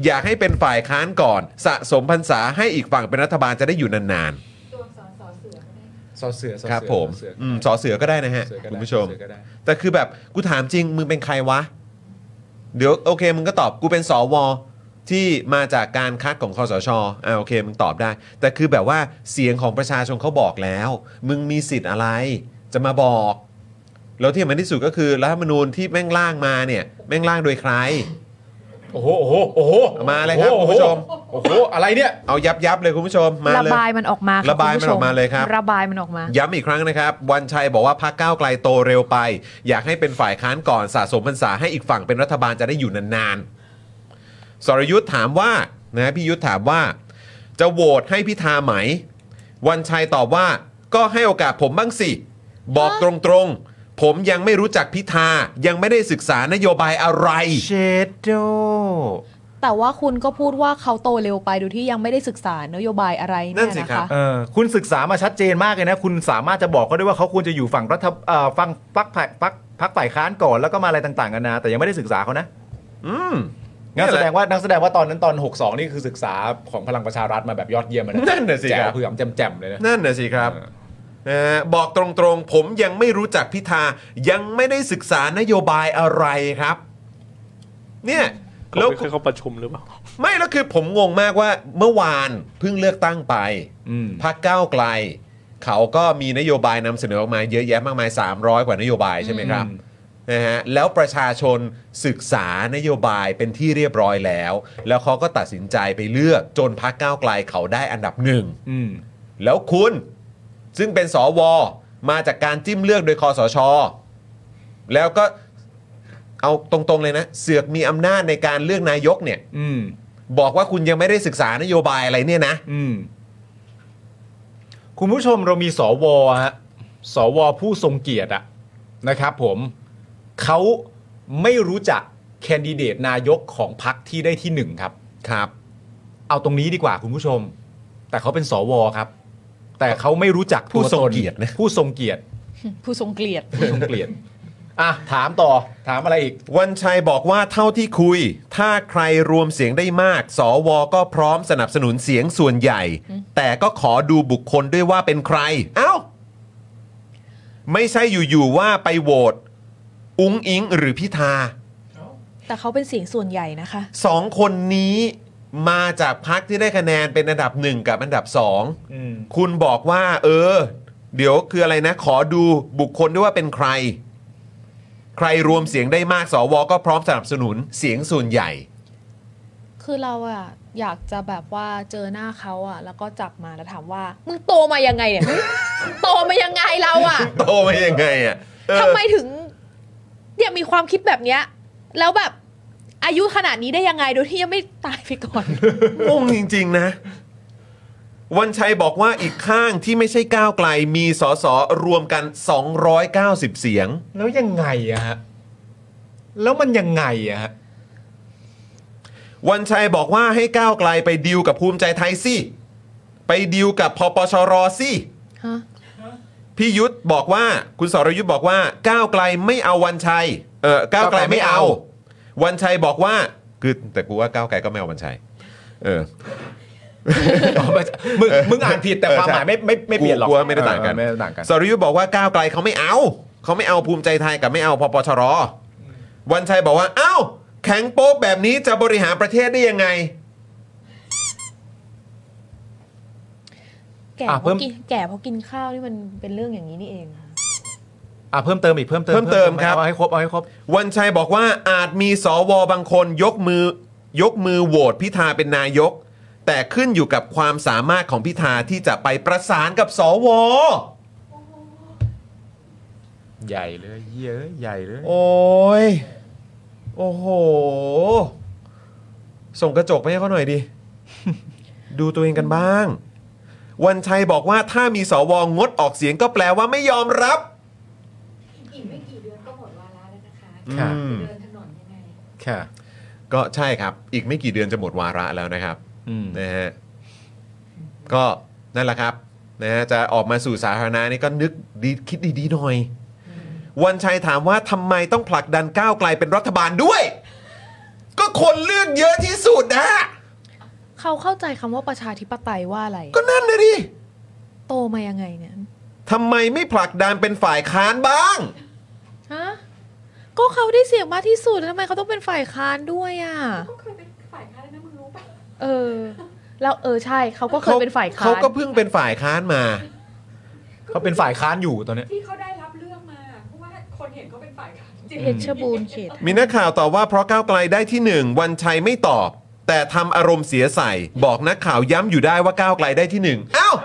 อยากให้เป็นฝ่ายค้านก่อน สะสมพรรษาให้อีกฝั่งเป็นรัฐบาลจะได้อยู่นานๆ ตัวอักษรสอเสือก็ได้ ซอเสือซอ ครับ เสือ ผม ซอเสือ อืมสอเสือก็ได้นะฮะ เสือก็ได้ คุณผู้ชม เสือก็ได้ แต่คือแบบกูถามจริง มึงเป็นใครวะ เดี๋ยวโอเค มึงก็ตอบกูเป็นสวที่มาจากการคัดของคอสชอ่าโอเค มึงตอบได้ แต่คือแบบว่าเสียงของประชาชนเขาบอกแล้ว มึงมีสิทธิ์อะไร จะมาบอก แล้วที่มันที่สุดก็คือรัฐธรรมนูญที่แม่งล่างมาเนี่ย แม่งล่างโดยใคร โอ้โห โอ้โห โอ้โห มาเลยครับ โอ้โห คุณผู้ชม โอ้โห อะไรเนี่ย เอายับยับๆเลยคุณผู้ช มมา ระ เลย บายมันออกมาค่ ระบายมันออกมา คุณผู้ช เลยครับ ระบายมันออกมา ย้ำอีกครั้งนะครับ วันชัยบอกว่าพักก้าวไกลโตเร็วไป อยากให้เป็นฝ่ายค้านก่อนสะสมพรรษาให้อีกฝั่งเป็นรัฐบาลจะได้อยู่นานๆสรยุทธ์ถามว่านะพี่ยุทธ์ถามว่า จะโหวตให้พิธาไหม วันชัยตอบว่าก็ให้โอกาสผมบ้างสิ บอกตรงๆ ผมยังไม่รู้จักพิธายังไม่ได้ศึกษานโยบายอะไร เชดโด แต่ว่าคุณก็พูดว่าเขาโตเร็วไปโดยที่ยังไม่ได้ศึกษานโยบายอะไร นั่ เนี่ย นสิ นะ ครั คะ บ เออคุณศึกษามาชัดเจนมากเลยนะ คุณสามารถจะบอกเขาได้ว่าเขาควรจะอยู่ฝั่งรัฐเอ่อฝั่งพักพักพักฝ่ายค้านก่อนแล้วก็มาอะไรต่างๆกันานาแต่ยังไม่ได้ศึกษาเขานะ อืม งั้น ห แส ละ ดงว่านักแสดงว่าตอนนั้นตอน 62 นี่คือศึกษาของพลังประชารัฐมาแบบยอดเยี่ยมอะนะ นั่นน่ะสิ แจ๋ ครั ว บ เผื่อมแจ่มๆเลยนะ นั่นน่ะสิครับนะฮะบอกตรงๆ ผมยังไม่รู้จักพิธา ยังไม่ได้ศึกษานโยบายอะไรครับ เนี่ย แล้ แล้ว ว เขาประชุมหรือเปล่า ไม่แล้วคือผมงงมากว่าเมื่อวานเพิ่งเลือกตั้งไป อืม พักก้าวไกล เขาก็มีนโยบายนำเสนอออกมาเยอะแยะมากมาย 300 กว่านโยบายใช่ไหมครับ อืม นะฮะแล้วประชาชนศึกษานโยบายเป็นที่เรียบร้อยแล้ว แล้วเขาก็ตัดสินใจไปเลือกจนพักก้าวไกลเขาได้อันดับหนึ่ง อืม แล้วคุณซึ่งเป็นสอวอมาจากการจิ้มเลือกโดยคอสช แล้วก็เอาตรงๆเลยนะ เสือกมีอำนาจในการเลือกนายกเนี่ย อืม บอกว่าคุณยังไม่ได้ศึกษานโยบายอะไรเนี่ยนะ อืม คุณผู้ชมเรามีสวฮะสวผู้ทรงเกียรติอะนะครับผมเขาไม่รู้จักแคนดิเดตนายกของพรรคที่ได้ที่หนึ่งครับ ครับ เอาตรงนี้ดีกว่าคุณผู้ชม แต่เขาเป็นสวครับ แต่เขาไม่รู้จักตัว ผู้ทรง ตน เกียรตินะ ผู้ทรงเกียรติ ผู้ทรงเกลียด ผู้ทรงเกียรติ อ่ะถามต่อถามอะไรอีก วันชัยบอกว่าเท่าที่คุย ถ้าใครรวมเสียงได้มาก สวก็พร้อมสนับสนุนเสียงส่วนใหญ่ แต่ก็ขอดูบุคคลด้วยว่าเป็นใคร เอ้า ไม่ใช่อยู่ๆว่าไปโหวตอุ้งอิงหรือพิธา แต่เขาเป็นเสียงส่วนใหญ่นะคะ สองคนนี้มาจากพักที่ได้คะแนนเป็นอันดับหนึ่งกับอันดับสอง อืม คุณบอกว่า เออ เดี๋ยวคืออะไรนะ ขอดูบุคคลด้วยว่าเป็นใคร ใครรวมเสียงได้มากสวก็พร้อมสนับสนุนเสียงส่วนใหญ่ คือเราอะอยากจะแบบว่าเจอหน้าเขาอะแล้วก็จับมาแล้วถามว่า มึงโตมายังไงเนี่ยมึงโตมายังไงเราอะ โตมายังไงอ่ะเออ ทำไมถึงเนี่ยมีความคิดแบบเนี้ย แล้วแบบอายุขนาดนี้ได้ยังไงโดยที่ยังไม่ตายไปก่อน งงจริง ๆ นะ วันชัยบอกว่าอีกข้างที่ไม่ใช่ก้าวไกลมีสสรวมกัน 290 เสียง แล้วยังไงอะฮะแล้วมันยังไงอะฮะ วันชัยบอกว่าให้ก้าวไกลไปดีลกับภูมิใจไทยสิ ไปดีลกับพปชรสิ ฮะ พี่ยุทธบอกว่าคุณสรยุทธบอกว่าก้าวไกลไม่เอาวันชัยเออก้าวไกลไม่เอา วันชัยบอกว่าคือแต่กูว่าก้าวไกลก็ไม่เอาวันชัยเออ มึงมึงอ่านผิดแต่ความหมายไม่ไม่ไม่เปลี่ยนหรอก ลัวไม่ได้ต่างกัน เออไม่ได้ต่างกัน สรยุทธบอกว่าก้าวไกลเขาไม่เอา เขาไม่เอาภูมิใจไทยกับไม่เอาพปชรวันชัยบอกว่า เอ้า แข็งโป๊ะแบบนี้จะบริหารประเทศได้ยังไง แก่ อ่ะ เพ เพิ่ ราะ ม กินแก่เพราะกินข้าวนี่มันเป็นเรื่องอย่างนี้นี่เอง อ่ะเพิ่มเติมอีกเพิ่มเติม เพิ่มเติมครับ เอาให้ครบเอาให้ครบ วันชัยบอกว่าอาจมีสวบางคนยกมือยกมือโหวตพิธาเป็นนายก แต่ขึ้นอยู่กับความสามารถของพิธาที่จะไปประสานกับสว ใหญ่เลยเหี้ยอะใหญ่เลย โอ้ย โอ้โห ส่งกระจกไปให้เขาหน่อยดิ ดูตัวเองกันบ้าง วันชัยบอกว่าถ้ามีสวงดออกเสียงก็แปลว่าไม่ยอมรับ อีกไม่กี่เดือนก็หมดวาระแล้วนะคะ ค่ะ อืม เดินถนนยังไง ค่ะ ก็ใช่ครับ อีกไม่กี่เดือนจะหมดวาระแล้วนะครับ อืม นะฮะก็นั่นแหละครับนะฮะจะออกมาสู่สาธารณะนี่ก็นึกดีคิดดีๆหน่อย วันชัยถามว่าทำไมต้องผลักดันก้าวไกลเป็นรัฐบาลด้วย ก็คนเลือกเยอะที่สุดนะ เขาเข้าใจคำว่าประชาธิปไตยว่าอะไร ก็นั่นนะดิ โตมายังไงเนี่ย ทำไมไม่ผลักดันเป็นฝ่ายค้านบ้าง ฮะก็เขาได้เสียงมากที่สุดแล้วทำไมเขาต้องเป็นฝ่ายค้านด้วยอ่ะ ก็เคยเป็นฝ่ายค้านแล้วนะมึงรู้ป่ะ เออ แล้วเออใช่เขาก็เคยเป็นฝ่ายค้าน เขาก็เพิ่งเป็นฝ่ายค้านมา เขาเป็นฝ่ายค้านอยู่ตอนเนี้ย ที่เขาได้รับเรื่องมา เพราะว่าคนเห็นเขาเป็นฝ่ายค้านจริง เพชรบูรณ์เขต มีนักข่าวตอบว่าเพราะก้าวไกลได้ที่หนึ่งวันชัยไม่ตอบ แต่ทำอารมณ์เสียใส่ บอกนักข่าวย้ำอยู่ได้ว่าก้าวไกลได้ที่หนึ่งอ้าว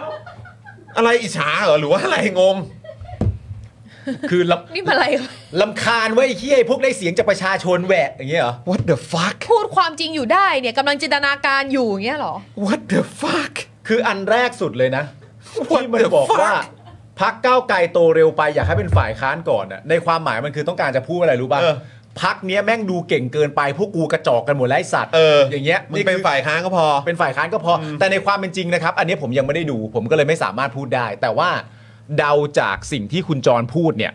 อะไรอิจฉาเหรอหรือว่าอะไรงง คือล นี่มาอะไร ำลำคาญเว้ยเฮียพวกได้เสียงจากประชาชนแหวะอย่างเงี้ยเหรอ What the fuck พูดความจริงอยู่ได้เนี่ยกำลังจินตนาการอยู่อย่างเงี้ยเหรอ What the fuck คืออันแรกสุดเลยนะ What ที่มันบอก the fuck? ว่าพักก้าวไกลโตเร็วไปอยากให้เป็นฝ่ายค้านก่อนน่ะในความหมายมันคือต้องการจะพูดอะไรรู้ป่ะ เออ พักเนี้ยแม่งดูเก่งเกินไปพวกกูกระจอกกันหมดแล้วไอ้สัตว์ เออ อย่างเงี้ย มึงเป็น คือ ฝ่ายค้านก็พอ เป็นฝ่ายค้านก็พออแต่ในความเป็นจริงนะครับ อันนี้ผมยังไม่ได้ดู ผมก็เลยไม่สามารถพูดได้ แต่ว่าเดาจากสิ่งที่คุณจรพูดเนี่ย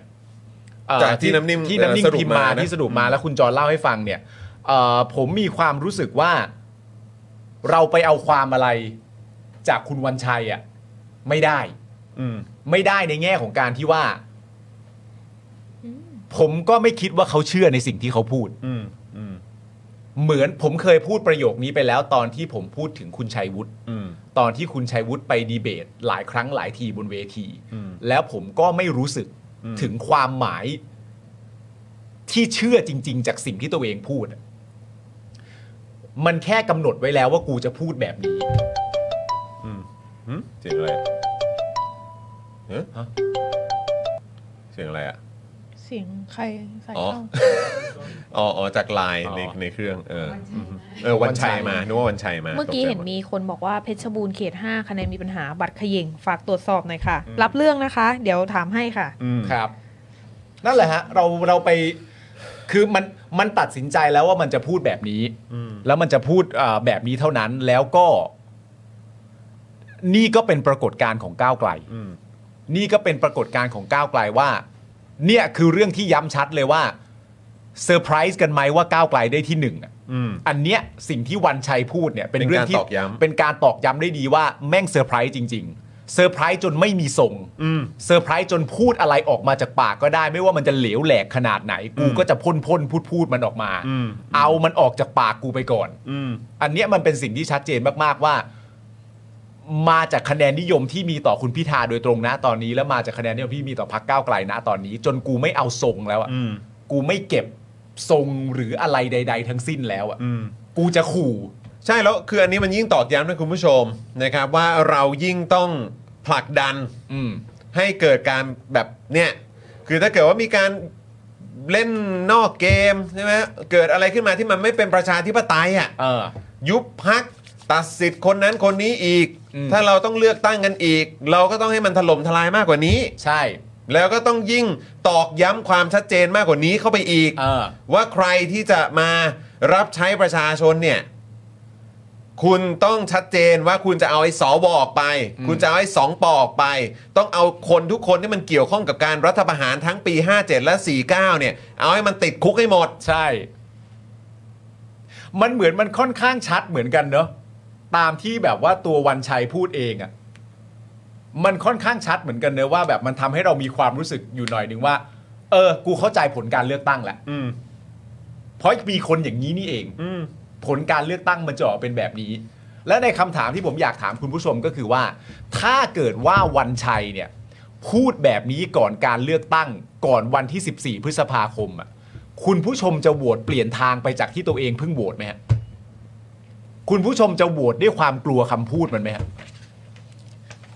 เอ่อ จากที่น้ำนิ่ม ที่น้ำนิ่ม เอ่อสรุป พิมพ์มา มานะ ที่สรุปมาแล้วคุณจรเล่าให้ฟังเนี่ยเอ่อผมมีความรู้สึกว่า เราไปเอาความอะไรจากคุณวันชัยอ่ะไม่ได้ อืม ไม่ได้ในแง่ของการที่ว่า ผมก็ไม่คิดว่าเขาเชื่อในสิ่งที่เขาพูด อืม อืม เหมือนผมเคยพูดประโยคนี้ไปแล้ว ตอนที่ผมพูดถึงคุณชัยวุฒิ อืม ตอนที่คุณชัยวุฒิไปดีเบต หลายครั้งหลายทีบนเวที อืม แล้วผมก็ไม่รู้สึก อืม ถึงความหมายที่เชื่อจริง ๆ จากสิ่งที่ตัวเองพูดอะมันแค่กำหนดไว้แล้วว่ากูจะพูดแบบนี้ หึเสียงอะไรอะเอ๊ะฮะเสียงอะไรอ่ะ เสียงใครใส่ อ๋อ เข้า อ๋ออ๋อจากไลน์ อ๋อ ในในเครื่อง เออ วันชัอืมยเออวันชัย วันชัย มานึกว่าวันชัยมา เมื่อกี้ ตใจ เห็น ด มีคนบอกว่าเพชรบูรณ์เขต 5 คะแนนมีปัญหาบัตรเขย่งฝากตรวจสอบหน่อยค่ะ อืม รับเรื่องนะคะ เดี๋ยวถามให้ค่ะ อืม ครับ นั่นแหละฮะ เราเราไปคือมันมันตัดสินใจแล้วว่ามันจะพูดแบบนี้ อืม แล้วมันจะพูดเอ่อแบบนี้เท่านั้นแล้วก็ นี่ก็เป็นปรากฏการณ์ของก้าวไกล อืม นี่ก็เป็นปรากฏการณ์ของก้าวไกลว่า เนี่ยคือเรื่องที่ย้ำชัดเลยว่าเซอร์ไพรส์กันไหมว่าก้าวไกลได้ที่หนึ่งอะ อืม อันเนี้ยสิ่งที่วันชัยพูดเนี่ยเป็น เป็น เรื่องที่ การตอกย้ำ เป็นการตอกย้ำได้ดีว่าแม่งเซอร์ไพรส์จริง ๆเซอร์ไพรส์จนไม่มีทรง อืม เซอร์ไพรส์จนพูดอะไรออกมาจากปากก็ได้ ไม่ว่ามันจะเหลวแหลกขนาดไหน กู อืม ก็จะพ่นพ่นพูดพูดมันออกมา อืม เอามันออกจากปากกูไปก่อน อืม อันเนี้ยมันเป็นสิ่งที่ชัดเจนมากๆว่า มาจากคะแนนนิยมที่มีต่อคุณพิธาโดยตรงนะตอนนี้ แล้วมาจากคะแนนนิยมที่มีต่อพรรคก้าวไกลนะตอนนี้ จนกูไม่เอาทรงแล้วอ่ะ อืม กูไม่เก็บทรงหรืออะไรใด ๆ ทั้งสิ้นแล้วอ่ะ อืม กูจะขู่ ใช่แล้วคืออันนี้มันยิ่งตอกย้ำนะคุณผู้ชมนะครับว่าเรายิ่งต้องผลักดัน อืม ให้เกิดการแบบเนี่ย คือถ้าเกิดว่ามีการเล่นนอกเกมใช่ไหมเกิดอะไรขึ้นมาที่มันไม่เป็นประชาธิปไตยอ่ะ เออ ยุบพักตัดสิทธิ์คนนั้นคนนี้อีก อืม ถ้าเราต้องเลือกตั้งกันอีก เราก็ต้องให้มันถล่มทลายมากกว่านี้ ใช่ แล้วก็ต้องยิ่งตอกย้ำความชัดเจนมากกว่านี้เข้าไปอีก เออ ว่าใครที่จะมารับใช้ประชาชนเนี่ย คุณต้องชัดเจนว่าคุณจะเอาไอ้สวออกไป อืม คุณจะเอาไอ้สองปอออกไป ต้องเอาคนทุกคนที่มันเกี่ยวข้องกับการรัฐประหารทั้งปี 57 และ 49 เนี่ย เอาให้มันติดคุกให้หมด ใช่ มันเหมือนมันค่อนข้างชัดเหมือนกันเนอะตามที่แบบว่าตัววันชัยพูดเองอะ่ะ มันค่อนข้างชัดเหมือนกันเนอะว่าแบบมันทำให้เรามีความรู้สึกอยู่หน่อยหนึ่งว่า เออ กูเข้าใจผลการเลือกตั้งแหละ อืม เพราะมีคนอย่างนี้นี่เอง อืม ผลการเลือกตั้งมันจะออกเป็นแบบนี้ และในคำถามที่ผมอยากถามคุณผู้ชมก็คือว่า ถ้าเกิดว่าวันชัยเนี่ย พูดแบบนี้ก่อนการเลือกตั้งก่อนวันที่ 14 พฤษภาคมอ่ะคุณผู้ชมจะโหวตเปลี่ยนทางไปจากที่ตัวเองเพิ่งโหวตไหมฮะคุณผู้ชมจะโหวตด้วยความกลัวคำพูดมันไหมฮะ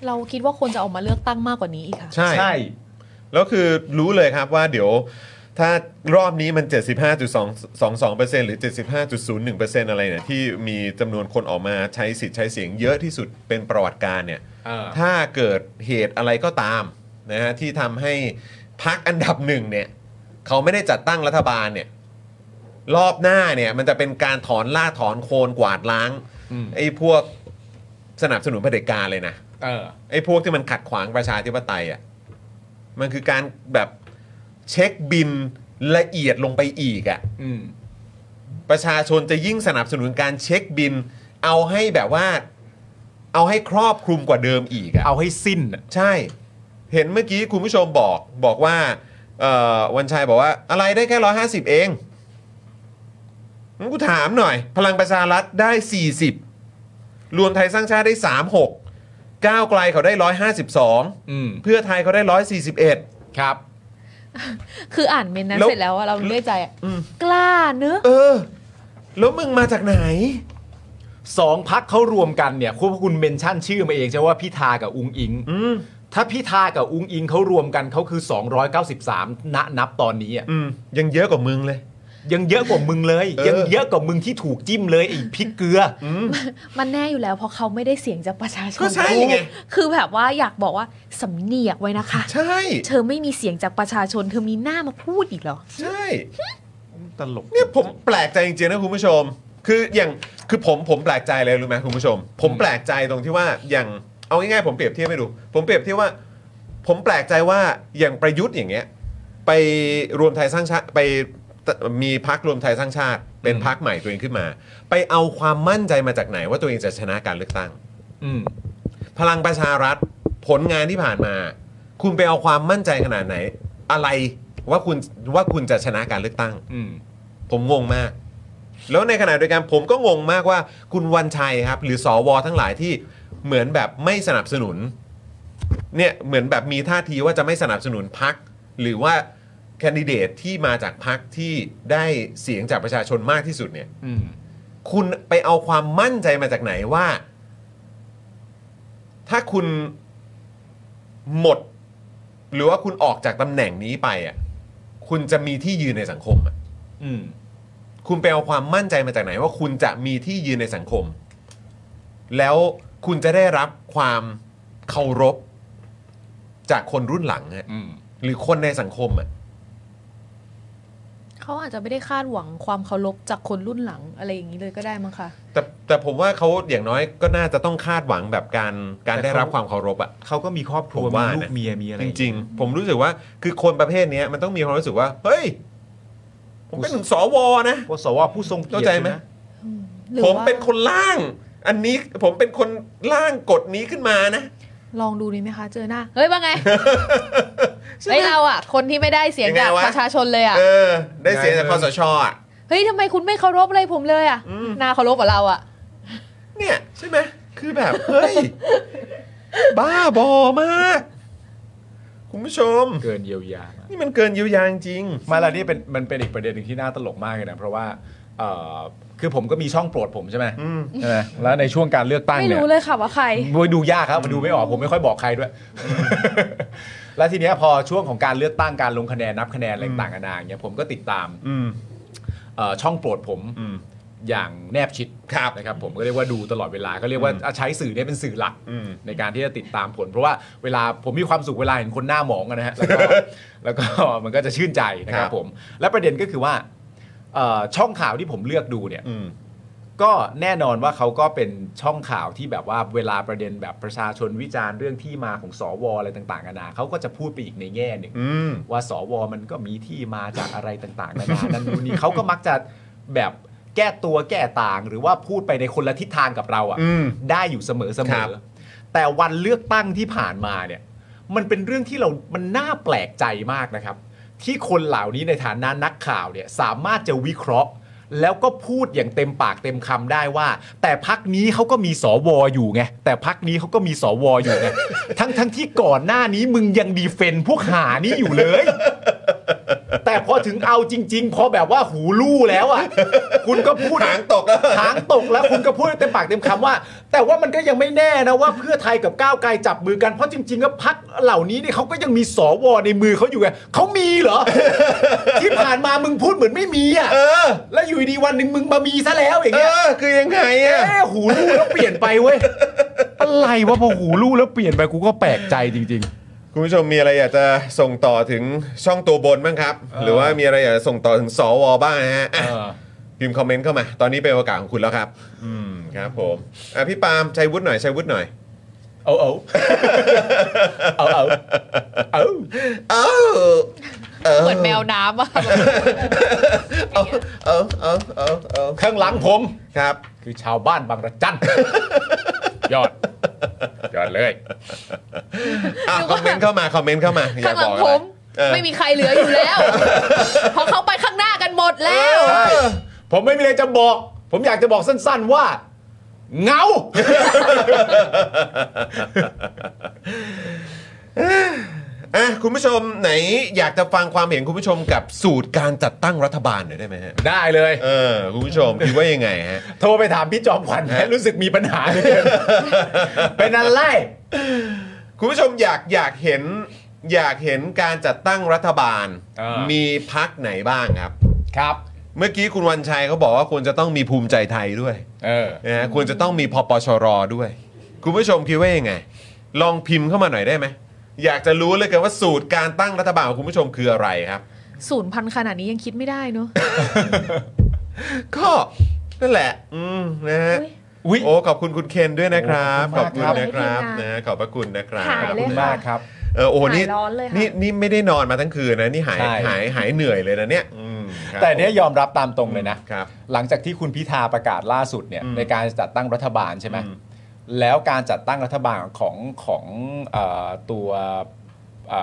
เราคิดว่าคนจะออกมาเลือกตั้งมากกว่านี้อีกค่ะ ใช่ แล้วคือรู้เลยครับว่าเดี๋ยว ถ้ารอบนี้มัน 75.22%หรือ 75.01%อะไรเนี่ยที่มีจำนวนคนออกมาใช้สิทธิ์ใช้เสียงเยอะที่สุดเป็นประวัติการเนี่ย เออ ถ้าเกิดเหตุอะไรก็ตามนะฮะที่ทำให้พักอันดับหนึ่งเนี่ย เขาไม่ได้จัดตั้งรัฐบาลเนี่ย รอบหน้าเนี่ย มันจะเป็นการถอนล่าถอนโคลนกวาดล้าง อืม ไอ้พวกสนับสนุนเผด็จการเลยนะ เออ ไอ้พวกที่มันขัดขวางประชาธิปไตยอ่ะ มันคือการแบบเช็คบินละเอียดลงไปอีกอ่ะ อืม ประชาชนจะยิ่งสนับสนุนการเช็คบิน เอาให้แบบว่า เอาให้ครอบคลุมกว่าเดิมอีกอ่ะ เอาให้สิ้นน่ะ ใช่ เห็นเมื่อกี้คุณผู้ชมบอกบอกว่าเอ่อวันชัยบอกว่าอะไรได้แค่ 150 เองงั้นกูถามหน่อย พลังประชารัฐได้ 40 รวมไทยสร้างชาติได้ 36 ก้าวไกลเขาได้ 152 อืม เพื่อไทยเขาได้ 141 ครับ คืออ่านเมนนั้น แล้ว เสร็จแล้วอะเราเรื่อยใจอะกล้าเนอะ เออ แล้วมึงมาจากไหน สองพักเขารวมกันเนี่ยคุณคุณเมนชั่นชื่อมาเองใช่ว่าพิธากับอุงอิง อืม ถ้าพิธากับอุงอิงเขารวมกันเขาคือ 293 ณนับตอนนี้อะ อืม ยังเยอะกว่ามึงเลย ยังเยอะกว่ามึงเลย เออ ยังเยอะกว่ามึงที่ถูกจิ้มเลยไอ้พริกเกลืออ มันแน่อยู่แล้วเพราะเขาไม่ได้เสียงจากประชาชน ก็ใช่ไง คือแบบว่าอยากบอกว่าสำเนียกไว้นะคะ ใช่ เธอไม่มีเสียงจากประชาชน เธอมีหน้ามาพูดอีกเหรอ ใช่ ตลก เนี่ยผมแปลกใจจริงๆนะคุณผู้ชม คืออย่างคือผมผมแปลกใจเลยรู้ไหมคุณผู้ชม ผมแปลกใจตรงที่ว่าอย่างเอาง่ายๆผมเปรียบเทียบให้ดู ผมเปรียบเทียบว่า ผมแปลกใจว่าอย่างประยุทธ์อย่างเงี้ยไปรวมไทยสร้างชาติไปมีพักรวมไทยสร้างชาติ เป็นพักใหม่ตัวเองขึ้นมา ไปเอาความมั่นใจมาจากไหนว่าตัวเองจะชนะการเลือกตั้ง อืม พลังประชารัฐผลงานที่ผ่านมา คุณไปเอาความมั่นใจขนาดไหน อะไรว่าคุณว่าคุณจะชนะการเลือกตั้ง อืม ผมงงมาก แล้วในขณะเดียวกันผมก็งงมากว่าคุณวันชัยครับ หรือสอวอทั้งหลายที่เหมือนแบบไม่สนับสนุน เนี่ยเหมือนแบบมีท่าทีว่าจะไม่สนับสนุนพัก หรือว่าแคนดิเดตที่มาจากพักที่ได้เสียงจากประชาชนมากที่สุดเนี่ย อืม คุณไปเอาความมั่นใจมาจากไหนว่า ถ้าคุณหมด หรือว่าคุณออกจากตำแหน่งนี้ไปอ่ะคุณจะมีที่ยืนในสังคมอ่ะ อืม คุณไปเอาความมั่นใจมาจากไหนว่าคุณจะมีที่ยืนในสังคม แล้วคุณจะได้รับความเคารพจากคนรุ่นหลังอะ อืม หรือคนในสังคมอะ เขาอาจจะไม่ได้คาดหวังความเคารพจากคนรุ่นหลังอะไรอย่างนี้เลยก็ได้มั้งคะ แต่แต่ผมว่าเขาอย่างน้อยก็น่าจะต้องคาดหวังแบบการการได้รับความเคารพอะ เขาก็มีครอบครัว ผม มี ว่านะ ลูกเมียมีอะไร จริง ๆ ผมรู้สึกว่าคือคนประเภทเนี้ยมันต้องมีความรู้สึกว่า เฮ้ย ผมเป็นถึงสวนะ พวสวผู้ทรงเกียรติ เข้าใจไหม นะ หรือ ผม ว่า เป็นคนล่าง อันนี้ผมเป็นคนล่างกฎนี้ขึ้นมานะ ลองดูดีไหมคะ เจอหน้า เฮ้ยว่า ไงเฮ้ยเราอะคนที่ไม่ได้เสียง ยังไง จาก วะ ประชาชนเลยอะ เออ ได้เสียงจากคอสชอะ เฮ้ยทำไมคุณไม่เคารพเลยผมเลยอะ อืม นาเคารพกว่าเราอะ เนี่ยใช่ไหมคือแบบ เฮ้ย บ้าบอมาก คุณผู้ชม เกินเยียวยามา นี่มันเกินเยียวยาจริง ไมาแล้วนี่เป็นมันเป็นอีกประเด็นหนึ่งที่น่าตลกมากเลยนะเพราะว่าเอ่อคือผมก็มีช่องโปรดผมใช่ไหม อืม ใช่ไหมแล้วในช่วงการเลือกตั้ง ไม่ เนี่ย รู้เลยค่ะว่าใคร โอ้ยดูยากครับดูไม่ออกผมไม่ค่อยบอกใครด้วย แล้วทีเนี้ยพอช่วงของการเลือกตั้งการลงคะแนนนับคะแนนอะไรต่างๆนานาอย่างเงี้ยผมก็ติดตาม อืม เอ่อช่องโปรดผม อืม อย่างแนบชิด ครับ นะครับผมก็เรียกว่าดูตลอดเวลาก็เรียกว่าใช้สื่อเนี่ยเป็นสื่อหลัก อืม ในการที่จะติดตามผล เพราะว่าเวลาผมมีความสุขเวลาเห็นคนหน้าหมองอะนะฮะแล้ว ก็ แล้วก็มันก็จะชื่นใจนะคครัรับ บ ผม และประเด็นก็คือว่าเอ่อช่องข่าวที่ผมเลือกดูเนี่ย อืม ก็แน่นอนว่าเขาก็เป็นช่องข่าวที่แบบว่าเวลาประเด็นแบบประชาชนวิจารณ์เรื่องที่มาของสวอะไรต่างๆนานาเขาก็จะพูดไปอีกในแง่หนึ่ง อืม ว่าสวมันก็มีที่มาจากอะไรต่างๆนานานั่นนู่นนี่เขาก็มักจะแบบแก้ตัวแก้ต่าง หรือว่าพูดไปในคนละทิศทางกับเรา อืม อะ่ะได้อยู่เสมอเสม ครั อบ แต่วันเลือกตั้งที่ผ่านมาเนี่ย มันเป็นเรื่องที่เรามันน่าแปลกใจมากนะครับ ที่คนเหล่านี้ในฐานะนักข่าวเนี่ยสามารถจะวิเคราะห์ แล้วก็พูดอย่างเต็มปากเต็มคำได้ว่า แต่พักนี้เขาก็มีสวอยู่ไงแต่พักนี้เขาก็มีสวอยู่ไงทั้งทั้งที่ก่อนหน้านี้มึงยังดีเฟนพวกหานี้อยู่เลย แต่พอถึงเอาจริง ๆ พอแบบว่าหูลู่แล้วอ่ะคุณก็พูด หางตกแล้ว หางตกแล้วคุณก็พูดเต็มปากเต็มคำว่า แต่ว่ามันก็ยังไม่แน่นะว่าเพื่อไทยกับก้าวไกลจับมือกันเพราะจริงๆก็พักเหล่านี้เนี่ยเขาก็ยังมีสวในมือเขาอยู่ไงเขามีเหรอ ที่ผ่านมามึงพูดเหมือนไม่มีอ่ะ เออ แล้วอยู่ดีวันหนึ่งมึงมามีซะแล้วอย่าง เอ เงี้ย อ คือยังไง เอ อะ ะหูรู้แล้วเปลี่ยนไปเว้ยอะไรวะพอหูรู้แล้วเปลี่ยนไปกูก็แปลกใจจริง คุณผู้ชมมีอะไรอยากจะส่งต่อถึงช่องตัวบนบ้างครับ หรือว่ามีอะไรอยากจะส่งต่อถึงสวบ้างนะฮะ ๆ อ่ะพิมพ์คอมเมนต์เข้ามา ตอนนี้เป็นโอกาสของคุณแล้วครับ อืมครับผมอ่ะพี่ปาล์มชัยวุฒิหน่อยชัยวุฒิหน่อย เอาเอาเอาเอาเอา เออ เหมือนแมวน้ำอะ เอาเอาเอาเอาเอา ข้างหลังผม ครับ คือชาวบ้านบางระจัน ยอด ยอดเลย อ่ะ หรือ ค ว่า อมเมนต์เข้ามาคอมเมนต์เข้ามาอย่า ข้างหลั บ ง อก ผ อะไร ม เออ ไม่มีใครเหลืออยู่แล้ว เพราะเขาไปข้างหน้ากันหมดแล้ว ใช่ ผมไม่มีอะไรจะบอก ผมอยากจะบอกสั้นๆว่า เงา อ่ะคุณผู้ชมไหนอยากจะฟังความเห็นคุณผู้ชมกับสูตรการจัดตั้งรัฐบาลหน่อยได้ไหมฮะ ได้เลย เออคุณผู้ชมคิดว่ายังไงฮะ โทรไปถามพี่จอมขวัญนะรู้สึกมีปัญหาเหลย เป็นอะไร คุณผู้ชมอยากอยากเห็นอยากเห็นการจัดตั้งรัฐบาล เออ มีพักไหนบ้างครับ ครับ เมื่อกี้คุณวันชัยเขาบอกว่าควรจะต้องมีภูมิใจไทยด้วย เออ นะฮะควรจะต้องมีพปชรด้วย คุณผู้ชมคิดว่ายังไง ลองพิมพ์เข้ามาหน่อยได้ไหม อยากจะรู้เหลยกันว่าสูตรการตั้งรัฐบาลของคุณผู้ชมคืออะไรครับ ศูนย์พันขนาดนี้ยังคิดไม่ได้เนอะ ก็นั่นแหละ อืมนะฮะ อุ๊ย อุ๊ย โอ้ขอบคุณคุณเคนด้วยนะครับ ข ข อ อ บบ คุ คุณ ณ นะ มาคกครั รับบ นะขอบพระคุณนะครับ หาย ขอบ เลย คุณ ค่ะ มากครับ เออโอ้โหนี่ หายร้อนเลยค่ะ นี่นี่ไม่ได้นอนมาทั้งคืนนะนี่หาย ใช่ หายหายเหนื่อยเลยนะเนี่ยอืมครับ แต่เนี้ยยอมรับตามตรงเลยนะ ครับ หลังจากที่คุณพิธาประกาศล่าสุดเนี่ย อืม ในการจัดตั้งรัฐบาลใช่ไหม อืม แล้วการจัดตั้งรัฐบาลของของเออตัวเอ่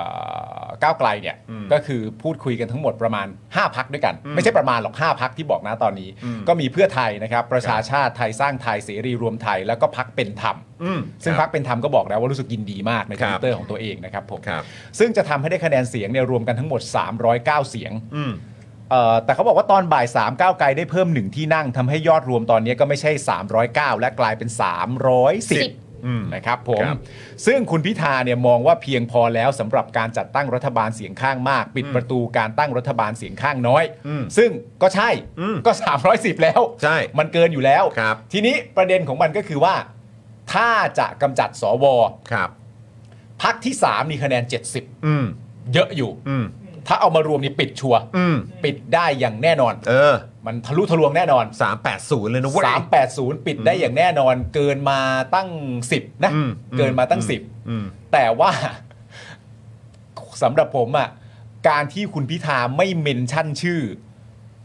อก้าวไกลเนี่ยก็คือพูดคุยกันทั้งหมดประมาณ 5 พักด้วยกัน ไม่ใช่ประมาณหรอก 5 พักที่บอกนะตอนนี้ ก็มีเพื่อไทยนะครับ ประชาชาติไทยสร้างไทยเสรีรวมไทยแล้วก็พักเป็นธรรม อืม ซึ่ง ค พั รั ก บ เป็นธรรมก็บอกแล้วว่ารู้สึกยินดีมากใน ค ท รับ วิตเตอร์ของตัวเองนะครับผม ครับ ซึ่งจะทำให้ได้คะแนนเสียงเนี่ยรวมกันทั้งหมด 309 เสียง อืม เอ่อแต่เขาบอกว่าตอนบ่าย3ามก้าวไกลได้เพิ่มหนึ่งที่นั่งทำให้ยอดรวมตอนนี้ก็ไม่ใช่ 309 และกลายเป็น อืม 310นะครับผม ครับ ซึ่งคุณพิธาเนี่ยมองว่าเพียงพอแล้วสำหรับการจัดตั้งรัฐบาลเสียงข้างมาก ปิดประตูการตั้งรัฐบาลเสียงข้างน้อย ซึ่งก็ใช่ก็ 310 แล้ว ใช่ มันเกินอยู่แล้ว ครับ ทีนี้ประเด็นของมันก็คือว่า ถ้าจะกำจัดสว ครับ พักที่ 3 มีคะแนน 70 อืม เยอะอยู่ อืม ถ้าเอามารวมนี่ปิดชัวร์ อืม ปิดได้อย่างแน่นอน เออ มันทะลุทะลวงแน่นอน สามแปดศูนย์เลยนะเว้ย 380 ปิดได้อย่างแน่นอน เกินมาตั้ง 10 นะ อืม เกินมาตั้ง อื อืม 10 แต่ว่า สำหรับผมอ่ะ การที่คุณพิธาไม่เมนชั่นชื่อ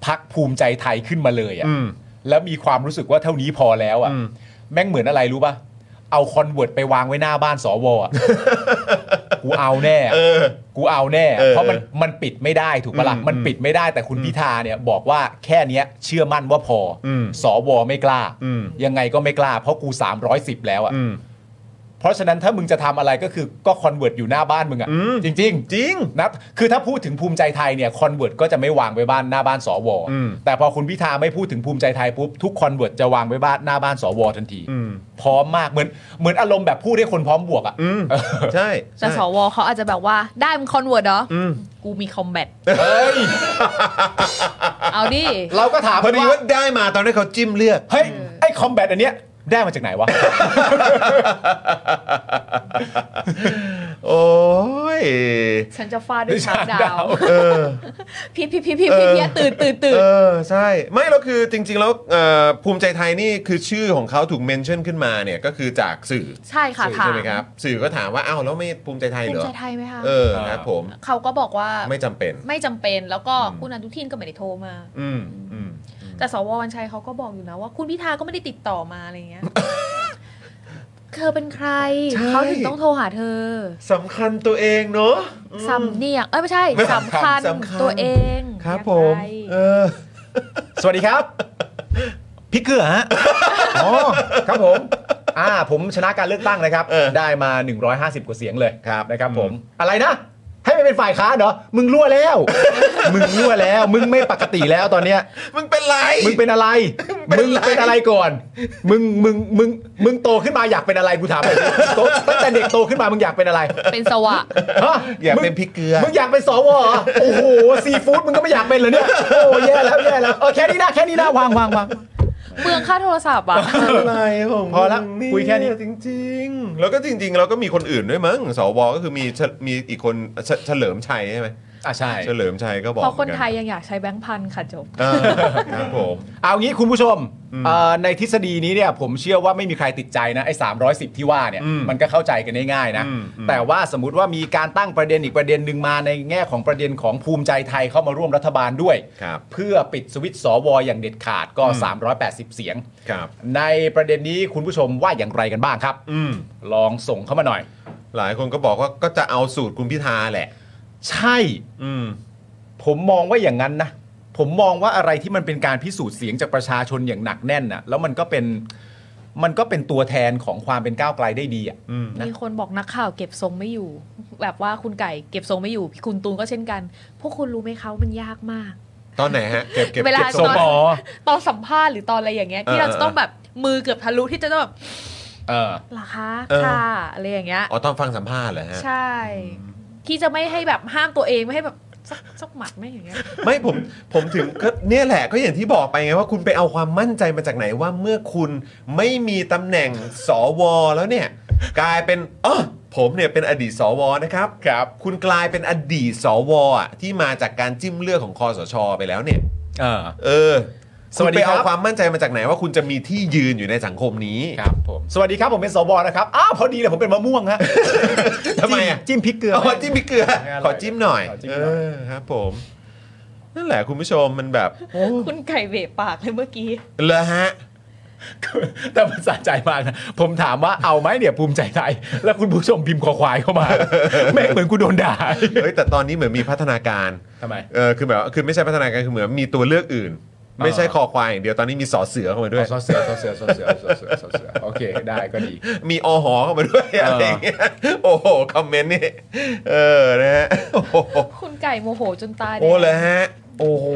พักภูมิใจไทยขึ้นมาเลย อื อ่ะ ม แล้วมีความรู้สึกว่าเท่านี้พอแล้ว อืม อะ่ะ แม่งเหมือนอะไรรู้ป่ะ เอาคอนเวิร์ตไปวางไว้หน้าบ้านส วอ่ะ กูเอาแน่ เออ กูเอาแน่ เออ เพราะมันมันปิดไม่ได้ถูกปะล่ะ อืม มันปิดไม่ได้แต่คุณพิธาเนี่ยบอกว่าแค่เนี้ยเชื่อมั่นว่าพออ ม สวไม่กล้า อืม ยังไงก็ไม่กล้า เพราะกู 310 แล้ว อื อะ่ะ ม เพราะฉะนั้นถ้ามึงจะทำอะไรก็คือก็คอนเวิร์ตอยู่หน้าบ้านมึง อืม อะ่ะ จริง ๆ จริง นะคือถ้าพูดถึงภูมิใจไทยเนี่ยคอนเวิร์ตก็จะไม่วางไว้บ้านหน้าบ้านสว อืม แต่พอคุณพิธาไม่พูดถึงภูมิใจไทยปุ๊บทุกคอนเวิร์ตจะวางไว้บ้านหน้าบ้านสวทันที อืม พร้อมมากเหมือนเหมือนอารมณ์แบบพูดให้คนพร้อมบวกอะ อืม ใช่ แต่ ใช่ สวเขาอาจจะแบบว่าได้มันคอนเวิร์ดเหรอ อืม กูมีคอมแบท เฮ้ย เอาดิ เราก็ถาม พอดี ว่า ว่าได้มาตอนนี้เขาจิ้มเลื อก เฮ้ยไอ้คอมแบทอันเนี้ยได้มาจากไหนวะ โอ้ย ฉันจะฟาดด้วยชาร์จดาว เออ พี่พี่พี่พี่พี่พี่ตื่นตื่นตื่น เออ ใช่ ไม่แล้วคือจริง ๆ แล้วเอ่อภูมิใจไทยนี่คือชื่อของเขาถูกเมนชั่นขึ้นมาเนี่ย ก็คือจากสื่อ ใช่ค่ะ สื่อ ถา ใช่ ม ไหมครับ สื่อก็ถามว่าอ้าวแล้วไม่ภูมิใจไทย ภู เหร มิ อ ใจไทยไหมคะ เออครับผม เขาก็บอกว่า ไม่จำเป็น ไม่จำเป็นแล้วก็ อืม คุณอนุทินก็ไม่ได้โทรมา อืมอืม แต่สววันชัยเขาก็บอกอยู่นะว่า คุณพิธาก็ไม่ได้ติดต่อมาอะไร อย่างเงี้ย เธอเป็นใคร ใช่ เขาถึงต้องโทรหาเธอ สำคัญตัวเองเนอะ อสำเนียงเอ้ยไม่ใช่ ไม่สำ สำ คัญ คัญ สำคัญ ตัวเอง ครับ อยาก ผม ไป เออ สวัสดีครับ พี่เกือฮะอ๋อครับผมอ่าผมชนะการเลือกตั้งนะครับ ได้มา 150 กว่าเสียงเลย ครับ นะครับผม อะไรนะ ให้ไปเป็นฝ่ายค้านเหรอ มึงรั่วแล้ว มึงรั่วแล้ว มึงไม่ปกติแล้วตอนเนี้ย มึงเป็นไร มึงเป็นอะไร มึ มึ ง ง เป็นอะไร เป็นอะไรก่อน มึงมึงมึงมึงโตขึ้นมาอยากเป็นอะไรกูถามเลยโตตั้งแต่เด็กโตขึ้นมามึงอยากเป็นอะไร เป็นส วะ ฮะ อยากเป็น มึง พริกเกลือ มึงอยากเป็นสวเหรอโอ้โห ซีฟู้ดมึงก็ไม่อยากเป็นเลยเนี่ย โอ้แย่แล้วแย่แล้วเออแค่นี้นะแค่นี้นะวางวางวาง เมืองค่าโทรศัพท์อ่ะ อะไรของ พอละ มึงเนี่ย คุยแค่นี้ จริง ๆ แล้วก็จริง ๆ เราก็มีคนอื่นด้วยมั้งสวก็คือมีเฉมีอีกคนเฉเฉลิมชัยใช่ไหม อ่ะใช่ เฉลิมชัยก็บอก เพราะคน หมือกั ไทยยังอยากใช้แบงค์พันค่ะจบ เออครับผม เอางี้คุณผู้ชมเอ่อในทฤษฎีนี้เนี่ยผมเชื่อว่าไม่มีใครติดใจนะไอ้สามที่ว่าเนี่ยมันก็เข้าใจกันได้ง่ายนะ แต่ว่าสมมติว่ามีการตั้งประเด็นอีกประเด็นหนึ่งมาในแง่ของประเด็นของภูมิใจไทยเข้ามาร่วมรัฐบาลด้วย ครับ เพื่อปิดสวิตช์สวอย่างเด็ดขาดก็ 380 เสียง ครับ ในประเด็นนี้คุณผู้ชมว่าอย่างไรกันบ้างครับ อืม ลองส่งเข้ามาหน่อย หลายคนก็บอกว่าก็จะเอาสูตรคุณพิธาแหละ ใช่ อืม ผมมองว่าอย่างนั้นนะ ผมมองว่าอะไรที่มันเป็นการพิสูจน์เสียงจากประชาชนอย่างหนักแน่นน่ะ แล้วมันก็เป็น มันก็เป็นตัวแทนของความเป็นก้าวไกลได้ดีอ่ะ อืม มีคนบอกนักข่าวเก็บทรงไม่อยู่ แบบว่าคุณไก่เก็บทรงไม่อยู่คุณตูนก็เช่นกัน พวกคุณรู้ไหมเขามันยากมาก ตอนไหนฮะ เก็บเก็บ เวลา เก็บ ส ส่ง มอ ตอนสัมภาษณ์หรือตอนอะไรอย่างเงี้ยที่เราจะต้องแบบมือเกือบทะลุที่จะต้องแบบ เออ เหราคา เออ ค่ะอะไรอย่างเงี้ย อ๋อตอนฟังสัมภาษณ์เหรอฮะ ใช่ ที่จะไม่ให้แบบห้ามตัวเองไม่ให้แบบสักสักหมัดไม่อย่างเงี้ย ไม่ผมผมถึงก็เนี่ยแหละก็อย่างที่บอกไปไงว่าคุณไปเอาความมั่นใจมาจากไหนว่าเมื่อคุณไม่มีตำแหน่งสวแล้วเนี่ย กลายเป็นอ๋อ ผมเนี่ยเป็นอดีตสวนะครับ ครับ คุณกลายเป็นอดีตสวอ่ะที่มาจากการจิ้มเลือกของคอสช ไปแล้วเนี่ย เออ เออ สวัสคุดีณไป ครับ เอาความมั่นใจมาจากไหนว่าคุณจะมีที่ยืนอยู่ในสังคมนี้ ครับผมสวัสดีครับผมเป็นสวนะครับอ้าวพอดีเลยผมเป็นมะม่วงฮะ ทำไมอะ จิ้มจิ้มพริกเกลือ อ๋อจิ้มพริกเกลือ ไม่อร่อย ขอจิ้มหน่อย ขอจิ้ม เอ หน่อย อครับผม นั่นแหละคุณผู้ชมมันแบบ คุณไก่เบะปากเลยเมื่อกี้ เลอะฮะ แต่มันสะใจมากนะผมถามว่าเอาไหมเนี่ยภูมิใจไทย แล้วคุณผู้ชมพิมพ์คอควายเข้า มา แม่งเหมือนกูโดนด่า เฮ้ยแต่ตอนนี้เหมือนมีพัฒนาการ ทำไม เออคือแบบว่าคือไม่ใช่พัฒนาการคือเหมือนมีตัวเลือกอื่น ไม่ใช่ อ่า คอควายอย่างเดียวตอนนี้มีสอเสือเข้ามาด้วย ซอเสือซอเสือซอเสือซอเสือซอเสือโอเคได้ก็ดี มีอหอเข้ามาด้วยอะไรอย่างเงี้ยโอ้โหคอมเมนต์นี่ เออนะฮะโอ้โห คุณไก่โมโหจนตาแด โอ้เลย ง ฮะ โอ้โห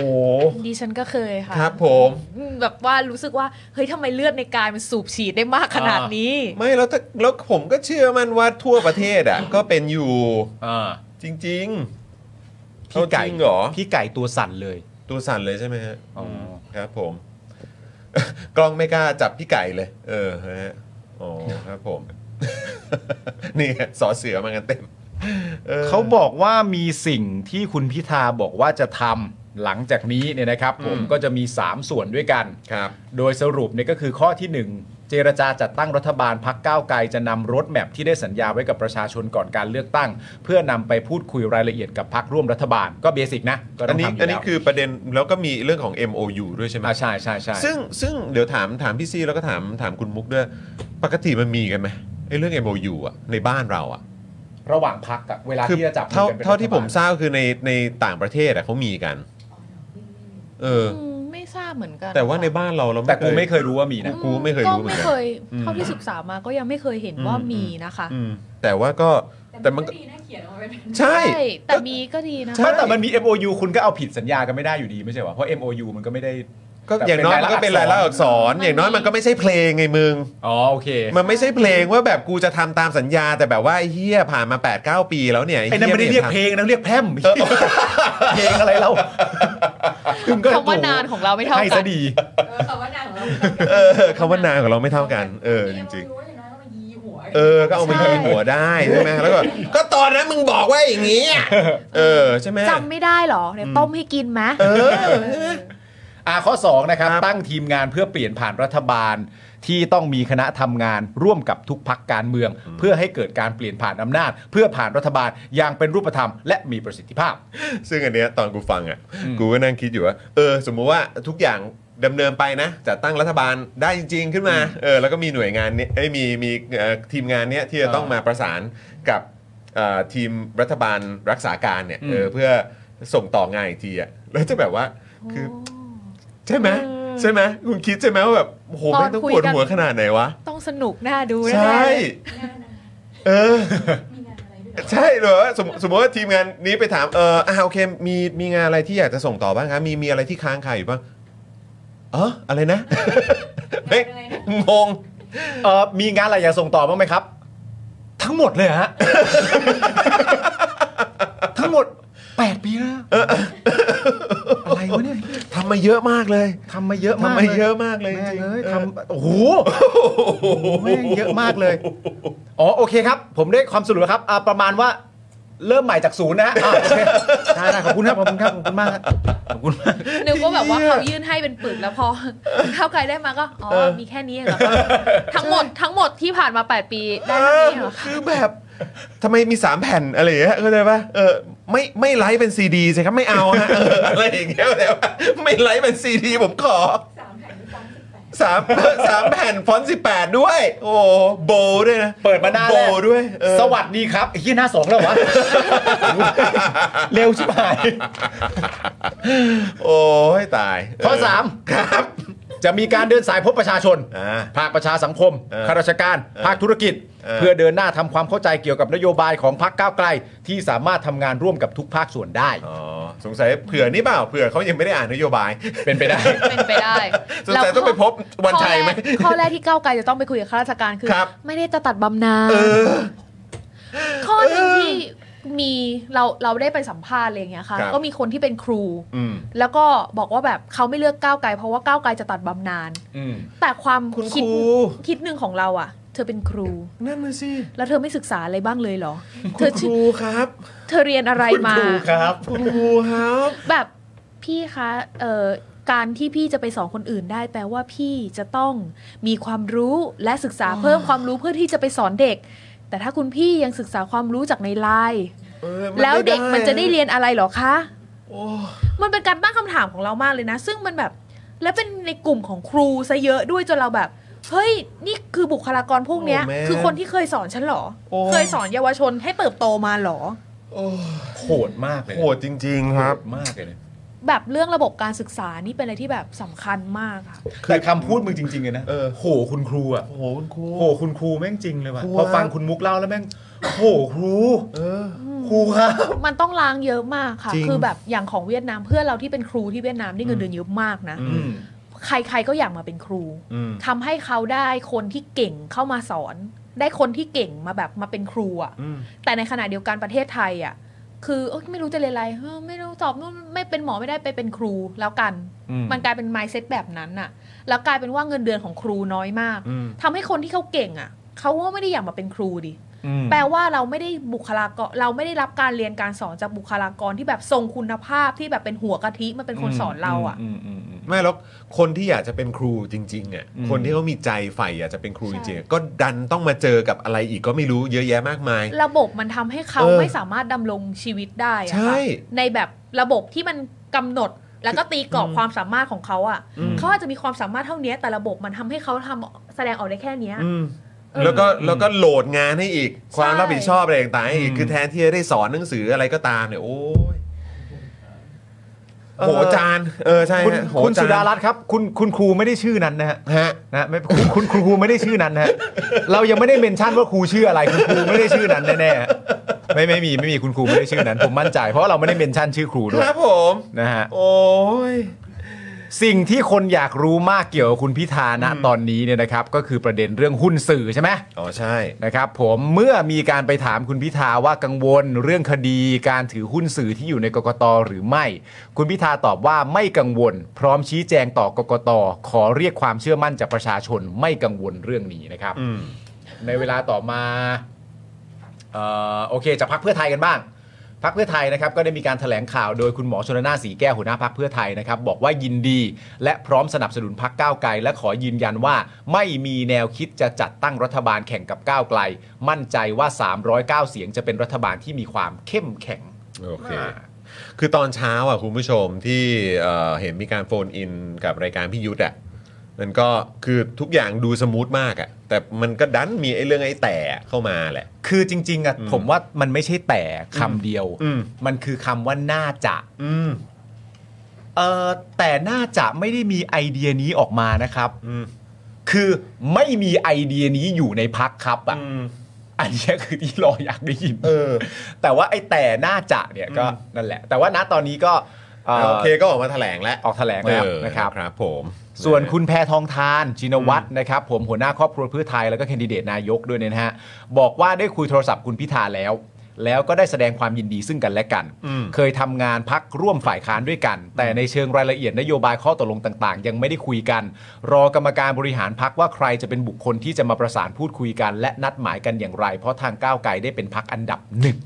ดิฉันก็เคยค่ะ ครับผม อืมแบบว่ารู้สึกว่าเฮ้ยทำไมเลือดในกายมันสูบฉีดได้มากขนาดนี้ ไม่แล้วถ้าแล้วผมก็เชื่อมันว่าทั่วประเทศอ่ะ ก็เป็นอยู่ อ่า จริง ๆ พี่ไก่ เอาจริงเหรอ พี่ไก่ตัวสั่นเลย ตัวสั่นเลยใช่ไหมฮะ อ๋ออ ครับผม กล้องไม่กล้าจับพี่ไก่เลย เออฮะอ๋อครับผม นี่ไงสอเสือมากันเต็ม เขาบอกว่ามีสิ่งที่คุณพิธาบอกว่าจะทำหลังจากนี้เนี่ยนะครับ ผมก็จะมี 3 ส่วนด้วยกัน ครับ โดยสรุปเนี่ยก็คือข้อทีหนึ่1 เจรจาจัดตั้งรัฐบาลพักก้าวไกลจะนำรถแมพที่ได้สัญญาไว้กับประชาชนก่อนการเลือกตั้ง เพื่อนำไปพูดคุยรายละเอียดกับพักร่วมรัฐบาลก็เบสิกนะ ก็ อั ต้ น อง นี้ ทำออันยู่แล้ว นี้คือประเด็นแล้วก็มีเรื่องของ MOU ด้วยใช่ไหม อ่าใช่ใช่ใช่ ซึ่งซึ่งเดี๋ยวถามถามพี่ซีแล้วก็ถามถามคุณมุกด้วย ปกติมันมีกันไหมไอ้เรื่อง MOU อ่ะในบ้านเราอ่ะ ระหว่างพักอะเวลา คือ ที่จะจับมือ เท่า กันป็น เท่าที่ผม รัฐบล ทราบคือในในต่างประเทศอ่ะเขามีกัน เออ อืมไม่ทราบเหมือนกัน แต่ว่า ค่ะ ในบ้านเราเรา แต่กูไม่เคยรู้ว่ามีนะ กูไม่เคยรู้เหมือน ไม่ กัน เคยเท่าที่ศึกษามาก็ยังไม่เคยเห็นว่ามีนะคะ อืมแต่ว่าก็แต่มันก็ ดีนะเขียนออกมาเป็น ใช่ ใช่ แต่มีก็ดีนะ ใช่ ไม่แต่มันมี MOU คุณก็เอาผิดสัญญากันไม่ได้อยู่ดีไม่ใช่เหรอเพราะ MOU มันก็ไม่ได้ ก็อย่างน้อยมันก็เป็นรายลักษณ์อักษรอย่างน้อยมันก็ไม่ใช่เพลงไงมึง อ๋อโอเค มันไม่ใช่เพลงว่าแบบกูจะทำตามสัญญา แต่แบบว่าไอ้เฮียผ่านมา8ปดเปีแล้วเนี่ย ไอ้นั่นไม่ได้เรียกเพลงนะเรียกแพร่ม เพลงอะไรเราคุณก็ คำว่านานของเราไม่เท่า ให้ กั ซะ น ดี เออคำว่านางของเรา เออคำว่านางของเราไม่เท่ากัน เออจริง ๆอย่างน้อยก็มายีหัว ๆเออ ก็เอามายีหัวได้ใช่ไหมแล้วก็ ก็ตอนนั้นมึงบอกว่าอย่างนี้อะเออใช่ไหม จำไม่ได้เหรอเดี๋ยวต้มให้กินไหม เออ อ่าข้อ2นะครับ ครับ ตั้งทีมงานเพื่อเปลี่ยนผ่านรัฐบาล ที่ต้องมีคณะทำงานร่วมกับทุกพักการเมือง เพื่อให้เกิดการเปลี่ยนผ่านอำนาจ เพื่อผ่านรัฐบาลอย่างเป็นรูปธรรม และมีประสิทธิภาพ ซึ่งอันเนี้ยตอนกูฟังอ่ะกูก็นั่งคิดอยู่ว่าเออ สมมุติว่าทุกอย่างดำเนินไปนะจะตั้งรัฐบาลได้จริง ๆ ขึ้นมาเออแล้วก็มีหน่วยงานเนี้ยเอ้ยมีมีเอ่อทีมงานเนี้ยที่จะต้องมาประสานกับเอ่อทีมรัฐบาลรักษาการเนี่ย อืม เออเพื่อส่งต่องานอีกทีอ่ะแล้วจะแบบว่าคือใช่ไหมใช่ไหมคุณคิดใช่ไหมว่าแบบโอ้โหไม่งต้องปวดหัวขนาดไหนวะ ต้องสนุกน่าดูแน่ๆ ใช่เออ มีงานอะไรด้วย ใช่เหรอสมมุสมมติว่าทีมงานนี้ไปถามเอออ่าโอเคมีมีงานอะไรที่อยากจะส่งต่อบ้างครับมีมีอะไรที่ค้างคาอยู่บ้างเอออะไรนะ เฮ้ย อะไรนะ งง เอ่อมีงานอะไรอยากส่งต่อบ้างไหมครับ ทั้งหมดเลยฮะ ทั้งหมด 8 ปีแล้ว อะไรวะเนี่ย ทำมาเยอะมากเลย ทำมาเยอะมาก ทำ เล มาย เยอะมากเลยจริแม่งง เอ้ย ๆเออ ทำโอ้โหแม่งเยอะมากเลย อ๋อโอเคครับ ผมได้ความสรุปแล้วครับอ่าประมาณว่าเริ่มใหม่จากศูนย์นะฮะอ่าโอเคได้ได้ขอบคุณครับขอบคุณครับขอบคุณมากครับขอบคุณมาก นึกว่าแบบว่าเขายื่นให้เป็นปึกแล้วพอ เข้าไกลได้มาก็ อ๋อ มีแค่นี้เหรอครับทั้งหมดทั้งหมดที่ผ่านมา 8 ปีได้เท่านี้เหรอคะ คือแบบทำไมมีสามแผ่นอะไรอย่างเงี้ยเข้าใจปะเออไม่ไม่ไลฟ์เป็นซีดีสิครับไม่เอาฮะ เอออะไรอย่างเงี้ยเข้าใจปะไม่ไลฟ์เป็นซีดีผมขอ สามแผ่นหรือสามสามสิบแปดสามแผ่นฟอนต์สิบแปดด้วย โอ้โหโบว์ด้วยนะ เปิดมาหน้า โบ แรก ว์ด้วยเออ สวัสดีครับไอ้เหียหน้าสองแล้ววะเร็วชิบหาย โอ้ยตาย ข้อ เ สาม ครับ จะมีการเดินสายพบประชาชน อ่า ภาคประชาสังคม เออ ข้าราชการ เออ ภาคธุรกิจ เออ เพื่อเดินหน้าทำความเข้าใจเกี่ยวกับนโยบายของพรรคก้าวไกล ที่สามารถทำงานร่วมกับทุกภาคส่วนได้ อ๋อสงสัยเผื่อนี่เปล่าเผื่อเขายังไม่ได้อ่านนโยบาย เป็นไปได้ เป็นไปได้ สงสัยต้องไปพบวันชัยไหม ข้อแรกข้อแรกที่ก้าวไกลจะต้องไปคุยกับข้าราชการคือ ครับ ไม่ได้จะตัดบำนาญ เออ ข้อหนึ่งที่มีเราเราได้ไปสัมภาษณ์อะไรอย่างเงี้ยค่ะ ครับ ก็มีคนที่เป็นครู อืม แล้วก็บอกว่าแบบเขาไม่เลือกก้าวไกลเพราะว่าก้าวไกลจะตัดบำนาญ อืม แต่ความ คุณ คิด ครู คิดหนึ่งของเราอะ เธอเป็นครู นั่นน่ะสิ แล้วเธอไม่ศึกษาอะไรบ้างเลยเหรอ เธ คุณ อ ค ชื่อ รูครับ เธอเรียนอะไรมา ครับ คุณครูครับ แบบพี่คะเอ่อการที่พี่จะไปสอนคนอื่นได้ แปลว่าพี่จะต้องมีความรู้และศึกษาเพิ่มความรู้เพื่อที่จะไปสอนเด็ก แต่ถ้าคุณพี่ยังศึกษาความรู้จากในไลน์ เออมัน แล้วเด็กมันจะได้ ไม่ เรียนอะไรเหรอคะ โอ้ มันเป็นการตั้งคำถามของเรามากเลยนะ ซึ่งมันแบบ และเป็นในกลุ่มของครูซะเยอะด้วยจนเราแบบ เฮ้ย นี่คือบุคลากรพวกเนี้ย คือคนที่เคยสอนฉันเหรอ เคยสอนเยาวชนให้เติบโตมาเหรอ โหดมากเลย โหดจริง ๆ ครับ โหดมากเลยนะ แบบเรื่องระบบการศึกษานี่เป็นอะไรที่แบบสำคัญมากอะ แต่คำพูดมึงจริงๆเลยนะ เออ โหคุณครูอ่ะ โอ้โหคุณครู โหคุณครูแม่งจริงเลยว่ะ ครู พอฟัง ครับ คุณมุกเล่าแล้วแม่งโหครู เออ ครูครับ มันต้องล้างเยอะมากค่ะ จริง คือแบบอย่างของเวียดนามเพื่อนเราที่เป็นครูที่เวียดนามได้เงินเดือนเยอะมากนะ อืม ใครๆก็อยากมาเป็นครู อืม ทำให้เขาได้คนที่เก่งเข้ามาสอน ได้คนที่เก่งมาแบบมาเป็นครูอะ อืม แต่ในขณะเดียวกันประเทศไทยอ่ะ คือเอ้ยไม่รู้จะเรียนอะไรเฮ้ยไม่รู้สอบนู่นไม่เป็นหมอไม่ได้ไปเป็นครูแล้วกัน อืม มันกลายเป็น mindset แบบนั้นน่ะ แล้วกลายเป็นว่าเงินเดือนของครูน้อยมาก อืม ทำให้คนที่เขาเก่งอ่ะเขาก็ไม่ได้อยากมาเป็นครูดิ อืม แปลว่าเราไม่ได้บุคลากรเราไม่ได้รับการเรียนการสอนจากบุคลากรที่แบบทรงคุณภาพที่แบบเป็นหัวกะทิมาเป็นคนสอนเราอ่ะ มมอืม ไม่แล้วคนที่อยากจะเป็นครูจริงๆอ่ะ อืม คนที่เขามีใจใฝ่อยากจะเป็นครูจ ใช่ ริงๆก็ดันต้องมาเจอกับอะไรอีกก็ไม่รู้เยอะแยะมากมาย ระบบมันทำให้เขา เออ ไม่สามารถดำรงชีวิตได้อะ ใช่ ค่ะในแบบระบบที่มันกำหนดแล้วก็ตีกรอบความสามารถของเขาอะ อืม เขาอาจจะมีความสามารถเท่านี้แต่ระบบมันทำให้เขาทำแสดงออกได้แค่เนี้ย อืม เออ แล้วก็แล้วก็โหลดงานให้อีก ใช่ ความรับผิดชอบอะไรต่างๆให้อีก อืม คือแทนที่จะได้สอนหนังสืออะไรก็ตามเนี่ยโอ้ยโหจานเออใช่ คุณ ฮะโห คุณ จน สุดารัตน์ครับคุณคุณครูไม่ได้ชื่อนั้นนะฮะ ฮะ นะไม่คุณคุณคุณครูไม่ได้ชื่อนั้นนะฮะเรายังไม่ได้เมนชั่นว่าครูชื่ออะไรคุณครูไม่ได้ชื่อนั้นแน่ๆฮะไม่ไม่มีไม่มีคุณครูไม่ได้ชื่อนั้น ผมมั่นใจ เพราะว่าเราไม่ได้เมนชั่นชื่อครูคด้วย รับผม นะฮะ โอ้ย สิ่งที่คนอยากรู้มากเกี่ยวกับคุณพิธาณตอนนี้เนี่ยนะครับ ก็คือประเด็นเรื่องหุ้นสื่อใช่ไหม อ๋อใช่ นะครับผมเมื่อมีการไปถามคุณพิธาว่ากังวลเรื่องคดีการถือหุ้นสื่อที่อยู่ในกกตหรือไม่ คุณพิธาตอบว่าไม่กังวล พร้อมชี้แจงต่อกกตขอเรียกความเชื่อมั่นจากประชาชนไม่กังวลเรื่องนี้นะครับ อืม ในเวลาต่อมาเอ่อโอเคจากพักเพื่อไทยกันบ้างพักเพื่อไทยนะครับก็ได้มีการถแถลงข่าวโดยคุณหมอชนน่านสีแก้วหัวหน้าพักเพื่อไทยนะครับบอกว่ายินดี และพร้อมสนับสนุนพักก้าวไกล และขอยืนยันว่า ไม่มีแนวคิดจะจัดตั้งรัฐบาลแข่งกับก้าวไกล มั่นใจว่า 309 เสียงจะเป็นรัฐบาลที่มีความเข้มแข็ง โอเค คือตอนเช้าอ่ะคุณผู้ชมที่เอ่อเห็นมีการโฟนอินกับรายการพี่ยุทธอ่ะมันก็คือทุกอย่างดูสมูทมากอ่ะ แต่มันก็ดันมีไอ้เรื่องไอ้แต่เข้ามาแหละ คือจริงๆอ่ะ อืม ผมว่ามันไม่ใช่แต่คำเดียว อืม มันคือคำว่าน่าจะ อืม เออแต่น่าจะไม่ได้มีไอเดียนี้ออกมานะครับ อืม คือไม่มีไอเดียนี้อยู่ในพักครับอ่ะ อืม อันเนี้ยคือที่รออยากได้ยิน เออ แต่ว่าไอ้แต่น่าจะเนี่ยก็ อืม นั่นแหละ แต่ว่าณตอนนี้ก็เอ่อ โอเคก็ออกมาแถลงแล้ว ออกแถลงแล้ว เออ นะครับ ครับผม ส่วนคุณแพทองทานชินวัตรนะครับ ผมหัวหน้าครอบครัวเพื่อไทยแล้วก็แคนดิเดตนายกด้วยเนี่ยนะฮะ บอกว่าได้คุยโทรศัพท์คุณพิธาแล้ว แล้วก็ได้แสดงความยินดีซึ่งกันและกัน เคยทำงานพักร่วมฝ่ายค้านด้วยกัน แต่ในเชิงรายละเอียดนโยบายข้อตกลงต่างๆ ยังไม่ได้คุยกัน รอกรรมการบริหารพักว่าใครจะเป็นบุคคลที่จะมาประสานพูดคุยกัน และนัดหมายกันอย่างไร เพราะทางก้าวไกลได้เป็นพักอันดับหนึ่ง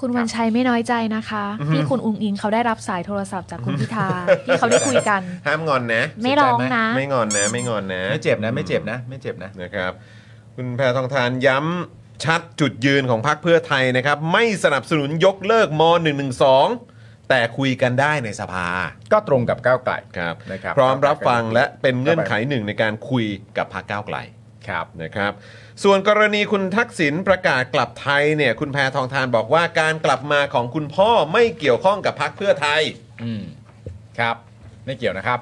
คุณวันชัยไม่น้อยใจนะคะ ที่คุณอุงอิงเขาได้รับสายโทรศัพท์จากคุณพิธาที่เขาได้คุยกัน ห้ามงอนนะ ไม่ร้องนะ ไม่งอนนะไม่งอนนะ ไม่เจ็บนะไม่เจ็บนะ ไม่เจ็บนะ นะครับคุณแพทองทานย้ำชัดจุดยืนของพรรคเพื่อไทยนะครับ ไม่สนับสนุนยกเลิกม .112 แต่คุยกันได้ในสภา ก็ตรงกับก้าวไกล ครับ นะครับ พร้อมรับฟัง ครับ และเป็นเงื่อนไขหนึ่งในการคุยกับพรรคก้าวไกล ครับ นะครับ ส่วนกรณีคุณทักษิณประกาศกลับไทยเนี่ยคุณแพทองทานบอกว่าการกลับมาของคุณพ่อไม่เกี่ยวข้องกับพรรคเพื่อไทย อืมครับไม่เกี่ยวนะครับ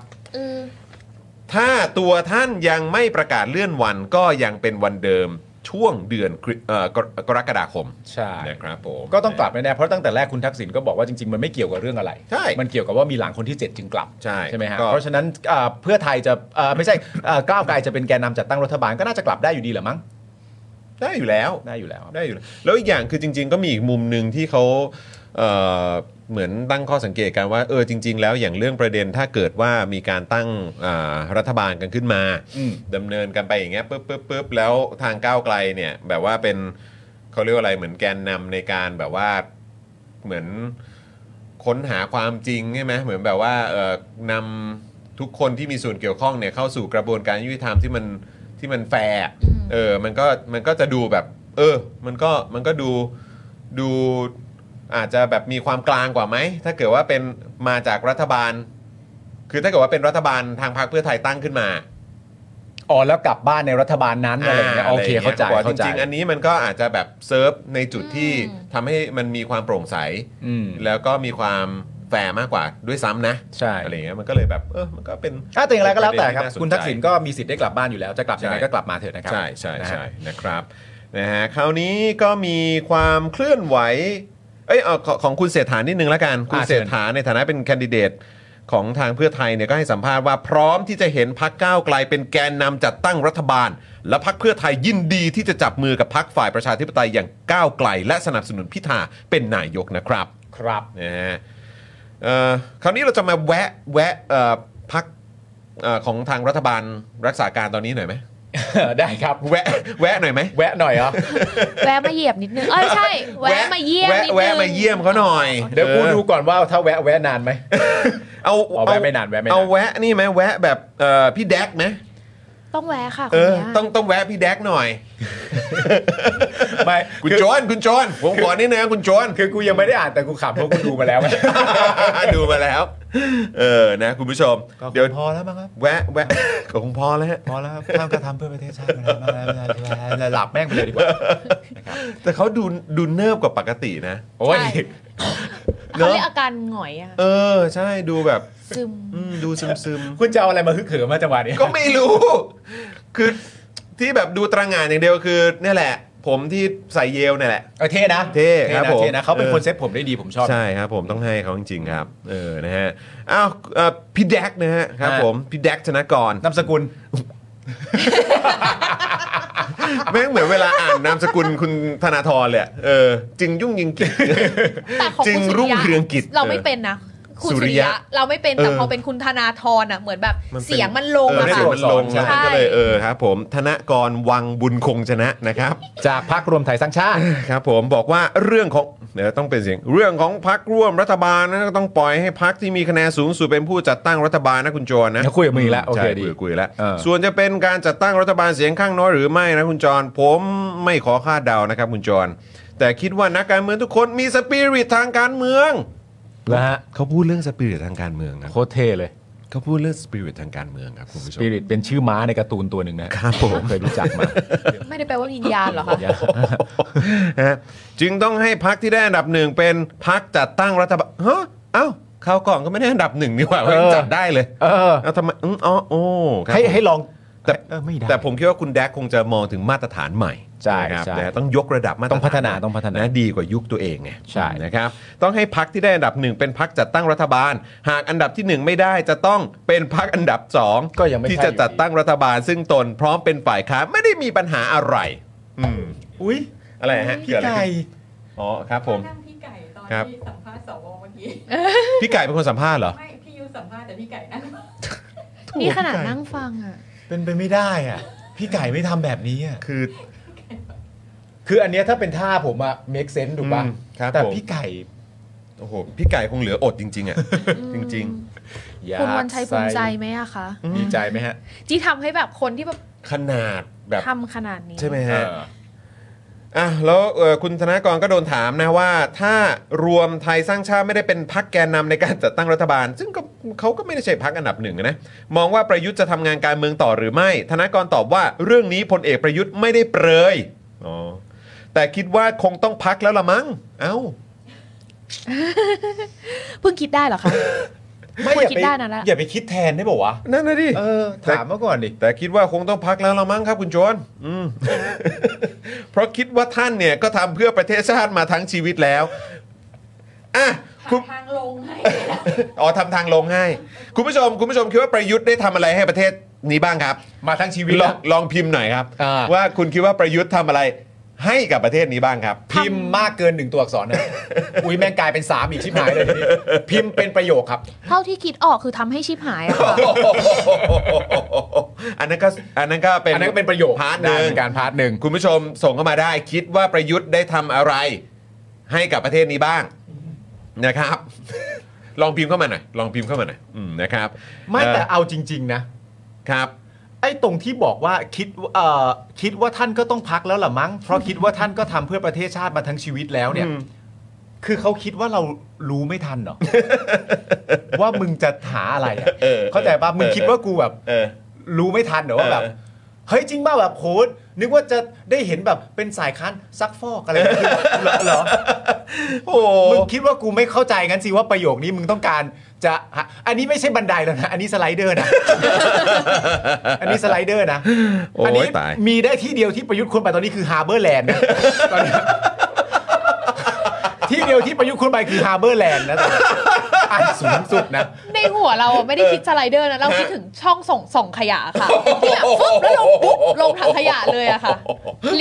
ถ้าตัวท่านยังไม่ประกาศเลื่อนวันก็ยังเป็นวันเดิมช่วงเดือนกรเอ่อกรกรกฎาคม ใช่ นะครับผม ก็ต้องกลับแน่ๆเพราะตั้งแต่แรกคุณทักษิณก็บอกว่าจริงๆ มันไม่เกี่ยวกับเรื่องอะไร ใช่ มันเกี่ยวกับว่ามีหลังคนที่ 7 จึงกลับ ใช่ ไหมฮะ ก็ เพราะฉะนั้นเอ่อเพื่อไทยจะเอ่อไม่ใช่เอ่อก้าวไกลจะเป็นแกนนำจัดตั้งรัฐบาลก็น่าจะกลับได้อยู่ดีเหรอมั้ง ได้อยู่แล้ว ได้อยู่แล้วครับ ได้อยู่แล้วแล้วอีกอย่างคือจริง ๆ ก็มีอีกมุมหนึ่งที่เขาเอ่อ เหมือนตั้งข้อสังเกตกันว่าเออจริง ๆ แล้วอย่างเรื่องประเด็นถ้าเกิดว่ามีการตั้งอ่ารัฐบาลกันขึ้นมา อืม ดำเนินกันไปอย่างเงี้ยปุ๊บปุ๊บปุ๊บแล้วทางก้าวไกลเนี่ยแบบว่าเป็นเขาเรียกว่าอะไรเหมือนแกนนำในการแบบว่าเหมือนค้นหาความจริงใช่ไหมเหมือนแบบว่าเออนำทุกคนที่มีส่วนเกี่ยวข้องเนี่ยเข้าสู่กระบวนการยุติธรรมที่มันที่มันแฟร์ อืม เออ มันก็ มันก็จะดูแบบ เออ มันก็ มันก็ดู ดู อาจจะแบบมีความกลางกว่าไหม ถ้าเกิดว่าเป็น มาจากรัฐบาล คือถ้าเกิดว่าเป็นรัฐบาลทางพรรคเพื่อไทยตั้งขึ้นมา อ๋อแล้วกลับบ้านในรัฐบาลนั้นอะไรอย่างเงี้ยโอเคเข้าใจ ะไรอย่งงี้ย เข้าใจ จริงๆ อันนี้มันก็อาจจะแบบเซิร์ฟในจุดที่ อืม ทำให้มันมีความโปร่งใส อืม แล้วก็มีความแฝงมากกว่าด้วยซ้ำนะ ใช่ อะไรอย่างเงี้ย มันก็เลยแบบ เออ มันก็เป็น อ่ะแต่อย่างไรก็แล้วแต่ครับ ปะเด็นที่น่าสนใจ คุณทักษิณก็มีสิทธิ์ได้กลับบ้านอยู่แล้ว จะกลับยังไง ใช่ ก็กลับมาเถอะนะครับ ใช่ใช่ นะฮะ ใช่นะครับนะฮะคราวนี้ก็มีความเคลื่อนไหวเอ้ยเอาขอของคุณเศรษฐานิดนึงละกัน คุณ อ่า เศ เชิ ร ญ ษฐาในฐานะเป็นแคนดิเดตของทางเพื่อไทยเนี่ยก็ให้สัมภาษณ์ว่าพร้อมที่จะเห็นพักก้าวไกลเป็นแกนนำจัดตั้งรัฐบาล และพักเพื่อไทยยินดีที่จะจับมือกับพักฝ่ายประชาธิปไตยอย่างก้าวไกล และสนับสนุนพิธาเป็นนายกนะครับ ครับ นะฮะเอ่อคราวนี้เราจะมาแวะแวะเอ่อพักเอ่อของทางรัฐบาลรักษาการตอนนี้หน่อยไหม ได้ครับ แวะแวะหน่อยไหม แวะหน่อยเหรอ แวะมาเหยียบนิดนึงเอ้ยใช่ แวะมาเยี่ยมนิดนึง แวะแวะมาเยี่ยมเขาหน่อย เดี๋ยว ออ กูดูก่อนว่าถ้าแวะแวะนานไหม เอา เอาแวะไม่นานแวะไม่นาน เอาแวะนี่ไหมแวะแบบเอ่อพี่แดกไหม ต้องแวะค่ะค เอนอ เนี้ย ต้องต้องแวะพี่แดกหน่อย ไม่ คุณ คือ โจนคุณโจนผมขอนิดนึงนะคุณโจน คือกูยังไม่ได้อ่านแต่กูขับเพราะกูดูมาแล้ว ดูมาแล้ว เออนะคุณผู้ชม เดี๋ยวพอแล้วมั้งครับแวะแวะ ก็คงพอแล้วฮะ พอแล้วครับข้ามกระทำเพื่อประเทศชาติมาแล้วมาแล้วมาแล้วหลับแม่งไปเลยดีกว่า แต่เขาดูดูเนิบกว่าปกตินะ โอ้ย เขาเรียกอาการหงอยอะ เออ ใช่ดูแบบ ซึม อืมดูซึมซึม คุณจะเอาอะไรมาฮึกเหิมมาจังหวะนี้ ๆ ก็ไม่รู้ คือที่แบบดูตระหง่านอย่างเดียวคือเนี่ยแหละ ผมที่ใส่เยลเนี่ยแหละ เออเท่นะ เท่ครับ นะ ผม เท่นะเขาเป็น เออ คนเซ็ตผมได้ดีผมชอบ ใช่ครับผมต้องให้เขาจริงๆครับ เออนะฮะอ้าวเอ่อพี่แดกนะฮะครับ ฮะ ผมพี่แดกชนะกร นามสกุล แม่งเหมือนเวลาอ่านนามสกุลคุณธนาธรเลยอะเออจึงยุ่งยิงกิจ แต่ของ จึง คุณสุ รุ่งเรืองกิจ เราไม่ ออ เป็นนะ คุณ สุริยะ สุริยะ เราไม่เป็น แต่ เออ พอเป็นคุณธนาธรอ่ะ เหมือนแบบ มันเป็น เสียงมันลง เออ อะ ได้ ค่ะ เสียงมันลง ใช่ แล้วมันก็เลยเออครับผมธนกรวังบุญคงชนะนะครับ จากพรรครวมไทยสร้างชาติ ครับผมบอกว่าเรื่องของเดี๋ยวต้องเป็นเสียงเรื่องของพักร่วมรัฐบาลนะก็ต้องปล่อยให้พักที่มีคะแนนสูงสุดเป็นผู้จัดตั้งรัฐบาลนะคุณจรนะ คุยกับมึงอีกแล้วโอเค ใช่ ดี คุยกับกูอีกแล้ว เออ ส่วนจะเป็นการจัดตั้งรัฐบาลเสียงข้างน้อยหรือไม่นะคุณจร ผมไม่ขอคาดเดานะครับคุณจร แต่คิดว่านักการเมืองทุกคนมีสปิริตทางการเมือง นะฮะ เขาพูดเรื่องสปิริตทางการเมืองครับ โคตรเท่เลย เขาพูดเรื่องสปิริตทางการเมืองครับคุณผู้ชม ปิริตเป็นชื่อม้าในการ์ตูนตัวหนึ่งนะครับ ผม เคยรู้จักมา ไม่ได้แปลว่าวิญญาณเหรอคะ ฮะจึงต้องให้พักที่ได้อันดับหนึ่งเป็นพักจัดตั้งรัฐบาลฮะเอ้าข่าวก่อนก็ไม่ได้อันดับหนึ่งนี่หว่า เออ ยังจัดได้เลย เออ เอาทำไมอืมอ๋อโอ้ครับผมให้ให้ลอง แต่ เออไม่ได้ แต่ผมคิดว่าคุณแดกคงจะมองถึงมาตรฐานใหม่ ใช่ นะครับ ใช่ นะฮะต้องยกระดับมาตรฐาน ต้องพัฒนาต้องพัฒนา ดีกว่ายุคตัวเองไง ใช่ นะครับ ต้องให้พักที่ได้อันดับหนึ่งเป็นพักจัดตั้งรัฐบาล หากอันดับที่หนึ่งไม่ได้จะต้องเป็นพักอันดับสอง ก็ยังไม่ ที่ ใช่ จะจัดตั้งรัฐบาล ซึ่งตนพร้อมเป็นฝ่ายค้านไม่ได้มีปัญหาอะไร อืม อุ้ย อะไรฮะเกิดอะไร ไก่ ขึ้นอ๋อครับผม นั่งพี่ไก่ตอน ครับ ที่สัมภาษณ์สวเมื่อกี้ พี่ไก่เป็นคนสัมภาษณ์เหรอ ไม่ พี่ยูสัมภาษณ์แต่พี่ไก่นั่ง นี่ขนาดนั่งฟังอ่ะ เป็นไปไม่ได้อ่ะ พี่ไก่ไม่ทำแบบนี้อ่ะ คือ คืออันเนี้ยถ้าเป็นท่าผมอ่ะ make sense ถูกป่ะ อืมครับ แต่ ผม พี่ไก่ โอ้โห พี่ไก่คงเหลืออดจริง ๆ อ่ะ จริง อยาก คุณวันชัยภูมิใจไหมอะคะ ดีใจไหมฮะ ที่ทำให้แบบคนที่แบบ ๆ ขนาดแบบ ทำขนาดนี้ ใช่ไหม เอ ฮะ อ อ่ะ แล้วเอ่อคุณธนากรก็โดนถามนะว่า ถ้ารวมไทยสร้างชาติไม่ได้เป็นพักแกนนำในการจัดตั้งรัฐบาล ซึ่งก็เขาก็ไม่ได้ใช่พักอันดับหนึ่งนะ มองว่าประยุทธ์จะทำงานการเมืองต่อหรือไม่ ธนากรตอบว่าเรื่องนี้พลเอกประยุทธ์ไม่ได้เปรยอ๋อแต่คิดว่าคงต้องพักแล้วละมั้งเอ้า เพิ่งคิดได้เหรอคะ ไม่ คุณ อย่า คิด ไป ได้นะแล้ว อย่าไปคิดแทนได้ป่าวะ นั่นนะดิ เออ ถามมาก่อนดิ แต่คิดว่าคงต้องพักแล้วละมั้งครับคุณโจนอืม เพราะคิดว่าท่านเนี่ยก็ทำเพื่อประเทศชาติมาทั้งชีวิตแล้ว อ่ะคุณหาทางลงให้ อ๋อทำทางลงให้ คุณผู้ชม คุณผู้ชมคิดว่าประยุทธ์ได้ทำอะไรให้ประเทศนี้บ้างครับ มาทั้งชีวิต ลอ แล้ ง ว ลองพิมพ์หน่อยครับ อ่า ว่าคุณคิดว่าประยุทธ์ทำอะไร ให้กับประเทศนี้บ้างครับ พิมพ์มากเกินหนึ่งตัวอักษร นะ อุ้ยแม่งกลายเป็นสามอีกชิบหายเลยทีนี้ พิมพ์เป็นประโยคครับ เท่าที่คิดออกคือทำให้ชิบหายอะ ค่ะ อันนั้นก็อันนั้นก็เป็น อันนั้นก็เป็นประโยค พาร์ทห ได้ นึ่ง เหมือนกันพาร์ทหนึ่ง คุณผู้ชมส่งเข้ามาได้ คิดว่าประยุทธ์ได้ทำอะไร ให้กับประเทศนี้บ้างนะครับ ลองพิมพ์เข้ามาหน่อยลองพิมพ์เข้ามาหน่อยอืมนะครับ ไม่แต่ เอ่อ เอาจริง ๆ นะ ครับ ไอ้ตรงที่บอกว่าคิดเอ่อคิดว่าท่านก็ต้องพักแล้วล่ะมั้ง เพราะคิดว่าท่านก็ทำเพื่อประเทศชาติมาทั้งชีวิตแล้วเนี่ย คือเขาคิดว่าเรารู้ไม่ทันเหรอ ว่ามึงจะหาอะไร อะ ออ เข้าใจปะมึงคิดว่ากูแบบ เออ รู้ไม่ทันเหรอว่าแบบ เออ เฮ้ยจริงป่ะแบบโหนึกว่าจะได้เห็นแบบเป็นสายค้านซักฟอกอะไรแบบนี้เหรอเหรอ โอ้โห มึงคิดว่ากูไม่เข้าใจงั้นสิว่าประโยคนี้มึงต้องการจะหาอันนี้ไม่ใช่บันไดแล้วนะ อันนี้สไลเดอร์ นะ อันนี้สไลเดอร์นะ โอ้ อันนี้ ยตาย มีได้ที่เดียวที่ประยุทธ์ควรไปตอนนี้คือฮาร์เบอร์แลนด์ตอนนี้ที่เดียวที่ประยุทธ์ควรไปคือฮาร์เบอร์แลนด์นะตอนนี้อันสูงสุดนะ ในหัวเราอะไม่ได้คิดสไลเดอร์นะ เราคิดถึงช่องส่งส่งขยะค่ะ ที่แบบฟึ๊บแล้วลงปุ๊บลงถังขยะเลยอะค่ะ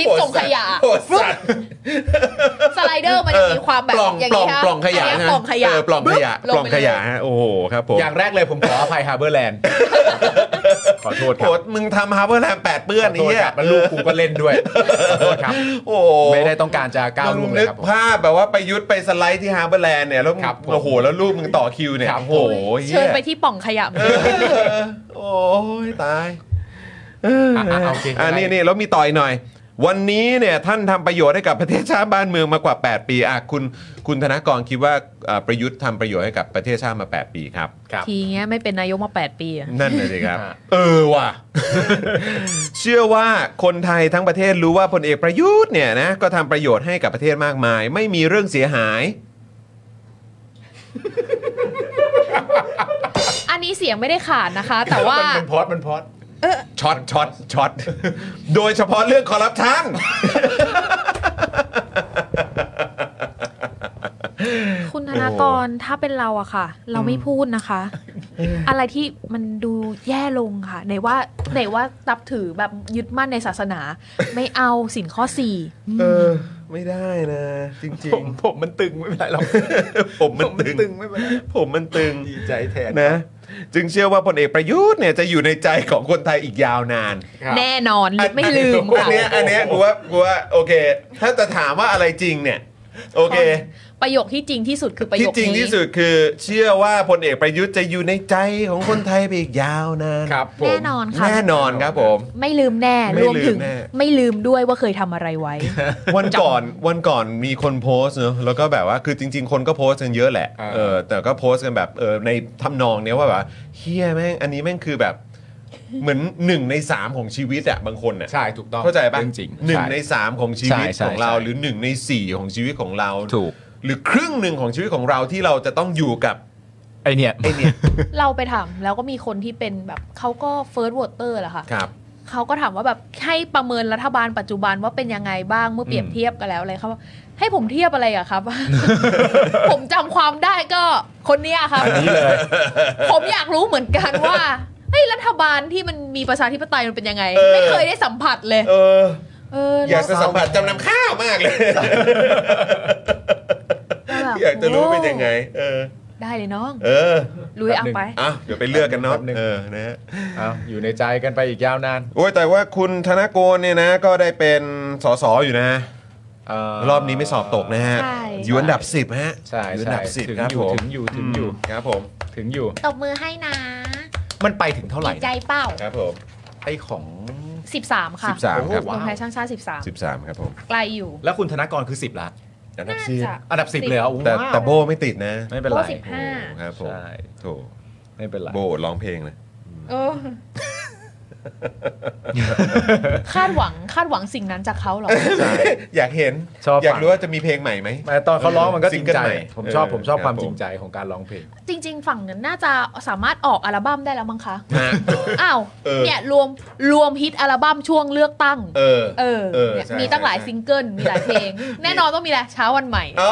ลิฟต์ส่งขยะ โอ้สัตว์ สไลเดอร์มันจะมีความแบบ ปล่อง อย่าง ปล่องนี้ค่ะ ปล่องขยะ อัน ฮ เนี้ปล่องขยะ เออปล่องขยะ ปึ๊บ ปล่องขยะ เ ฮะโอ้โหครับผม อย่างแรกเลยผมขออภัยฮาร์เบอร์แลนด์ ขอโทษค โห รับ ดมึงทำฮาร์เบอร์แลมแปดเปื้อน ขอ ไอ้ โทษ เหี้ย ครับมันลูกกูก็เล่นด้วยขอโทษครับ โอ้โห ไม่ได้ต้องการจะก้าว มึ ล่ว ง งเล นึ ย ก ครับผม ภาพแบบว่าไปยุทธไปสไลด์ที่ฮาร์เบอร์แลนด์เนี่ยแล้วมึง ครับผม โอ้โหแล้วลูกมึงต่อคิวเนี่ย ครับ โอ้ ผม โห ลย เหี้ เชิ ย ญไปที่ปล่องขยะเหมือน เอ กัอนโอ้ยตาย อ่ะอ่ะโอเค อ่านี่นี่แล้วมีต่อยหน่อย วันนี้เนี่ยท่านทำประโยชน์ให้กับประเทศชาติบ้านเมืองมากว่า 8 ปีอ่ะคุณคุณธนากรคิดว่าอ่าประยุทธ์ทำประโยชน์ให้กับประเทศชาติมา 8 ปี ครับ ครับ ทีเงี้ยไม่เป็นนายกมา 8 ปีอะ นั่นเลยสิครับ ฮะ เออว่ะ เชื่อว่าคนไทยทั้งประเทศรู้ว่าพลเอกประยุทธ์เนี่ยนะ ก็ทำประโยชน์ให้กับประเทศมากมาย ไม่มีเรื่องเสียหาย อันนี้เสียงไม่ได้ขาดนะคะ แต่ว่า มันพอดมันพอด ช็อตช็อตช็อต โดยเฉพาะเรื่องคอร์รัปชัน คุณธนากรถ้าเป็นเราอะค่ะ เราไม่พูดนะคะ อะไรที่มันดูแย่ลงค่ะ ในว่าในว่านับถือแบบยึดมั่นในศาสนา ไม่เอาสินข้อสี่ เออ ไม่ได้นะ จริ ผ ง มผมมันตึงไม่เป็นไรหรอก ๆ ผมมันตึง ตึงไม่เป็นไร ผมมันตึง ดีใจแทน นะจึงเชื่อว่าพลเอกประยุทธ์เนี่ยจะอยู่ในใจของคนไทยอีกยาวนาน ครับ แน่นอนไม่ลืม อั ค่ะ นเนี้ยอันเนี้ยกูว่ากูว่าโอเค ถ้าจะถามว่าอะไรจริงเนี่ย โอเค ประโยคที่จริงที่สุดคือประโย ที่ ค จริง นี้ ที่สุดคือเชื่อว่าพลเอกประยุทธ์จะอยู่ในใจของคนไทยไปอีกยาวน าน ครับผม แน่นอนค่ะ แน่นอนครับผม ไม่ลืมแน่ ไม่ รวมถึง ลืมแน่ ไม่ลืมด้วยว่าเคยทำอะไรไว้ วันก่อนวันก่อนมีคนโพสต์เนอะแล้วก็แบบว่าคือจริง ๆ คนก็โพสต์กันเยอะแหละ อ่า เออแต่ก็โพสต์กันแบบเออในทำนองเนี้ยว่าแบบเฮียแม่งอันนี้แม่งคือแบบเหมือนหนึ่งในสามของชีวิตอะบางคนอะ ใช่ถูกต้อง เข้าใจปะ เรื่องจริง หนึ่งใน ช่ สามของชีวิต ใช่ใช่ ของเรา ใช่ หรือหนึ่งในสี่ของชีวิตของเรา ถูก หรือครึ่งหนึ่งของชีวิตของเราที่เราจะต้องอยู่กับ ไอเนี่ย ไอเนี่ย เราไปถามแล้วก็มีคนที่เป็นแบบเขาก็เฟิร์สวอเตอร์แหละค่ะ ครับ เขาก็ถามว่าแบบให้ประเมินรัฐบาลปัจจุบันว่าเป็นยังไงบ้างเมื่อเปรียบเทียบกันแล้วอะไรครับให้ผมเทียบอะไรอะครับ ผมจำความได้ก็คนเนี้ยครับ นี่เลย ผมอยากรู้เหมือนกันว่าเฮ้ยรัฐบาลที่มันมีประชาธิปไตยมันเป็นยังไง เออ ไม่เคยได้สัมผัสเลย เออ เออ อยา แล้ ก ว จะสัมผัสจำนำข้าวมากเลย แบบ อยากจะรู้เป็นยังไง เออ ได้เลยน้อง เออ ลุยเอาไป อ่ะเดี๋ยวไปเลือกกันเนาะเออนะฮะ เอาอยู่ในใจกันไปอีกยาวนาน โอ้ยแต่ว่าคุณธนโกรเนี่ยนะ ก็ได้เป็นสสอยู่นะ เ รอบนี้ไม่สอบตกนะฮะ ใช่ อยู่อันดับ 10 ฮะ ใช่ อยู่อั ใช่ ดับสิบ ถึง ครับ อยู่ ผม ถึงอยู่ถึงอยู่ ครับผม ถึงอยู่ ตบมือให้นะ มันไปถึงเท่าไหร่ ดีใจเป้า ครับผม ไอของ 13 ค่ะ 13 ครับ รวมไทยสร้างชาติ 13 13 ครับผม ไกลอยู่ แล้วคุณธนากรคือ 10ละ อันดับ น่า สิบ จะ อันดับ 10 เลยเหรอ แต่ ว้าว แต่โบไม่ติดนะ ไม่เป็นไร โบสิบ โอ้ครับผม ใช่ โถ ไม่เป็นไร โบร้องเพลงเลย เออคาดหวังคาดหวังสิ่งนั้นจากเขาเหรอ อยากเห็น ชอบ อยาก ฟัง รู้ว่าจะมีเพลงใหม่ไหม แต่ตอนเขาร้องมันก็จริงซิงใจเกิลใหม่ ผมชอบ เออ ผมชอบ ครับ ความจริงใจของการร้องเพลง จริง ๆ ฝั่งนั้นน่าจะสามารถออกอัลบั้มได้แล้วมั้งคะ ฮะ อ้าว เออ เนี่ยรวมรวมฮิตอัลบั้มช่วงเลือกตั้ง เออ เออ เออ เนี่ย ใช่ มีตั้งหลาย ใช่ ซิงเกิล มีหลายเพล ง แน่นอนต้องมีแหละเช้าวันใหม่ โอ้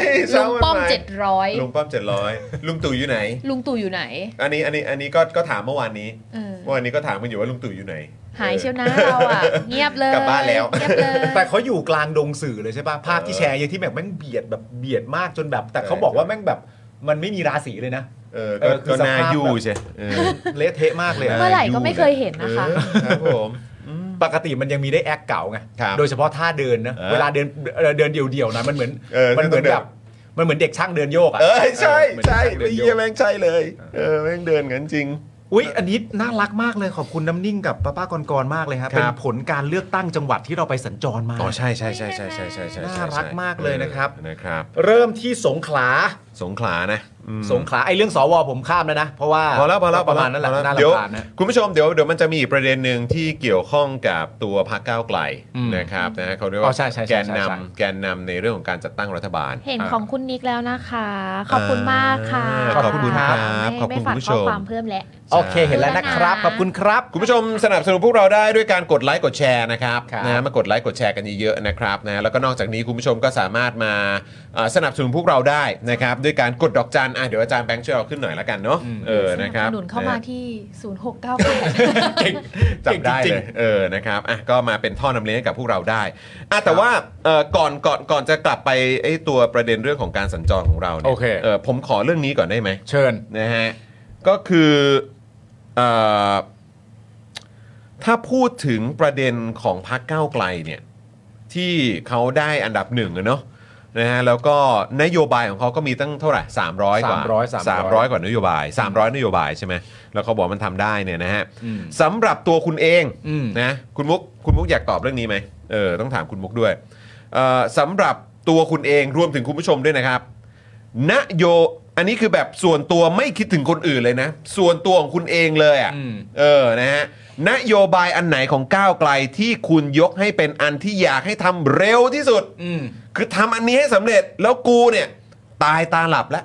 ยเช้า ลุง วัน ป้อม ใหลุง 700 ป้อมเจ็ดร้อยลุงตู่อยู่ไหน ลุงตู่อยู่ไหน อันนี้อันนี้อันนี้ก็ก็ถามเมื่อวานนี้ เออ เมื่อวานนี้ก็ถามกันอ อยู่ว่าลุงตู่อยู่ไหน หายเชียวนะเรา อ่ะ เงียบเลย กลับบ้านแล้ว เงียบเลย แต่เขาอยู่กลางดงสื่อเลยใช่ป่ะภาพที่แชร์เยอะที่แบบแม่งเบียดแบบเบียดมากจนแบบ แต่เขาบอกว่าแม่งแบบมันไม่มีราศีเลยนะ เออก็ เออคือ ก็ ส น่า ภาพแบบ ยู่ใช่เออ เละเทะมากเลยอะ เมื่อไหร่ก็ไม่เคยเห็นนะคะ ออครับผม ปกติมันยังมีได้แอคเก่าไง ครับ โดยเฉพาะท่าเดินนะ เออ เวลาเดินเอ่อเดินเดี่ยวๆนะมันเหมือน เออ มันเหมือน เดิน แบบมันเหมือนเด็กช่างเดินโยกอ่ะ เออใช่ เหมือน ใช่ เด็กาไอ้งเดินโย เหี้ย ก แม่งใช่เลยเออแม่งเดินงั้นจริง อุ้ยอันนี้น่ารักมากเลยขอบคุณน้ำนิ่งกับป้าป้ากรกรมากเลยครับ ครับ เป็นผลการเลือกตั้งจังหวัดที่เราไปสัญจรมา อ๋อใช่ใช่ใช่ใช่ใช่ใช่ใช่ น่ารักมากเลยนะครับ ออนะครับ เริ่มที่สงขลา สงขลานะอืม สงขลาไอ้เรื่องสวผมข้ามแล้วนะ เพราะว่า พอแล้วพอแล้ว ประมาณนั้นแหละ พอ น่า เดี๋ยว รำคาญนะ คุณผู้ชมเดี๋ยวเดี๋ยวมันจะมีอีกประเด็นหนึ่งที่เกี่ยวข้องกับตัวพรรคก้าวไกล อืม นะครับนะเขาเรียก อ๋ ว่า อใช่ใช่ใช่ แกนนำ ใช่ แกนนำในเรื่องของการจัดตั้งรัฐบาล เห็นของคุณนิกแล้วนะคะ ขอบคุณมากค่ะ ขอบคุณครับ ไม่ ขอบคุณ ไม่ฝาก คุณผู้ช ข้อ ม ความเพิ่มแล้ว โอเคเห็นแล้วนะครับ ขอบคุณครับ คุณผู้ชมสนับสนุนพวกเราได้ด้วยการกดไลค์กดแชร์นะครับ ครับ นะมากดไลค์กดแชร์กันเยอะๆนะครับนะแล้วก็นอกจากนี้คุณผู้ชมก็สามารถมาเอ่อสนับสนุนพวกเราได้นะครับด้วยการกดดอกจันอ่ะเดี๋ยวอาจารย์แบงค์ช่วยเอาขึ้นหน่อยละกันเนาะ อืม เออนะครับ สนัสนุนเข้ามาที่ เก่ง จับได้ ก่งจริ เลยงเออนะครับอ่ะก็มาเป็นท่อนำเลี้ยงให้กับพวกเราได้อ่ะแต่ว่าเอ่อก่อนก่อนก่อนจะกลับไปไอ้ตัวประเด็นเรื่องของการสัญจรของเรา โอ เนี่ย เค เออผมขอเรื่องนี้ก่อนได้ไหม เชิญ นะฮะก็คือเอ่อถ้าพูดถึงประเด็นของพรรคก้าวไกลเนี่ยที่เขาได้อันดับหนึ่งอะเนาะนะฮะแล้วก็นโยบายของเขาก็มีตั้งเท่าไหร่300 กว่า 300 300 กว่านโยบาย 300 นโยบายใช่ไหมแล้วเขาบอกมันทำได้เนี่ยนะฮะ อืม สำหรับตัวคุณเอง อืม นะคุณมุกคุณมุกอยากตอบเรื่องนี้ไหมเออต้องถามคุณมุกด้วยเอ่อสำหรับตัวคุณเองรวมถึงคุณผู้ชมด้วยนะครับ นโยอันนี้คือแบบส่วนตัวไม่คิดถึงคนอื่นเลยนะ ส่วนตัวของคุณเองเลยอะ่ะ อืม เออนะฮะนโยบายอันไหนของก้าวไกลที่คุณยกให้เป็นอันที่อยากให้ทำเร็วที่สุด อืม คือทำอันนี้ให้สำเร็จแล้วกูเนี่ย ตายตาหลับแล้ว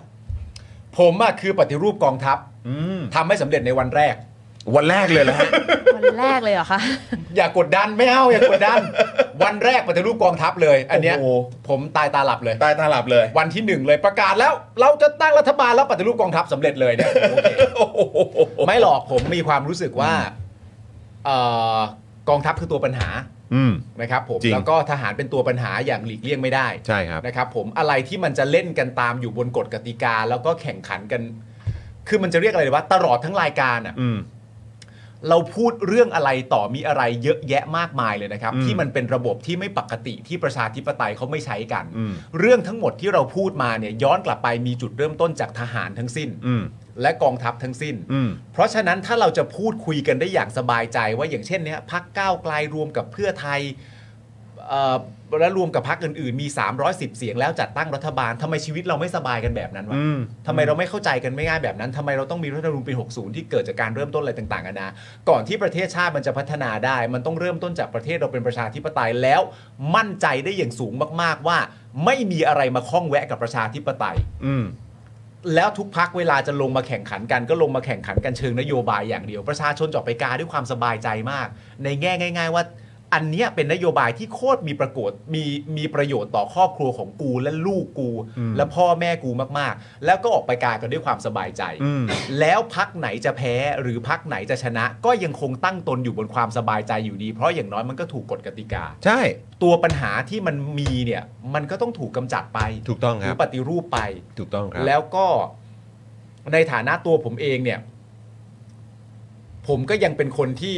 ผมอะคือปฏิรูปกองทัพ อืม ทำให้สำเร็จในวันแรก วันแรกเลยแล้ว 9 วันแรกเลยเหรอคะ อย่ากดดันไม่เอาอย่ากด ดัน วันแรกปฏิรูปกองทัพเลย อันเนี้ย โอ้โห ผมตายตาหลับเลย ตายตาหลับเลย วันที่หนึ่งเลยประกาศแล้ว เราจะตั้งรัฐบาลแล้วปฏิรูปกองทัพสำเร็จเลยเนี่ยโอเคไม่หรอกผมมีความรู้สึกว่าเอ่อกองทัพคือตัวปัญหา อืม นะครับผม จริง แล้วก็ทหารเป็นตัวปัญหาอย่างหลีกเลี่ยงไม่ได้ ใช่ครับ นะครับผมอะไรที่มันจะเล่นกันตามอยู่บนกฎกติกา แล้วก็แข่งขันกัน คือมันจะเรียกอะไรดีว่าตลอดทั้งรายการอ่ะ อืม เราพูดเรื่องอะไรต่อมีอะไรเยอะแยะมากมายเลยนะครับ อืม ที่มันเป็นระบบที่ไม่ปกติที่ประชาธิปไตยเขาไม่ใช้กัน อืม เรื่องทั้งหมดที่เราพูดมาเนี่ยย้อนกลับไปมีจุดเริ่มต้นจากทหารทั้งสิ้น อืม และกองทัพทั้งสิ้น อืม เพราะฉะนั้นถ้าเราจะพูดคุยกันได้อย่างสบายใจว่าอย่างเช่นเนี้ยพักก้าวไกลรวมกับเพื่อไทยเอ่อและรวมกับพักอื่นๆ มี 310 เสียงแล้วจัดตั้งรัฐบาลทำไมชีวิตเราไม่สบายกันแบบนั้นวะ อืม ทำไมเราไม่เข้าใจกันไม่ง่ายแบบนั้นทำไมเราต้องมีรัฐธรรมนูญปี 60 ที่เกิดจากการเริ่มต้นอะไรต่างๆกันานะก่อนที่ประเทศชาติมันจะพัฒนาได้ มันต้องเริ่มต้นจากประเทศเราเป็นประชาธิปไตยแล้ว มั่นใจได้อย่างสูงมาก ๆว่า ไม่มีอะไรมาข้องแวะกับประชาธิปไตย อืม แล้วทุกพักเวลาจะลงมาแข่งขันกันก็ลงมาแข่งขันกันเชิงนโยบายอย่างเดียว ประชาชนจะออกไปกาด้วยความสบายใจมาก ในแง่ง่าย ๆ ว่า อันเนี้ยเป็นนโยบายที่โคตรมีประโกฏมีมีประโยชน์ต่อครอบครัวของกูและลูกกู และพ่อแม่กูมากๆ แล้วก็ออกไปกากันด้วยความสบายใจ อืม แล้วพักไหนจะแพ้หรือพักไหนจะชนะ ก็ยังคงตั้งตนอยู่บนความสบายใจอยู่ดี เพราะอย่างน้อยมันก็ถูกกฎกติกา ใช่ ตัวปัญหาที่มันมีเนี่ยมันก็ต้องถูกกำจัดไป ถูกต้อง ห ค รื รั อบ ปฏิรูปไป ถูกต้องครับ แล้วก็ในฐานะตัวผมเองเนี่ย ผมก็ยังเป็นคนที่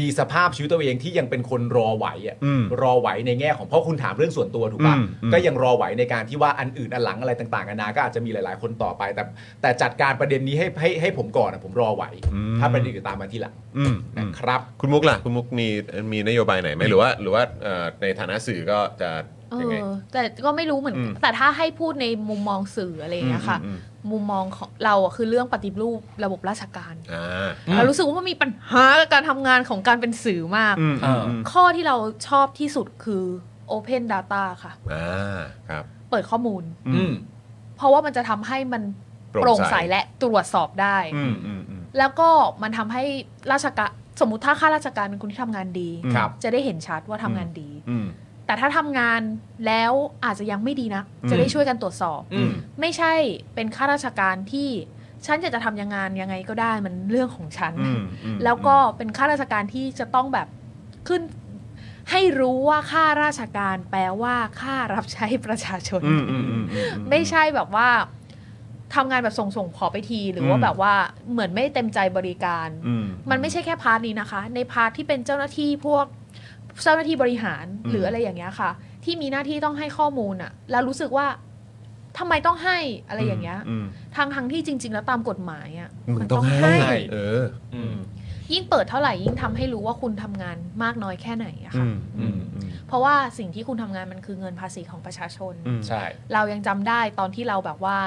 มีสภาพชีวิตตัวเองที่ยังเป็นคนรอไหวอะ อืม รอไหวในแง่ของเพราะคุณถามเรื่องส่วนตัวถูกปะ อืมอืม ก็ยังรอไหวในการที่ว่าอันอื่นอันหลังอะไรต่างๆนานาก็อาจจะมีหลาย ๆ คนต่อไป แต่แต่จัดการประเด็นนี้ให้ให้ให้ผมก่อนอะผมรอไหว ถ้าประเด็นอื่นตามมาทีหลัง อืมอื นะ ม ครับ คุณมุกล่ะคุณมุกมีมีนโยบายไหนไหมหรือว่า หรือว่าเอ่อในฐานะสื่อก็จะ เอ ยังไง อ แต่ก็ไม่รู้เหมือน อืม แต่ถ้าให้พูดในมุมมองสื่ออะไรอย่างเงี้ยค่ะ อืม มุมมองของเราอะคือเรื่องปฏิรูประบบราชการ อืมอ่า อืม เรารู้สึกว่ามันมีปัญหากับการทำงานของการเป็นสื่อมาก อืมอืมอืม ข้อที่เราชอบที่สุดคือ Open Data ค่ะ อ่าครับ เปิดข้อมูล อืม เพราะว่ามันจะทำให้มัน โปร่ง โปร่ง ใส ใสและตรวจสอบได้ อืมอืมอืม แล้วก็มันทำให้ราชการสมมติถ้าข้าราชการเป็นคนที่ทำงานดี ครับ จะได้เห็นชัดว่าทำงานดี อืม แต่ถ้าทำงานแล้วอาจจะยังไม่ดีนะ อืม จะได้ช่วยกันตรวจสอบ อืม ไม่ใช่เป็นข้าราชการที่ ฉันอยากจะทำยังไงานยังไงก็ได้มันเรื่องของฉัน อืมอืม แล้วก็เป็นข้าราชการที่จะต้องแบบขึ้น ให้รู้ว่าข้าราชการแปลว่าข้ารับใช้ประชาชน อืมอืมอืมอืม ไม่ใช่แบบว่าทำงานแบบส่งส่งๆขอไปทีหรือว่า อืม แบบว่าเหมือนไม่เต็มใจบริการ อืม มันไม่ใช่แค่พาร์ทนี้นะคะ ในพาร์ทที่เป็นเจ้าหน้าที่พวกเจ้าหน้าที่บริหาร อืม หรืออะไรอย่างเงี้ยค่ะ ที่มีหน้าที่ต้องให้ข้อมูลอะแล้วรู้สึกว่าทำไมต้องให้อะไรอย่างเงี้ย อืม ทางทางๆที่จริง ๆ แล้วตามกฎหมายอะ มึงต้องให้ เออ อืม ยิ่งเปิดเท่าไหร่ยิ่งทำให้รู้ว่าคุณทำงานมากน้อยแค่ไหนอะ อื ค่ะ มอืมอืม เพราะว่าสิ่งที่คุณทำงานมันคือเงินภาษีของประชาชน อืม ใช่ เรายังจำได้ตอนที่เราแบบว่า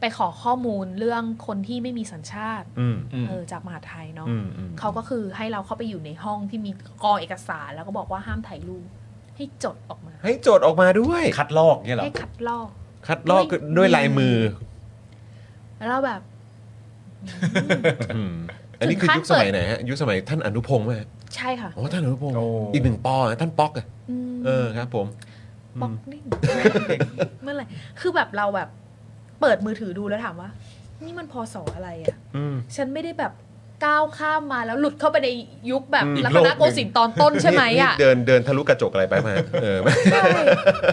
ไปขอข้อมูลเรื่องคนที่ไม่มีสัญชาติ อืม อืม เออจากมหาดไทยเนาะ อืมอืม เขาก็คือให้เราเข้าไปอยู่ในห้องที่มีกองเอกสารแล้วก็บอกว่าห้ามถ่ายรูปให้จดออกมา ให้โจทย์ออกมาด้วย คัดลอกเนี่ยเหรอ ให้คัดลอก คัดลอก ด้วย ด้วยลายมือ แล้วเราแบบ ออันนี้คือยุคสมัยไหนฮะ ยุคสมัยท่านอนุพงศ์ไหมฮะ ใช่ค่ะ อ๋อท่านอนุพงศ์ โอ้ อีกหนึ่งปอนะท่านป๊อกอะ อืม เออครับ ผม บล็อกนี่เมื่อไหร่คือแบบเราแบบ เปิดมือถือดูแล้วถามว่า นี่มันพอสออะไรอ่ะ อืม ฉันไม่ได้แบบก้าวข้ามมาแล้วหลุดเข้าไปในยุคแบบ อืม รัตนโกสินทร์ตอนต้นใช่ไหม นี่ อ่ะ นี่เดินเดินทะลุกระจกอะไรไปมาเออ ใช่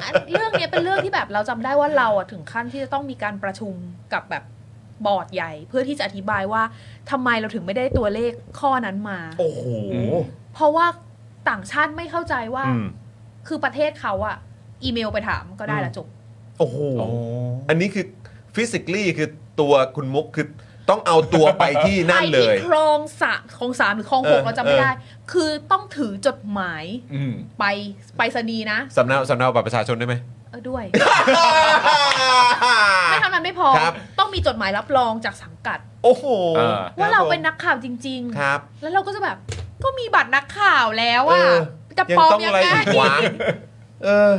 อันเรื่องเนี้ยเป็นเรื่องที่แบบเราจำได้ว่าเราอะถึงขั้นที่จะต้องมีการประชุมกับแบบบอร์ดใหญ่ เพื่อที่จะอธิบายว่าทำไมเราถึงไม่ได้ตัวเลขข้อนั้นมา โอ้โห เพราะว่าต่างชาติไม่เข้าใจว่า อืม คือประเทศเขาอะอีเมลไปถามก็ได้ละจบ โอ้โห อันนี้คือฟิสิก l ีคือตัวคุณมุกคือต้องเอาตัวไปที่นั่นเลย ไอ้ที่คลองสะคลองสามหรือคลองหก เออ เราจำไม่ เออ ได้ คือต้องถือจดหมาย อืม ไปไปสนีย์นะ สำเนาสำเนาบัตรประชาชนได้ไหม เออ ด้วย ไม่เท่านั้นไม่พอ ครับ ต้องมีจดหมายรับรองจากสังกัด โอ้โห อ่า ว่าเราเป็นนักข่าวจริง ๆ ครับ แล้วเราก็จะแบบ ก็มีบัตรนักข่าวแล้วอ่ะ เออ จะ ยัง ปลอม ต้อง ยั อะ ง ไร ไง อีกวะเออ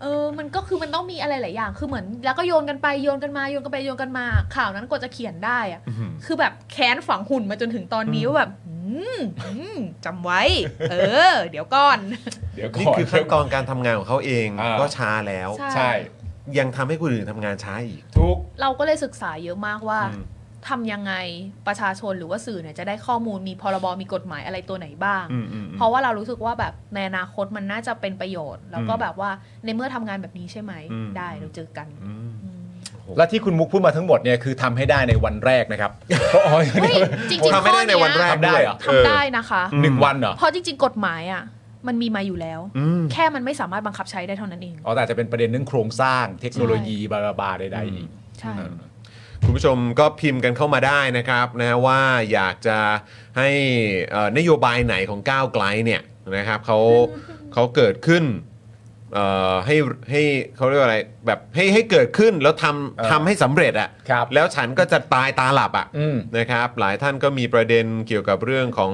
เออมันก็คือมันต้องมีอะไรหลายอย่าง คือเหมือน แล้วก็โยนกันไปโยนกันมาโยนกันไปโยนกันมา ข่าวนั้นกว่าจะเขียนได้อ่ะคือแบบแค้นฝังหุ่นมาจนถึงตอนนี้ว่าแบบอืมอืมจำไว้ เออ เดี๋ยวก่อน เดี๋ยว นี่ ก่อน คือขั้นตอนการทำงานของเขาเอง อ่า ก็ช้าแล้ว ใช่ ใช่ ยังทำให้คนอื่นทำงานช้าอีก ทุก เราก็เลยศึกษาเยอะมากว่า อืม ทำยังไงประชาชนหรือว่าสื่อเนี่ยจะได้ข้อมูลมีพรบมีกฎหมายอะไรตัวไหนบ้าง อืมอืมอืม เพราะว่าเรารู้สึกว่าแบบในอนาคตมันน่าจะเป็นประโยชน์ แล้วก็ อืม แบบว่าในเมื่อทำงานแบบนี้ใช่ไหม อืม ได้เราเจอกัน อืม และที่คุณมุกพูดมาทั้งหมดเนี่ยคือทำให้ได้ในวันแรกนะครับเพราะอ๋อ เฮ้ยจริงๆ ทำไม่ได้ในวันแรก ทำได้ วย เหรอ ข้อเนี้ยทำได้นะคะ หนึ่งวันเหรอ เพราะจริงๆ กฎหมายอ่ะมันมีมาอยู่แล้ว อืม แค่มันไม่สามารถบังคับใช้ได้เท่านั้นเอง อ๋อแต่อาจจะเป็นประเด็นเรื่องโครงสร้างเทคโนโลยีบาราบาใดๆอีก ใช่ คุณผู้ชมก็พิมพ์กันเข้ามาได้นะครับนะว่าอยากจะให้เอ่อนโยบายไหนของก้าวไกลเนี่ยนะครับ เขา เขาเกิดขึ้นเอ่อให้ให้เขาเรียกว่าอะไรแบบให้ให้เกิดขึ้นแล้วท เอำอทำให้สำเร็จอะ ครั่ ะ บ แล้วฉันก็จะตายตาหลับ อืม อะ่ะนะครับ หลายท่านก็มีประเด็นเกี่ยวกับเรื่องของ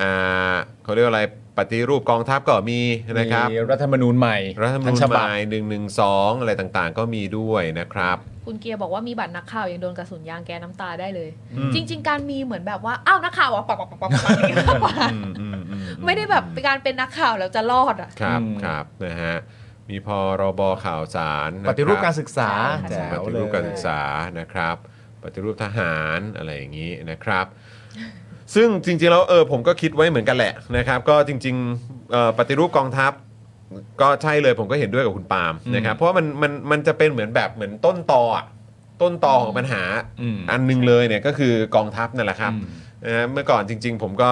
อ่าเขาเรียกว่าอะไรปฏิรูปกองทัพก็มีนะครับ มีรัฐธรรมนูญใหม่ รัฐธรรมนูญ ฉ ให บับ ม่หนึ่งหนึ่งสองอะไรต่างๆ ก็มีด้วยนะครับ คุณเกียร์บอกว่ามีบัตรนักข่าวยังโดนกระสุนยางแกน้ำตาได้เลย อืม จริง ๆ การมีเหมือนแบบว่าอ้าวนักข่าวอ่ะปักปักปักปักปักอย่างเงี้ย อืมอืมอืม ไม่ได้แบบเป็นการเป็นนักข่าวแล้วจะรอดอ่ะ ครับ อืม ครับนะฮะมีพรบข่าวสารนะค ปฏิรูปการ ค ศึกษา ใช่ แจ๋ บ ว ปฏิ เล รู ย ปการศึกษานะครับ ปฏิรูปทหารอะไรอย่างนี้นะครับ ซึ่งจริงๆแล้วเออผมก็คิดไว้เหมือนกันแหละนะครับ ก็จริงๆเอ่อปฏิรูปกองทัพ ก็ใช่เลยผมก็เห็นด้วยกับคุณปาล์ม อืม นะครับ เพราะว่ามันมันมันจะเป็นเหมือนแบบเหมือนต้นตออะต้นตอของปัญหา อืม อันหนึงเลยเนี่ยก็คือกองทัพนั่นแหละครับ อืม นะฮะเมื่อก่อนจริง ๆ ผมก็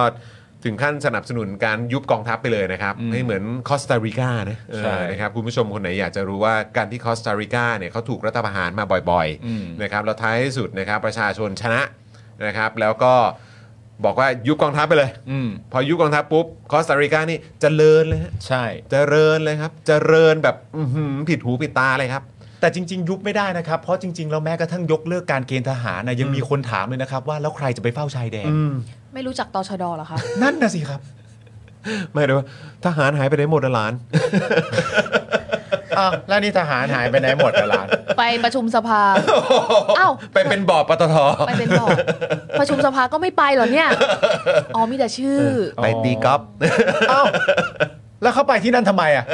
ถึงขั้นสนับสนุนการยุบกองทัพไปเลยนะครับ อืม ให้เหมือนคอสตาริกานะเออ ใช่ นะครับคุณผู้ชมคนไหนอยากจะรู้ว่าการที่คอสตาริกาเนี่ยเขาถูกรัฐประหารมาบ่อย อืม นะครับแล้วท้ายที่สุดนะครับประชาชนชนะนะครับแล้วก็บอกว่ายุบกองทัพไปเลย อืม พอยุบกองทัพปุ๊บคอสตาริกานี่เจริญเลยฮะ ใช่ เจริญเลยครับเจริญแบบอื้อหือผิดหูผิดตาเลยครับ แต่จริง ๆ ยุบไม่ได้นะครับ เพราะจริง ๆ แล้วแม้กระทั่งยกเลิกการเกณฑ์ทหารนะยังมีคนถามเลยนะครับ ว่าแล้วใครจะไปเฝ้าชายแดน ไม่รู้จักตชดเหรอคะ นั่นนะสิครับ ไม่เลยว่าทหารหายไปไหนหมดอะหลาน อ้าวแล้วนี่ทหารหายไปไหนหมดอะหลาน ไปประชุมสภา อ้าว ไปเป็นบอปตท ไปเป็นบอร์ดประชุมสภาก็ไม่ไปเหรอ เนี่ย อ๋อมีแต่ชื่อ ไปตีกอล์ฟ เอ้าแล้วเขาไปที่นั่นทำไมอ่ะ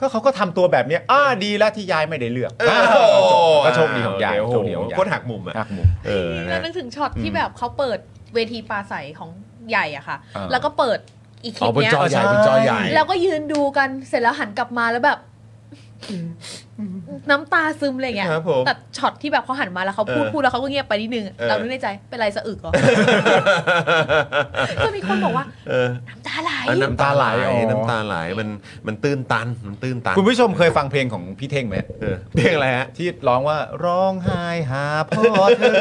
ก็เขาก็ทำตัวแบบเนี้ยอ้าดีแล้วที่ยายไม่ได้เลือก โอ้โห ก็โชคดีของยาย โอ้โห โชคดีของยาย โคตรหักมุมอ่ะ หักมุม เออ แล้ นะ วนึกถึงช็อตที่แบบเขาเปิดเวทีปราศัยของใหญ่อะค่ะ อ่า แล้วก็เปิดอีกคลิ อ๋อ ป บน เนี้ย จอใหญ่บนจอใหญ่ แล้วก็ยืนดูกันเสร็จแล้วหันกลับมาแล้วแบบ น้ำตาซึมอะไรเงี้ย ครับผม แต่ช็อตที่แบบเขาหันมาแล้วเขาพูด เออ พูดแล้วเขาก็เงียบไปนิดนึง เออ เรานึกในใจเป็นไรสะอึกเห รอ ก็มีคนบอกว่า เออ น้ำตาไหล อ่ะน้ำตาไหล อ๋อ น้ำตาไหลมันมันตื้นตันมันตื้นตัน คุณผู้ชมเคยฟังเพลงของพี่เท่งไหม เออเพลงอะไรฮะ ที่ร้องว่าร้องไห้หาพ่อเธอ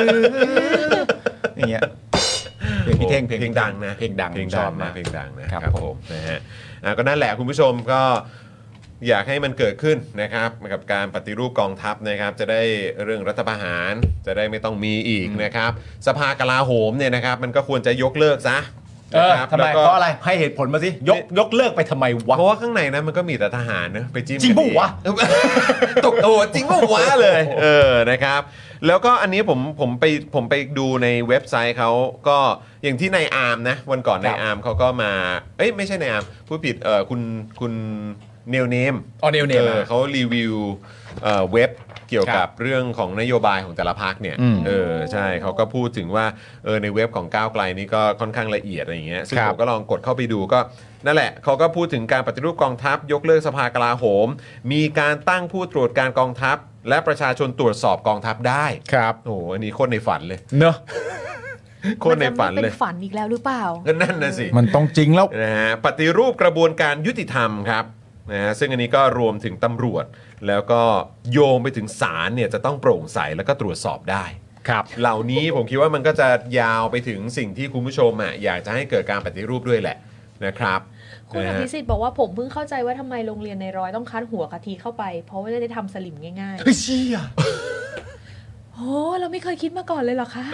อย่างเงี้ยเพลงพี่เท่ง เพลงดังนะ เพลงดัง เพลง ช ดั อง บ นะ มาก เพลงดังนะครับ ผม นะฮะอ่ะก็นั่นแหละคุณผู้ชมก็อยากให้มันเกิดขึ้นนะครับกับการปฏิรูปกองทัพนะครับ จะได้เรื่องรัฐประหารจะได้ไม่ต้องมีอีกนะครับ สภากลาโหมเนี่ยนะครับ มันก็ควรจะยกเลิกซะ เออ นะครับ ทำไม แล้ว เพ ก็ ราะอะไรให้เหตุผลมาสิยกยกเลิกไปทำไมวะ เพราะว่าข้างในนั้นมันก็มีแต่ทหารนะไปจิ้ม จริงปกัะนเอ วะ ตกโอ้จริงปะวะเลย เออนะครับ แล้วก็อันนี้ผมผมไปผมไปดูในเว็บไซต์เขาก็อย่างที่ในายอาร์มนะ วันก่อนในายอาร์มเขาก็มา เอ้ยไม่ใช่ในายอาร์มผู้ผิดเออคุณคุณเนลเนม ออเนลเน เอ ม อ อะ เขารีวิวเอ่อเว็บเกี่ยว ค กั รั บบ เรื่องของนโยบายของแต่ละพักเนี่ย อืม เออใช่เขาก็พูดถึงว่าเออในเว็บของก้าวไกลนี่ก็ค่อนข้างละเอียดอะไรอย่างเงี้ยซึ่ง ครั ผ บ มก็ลองกดเข้าไปดูก็นั่นแหละเขาก็พูดถึงการปฏิรูปกองทัพ ยกเลิกสภากลาโหม มีการตั้งผู้ตรวจการกองทัพ และประชาชนตรวจสอบกองทัพได้ ครับ โอ้โหอันนี้โคตรในฝันเลย เนอะ โคตรในฝัน มัจะ เล เป็ ย นฝันอีกแล้วหรือเปล่า ก็นั่นนะสิ มันต้องจริงแล้ว นะฮะปฏิรูปกระบวนการยุติธรรมครับนะฮะซึ่งอันนี้ก็รวมถึงตำรวจ แล้วก็โยงไปถึงศาลเนี่ยจะต้องโปร่งใสแล้วก็ตรวจสอบได้ ครับ เหล่านี้ผมคิดว่ามันก็จะยาวไปถึงสิ่งที่คุณผู้ชมอ่ะอยากจะให้เกิดการปฏิรูปด้วยแหละนะครับ คุณอ นะฮะ ภิสิทธิ์บอกว่าผมเพิ่งเข้าใจว่าทำไมโรงเรียนในร้อยต้องคัดหัวกะทิเข้าไป เพราะว่าจะได้ทำสลิมง่าย เฮ้ยเชี่ย ๆโอ้เราไม่เคยคิดมาก่อนเลยเหรอคะ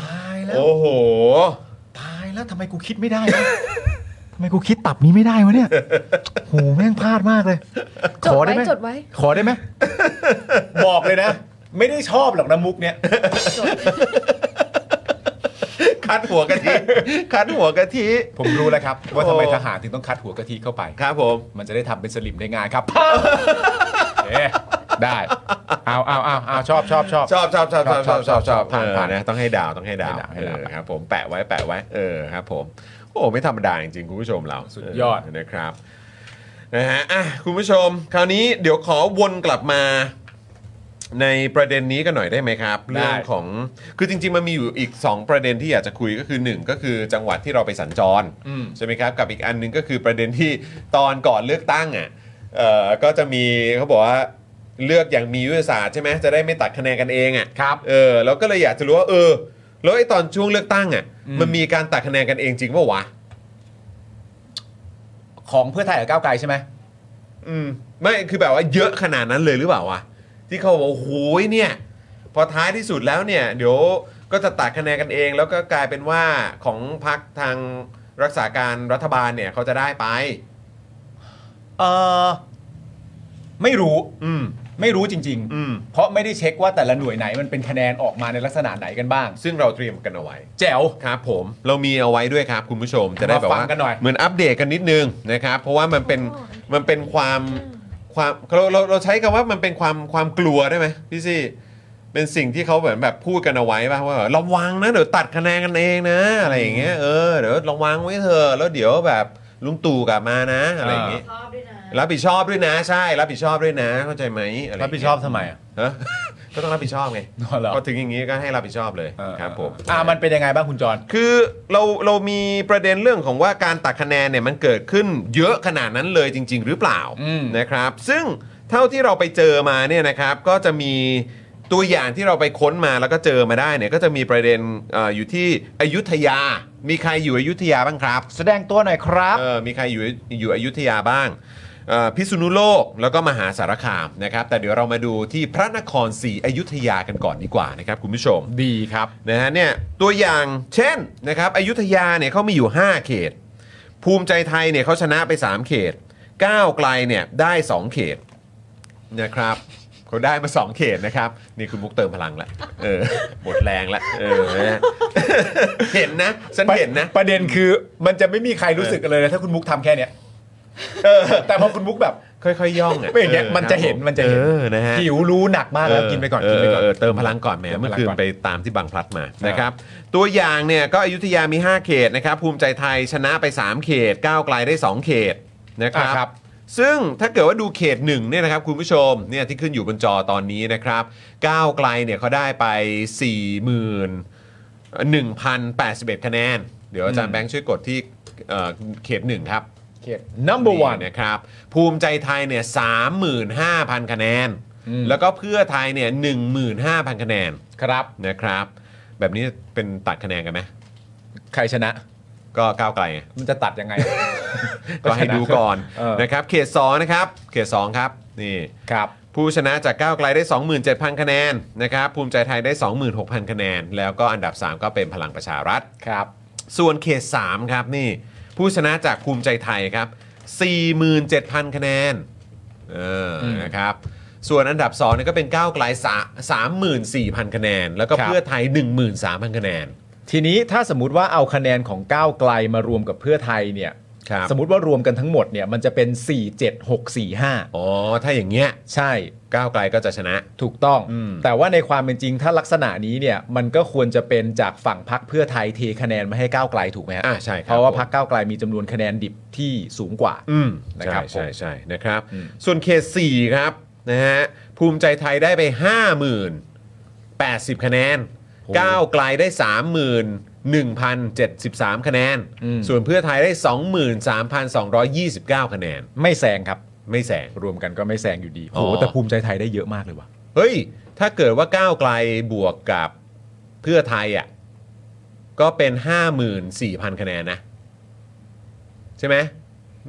ตายแล้ว โอ้โห ตายแล้วทำไมกูคิดไม่ได้วะ ทำไมกูคิดตับนี้ไม่ได้วะเนี่ย โหแม่งพลาดมากเลย จ ข ด อได้ ไว้ ไหม จดไว้ ขอได้ไหม บอกเลยนะ ไม่ได้ชอบหรอกนะมุกเนี่ย จด คัดหัวกะทิ คัดหัวกะทิ ผมรู้แล้วครับ ว่าทำไม โอ้ ทหารถึงต้องคัดหัวกะทิเข้าไป ครับผม มันจะได้ทำเป็นสลิมได้ง่าย ครับ เอ๊ะได้เอาเอาเอาเอาชอบชอบชอบ ชอบชอบชอบชอบชอบชอบชอบ ผ่าน เออ ผ่าน นะต้องให้ดาวต้องให้ดาว ให้ดาวเอให้ดาว อครับผมแปะไว้แปะไว้เออครับผมโอ้ไม่ธรรมดาจริงๆคุณผู้ชมเรา สุดยอด เนะครับนะฮะอ่ะคุณผู้ชม คราวนี้เดี๋ยวขอวนกลับมา ในประเด็นนี้กันหน่อยได้ไหมครับ เรื่องของคือจริง ๆ มันมีอยู่อีก 2 ประเด็นที่อยากจะคุยก็คือ 1 ก็คือจังหวัดที่เราไปสัญจร อืม ใช่ไหมครับกับอีกอันหนึงก็คือประเด็นที่ตอนก่อนเลือกตั้งอ่ะเอ่อก็จะมีเขาบอกว่าเลือกอย่างมีวิทยาศาสตร์ใช่ไหมจะได้ไม่ตัดคะแนนกันเองอ่ะ ครับ เออแล้วก็เลยอยากจะรู้ว่าเออแล้วไอ้ตอนช่วงเลือกตั้งอ่ะ อืม มันมีการตัดคะแนนกันเองจริงปะวะ ของเพื่อไทยกับก้าวไกลใช่ไหม อืมไม่คือแบบว่าเยอะขนาดนั้นเลยหรือเปล่าวะที่เขาบอกว่าโอ้โหเนี่ย พอท้ายที่สุดแล้วเนี่ยเดี๋ยวก็จะตัดคะแนนกันเอง แล้วก็กลายเป็นว่าของพักทางรักษาการรัฐบาลเนี่ยเขาจะได้ไป เออไม่รู้ อืม ไม่รู้จริง อืม ๆ เพราะไม่ได้เช็คว่าแต่ละหน่วยไหนมันเป็นคะแนนออกมาในลักษณะไหนกันบ้าง ซึ่งเราเตรียมกันเอาไว้ แจ๋ว ครับผมเรามีเอาไว้ด้วยครับคุณผู้ชมจะได้แบบ มาฟัง ว่า กันหน่อย เหมือนอัปเดตกันนิดนึงนะครับ เพราะว่ามันเป็นมันเป็นความความเราเราเราใช้คำว่ามันเป็นความความกลัวได้ไหมพี่ซี่เป็นสิ่งที่เขาเหมือนแบบพูดกันเอาไว้ป่ะว่าระวังนะเดี๋ยวตัดคะแนนกันเองนะ อะไรอย่างเงี้ยเออเดี๋ยวระวังไว้เถอะแล้วเดี๋ยวแบบลุงตู่กลับมานะ อะไรอย่างเงี้ย ชอบด้วยนะ รับผิดชอบด้วยนะใช่ รับผิดชอบด้วยนะเข้าใจไหมะไย่างเงี้ย รับผิดชอบทำไมอ่ะ ฮะ ก็ต้องรับผิดชอบไง นอนหรอ พอถึงอย่างงี้ก็ให้รับผิดชอบเลยครับผม อ่ามันเป็นยังไงบ้างคุณจร คือเราเรามีประเด็นเรื่องของว่าการตัดคะแนนเนี่ยมันเกิดขึ้นเยอะขนาดนั้นเลยจริง ๆ หรือเปล่า อืม นะครับ ซึ่งเท่าที่เราไปเจอมาเนี่ยนะครับก็จะมีตัวอย่างที่เราไปค้นมาแล้วก็เจอมาได้เนี่ยก็จะมีประเด็นเอออยู่ที่อยุธยา มีใครอยู่อยุธยาบ้างครับ แสดงตัวหน่อยครับ เออมีใครอยู่อยู่อยุธยาบ้างเอ่อพิษณุโลกแล้วก็มหาสารคามนะครับแต่เดี๋ยวเรามาดูที่พระนครศรีอยุธยากันก่อนดีกว่านะครับคุณผู้ชม ดีครับ นะฮะเนี่ยตัวอย่างเช่นนะครับอยุธยาเนี่ยเขามีอยู่ 5 เขต ภูมิใจไทยเนี่ยเขาชนะไป 3 เขต ก้าวไกลเนี่ยได้ 2 เขตนะครับเขาได้มา 2 เขตนะครับ นี่คุณมุกเติมพลังละเออหมดแรงละเออนะ ฮะเห็นนะ ฉันเห็นนะ ประเด็นคือมันจะไม่มีใครรู้สึกกันเลยนะถ้าคุณมุกทำแค่เนี้ยแต่พอคุณมุกแบบ ค่อยๆย่องอ่ะ ไม่อย่างเงี้ยมันจะเห็นมันจะเห็น ออนะฮะ หิวรู้หนักมากแล้วกินไปก่อนกินไปก่อน เเเเติมพลังก่อนแหม่ เติม เมื่ พ อ ลังก่อน คืนไปตามที่บางพลัดมานะครับ ตัวอย่างเนี่ยก็อยุธยามี 5 เขตนะครับ ภูมิใจไทยชนะไป 3 เขต ก้าวไกลได้ 2 เขตนะครั อ่ะครับ บ ซึ่งถ้าเกิดว่าดูเขต1เนี่ยนะครับคุณผู้ชมเนี่ยที่ขึ้นอยู่บนจอตอนนี้นะครับ ก้าวไกลเนี่ยเขาได้ไป 41,081 คะแนน เดี๋ยวอาจารย์แบงค์ช่วยกดที่เอ่อเขต 1 ครับ เขต number one นี่นะครับ ภูมิใจไทยเนี่ยสามหมื่นห้าพันคะแนน อืม แล้วก็เพื่อไทยเนี่ยหนึ่งหมื่นห้าพันคะแนน ครับ นะครับ แบบนี้เป็นตัดคะแนนกันไหม ใครชนะ ก็ก้าวไกลไง มันจะตัดยังไง ก็ให้ดูก่อน เออ นะครับ เขตสองนะครับ เขตสองครับ นี่ ครับ ผู้ชนะจากก้าวไกลได้ 27,000 คะแนนนะครับ ภูมิใจไทยได้ 26,000 คะแนน แล้วก็อันดับ 3 ก็เป็นพลังประชารัฐ ครับ ส่วนเขต 3 ครับนี่ ผู้ชนะจากภูมิใจไทยครับ 47,000 คะแนนเออ อืม นะครับ ส่วนอันดับ2เนี่ยก็เป็นก้าวไกลสา34,000 คะแนน แล้วก็ ครับ เพื่อไทย 13,000 คะแนน ทีนี้ถ้าสมมติว่าเอาคะแนนของก้าวไกลมารวมกับเพื่อไทยเนี่ย ครับ สมมติว่ารวมกันทั้งหมดเนี่ยมันจะเป็น 4 7 6 4 อ๋อ ถ้าอย่างเงี้ย 5 ใช่ ก้าวไกลก็จะชนะ ถูกต้อง อืม แต่ว่าในความเป็นจริงถ้าลักษณะนี้เนี่ยมันก็ควรจะเป็นจากฝั่งพักเพื่อไทยเทคะแนนมาให้ก้าวไกลถูกไหมฮะ อ่าใช่ครั เพราะว่า ผม พักก้าวไกลมีจำนวนคะแนนดิบที่สูงกว่า อืม นะ ใช่ ครับ ใช่ ผม ใช่นะครับ อืม ส่วนเขต4ครับนะฮะภูมิใจไทยได้ไป 50,000 80 คะแนน ก้าวไกลได้ 31,073 คะแนน ส่วนเพื่อไทยได้ 23,229 คะแนน ไม่แซงครับ ไม่แสง รวมกันก็ไม่แซงอยู่ดี อ๋ โห อ แต่ภูมิใจไทยได้เยอะมากเลยว่ะ เฮ้ย ถ้าเกิดว่าก้าวไกลบวกกับเพื่อไทยอ่ะก็เป็น 54,000 คะแนนนะ ใช่ไหม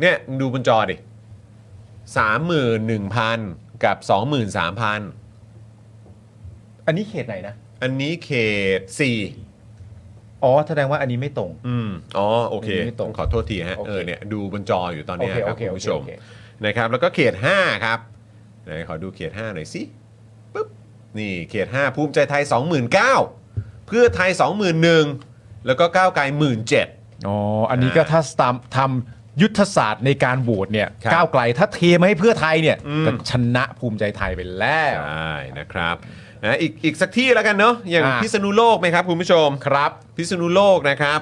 เนี่ยมึงดูบนจอดิ 31,000 กับ 23,000 อันนี้เขตไหนนะ อันนี้เขต 4 อ๋อแสดงว่าอันนี้ไม่ตรง อืมอ๋อ โอเค อันนี้ไม่ตรง ขอโทษทีฮะ โอเค เออเนี่ยดูบนจออยู่ตอน โอ เนี้ยคเคโอ รับ เค คุณผู้โอเค ช โอ ม เค นะครับแล้วก็เขต 5 ครับไหนขอดูเขต 5 หน่อยสิปึ๊บนี่เขต 5 ภูมิใจไทย 29,000เพื่อไทย 21,000แล้วก็ก้าวไกล 17,000 อ๋อ อันนี้ก็ถ้าตามทำยุทธศาสตร์ในการโหวตเนี่ย ครับ ก้าวไกลถ้าเทมาให้เพื่อไทยเนี่ย อืม ก็ชนะภูมิใจไทยไปแล้ว ใช่นะครับนะอีกอีกสักที่แล้วกันเนาะอย่าง อ่ะ พิษณุโลกไหมครับคุณผู้ชมครับ พิษณุโลกนะครับ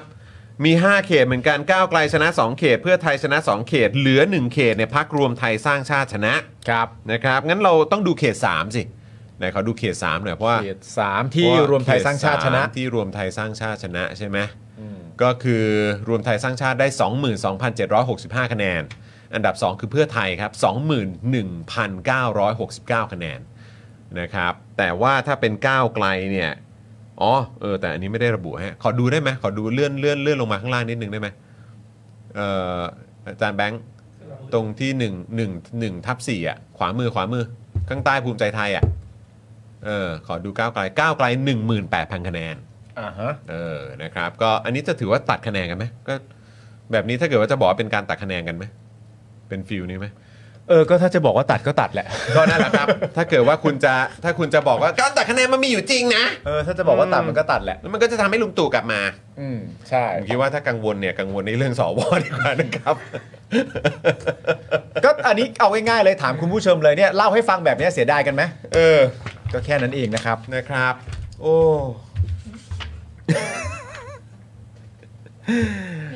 มี 5 เขตเหมือนกันก้าวไกลชนะ 2 เขต เพื่อไทยชนะ 2 เขต เหลือ 1 เขตเนี่ยพักรวมไทยสร้างชาติชนะครับ นะครับงั้นเราต้องดูเขต 3 สิไหนขอดูเขต 3 หน่อยเพราะว่า เขตสามที่รวมไทยสร้างชาติชนะ เขตสมที่รวมไทยสร้างชาติชนะใช่ไหมก็คือรวมไทยสร้างชาติได้ 22,765 คะแนน อันดับ 2 คือเพื่อไทยครับ 21,969 คะแนนนะครับแต่ว่าถ้าเป็นก้าวไกลเนี่ยอ๋อเออแต่อันนี้ไม่ได้ระบุฮะขอดูได้ไหมขอดูเลื่อนเลื่อนเลื่อนลงมาข้างล่างนิดนึงได้ไหมเอ่ออาจารย์แบงค์ตรงที่1 1 1ทับ4อ่ะขวามือขวามือข้างใต้ภูมิใจไทยอ่ะ เออขอดูก้าวไกลก้าวไกล 18,000 คะแนน อ่าฮะ เออนะครับก็อันนี้จะถือว่าตัดคะแนนกันไหมก็แบบนี้ถ้าเกิดว่าจะบอกว่าเป็นการตัดคะแนนกันไหมเป็นฟิลนี้ไหม เออ ก็ถ้าจะบอกว่าตัดก็ตัดแหละ ก็นั่นแหละครับ ถ้าเกิดว่าคุณจะถ้าคุณจะบอกว่าการตัดคะแนนมันมีอยู่จริงนะ เออ ถ้าจะบอกว่าตัดมันก็ตัดแหละ แล้วมันก็จะทำให้ลุงตู่กลับมา อืม ใช่ ผมคิดว่าถ้ากังวลเนี่ยกังวลในเรื่องสว ดีกว่านะครับ ก็อันนี้เอาง่ายๆเลยถามคุณผู้ชมเลยเนี่ยเล่าให้ฟังแบบเนี้ยเสียดายกันไหม เออ ก็แค่นั้นเองนะครับ นะครับ โอ้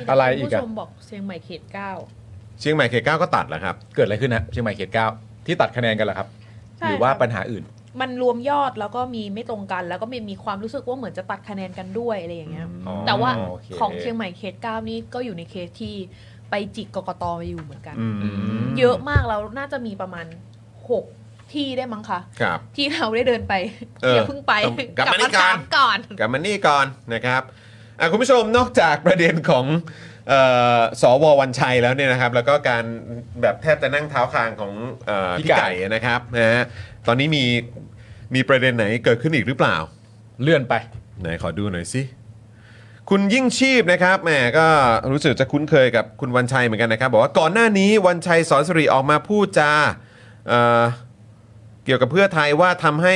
อะไรอีกอะ ผู้ชมบอกเชียงใหม่เขตเก้า เชียงใหม่เขตเก้าก็ตัดแล้วครับ เกิดอะไรขึ้นนะเชียงใหม่เขตเก้าที่ตัดคะแนนกันเหรอครับ ใช่ หรือว่า ครับ ปัญหาอื่น มันรวมยอดแล้วก็มีไม่ตรงกัน แล้วก็มีมีความรู้สึกว่าเหมือนจะตัดคะแนนกันด้วยอะไรอย่างเงี้ย แต่ว่า อ๋อโอเค ของเชียงใหม่เขตเก้านี่ก็อยู่ในเคสที่ไปจิกกกตมาอยู่เหมือนกัน อืม เยอะมากแล้วน่าจะมีประมาณหกที่ได้มั้งคะ ครับ ที่เราได้เดินไป เอออย่ าเพิ่งไป ต้องกลับมานี่ก่มาอน ถามก่อน กลับมานี่ก่อนนะครับอ่ะคุณผู้ชมนอกจากประเด็นของเออสววันชัยแล้วเนี่ยนะครับ แล้วก็การแบบแทบจะนั่งเท้าคางของเออ พี่ พี่ ไก่ ไก่นะครับนะฮะตอนนี้มีมีประเด็นไหนเกิดขึ้นอีกหรือเปล่า เลื่อนไป ไหนขอดูหน่อยสิ คุณยิ่งชีพนะครับแหมก็รู้สึกจะคุ้นเคยกับคุณวันชัยเหมือนกันนะครับ บอกว่าก่อนหน้านี้วันชัยสอนสิริออกมาพูดจาเอ่อเกี่ยวกับเพื่อไทยว่าทำให้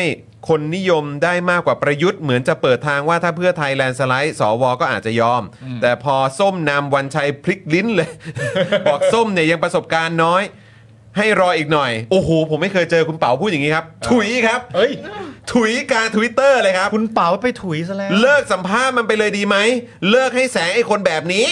คนนิยมได้มากกว่าประยุทธ์เหมือนจะเปิดทางว่าถ้าเพื่อไทยแลนด์สไลด์สวก็อาจจะยอม แต่ พอส้มนำวันชัยพลิกลิ้นเลย บอกส้มเนี่ยยังประสบการณ์น้อย ให้รออีกหน่อย โอ้โห ผมไม่เคยเจอคุณเป๋าพูดอย่างนี้ครับ ถุยครับ เอ้ย ถุยกลารทวิตเตอร์เลยครับ คุณเป๋าไปถุยซะแล้ว เลิกสัมภาษณ์มันไปเลยดีไหม เลิกให้แสงไอ้คนแบบนี้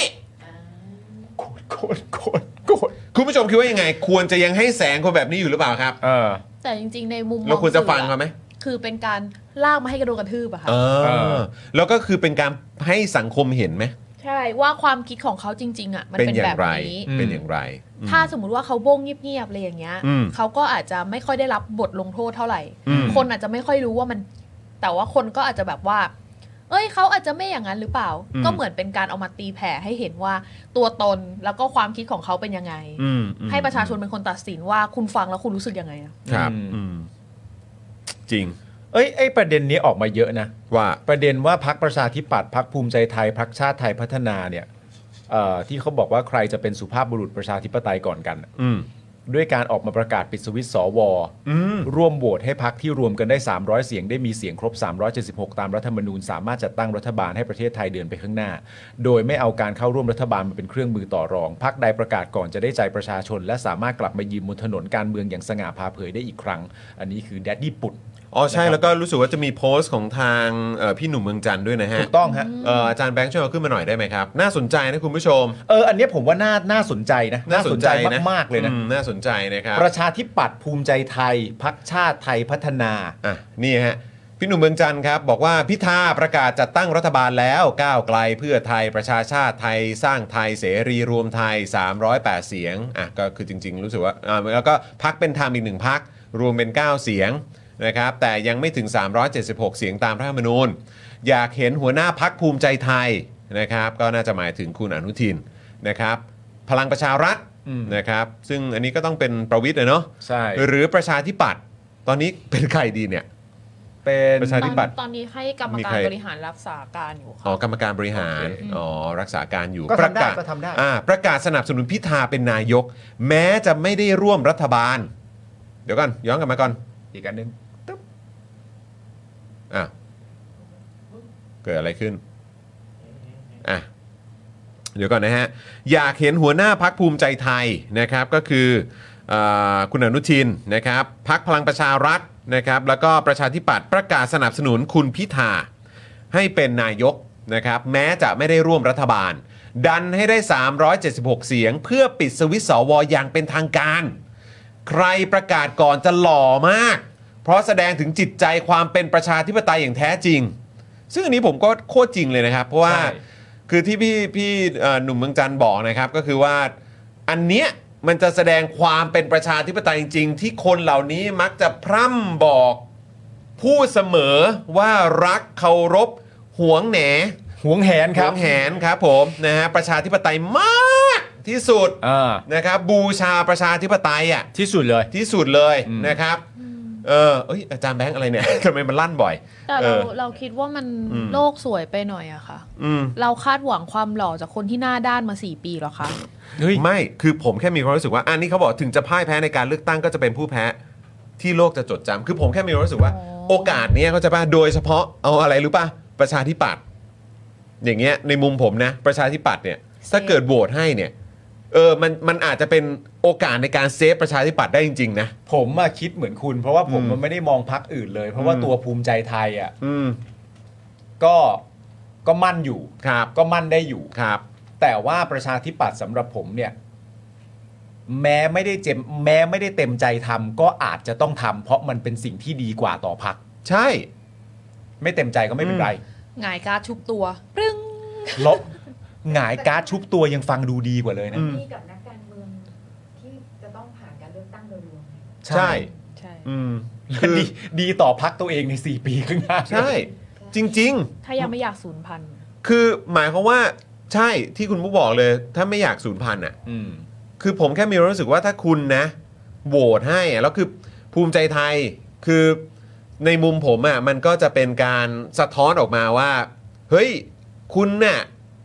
โกรธโกรธโกรธ คุณผู้ชมคิดว่ายังไง ควรจะยังให้แสงคนแบบนี้อยู่หรือเปล่าครับ เออ แต่จริง ๆ ในมุมมอง เราควรจะฟัง สื่อ เขาไหม คือเป็นการลากมาให้กระโดดกระทืบอะค่ะ เอ เอ อ อ แล้วก็คือเป็นการให้สังคมเห็นไหม ใช่ว่าความคิดของเขาจริง ๆอะมัน เป็น เป็น อย่า แบ ง บ ไร นี้ เป็นอย่างไร ถ้าสมมติว่าเขาโบ้งเงียบๆอะไรอย่างเงี้ย อืม เขาก็อาจจะไม่ค่อยได้รับบทลงโทษเท่าไหร่ อืม คนอาจจะไม่ค่อยรู้ว่ามัน แต่ว่าคนก็อาจจะแบบว่า เอ้ยเขาอาจจะไม่อย่างนั้นหรือเปล่า อืม ก็เหมือนเป็นการเอามาตีแผ่ให้เห็นว่าตัวตนแล้วก็ความคิดของเขาเป็นยังไง อืมอืม ให้ประชาชนเป็นคนตัดสินว่าคุณฟังแล้วคุณรู้สึกยังไงอะ ครับ อืม อืมจริง เอ้ยไอ้ประเด็นนี้ออกมาเยอะนะ ว่า ประเด็นว่าพักประชาธิปัตย์พักภูมิใจไทยพักชาติไทยพัฒนาเนี่ยเอ่อที่เขาบอกว่าใครจะเป็นสุภาพบุรุษประชาธิปไตยก่อนกันน่ะ อืม ด้วยการออกมาประกาศปิดสวิตช์สว อืม ร่วมโหวตให้พักที่รวมกันได้ 300 เสียงได้มีเสียงครบ 376 ตามรัฐธรรมนูญ สามารถจัดตั้งรัฐบาลให้ประเทศไทยเดินไปข้างหน้า โดยไม่เอาการเข้าร่วมรัฐบาลมาเป็นเครื่องมือต่อรอง พักใดประกาศก่อนจะได้ใจประชาชน และสามารถกลับมายืนบนถนนการเมืองอย่างสง่าพาเผยได้อีกครั้ง อันนี้คือแดดดี้ปุด อ๋อใช่ นะครับ แล้วก็รู้สึกว่าจะมีโพสต์ของทางเอ่อพี่หนุ่มเมืองจันทร์ด้วยนะฮะ ถูกต้องฮะ เอ่ออาจารย์แบงค์ช่วยเอาขึ้นมาหน่อยได้ไหมครับ น่าสนใจนะคุณผู้ชม เออ อันเนี้ยผมว่าน่า น่าสนใจนะ น่าสนใจ นะ มาก ๆ เลยนะ อืมน่าสนใจนะครับ ประชาธิปัตย์ภูมิใจไทย พักชาติไทยพัฒนา อ่ะนี่ฮะพี่หนุ่มเมืองจันทร์ครับ บอกว่าพิธาประกาศจัดตั้งรัฐบาลแล้วก้าวไกลเพื่อไทยประชาชาติไทยสร้างไทยเสรีรวมไทย 308 เสียงอ่ะก็คือจริง ๆ รู้สึกว่าอ่าแล้วก็พักเป็นธรรมอีกหนึ่งพักรวมเป็น 9 เสียงนะครับแต่ยังไม่ถึง 376 เสียงตามรัฐธรรมนูญ อยากเห็นหัวหน้าพักภูมิใจไทยนะครับก็น่าจะหมายถึงคุณอนุทินนะครับพลังประชารัฐ อืม นะครับซึ่งอันนี้ก็ต้องเป็นประวิทย์เลยเนาะ ใช่ หรือประชาธิปัตย์ตอนนี้เป็นใครดีเนี่ย เป็น ประชาธิปัตย์ ตอนนี้ให้กรรม มี กา ใค ร ร บริหารรักษาการอยู่ อ๋อ ค่ะ กรรมการบริหาร โอเค อ๋อรักษาการอยู่ ก็ ประ ทำได้ กาศ ก็ทำได้ อ่าประกาศสนับสนุนพิธาเป็นนายก แม้จะไม่ได้ร่วมรัฐบาล เดี๋ยวก่อนย้อนกลับมาก่อน อีกอันหนึง อ่ะเกิดอะไรขึ้นอ่ะเดี๋ยวก่อนนะฮะ อยากเห็นหัวหน้าพักภูมิใจไทยนะครับ ก็คืออาคุณอนุทินนะครับพักพลังประชารัฐนะครับ แล้วก็ประชาธิปัตย์ประกาศสนับสนุนคุณพิธา ให้เป็นนายกนะครับแม้จะไม่ได้ร่วมรัฐบาล ดันให้ได้ 376 เสียง เพื่อปิดสวิตช์สวอย่างเป็นทางการ ใครประกาศก่อนจะหล่อมาก เพราะแสดงถึงจิตใจความเป็นประชาธิปไตยอย่างแท้จริง ซึ่งอันนี้ผมก็โคตรจริงเลยนะครับ เพราะว่า ใช่ คือที่พี่พี่เอ่อหนุ่มเมืองจันทร์บอกนะครับ ก็คือว่าอันเนี้ยมันจะแสดงความเป็นประชาธิปไตยจริง ๆ ที่คนเหล่านี้มักจะพร่ำบอก พูดเสมอว่ารักเคารพหวงแหน หวงแหน ห ครั ว บ งแหนครับผมนะฮะประชาธิปไตยมากที่สุด อ่า นะครับบูชาประชาธิปไตยอ่ะ ที่สุดเลย ที่สุดเลย อืม นะครับเออเอ้ยอาจารย์แบงค์อะไรเนี่ย ทำไมมันลั่นบ่อย แต่เรา เออ เราคิดว่ามัน อืม โลกสวยไปหน่อยอะค่ะ อืม เราคาดหวังความหล่อจากคนที่หน้าด้านมาสี่ปีหรอคะ เฮ้ย ไม่คือผมแค่มีความรู้สึกว่าอันนี้เขาบอกถึงจะพ่ายแพ้ในการเลือกตั้งก็จะเป็นผู้แพ้ที่โลกจะจดจำคือผมแค่มีความรู้สึกว่า อ๋อ โอกาสเนี้ยเขาใจะป่ะโดยเฉพาะเอาอะไรรู้ป่ะประชาธิปัตย์อย่างเงี้ยในมุมผมนะประชาธิปัตย์เนี่ย ถ้าเกิดโหวตให้เนี่ย เออ มัน มันอาจจะเป็นโอกาสในการเซฟประชาธิปัตย์ได้จริง ๆ นะ ผมมาคิดเหมือนคุณ เพราะว่าผม อืม มันไม่ได้มองพักอื่นเลย เพราะว่า อืม ตัวภูมิใจไทยอ่ะ อืม ก็ก็มั่นอยู่ ครับ ก็มั่นได้อยู่ ครับ แต่ว่าประชาธิปัตย์สำหรับผมเนี่ย แม้ไม่ได้เจ็มแม้ไม่ได้เต็มใจทำก็อาจจะต้องทำเพราะมันเป็นสิ่งที่ดีกว่าต่อพัก ใช่ ไม่เต็มใจก็ไม่เป็นไร หงายการดชุบตัวปรึ้ง ลบหงายการ์ดชุบตัวยังฟังดูดีกว่าเลยนะ อืม มีกับนักการเมืองที่จะต้องผ่านการเลือกตั้งโดยรวมไง ใช่ ใช่ อืม และ คือ ดีดีต่อพักตัวเองใน 4 ปีข้างหน้า ใช่ จริง ถ้ายังไม่อยากสูญพันธุ์ ๆ คือหมายความว่าใช่ที่คุณผู้บอกเลย ถ้าไม่อยากสูญพันธุ์อ่ะ อืม คือผมแค่มีความรู้สึกว่าถ้าคุณนะโหวตให้อะแล้วคือภูมิใจไทยคือในมุมผมอะ่ะมันก็จะเป็นการสะท้อนออกมาว่า เฮ้ย คุณน่ะ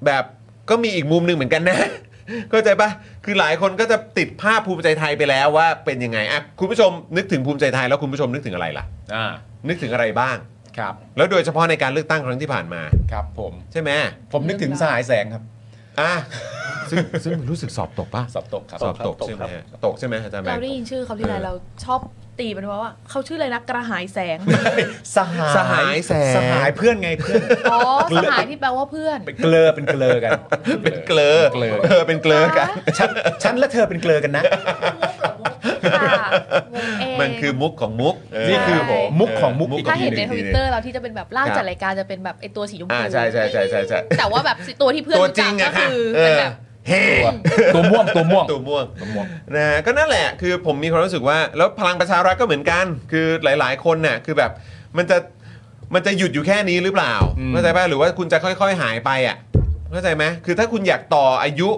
แบบก็มีอีกมุมหนึ่งเหมือนกันนะ เข้าใจปะคือหลายคนก็จะติดภาพภูมิใจไทยไปแล้วว่าเป็นยังไงอ่ะคุณผู้ชมนึกถึงภูมิใจไทยแล้วคุณผู้ชมนึกถึงอะไรล่ะ อ่า นึกถึงอะไรบ้าง ครับ แล้วโดยเฉพาะในการเลือกตั้งครั้งที่ผ่านมา ครับผม ใช่ไหม ผมนึกถึงสหายแสงครับ อ่ะ ซึ่งซึ่งรู้สึกสอบตกป่ะ สอบตกครับ สอบตกใช่ไหมฮะตกใช่ไหมอาจารย์แบ เรา งค์ ได้ยินชื่อเขาทีไร เออ เราชอบตีมันว่าว่าเขาชื่ออะไรนะกระหายแสง สหาย สหายแสง สหายเพื่อนไงเพื่อน อ๋อสหายที่แปลว่าเพื่อน เป็นเกลอเป็นเกลอกัน เป็นเกลอ เกลอ เออเป็นเกลอกัน ฉันฉันและเธอเป็นเกลอกันนะ ค่ะวงเอง มันคือมุกของมุกเ นี่คือ ใช่ มุกของมุก มุก อีก ถ้าเห็น ทีห ใน นึ่ง ทวิตเตอร์เราที่จะเป็นแบบล่างจัดรายการจะเป็นแบบไอตัวสีชม อ่า พู ใช่ใช่ใช่ใช่ใช่ แต่ว่าแบบตัวที่เพื่อน ตัว รู้ จ จั ริ ก ง ก็ อะค่ะ คือ เอ เป็น อ แบบ เฮ้ ตัวม่วงตัวม่วง ตัวม่วง ตัวม่วง นะฮะก็นั่นแหละคือผมมีความรู้สึกว่า แล้วพลังประชารัฐก็เหมือนกัน คือหลาย ๆ คนน่ะคือแบบมันจะมันจะหยุดอยู่แค่นี้หรือเปล่า อืม เข้าใจป่ะหรือว่าคุณจะค่อย ๆ หายไปอ่ะเข้าใจไหมคือถ้าคุณอยากต่ออายุ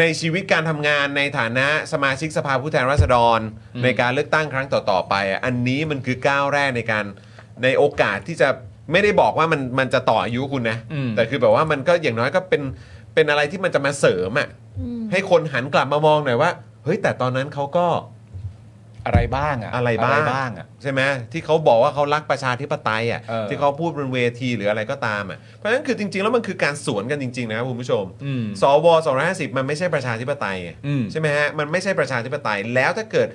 ในชีวิตการทำงานในฐานะสมาชิกสภาผู้แทนราษฎร ในการเลือกตั้งครั้งต่อ ๆ ไปอ่ะอันนี้มันคือก้าวแรกในการในโอกาสที่จะไม่ได้บอกว่ามันมันจะต่ออายุคุณนะ อืม แต่คือแบบว่ามันก็อย่างน้อยก็เป็นเป็นอะไรที่มันจะมาเสริมอ่ะ ม ให้คนหันกลับมามองหน่อยว่า เฮ้ย แต่ตอนนั้นเขาก็ อะไรบ้างอะ อะไรบ้าง อะ ใช่ไหมที่เขาบอกว่าเขารักประชาธิปไตยอ่ะ เออ ที่เขาพูดบนเวทีหรืออะไรก็ตามอ่ะเพราะฉะนั้นคือจริง ๆ แล้วมันคือการสวนกันจริง ๆ นะครับคุณผู้ชม อืม สว250 มันไม่ใช่ประชาธิปไตยไง อืม ใช่ไหมฮะมันไม่ใช่ประชาธิปไตย แล้วถ้าเกิด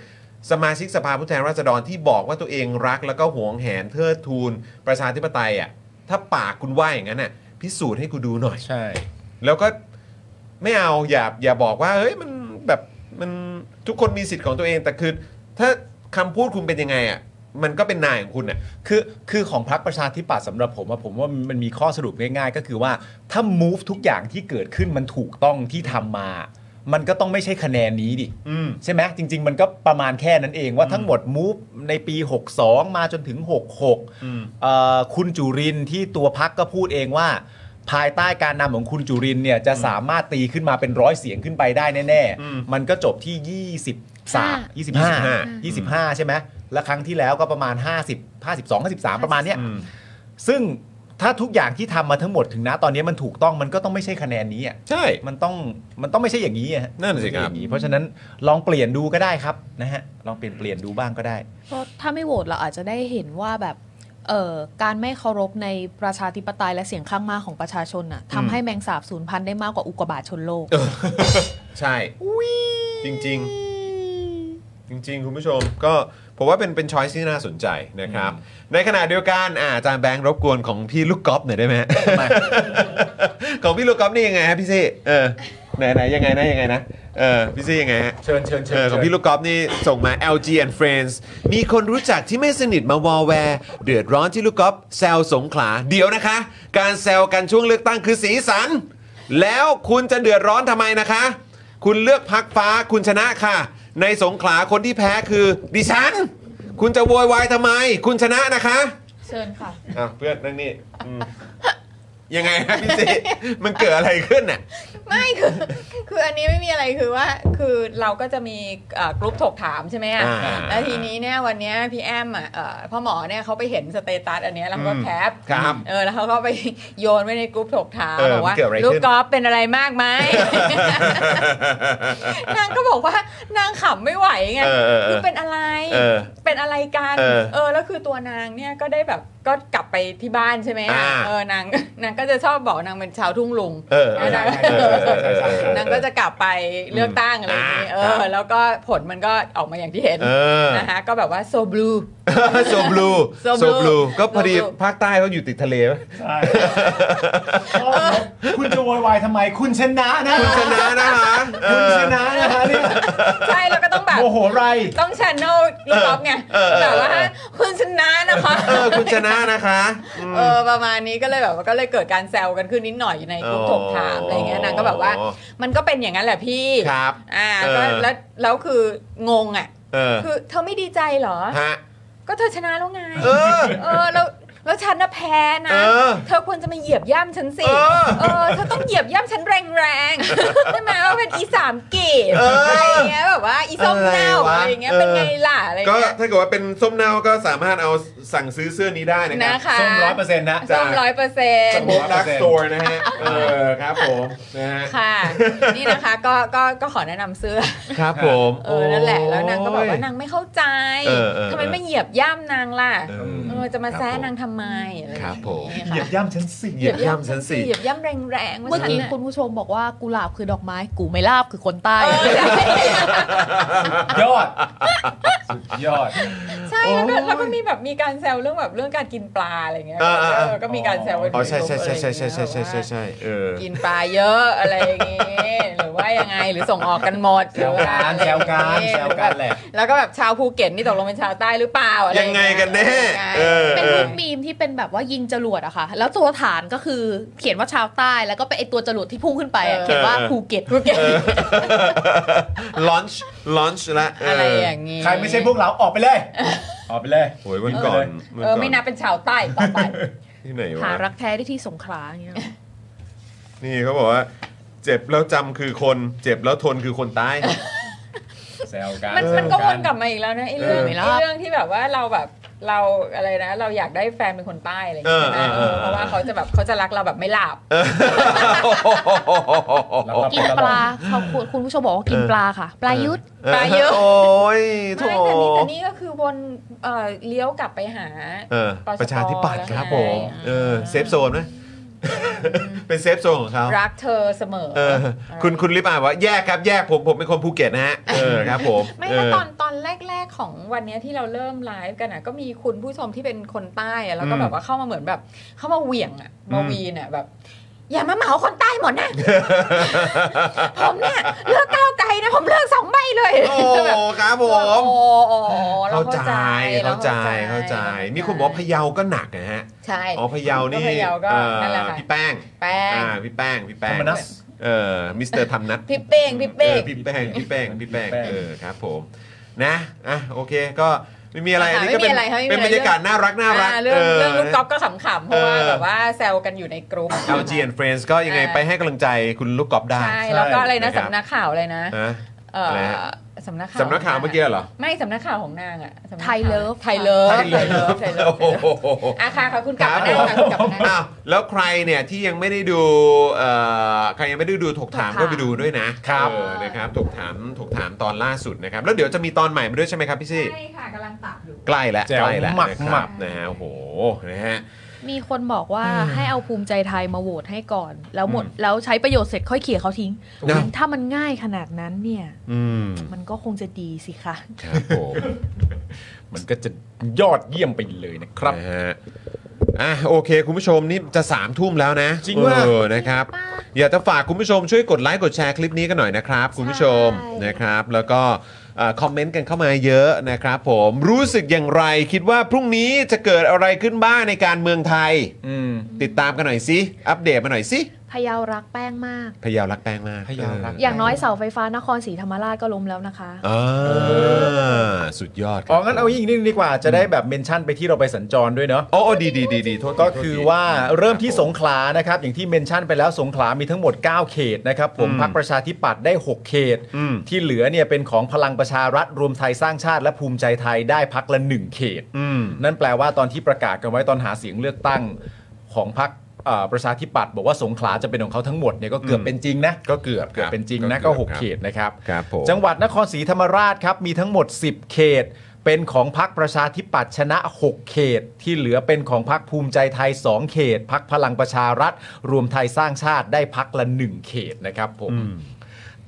สมาชิกสภาผู้แทนราษฎรที่บอกว่าตัวเองรักแล้วก็หวงแหนเทิดทูนประชาธิปไตยอ่ะถ้าปากคุณว่าอย่างนั้นน่ะพิสูจน์ให้กูดูหน่อย ใช่ แล้วก็ไม่เอาอย่าอย่าบอกว่าเฮ้ยมันแบบมันทุกคนมีสิทธิ์ของตัวเองแต่คือ ถ้าคำพูดคุณเป็นยังไงอ่ะมันก็เป็นนายของคุณอ่ะ คือคือของพรรคประชาธิปัตย์สำหรับผมอะผมว่ามันมีข้อสรุปง่ายๆ ก็คือว่าถ้า move ทุกอย่างที่เกิดขึ้นมันถูกต้องที่ทำมา มันก็ต้องไม่ใช่คะแนนนี้ดิ อืม ใช่ไหมจริง ๆ มันก็ประมาณแค่นั้นเองว่าทั้งหมด move ในปี 62 มาจนถึง อืม 66เอ่อคุณจุรินทร์ที่ตัวพักก็พูดเองว่า ภายใต้การนำของคุณจุรินทร์เนี่ยจะสามารถตีขึ้นมาเป็นร้อยเสียงขึ้นไปได้แน่ อืม ๆ มันก็จบที่ 23 25 25 ใช่ไหมและครั้งที่แล้วก็ประมาณ 50 52 53 ประมาณเนี้ย อืม ซึ่งถ้าทุกอย่างที่ทำมาทั้งหมดถึงนะตอนนี้มันถูกต้องมันก็ต้องไม่ใช่คะแนนนี้อ่ะ ใช่ มันต้องมันต้องไม่ใช่อย่างนี้อะฮะ นั่นสิครับ ไม่ใช่อย่างนี้ เพราะฉะนั้นลองเปลี่ยนดูก็ได้ครับนะฮะลองเปลี่ยนเปลี่ยนดูบ้างก็ได้ เพราะถ้าไม่โหวตเราอาจจะได้เห็นว่าแบบเอ่อการไม่เคารพในประชาธิปไตยและเสียงข้างมากของประชาชนน่ะทำให้แมงสาบสูญพันธุ์ได้มากกว่าอุกกาบาตชนโลก ใช่จริงจริงๆ จริง ๆ คุณผู้ชมก็ผมว่าเป็นเป็นช้อยที่น่าสนใจนะครับ ในขณะเดียวกันอ่าอาจารย์แบงค์รบกวนของพี่ลูกกอล์ฟหน่อยได้ไหมฮะ ของพี่ลูกกอล์ฟนี่ยังไงฮะพี่ซี่เออไหนไหนยังไงนะยังไงนะเออพี่ซี่ยังไงฮะ เชิญเชิญเชิ เออของพี่ลูกกอล์ฟนี่ส่งมา LG and Friends มีคนรู้จักที่ไม่สนิทมาวอลแวร์ เดือดร้อนที่ลูกกอล์ฟแซวสงขลาเดี๋ยวนะคะ การแซวกันช่วงเลือกตั้งคือสีสัน แล้วคุณจะเดือดร้อนทำไมนะคะ คุณเลือกพักฟ้าคุณชนะค่ะ ในสงขลาคนที่แพ้คือดิฉัน คุณจะโวยวายทำไม คุณชนะนะคะ เชิญค่ะ อ่ะเพื่อนนั่งนี่อืมยังไงฮะพี่ซีมันเกิดอะไรขึ้นน่ะ ไม่คือคืออันนี้ไม่มีอะไรคือว่าคือเราก็จะมีเอ่อกรุ๊ปถกถามใช่ไหมอ่ะ อ่า แล้วทีนี้เนี่ยวันเนี้ยพี่แอมอ่ะเอ่อพ่อหมอเนี่ยเขาไปเห็นสเตตัสอันเนี้ยแล้วเขาก็ อืม แคป ครับ เออแล้วเขาก็ไปโยนไว้ในกรุ๊ปถกถาม เออ บอกว่า มันเกิดอะไรขึ้น ลูกกอล์ฟเป็นอะไรมากไหม นางก็บอกว่ านางขำไม่ไหวไง เออเออเอ คือ อ เป็นอะไร เออ เป็นอะไรกัน เออ แล้วคือตัวนางเนี่ยก็ได้แบบก็กลับไปที่บ้านใช่ไหมอ่ะ อ่า เออนาง นางก็จะชอบบอกนางเป็นชาวทุ่งลุง เออเออเออเออเออเออ นางก็จะกลับไปเลือกตั้งอะไรอย่างนี้ อ่า เอ ครั อบ แล้วก็ผ ลมันก็ออกมาอย่างที่เห็น เออ นะคะก็แบบว่าโซบลู โซบลู So โซบลู blue ก็พอดี So blue ภาคใต้เขาอยู่ติดทะเลปะ คุณจะโวยวายทำไมคุณชนะนะ คุณชนะนะคะเอ คุณ อ ชนะนะฮะเนี่ย ใช่แล้วก็ต้องแบบ โมโหไร ต้องชนโนลลูกกอล์ฟไง เออเออเออ แบบว่าคุณชนะนะคะ เออ คุณชนะนะคะอืม เออประมาณนี้ก็เลยแบบว่าก็เลยเกิดการแซวกันขึ้นนิดหน่อยในกลุ่มถกถามอะไรเงี้ยนางก็แบบว่า มันก็เป็นอย่างนั้นแหละพี่ ครับ อ่า เออ ก็แล้วแล้วคืองงอ่ะ เออ คือเธอไม่ดีใจเหรอ ฮะ ก็เธอชนะแล้วไง เออ เออแล้วแล้วฉันน่ะแพ้นะ เออ เธอควรจะมาเหยียบย่ำฉันสิ เออ เออ เธอต้องเหยียบย่ำฉันแรงๆ ใช่ไหมว่าเป็นอีสามเกต เอออ อะไรอย่างเงี้ยแบบว่าอีส้มเน่า อะไรวะ อะไรอย่างเงี้ย เออ เป็นไงล่ะอะไรอย่า ก็ งเงี้ย ถ้าเกิดว่าเป็นส้มเนาก็สามารถเอาสั่งซื้อเสื้อนี้ได้นะค นะ รับ คะ ส้มร้อยเปอร์เซ็นต์นะ ส้มร้อยเปอร์เซ็น ส ต์ โมกดักสโตร์นะฮะ เออครับผมนะฮะ ค่ะ นี่นะคะก็ก็ก็ขอแนะนำเสื้อ ครับผม เออ นั่นแหละ แล้วนางก็บอกว่านางไม่เข้าใจ เออเออ ทำไมไม่เหยียบย่ำนางล่ะ เออ เออ จะมาแซะนางทำ ไมอะไรอย่าง ค เงี้ย รับผม เหยียบย่ำฉันสิ เหยียบย่ำฉันสิ เหยียบย่ำแรงๆว่า เมื่อ ฉัน กี้ น่ะ คุณผู้ชมบอกว่ากุหลาบคือดอกไม้ กูไม่ลาบคือคนใต้ ยอด สุดยอด ใช่แล้วก็แล้วก็มีแบบมีการแซวเรื่องแบบเรื่องการกินปลาอะไรอย่างเงี้ย อ่าๆๆ เออก็มีการแซวกัน อ๋อใช่ใช่ใช่ใช่ใช่ใช่ใช่ใช่ ว่า ใช่เออ กินปลาเยอะอะไรอย่างเงี้ยหรือว่ายังไงหรือส่งออกกันหมด แซวกันแซวกันแซวกันแหละ แล้วก็แบบชาวภูเก็ตนี่ตกลงเป็นชาวใต้หรือเปล่าอะไรอ ยังไงกันแน่เออ เป็น เอ รู อ ปมีมที่เป็นแบบว่ายิงจรวดอะค่ะ แล้วตัวฐานก็คือเขียนว่าชาวใต้แล้วก็เป็นไอตัวจรวดที่พุ่งขึ้นไปอะเขียนว่า เออ ภูเก็ต ภูเก็ต ลอนช์ลอนช์ละเ อะไรอย่างงี้ ใครไม่ใช่พวกเราออกไปเลย ออกไปเลย โอ้ยวันก่อนวั เอ ก่ อไม่นับเป็นชาวใต้ต่อไป ที่ไหน หาว ะ รักแท้ได้ที่สงขลาอย่างเงี้ย นี่เขาบอกว่า เจ็บแล้วจำคือคน เจ็บแล้วทนคือคนตาย แซวกัน มัน แซ มันก็วนกลับมาอีกแล้วนะไอ้เรื่อง เอไอ้อไม่รอด เรื่องที่แบบว่าเราแบบเราอะไรนะ เราอยากได้แฟนเป็นคนใต้อะไรอย่างเงี้ย เออ นะ เออเออ เพราะว่าเขาจะแบบเขาจะรักเราแบบไม่หลับ แล้วก็ กิน ต ป ลอ ลา ด เขาคุณคุณผู้ชมบอกว่ากินปลาค่ะ ปลายุทธ ปลาเยอะ โอ้ยโถ ไม่แต่นี่แต่นี่ก็คือวนเอ่อเลี้ยวกลับไปหา เออปปชป ระชาธิปัตย์ แล้ว ครับ ไง ผมเออเซฟโซนไหมเป็นเซฟโซนของเขา รักเธอเสมอ เออคุณคุณลิปอาบอกว่าแยกครับแยกผมผมเป็นคนภูเก็ตนะฮะเออครับผม ไม่ เอ แล้ว อ ตอนตอนแรก ๆของวันเนี้ยที่เราเริ่มไลฟ์กันอ่ะก็มีคุณผู้ชมที่เป็นคนใต้อะแล้วก็ อืม แบบว่าเข้ามาเหมือนแบบ เข้ามาเหวี่ยงอ่ะมา อืม วีนอ่ะแบบ อย่ามาเหมาคนใต้หมดนะ ผมเนี่ยเลือกก้าวไกลนะผมเลือกสองใบเลย โอ้ แบบ ครับผ โอ้ ม โหเรา เข้าใจเข้าใจเข้าใจ มีคนบอกว่าพะเยาก็หนักนะฮะ ใช่ อ๋อพะเยานี่ พะเยาก็ เอ่อ นั่นแหละค่ะ พี่แป้ง แป้ง อ่าพี่แป้งพี่แป้ง ธรรมนัส เออมิสเตอร์ทำนัท พี่เป้งพี่เป้ เอง อพี่แป้งพี่แป้งพี่แป้ง พี่แป้ง เออครับผมนะอ่ะโอเคก็ไม่มีอะไรอันนี้ก็เป็น ไม่มีอะไรค่ะไม่มีอะไร เป็นบรรยากาศน่ารักน่ารัก อ่าเรื่องเรื่องลูกก๊อฟ เ ก็ขำๆเพราะว่า เออ แบบว่าแซวกันอยู่ในกลุ่ม อ LG and Friends ก็ยังไง อ่า ไปให้กำลังใจคุณลูกกอล์ฟได้ ใช่แล้วก็อะไรนะ ครับ สำนักข่าวอะไรนะ นะ เอ่ออะไร ฮะ สำนักข่าว สำนักข่าวเมื่อกี้เหรอ ไม่สำนักข่าวของนางอะสำนักข่าว ไทยเลิฟ ไทยเลิฟ ใช่เลย ไทยเลิฟ โอ้โห อาค่ะค่ะคุณกลับมา ผ นั่มงค่ะคุณกลับมานั่ง อ้าวแล้วใครเนี่ยที่ยังไม่ได้ดูเอ่อใครยังไม่ได้ดูถกถาม ถกถาม ก็ไปดูด้วยนะครับเออนะครับถกถามถกถามตอนล่าสุดนะครับ แล้วเดี๋ยวจะมีตอนใหม่มาด้วยใช่ไหมครับพี่ซี่ ใช่ค่ะกำลังตักอยู่ ใกล้แล้ว แจ๋ว ใกล้แล้ว หมัก นะครับ หมัก นะฮะโอ้โหนะฮะ มีคนบอกว่าให้เอาภูมิใจไทยมาโหวตให้ก่อน แล้วหมดแล้วใช้ประโยชน์เสร็จค่อยเขี่ยเขาทิ้ง นะ ถ้ามันง่ายขนาดนั้นเนี่ย อืม มันก็คงจะดีสิคะ ครับผม มันก็จะยอดเยี่ยมไปเลยนะครับ นะฮะอ่ะโอเค คุณผู้ชมนี่จะ3ามทุ่มแล้วนะ จริงว่ะ เออนะครับ อยากจะฝากคุณผู้ชมช่วยกดไลค์กดแชร์คลิปนี้กันหน่อยนะครับ คุณผู้ชมนะครับ แล้วก็เอ่อคอมเมนต์กันเข้ามาเยอะนะครับผมรู้สึกอย่างไรคิดว่าพรุ่งนี้จะเกิดอะไรขึ้นบ้างในการเมืองไทย อืม ติดตามกันหน่อยสิอัปเดตมาหน่อยสิ พะเยารักแป้งมาก พะเยาวรักแป้งมาก พะเยารัก เ อย่างน้อยเสาไฟฟ้านครศรีธรรมราชก็ล้มแล้วนะคะ อ่าสุดยอดครับ อ๋องั้นเอาอีกนิดนึงดีกว่าจะได้แบบเมนชั่นไปที่เราไปสัญจรด้วยเนาะ โอ้โอ้ดีดีดีดีโทษ ก็คือว่าเริ่มที่สง ข ขลานะครับ อย่างที่เมนชั่นไปแล้วสงขลามีทั้งหมด 9 เขตนะครับ ผม อืม พักประชาธิปัตย์ได้ 6 เขต อืม ที่เหลือเนี่ยเป็นของพลังประชารัฐรวมไทยสร้างชาติและภูมิใจไทยได้พักละ 1 เขต อืม นั่นแปลว่าตอนที่ประกาศกันไว้ตอนหาเสียงเลือกตั้งของพรรคเอ่อประชาธิปัตย์บอกว่าสงขลาจะเป็นของเขาทั้งหมดเนี่ยก็เกือบ อืม เป็นจริงนะก็เกือบ ครับ เกือบเป็นจริงนะ ก็ ก็ เกือบ 6 เขตนะครับ ครับผม จังหวัดนครศรีธรรมราชครับมีทั้งหมด 10 เขต เป็นของพรรคประชาธิปัตย์ชนะ 6 เขต ที่เหลือเป็นของพรรคภูมิใจไทย 2 เขตพรรคพลังประชารัฐ รวมไทยสร้างชาติได้พักละ 1 เขตนะครับผม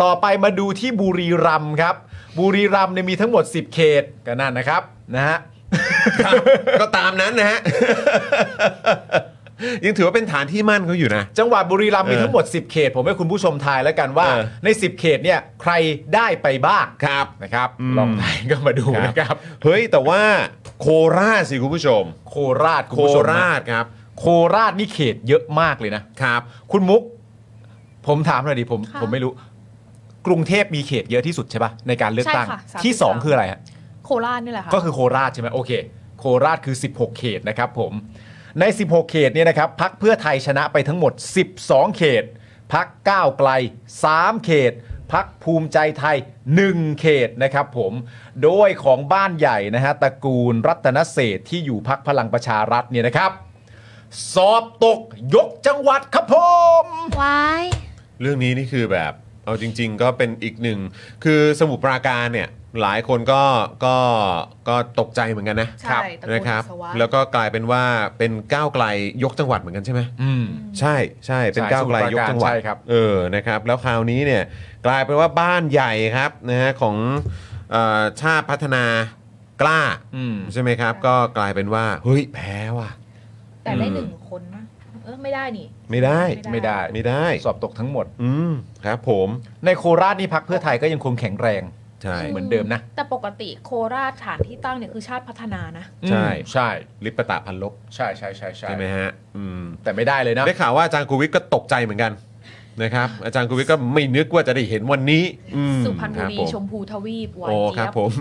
ต่อไปมาดูที่บุรีรัมย์ครับ บุรีรัมย์เนี่ยมีทั้งหมด 10 เขตก็นั่นนะครับนะฮะ ก็ตามนั้นนะฮะ ยังถือว่าเป็นฐานที่มั่นเขาอยู่นะ จังหวัดบุรีรัมย์มี เออ ทั้งหมด 10 เขต ผมให้คุณผู้ชมทายแล้วกันว่า เออ ใน 10 เขตเนี่ยใครได้ไปบ้าง ครับ นะครับ อืม ลองทายก็มาดูนะครับ เฮ้ย แต่ว่าโคราชสิคุณผู้ชม โคราชคุณ โค ผู้ชมนะ ราชครับ โคราชนี่เขตเยอะมากเลยนะ ครับ คุณมุก ผมถามหน่อยดิผม ค่ะ ผมไม่รู้ กรุงเทพมีเขตเยอะที่สุดใช่ปะในการเลือกตั้ง ใช่ค่ะ33 ที่สองคืออะไรฮะ โคราชนี่แหละค่ะ ก็คือโคราชใช่ไหมโอเค โคราชคือ 16 เขตนะครับผมใน 16 เขตเนี่ยนะครับพักเพื่อไทยชนะไปทั้งหมด 12 เขต พักก้าวไกล 3 เขต พักภูมิใจไทย 1 เขตนะครับผมโดยของบ้านใหญ่นะฮะตระกูลรัตนเศรษฐ์ที่อยู่พักพลังประชารัฐเนี่ยนะครับ สอบตกยกจังหวัดครับผม ว้าย เรื่องนี้นี่คือแบบ เอาจริง ๆ ก็เป็นอีกหนึ่ง คือสมุทรปราการเนี่ย หลายคนก็ก็ก็ตกใจเหมือนกันนะ ใช่ตะโกน นะครับ ปัสสาวะ แล้วก็กลายเป็นว่าเป็นก้าวไกลยกจังหวัดเหมือนกันใช่ไหม อืม ใช่ใช่เป็น ใช่ ก้าวไกลยกจังหวัด สมุทรปราการใช่ครับ เออนะครับแล้วคราวนี้เนี่ยกลายเป็นว่าบ้านใหญ่ครับนะฮะของเอ่อชาติพัฒนากล้า อืม ใช่ไหมครับ ก็กลายเป็นว่าเฮ้ยแพ้ว่ะ แต่ได้ อืม หนึ่งคนมั้ยเออไม่ได้นี่ ไม่ได้ ไม่ได้ ไม่ได้ สอบตกทั้งหมด อืมครับผม ในโคราชนี่พักเพื่อไทยก็ยังคงแข็งแรง ใช่ เหมือนเดิมนะ แต่ปกติโคราชฐานที่ตั้งเนี่ยคือชาติพัฒนานะ ใช่ อืมใช่ ลิปตะพันลบ ใช่ใช่ใช่ใช่ ใช่ไหมฮะอืม แต่ไม่ได้เลยนะ ได้ข่าวว่าอาจารย์กูวิทย์ก็ตกใจเหมือนกันนะครับอาจารย์กูวิทย์ก็ไม่นึกว่าจะได้เห็นวันนี้อืม สุพรรณบุรี คบ ช ผม พูทวีปหวาน โอ้ค เจี๊ รั ย บบ ผม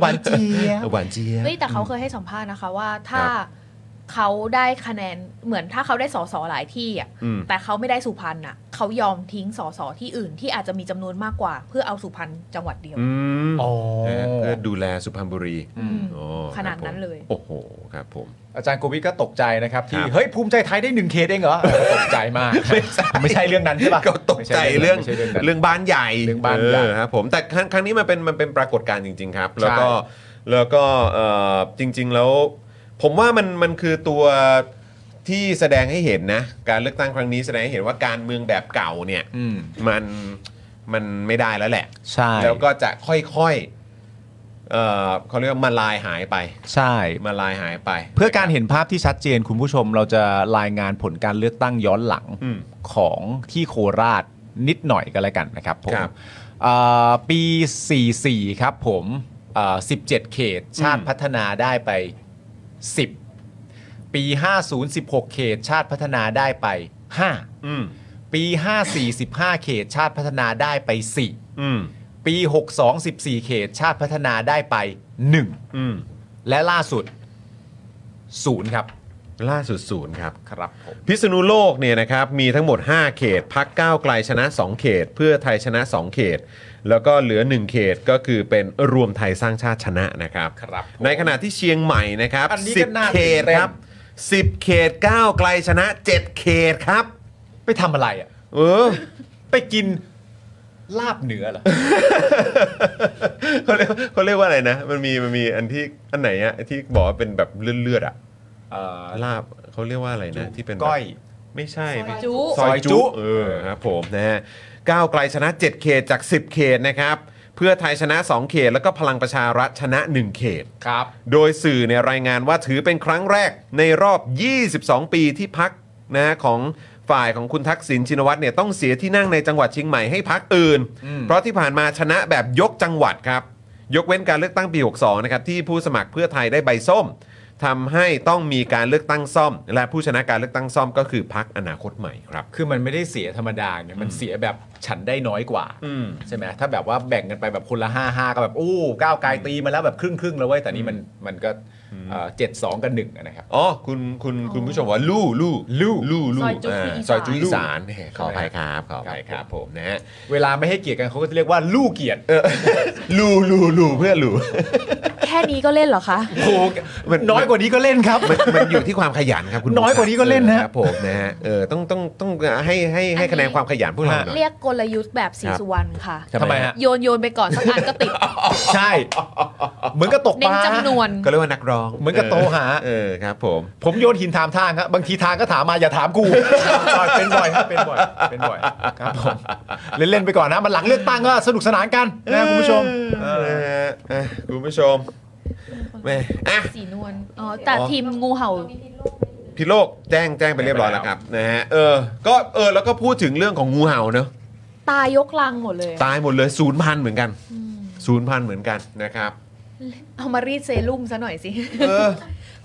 หวานเจี๊ยบ หวานเจี๊ยบ เฮ้ยแต่เขาเคยให้สัมภาษณ์นะคะว่าคถ้ารับ เขาได้คะแนนเหมือนถ้าเขาได้สอสอหลายที่อ่ะ อืม แต่เขาไม่ได้สุพรรณอ่ะเขายอมทิ้งสอสอที่อื่นที่อาจจะมีจำนวนมากกว่า เพื่อเอาสุพรรณจังหวัดเดียว อืม อ๋อ นะฮะเพื่อดูแลสุพรรณบุรี อืม อ๋อ ขนาด ครับผม นั้นเลย โอ้โหครับผม อาจารย์โกวิทก็ตกใจนะครับ ที่ ครับ เฮ้ย ภูมิใจไทยได้หนึ่งเคสเองเหรอ ตกใจมากไม่ใช่เรื่องนั้นใช่ปะ ก็ตกใจเรื่อง ไม่ใช่เรื่องนั้น เรื่องบ้านใหญ่ เรื่องบ้านใหญ่ เออครับผมแต่ครั้งครั้งนี้มันเป็นมันเป็นปรากฏการณ์จริง ๆ ครับ แล้วก็ ใช่ แล้วก็เอ่อจริง ๆ แล้ว ผมว่ามันมันคือตัวที่แสดงให้เห็นนะ การเลือกตั้งครั้งนี้แสดงให้เห็นว่าการเมืองแบบเก่าเนี่ย อืม มันมันไม่ได้แล้วแหละ ใช่ แล้วก็จะค่อยๆเอ่อเขาเรียกว่ามาลายหายไป ใช่ มาลายหายไป เพื่อการเห็นภาพที่ชัดเจนคุณผู้ชมเราจะรายงานผลการเลือกตั้งย้อนหลัง อืม ของที่โคราชนิดหน่อยก็แล้วกันนะครับผม ครับ เอ่อปี 44 ครับผมเอ่อ17 เขต ชาติพัฒนาได้ไป 10 ปี 50 16 เขต ชาติพัฒนาได้ไป อืม 5 ปี 54 15 เขต ชาติพัฒนาได้ไป 4 อืม ปี 62 14 เขต ชาติพัฒนาได้ไป 1 อืม และล่าสุด 0 ครับ ล่าสุดศูนย์ครับ ครับผม พิษณุโลกเนี่ยนะครับมีทั้งหมด 5 เขตพักก้าวไกลชนะ 2 เขต เพื่อไทยชนะ 2 เขต แล้วก็เหลือ 1 เขตก็คือเป็นรวมไทยสร้างชาติชนะนะครับ ครับ ในขณะที่เชียงใหม่นะครับ อันนี้ก็น่า 10 เขต ตื่นเต้น ครับ 10 เขตก้าวไกลชนะ 7 เขตครับ ไปทำอะไรอ่ะ เอ อ ไปกินลาบเหนือเหรอ เขาเรียกเขาเรียกว่าอะไรนะ มันมีมันมีอันที่อันไหนอะที่บอกว่าเป็นแบบเลือดๆอะ เอ่อ ลาบเขาเรียกว่าอะไรนะที่เป็นแบบ ก้อย ไม่ใช่ไม่ จุ๊ ซอย ซอยจุ๊ จุเออครับผมนะฮะก้าวไกลชนะ 7 เขตจาก 10 เขตนะครับ เพื่อไทยชนะ 2 เขต แล้วก็พลังประชารัฐชนะ 1 เขต ครับ โดยสื่อเนี่ยรายงานว่าถือเป็นครั้งแรกในรอบ 22 ปีที่พักนะฮะของฝ่ายของคุณทักษิณชินวัตรเนี่ยต้องเสียที่นั่งในจังหวัดเชียงใหม่ให้พักอื่น อืม เพราะที่ผ่านมาชนะแบบยกจังหวัดครับ ยกเว้นการเลือกตั้งปี 62 นะครับ ที่ผู้สมัครเพื่อไทยได้ใบส้มทำให้ต้องมีการเลือกตั้งซ่อม และผู้ชนะการเลือกตั้งซ่อมก็คือพักอนาคตใหม่ครับ คือมันไม่ได้เสียธรรมดาเนี่ยมันเสียแบบฉันได้น้อยกว่าใช่ไหมถ้าแบบว่าแบ่งกันไปแบบคนละห้าห้าก็แบบโอ้ก้าวไกลตีมาแล้วแบบครึ่งครึ่งๆแล้วเว้ยแต่นี่มันมันก็เจ็ดสองกับหนึ่งนะครับ อ๋อคุณคุณคุณผู้ชมว่าลู่ลู่ลู่ลู่ลู่ ซอยจุ๊ อ่า คืออีซสานอยจุ๊อีสานแหมขออภัยครับขออภัยครับผมนะฮะ เวลาไม่ให้เกียรติกันเขาก็จะเรียกว่าลู่เกียรติ ลูลูลูเพื่อนลู แค่นี้ก็เล่นเหรอคะ โอ้โห มัน น้อยกว่านี้ก็เล่นครับ มันมันอยู่ที่ความขยันครับคุณ น้อยกว่านี้ก็เล่นนะ ครับผมนะฮะเออต้องต้องต้องให้ให้ให้คะแนนความขยันพวกเราหน่อย เรียกกลยุทธ์แบบสี ครับ สุวรรณค่ะ ทำไมฮะ โยนโยนไปก่อนสักอันก็ ติด ใช่เหมือนกับตก เน้ ป น ลา จำนวน ก็เรียกว่านักร้อง เหมือนกับโตหา เออครับ ผม ผมโยนหินถามทางครับบางทีทางก็ถามมาอย่าถามกู บ่อย เป็นบ่อยครับเป็นบ่อยเป็นบ่อยครับผมเล่นๆไปก่อนนะมันหลังเลือกตั้งก็สนุกสนานกันนะคุณผู้ชม เออนะฮะอ่ะคุณผู้ชมแม่อ่ะ สีนวลอ๋อแต่ อ๋อ ทีมงูเห่า พี่โลกแจ้งแจ้งไปเรียบร้อยแล้วครับนะฮะเออก็เออแล้วก็พูดถึงเรื่องของงูเห่าเนอะ ตายยกลังหมดเลย ตายหมดเลยศูนย์พันเหมือนกันศูนย์พันเหมือนกันนะครับ เอามารีดเซรุ่มซะหน่อยสิ เออ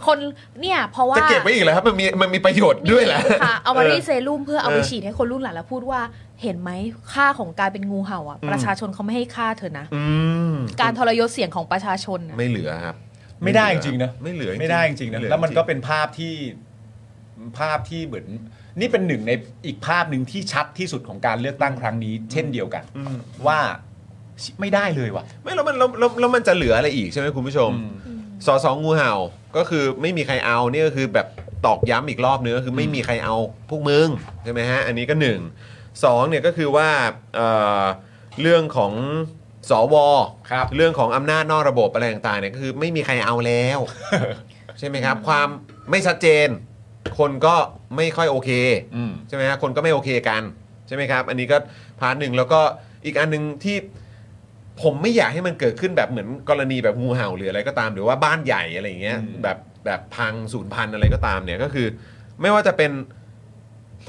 คนเนี่ยเพราะว่า จะเก็บไว้อีกเหรอครับมันมีมันมีประโยชน์ มี ด้วยแหละ ค่ะ เอามารีดเซรุ่มเพื่อเอาไป เออ ฉีดให้คนรุ่นหลังแล้วพูดว่า เห็นไหมค่าของการเป็นงูเห่าอ่ะ อืม ประชาชนเขาไม่ให้ค่าเธอนะ อืม การทรยศเสียงของประชาชนน่ะ ไม่เหลือครับ ไม่ได้จริงๆนะ ไม่เหลือ ไม่ได้จริงๆนะ ไเหอ แล้วมันก็เป็นภาพที่ภาพที่เหมือนนี่เป็นหนึ่งในอีกภาพหนึ่งที่ชัดที่สุดของการเลือกตั้งครั้งนี้ เช่นเดียวกัน อืม ว่าไม่ได้เลยว่ะ ไม่แล้วมันแล้วแล้วแล้วมันจะเหลืออะไรอีกใช่ไหมคุณผู้ชมสอสองงูเห่าก็คือไม่มีใครเอาเนี่ยก็คือแบบตอกย้ำอีกรอบนึงก็คือไม่มีใครเอาพวกมึงใช่ไหมฮะอันนี้ก็หนึ่งสองเนี่ยก็คือว่าเอ่อเรื่องของ สว ครับ เรื่องของอำนาจนอกระบบอะไรต่างๆเนี่ยก็คือไม่มีใครเอาแล้ว ใช่ไหมครับ ความไม่ชัดเจน คนก็ไม่ค่อยโอเค อืม ใช่ไหมฮะคนก็ไม่โอเคกันใช่ไหมครับ อันนี้ก็พาร์ทหนึ่งแล้วก็อีกอันหนึ่งที่ผมไม่อยากให้มันเกิดขึ้นแบบเหมือนกรณีแบบงูเห่าหรืออะไรก็ตาม หรือว่าบ้านใหญ่อะไรอย่างเงี้ย อืม แบบแบบพังศูนย์พันธุ์อะไรก็ตามเนี่ยก็คือ ไม่ว่าจะเป็น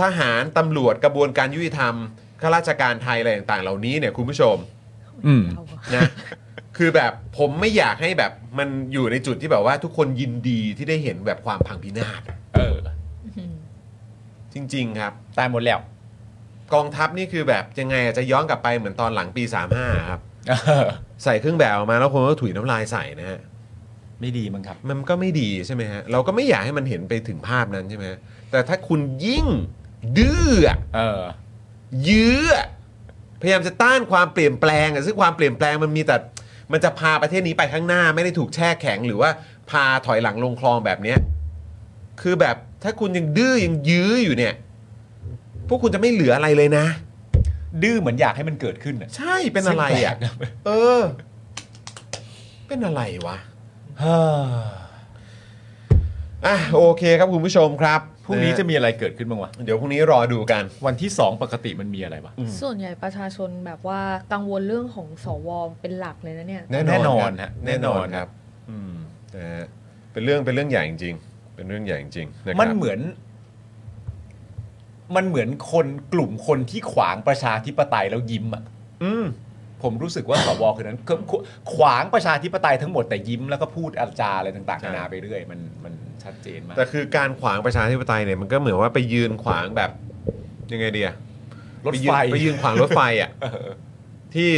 ทหารตำรวจกระบวนการยุติธรรมข้าราชการไทยอะไรต่างๆ เหล่านี้เนี่ยคุณผู้ชม อืม นะ คือแบบผมไม่อยากให้แบบมันอยู่ในจุดที่แบบว่าทุกคนยินดีที่ได้เห็นแบบความพังพินาศ เออ จริง ๆ ครับ ตายหมดแล้ว กองทัพนี่คือแบบยังไงอะจะย้อนกลับไปเหมือนตอนหลังปี 35 ครับ ใส่เครื่องแบบออกมาแล้วคนก็ถุยน้ำลายใส่นะฮะ ไม่ดีมั้งครับ มันก็ไม่ดีใช่ไหมฮะ เราก็ไม่อยากให้มันเห็นไปถึงภาพนั้นใช่ไหมฮะแต่ถ้าคุณยิ่งดื้ออะ เออ ยื้ออะพยายามจะต้านความเปลี่ยนแปลงอะซึ่งความเปลี่ยนแปลงมันมีแต่มันจะพาประเทศนี้ไปข้างหน้าไม่ได้ถูกแช่แข็ง หรือว่าพาถอยหลังลงคลองแบบเนี้ยคือแบบถ้าคุณยังดื้อยังยื้ออยู่เนี่ย พวกคุณจะไม่เหลืออะไรเลยนะ ดื้อเหมือนอยากให้มันเกิดขึ้นอ่ะ ใช่เป็นอะไรอ่ะ ซึ่งแปลก เออ เป็นอะไรวะ เฮ้อ อ่ะโอเคครับคุณผู้ชมครับ พรุ่งนี้จะ ฮ มีอะไรเกิดขึ้นบ้างวะ เดี๋ยวพรุ่งนี้รอดูกัน วันที่สองปกติมันมีอะไรวะ ส่วนใหญ่ประชาชนแบบว่ากังวลเรื่องของสวเป็นหลักเลยนะเนี่ย แน่ แน่ น น อ อน น ฮะ ฮะ แน่นอน แน่นอน ครับ อืมนะฮะเป็นเรื่องเป็นเรื่องใหญ่จริงๆเป็นเรื่องใหญ่จริงๆนะครับ มันเหมือน มันเหมือนคนกลุ่มคนที่ขวางประชาธิปไตยแล้วยิ้มอ่ะ อืม ผมรู้สึกว่าสวคือนั้นคือขวางประชาธิปไตยทั้งหมดแต่ยิ้มแล้วก็พูดอาจาอะไรต่างๆนานาไปเรื่อย มันมันชัดเจนมาก แต่คือการขวางประชาธิปไตยเนี่ยมันก็เหมือนว่าไปยืนขวางแบบยังไงดีอะ รถ ปยืน ไฟ ไปยืนขวางรถไฟ อ่ะ เออ ที่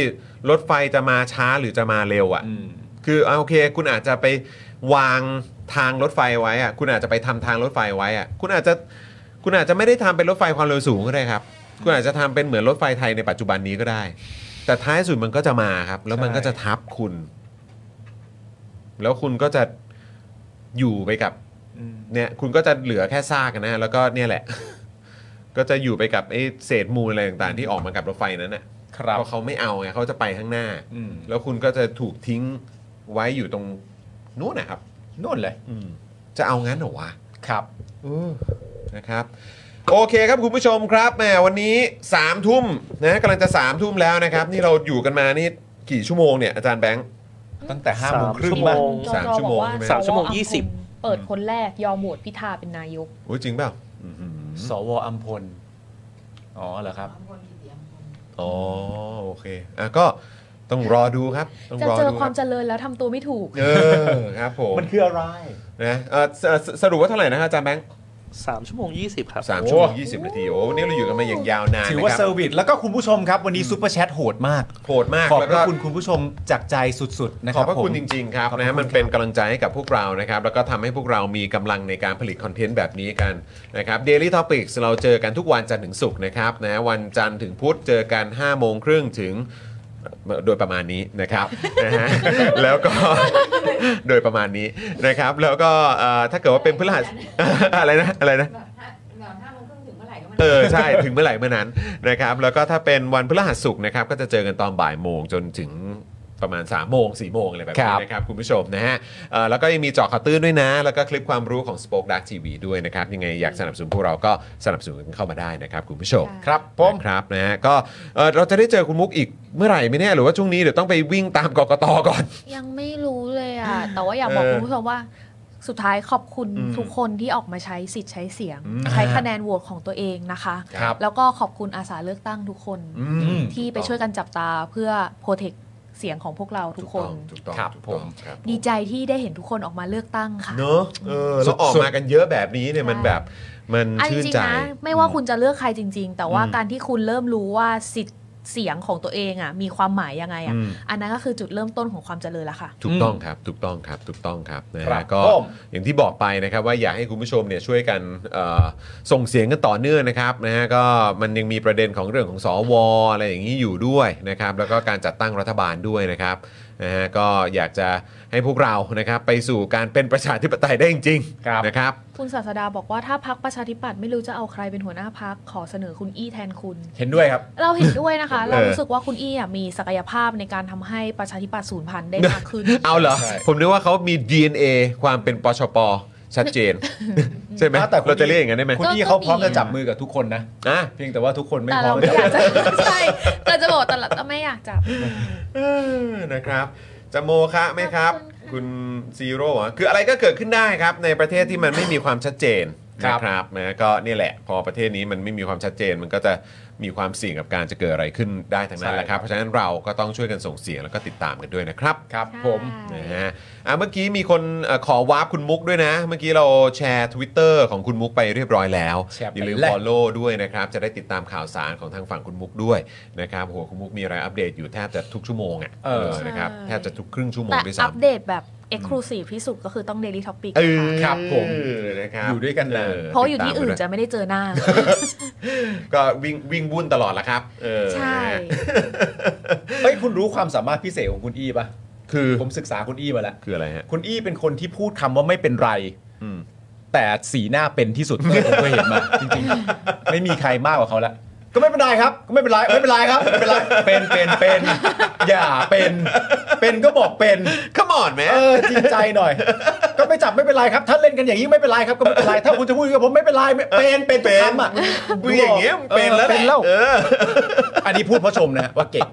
รถไฟจะมาช้าหรือจะมาเร็วอ่ะ อืม คืออ่ะโอเค คุณอาจจะไปวางทางรถไฟไว้อะคุณอาจจะไปทำทางรถไฟไว้อะคุณอาจจะคุณอาจจะไม่ได้ทำเป็นรถไฟความเร็วสูงก็ได้ครับ คุณอาจจะทำเป็นเหมือนรถไฟไทยในปัจจุบันนี้ก็ได้ แต่ท้ายสุดมันก็จะมาครับ แล้วมัน ใช่ ก็จะทับคุณ แล้วคุณก็จะอยู่ไปกับ อืม เนี่ยคุณก็จะเหลือแค่ซากอะนะ แล้วก็เนี่ยแหละ ก็จะอยู่ไปกับไอ้เศษมูลอะไรต่างๆ ที่ออกมากับรถไฟนั้นน่ะ ครับ เพราะเขาไม่เอาไงเขาจะไปข้างหน้า อืม แล้วคุณก็จะถูกทิ้งไว้อยู่ตรงนู้นนะครับ นู่นเลย จะเอางั้นเหรอวะ ครับ นะครับ โอเคครับคุณผู้ชมครับแหมวันนี้3ามทุ่มนะกำลังจะ3ามทุ่มแล้วนะครับ นี่เราอยู่กันมานี่กี่ชั่วโมงเนี่ยอาจารย์แบงค์ ตั้งแต่ห้าโมงครึ่ง สามชั่ว มา โมง สามชั่วโมงใช่ไหม สามชั่วโมง สว ยี่สิบ อัมพลเปิดคนแรกยอมโหวตพิธาเป็นนายก โอ้ยจริงเปล่าอื้อหือ สวอัมพล อ๋อเหรอครับ อ๋อโอเคอ่ะก็ต้องรอดูครับต้อง จะ รอ เจอ ดูควคา รับ มเจริญแล้วทำตัวไม่ถูก เออครับผม มันคืออะไร นะเอ่อสสสรุปว่าเท่าไหร่นะครับอาจารย์แบงค์ สามชั่วโมงยี่สิบครับ สามชั่วโมงยี่สิบนาทีโอ้วันนี่เราอยู่กันมาอย่างยาวนาน ถือ นะ ว่า ครับ เซอร์วิสแล้วก็คุณผู้ชมครับ วันนี้ซูเปอร์แชทโหดมาก โหดมาก ขอบ แล้ว พ ก็ ระคุณคุณผู้ชมจากใจสุดๆ นะค ขอ รั บบ พระคุณ ผม จริงๆครับ ขอบพระ นะฮะ คุณ มันเป็น ครับ กำลังใจให้กับพวกเรานะครับ แล้วก็ทำให้พวกเรามีกำลังในการผลิตคอนเทนต์แบบนี้กันนะครับ Daily Topics เราเจอกันทุกวันจันทร์ถึงศุกร์นะครับนะวันจันทร์ถึงพุธเจอกัน5โมงครึ่งถึงโดยประมาณนี้นะครับ นะฮะแล้วก็ โดยประมาณนี้นะครับ แล้วก็เอ่อถ้าเกิดว่าเป็นพฤหัส อะไรนะอะไรนะ เออใช่ ถึงเมื่อไหร่เมื่อนั้นนะครับ แล้วก็ถ้าเป็นวันพฤหัสศุกร์นะครับ ก็จะเจอกันตอนบ่ายโมงจนถึงประมาณ3ามโมงสี่โมงอะไรแบบ ค นี้ รับ นะครับ คุณผู้ชมนะฮะเอ่อแล้วก็ยังมีเจาะข่าวตื้นด้วยนะ แล้วก็คลิปความรู้ของ Spoke Dark TV ด้วยนะครับ ยังไงอยากสนับสนุนพวกเราก็สนับสนุนกันเข้ามาได้นะครับ คุณผู้ชม ครับผม นะครับนะฮะก็เอ่อเราจะได้เจอคุณมุกอีกเมื่อไหร่ไม่แน่หรือว่าช่วงนี้เดี๋ยวต้องไปวิ่งตามกกตก่อน ยังไม่รู้เลยอ่ะ แต่ว่าอยากบอก เออ คุณผู้ชมว่าสุดท้ายขอบคุณ อืม ทุกคนที่ออกมาใช้สิทธิ์ใช้เสียง อืม ใช้คะแนนโหวตของตัวเองนะคะ ครับ แล้วก็ขอบคุณอาสาเลือกตั้งทุกคน อืม ที่ไปช่วยกันจับตาเพื่อโปรเทคเสียงของพวกเราทุกคน ถูกต้อง ครับ ถูกต้อง ผม ครับ ดีใจที่ได้เห็นทุกคนออกมาเลือกตั้งค่ะ เนอะเออแล้วออกมากันเยอะแบบนี้เนี่ยมันแบบมัน อันจ ชื่น ริง ใจ ๆนะไม่ว่าคุณจะเลือกใครจริง ๆ แต่ว่า อืม การที่คุณเริ่มรู้ว่าสิทธิ์เสียงของตัวเองอ่ะมีความหมายยังไงอ่ะ อืม อันนั้นก็คือจุดเริ่มต้นของความเจริญละค่ะ ถูกต้องครับ ถูกต้องครับ ถูกต้องครับนะ ครั ฮะ บ ก็ ผม อย่างที่บอกไปนะครับว่าอยากให้คุณผู้ชมเนี่ยช่วยกันเอ่อส่งเสียงกันต่อเนื่องนะครับนะฮะก็มันยังมีประเด็นของเรื่องของสวอะไรอย่างนี้อยู่ด้วยนะครับแล้วก็การจัดตั้งรัฐบาลด้วยนะครับ นะฮะก็อยากจะให้พวกเรานะครับไปสู่การเป็นประชาธิปไตยได้จริง ครับ ๆนะครับ คุณศาสดาบอกว่าถ้าพักประชาธิปัตย์ไม่รู้จะเอาใครเป็นหัวหน้าพักขอเสนอคุณอี้แทนคุณ เห็นด้วยครับ เราเห็นด้วยนะคะ เออ เรารู้สึกว่าคุณอี้อ่ะมีศักยภาพในการทำให้ประชาธิปัตย์สูญพันธุ์ได้มากขึ้น เอาเหรอ ใช่ ผมนึกว่าเขามี DNA ความเป็นปชป ชัดเจ น ใช่ไหม แต่คุณ เราจะเรียกอย่างนั้นได้ไหม คุณ ก็ อี้เขาพร้อม ก็มี จะจับมือกับทุกคนนะ อ่ะ เพียงแต่ว่าทุกคนไม่ แต่ พร้อ เรา ม ไม่ จะ อยากจะ ใช่แต่จะบอกแต่เราแต่ไม่อยากจับ เออนะครับจะโมคะไหมครับ คุณซีโร่เหรอคืออะไรก็เกิดขึ้นได้ครับ ในประเทศที่มันไม่มีความชัดเจนนะครับนะก็นี่แหละ พอประเทศนี้มันไม่มีความชัดเจน มันก็จะมีความเสี่ยงกับการจะเกิดอะไรขึ้นได้ทั้งนั้นแหละครับ เพราะฉะนั้นเราก็ต้องช่วยกันส่งเสียงแล้วก็ติดตามกันด้วยนะครับ ครับ ใช่ ผม นะฮะอ่ะเมื่อกี้มีคนเอ่อขอวาร์ปคุณมุกด้วยนะ เมื่อกี้เราแชร์ Twitter ของคุณมุกไปเรียบร้อยแล้ว แชร์ไป อย่าลืม แล้ว follow ด้วยนะครับ จะได้ติดตามข่าวสารของทางฝั่งคุณมุกด้วยนะครับโอ้โหัวคุณมุกมีอะไรอัปเดตอยู่แทบจะทุกชั่วโมงอ่ะ เออ เออนะครับแทบจะทุกครึ่งชั่วโมง แต่ ด้วย อัป ซ้ำ เดตแบบ Exclusive ที่สุดก็คือต้อง Daily Topic เออ ค่ะ ครับผม นะครับ อยู่ด้วยกันนาน เ เพราะอยู่ที่อื่น ติดตามกัด้วยจะไม่ได้เจอหน้า ก็วิ่งวิ่งวุ่นตลอดละครับเออ ใช่ เอ้ยคุณรู้ความสามารถพิเศษของคุณอี้ปะ คือ ผมศึกษาคุณอี้มาแล้ว คืออะไรฮะ คุณอี้เป็นคนที่พูดคำว่าไม่เป็นไร อืม แต่สีหน้าเป็นที่สุด ที่ผมเคยเห็น มาจริงๆ ไม่มีใครมากกว่าเขาละก็ไม่เป็นไรครับ ก็ไม่เป็นไรไม่เป็นไรครับไม่เป็นไรเป็นเป็นเป็นอย่าเป็น เป็นก็บอกเป็น ขมอนไหม เออจริงใจหน่อย ก็ไม่จับไม่เป็นไรครับ ถ้าเล่นกันอย่างนี้ไม่เป็นไรครับก็ไม่เป็นไรถ้าคุณจะพูดกับผมไม่เป็นไรไม่เป็นเป็นทุกคำอ่ะ มึงอย่างเงี้ยมึงเป็นแล้ว ออเป็นแล้ว เออ อันนี้พูดเพราะชมนะว่าเก่ง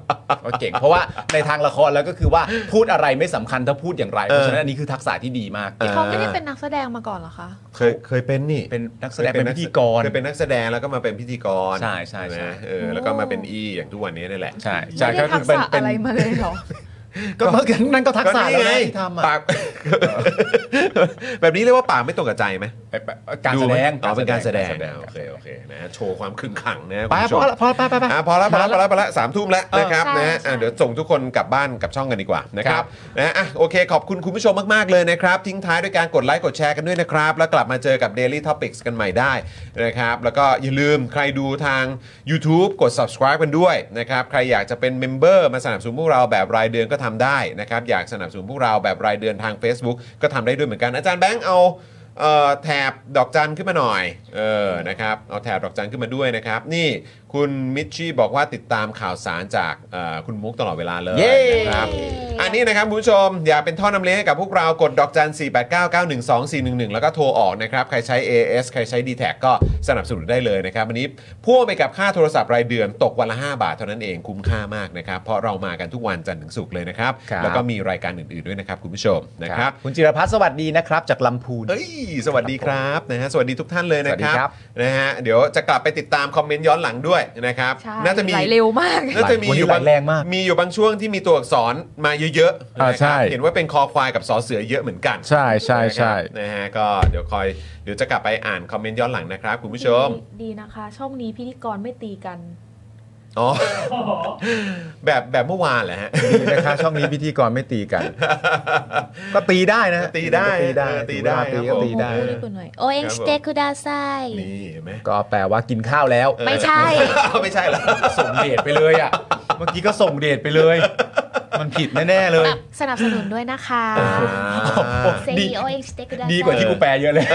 ว่าเก่ง เพราะว่าในทางละครแล้วก็คือว่าพูดอะไรไม่สำคัญถ้าพูดอย่างไรเพราะฉะนั้นอันนี้คือทักษะที่ดีมาก เขาไม่ได้เป็นนักแสดงมาก่อนเหรอคะ เคยเคยเป็นนี่ เป็นนักแสดงเป็นพิธีกร เคยเป็นนักแสดงแล้วก็มาเป็นพิธีกร ใช่ใช่ใช่ ไหมเออแล้วก็มาเป็นอีอย่างทุกวันนี้นี่แหละ ใช่ใช่ ไม่ได้ทักษะอะไรมาเลยเหรอ ก็เมื่อกี้นั่นก็ทักษะแล้วนะที่ทำอ่ะ ปาก แบบนี้เรียกว่าปากไม่ตรงกับใจไหม การแสดง อ๋อเป็นการแสดงนะโอเคโอเคนะโชว์ความคึกขังนะ ไป คุณผู้ชมพอละพอละไปไปไป อ่ะพอแล้วพอแล้วพอแล้วพอแล้วสามทุ่มแล้วนะครับ เออใช่ นะฮะ ใช่ อ่ะเดี๋ยวส่งทุกคนกลับบ้านกลับช่องกันดีกว่านะค ค รั รั บบ นะอ่ะโอเคขอบคุณคุณผู้ชมมาก ๆ เลยนะครับ ทิ้งท้ายด้วยการกดไลค์กดแชร์กันด้วยนะครับ แล้วกลับมาเจอกับ Daily Topics กันใหม่ได้นะครับแล้วก็อย่าลืมใครดูทาง YouTube กด subscribe กันด้วยนะครับใครอยากจะเป็นเมมเบอร์มาสนับสนุนพวกเราแบบรายเดือนก็ทำได้นะครับอยากสนับสนุนพวกเราแบบรายเดือนทาง Facebook ก็ทำได้ด้วยเหมือนกันอาจารย์แบงค์เอา เอ่อแถบดอกจันขึ้นมาหน่อย เออ นะครับ เอาแถบดอกจันขึ้นมาด้วยนะครับ นี่คุณมิชชี่บอกว่าติดตามข่าวสารจากเอ่อคุณมุกตลอดเวลาเลย เย้ นะครับ อันนี้นะครับคุณผู้ชมอยากเป็นท่อนำเลี้ยงให้กับพวกเรากดดอกจัน 4 8 9 9 1 2 4 1 1 แล้วก็โทรออกนะครับ ใครใช้ AS ใครใช้ d t แทก็สนับสนุนได้เลยนะครับวันนี้พ่วงไปกับค่าโทรศัพท์รายเดือนตกวันละ 5 บาทเท่านั้นเองคุ้มค่ามากนะครับ เพราะเรามากันทุกวันจันทร์ถึงศุกร์เลยนะครับ ครับ แล้วก็มีรายการอื่นๆด้วยนะครับคุณผู้ชมนะครับ คุณจิรพัฒน์สวัสดีนะครับ จากลำพูน เอ้ยสวัสดีครับนะฮะสวัสดีทุกท่านเลยนะครั สวัสดีครับ บ นะฮะเดี๋ยวจะกลับไปติดตามคอมเมนต์ย้อนหลังด้วยนะครับ ใช่ น่าจะมี ไหลเร็วมาก น่าจะมี วันนี้ อยู่บาง ไหลแรงมาก มีอยู่บางช่วงที่มีตัวอักษรมาเยอะๆ อ่า นะครับ ใช่ เห็นว่าเป็นคอควายกับสอเสือเยอะเหมือนกัน ใช่ใช่ใช่ นะครับนะฮะก็เดี๋ยวคอยเดี๋ยวจะกลับไปอ่านคอมเมนต์ย้อนหลังนะครับคุณผู้ชม ดีดีนะคะ ช่องนี้พิธีกรไม่ตีกัน อ๋อ แบบแบบเมื่อวานแหละฮะ ดีนะคะช่องนี้พิธีกรไม่ตี กัน ก็ตีได้นะ ตีได้ ตีได้ เออตีได้ ตี ครั ก็ บผม ตีได้ เออ ญี่ปุ่นหน่อย โอเอ็งสเตคุดาไซ นี่เห็นไหม ก็แปลว่ากินข้าวแล้ว ไม่ใช่ ไม่ใช่เหรอ ส่งเดทไปเลยอ่ะ เมื่อกี้ก็ส่งเดทไปเลย มันผิดแน่ ๆ เลย แบบสนับสนุนด้วยนะคะ อ่า เซ ดี นีโอเอ็งสเตคุดาไซ ดีกว่าที่กูแปลเยอะเลย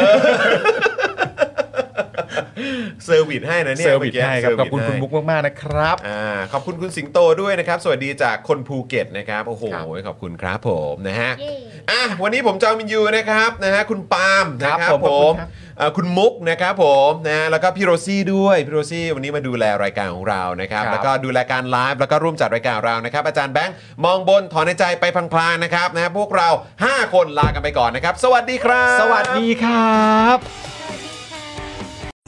เซอร์วิสให้นะเนี่ย เซอร์วิส มื่กี้ ให้ครับ เซ ข วิ อบ ส คุณคุณ ให้ มุกมาก ๆ นะครับ อ่าขอบคุณคุณสิงโตด้วยนะครับ สวัสดีจากคนภูเก็ตนะครับโอ้โห ครับ ขอบคุณครับผมนะฮะ เย้ อ่ะวันนี้ผมจอมินยูนะครับนะฮะคุณปาล์มนะค ครัรับบผผมขอบคุ ม ณครับ เอ่อคุณมุกนะครับผมนะฮะแล้วก็พี่โรซี่ด้วยพี่โรซี่วันนี้มาดูแลรายการของเรานะครับ แล้วก็ดูแลการไลฟ์แล้วก็ร่วมจัดรายการเรานะครับ อาจารย์แบงค์มองบนถอนในใจไปพลางๆนะครับนะฮะพวกเรา 5 คนลากันไปก่อนนะครับ สวัสดีครับ สวัสดีครัสบวัสดีค่ะ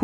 ผ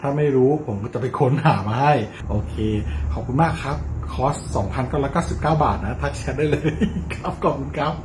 ถ้าไม่รู้ผมก็จะไปค้นหามาให้ โอเค ขอบคุณมากครับ คอร์ส 2,999 บาทนะ ทักแชทได้เลย ครับขอบคุณครับ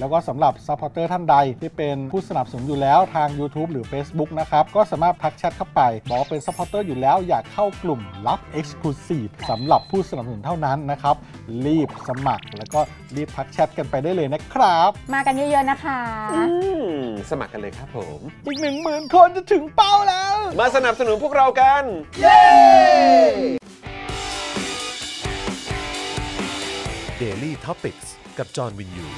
แล้วก็สำหรับ Supporter ท่านใดที่เป็นผู้สนับสนุนอยู่แล้วทาง YouTube หรือ Facebook นะครับ ก็สามารถทักแชทเข้าไป บอกเป็น Supporter อยู่แล้วอยากเข้ากลุ่มลับ Exclusive สำหรับผู้สนับสนุนเท่านั้นนะครับ รีบสมัครแล้วก็รีบทักแชทกันไปได้เลยนะครับ มากันเยอะๆนะคะ อืมสมัครกันเลยครับผม อีก 1 0,000 คนจะถึงเป้าแล้ว มาสนับสนุนพวกเรากัน Daily t o p i c กกับจอห์นวินยู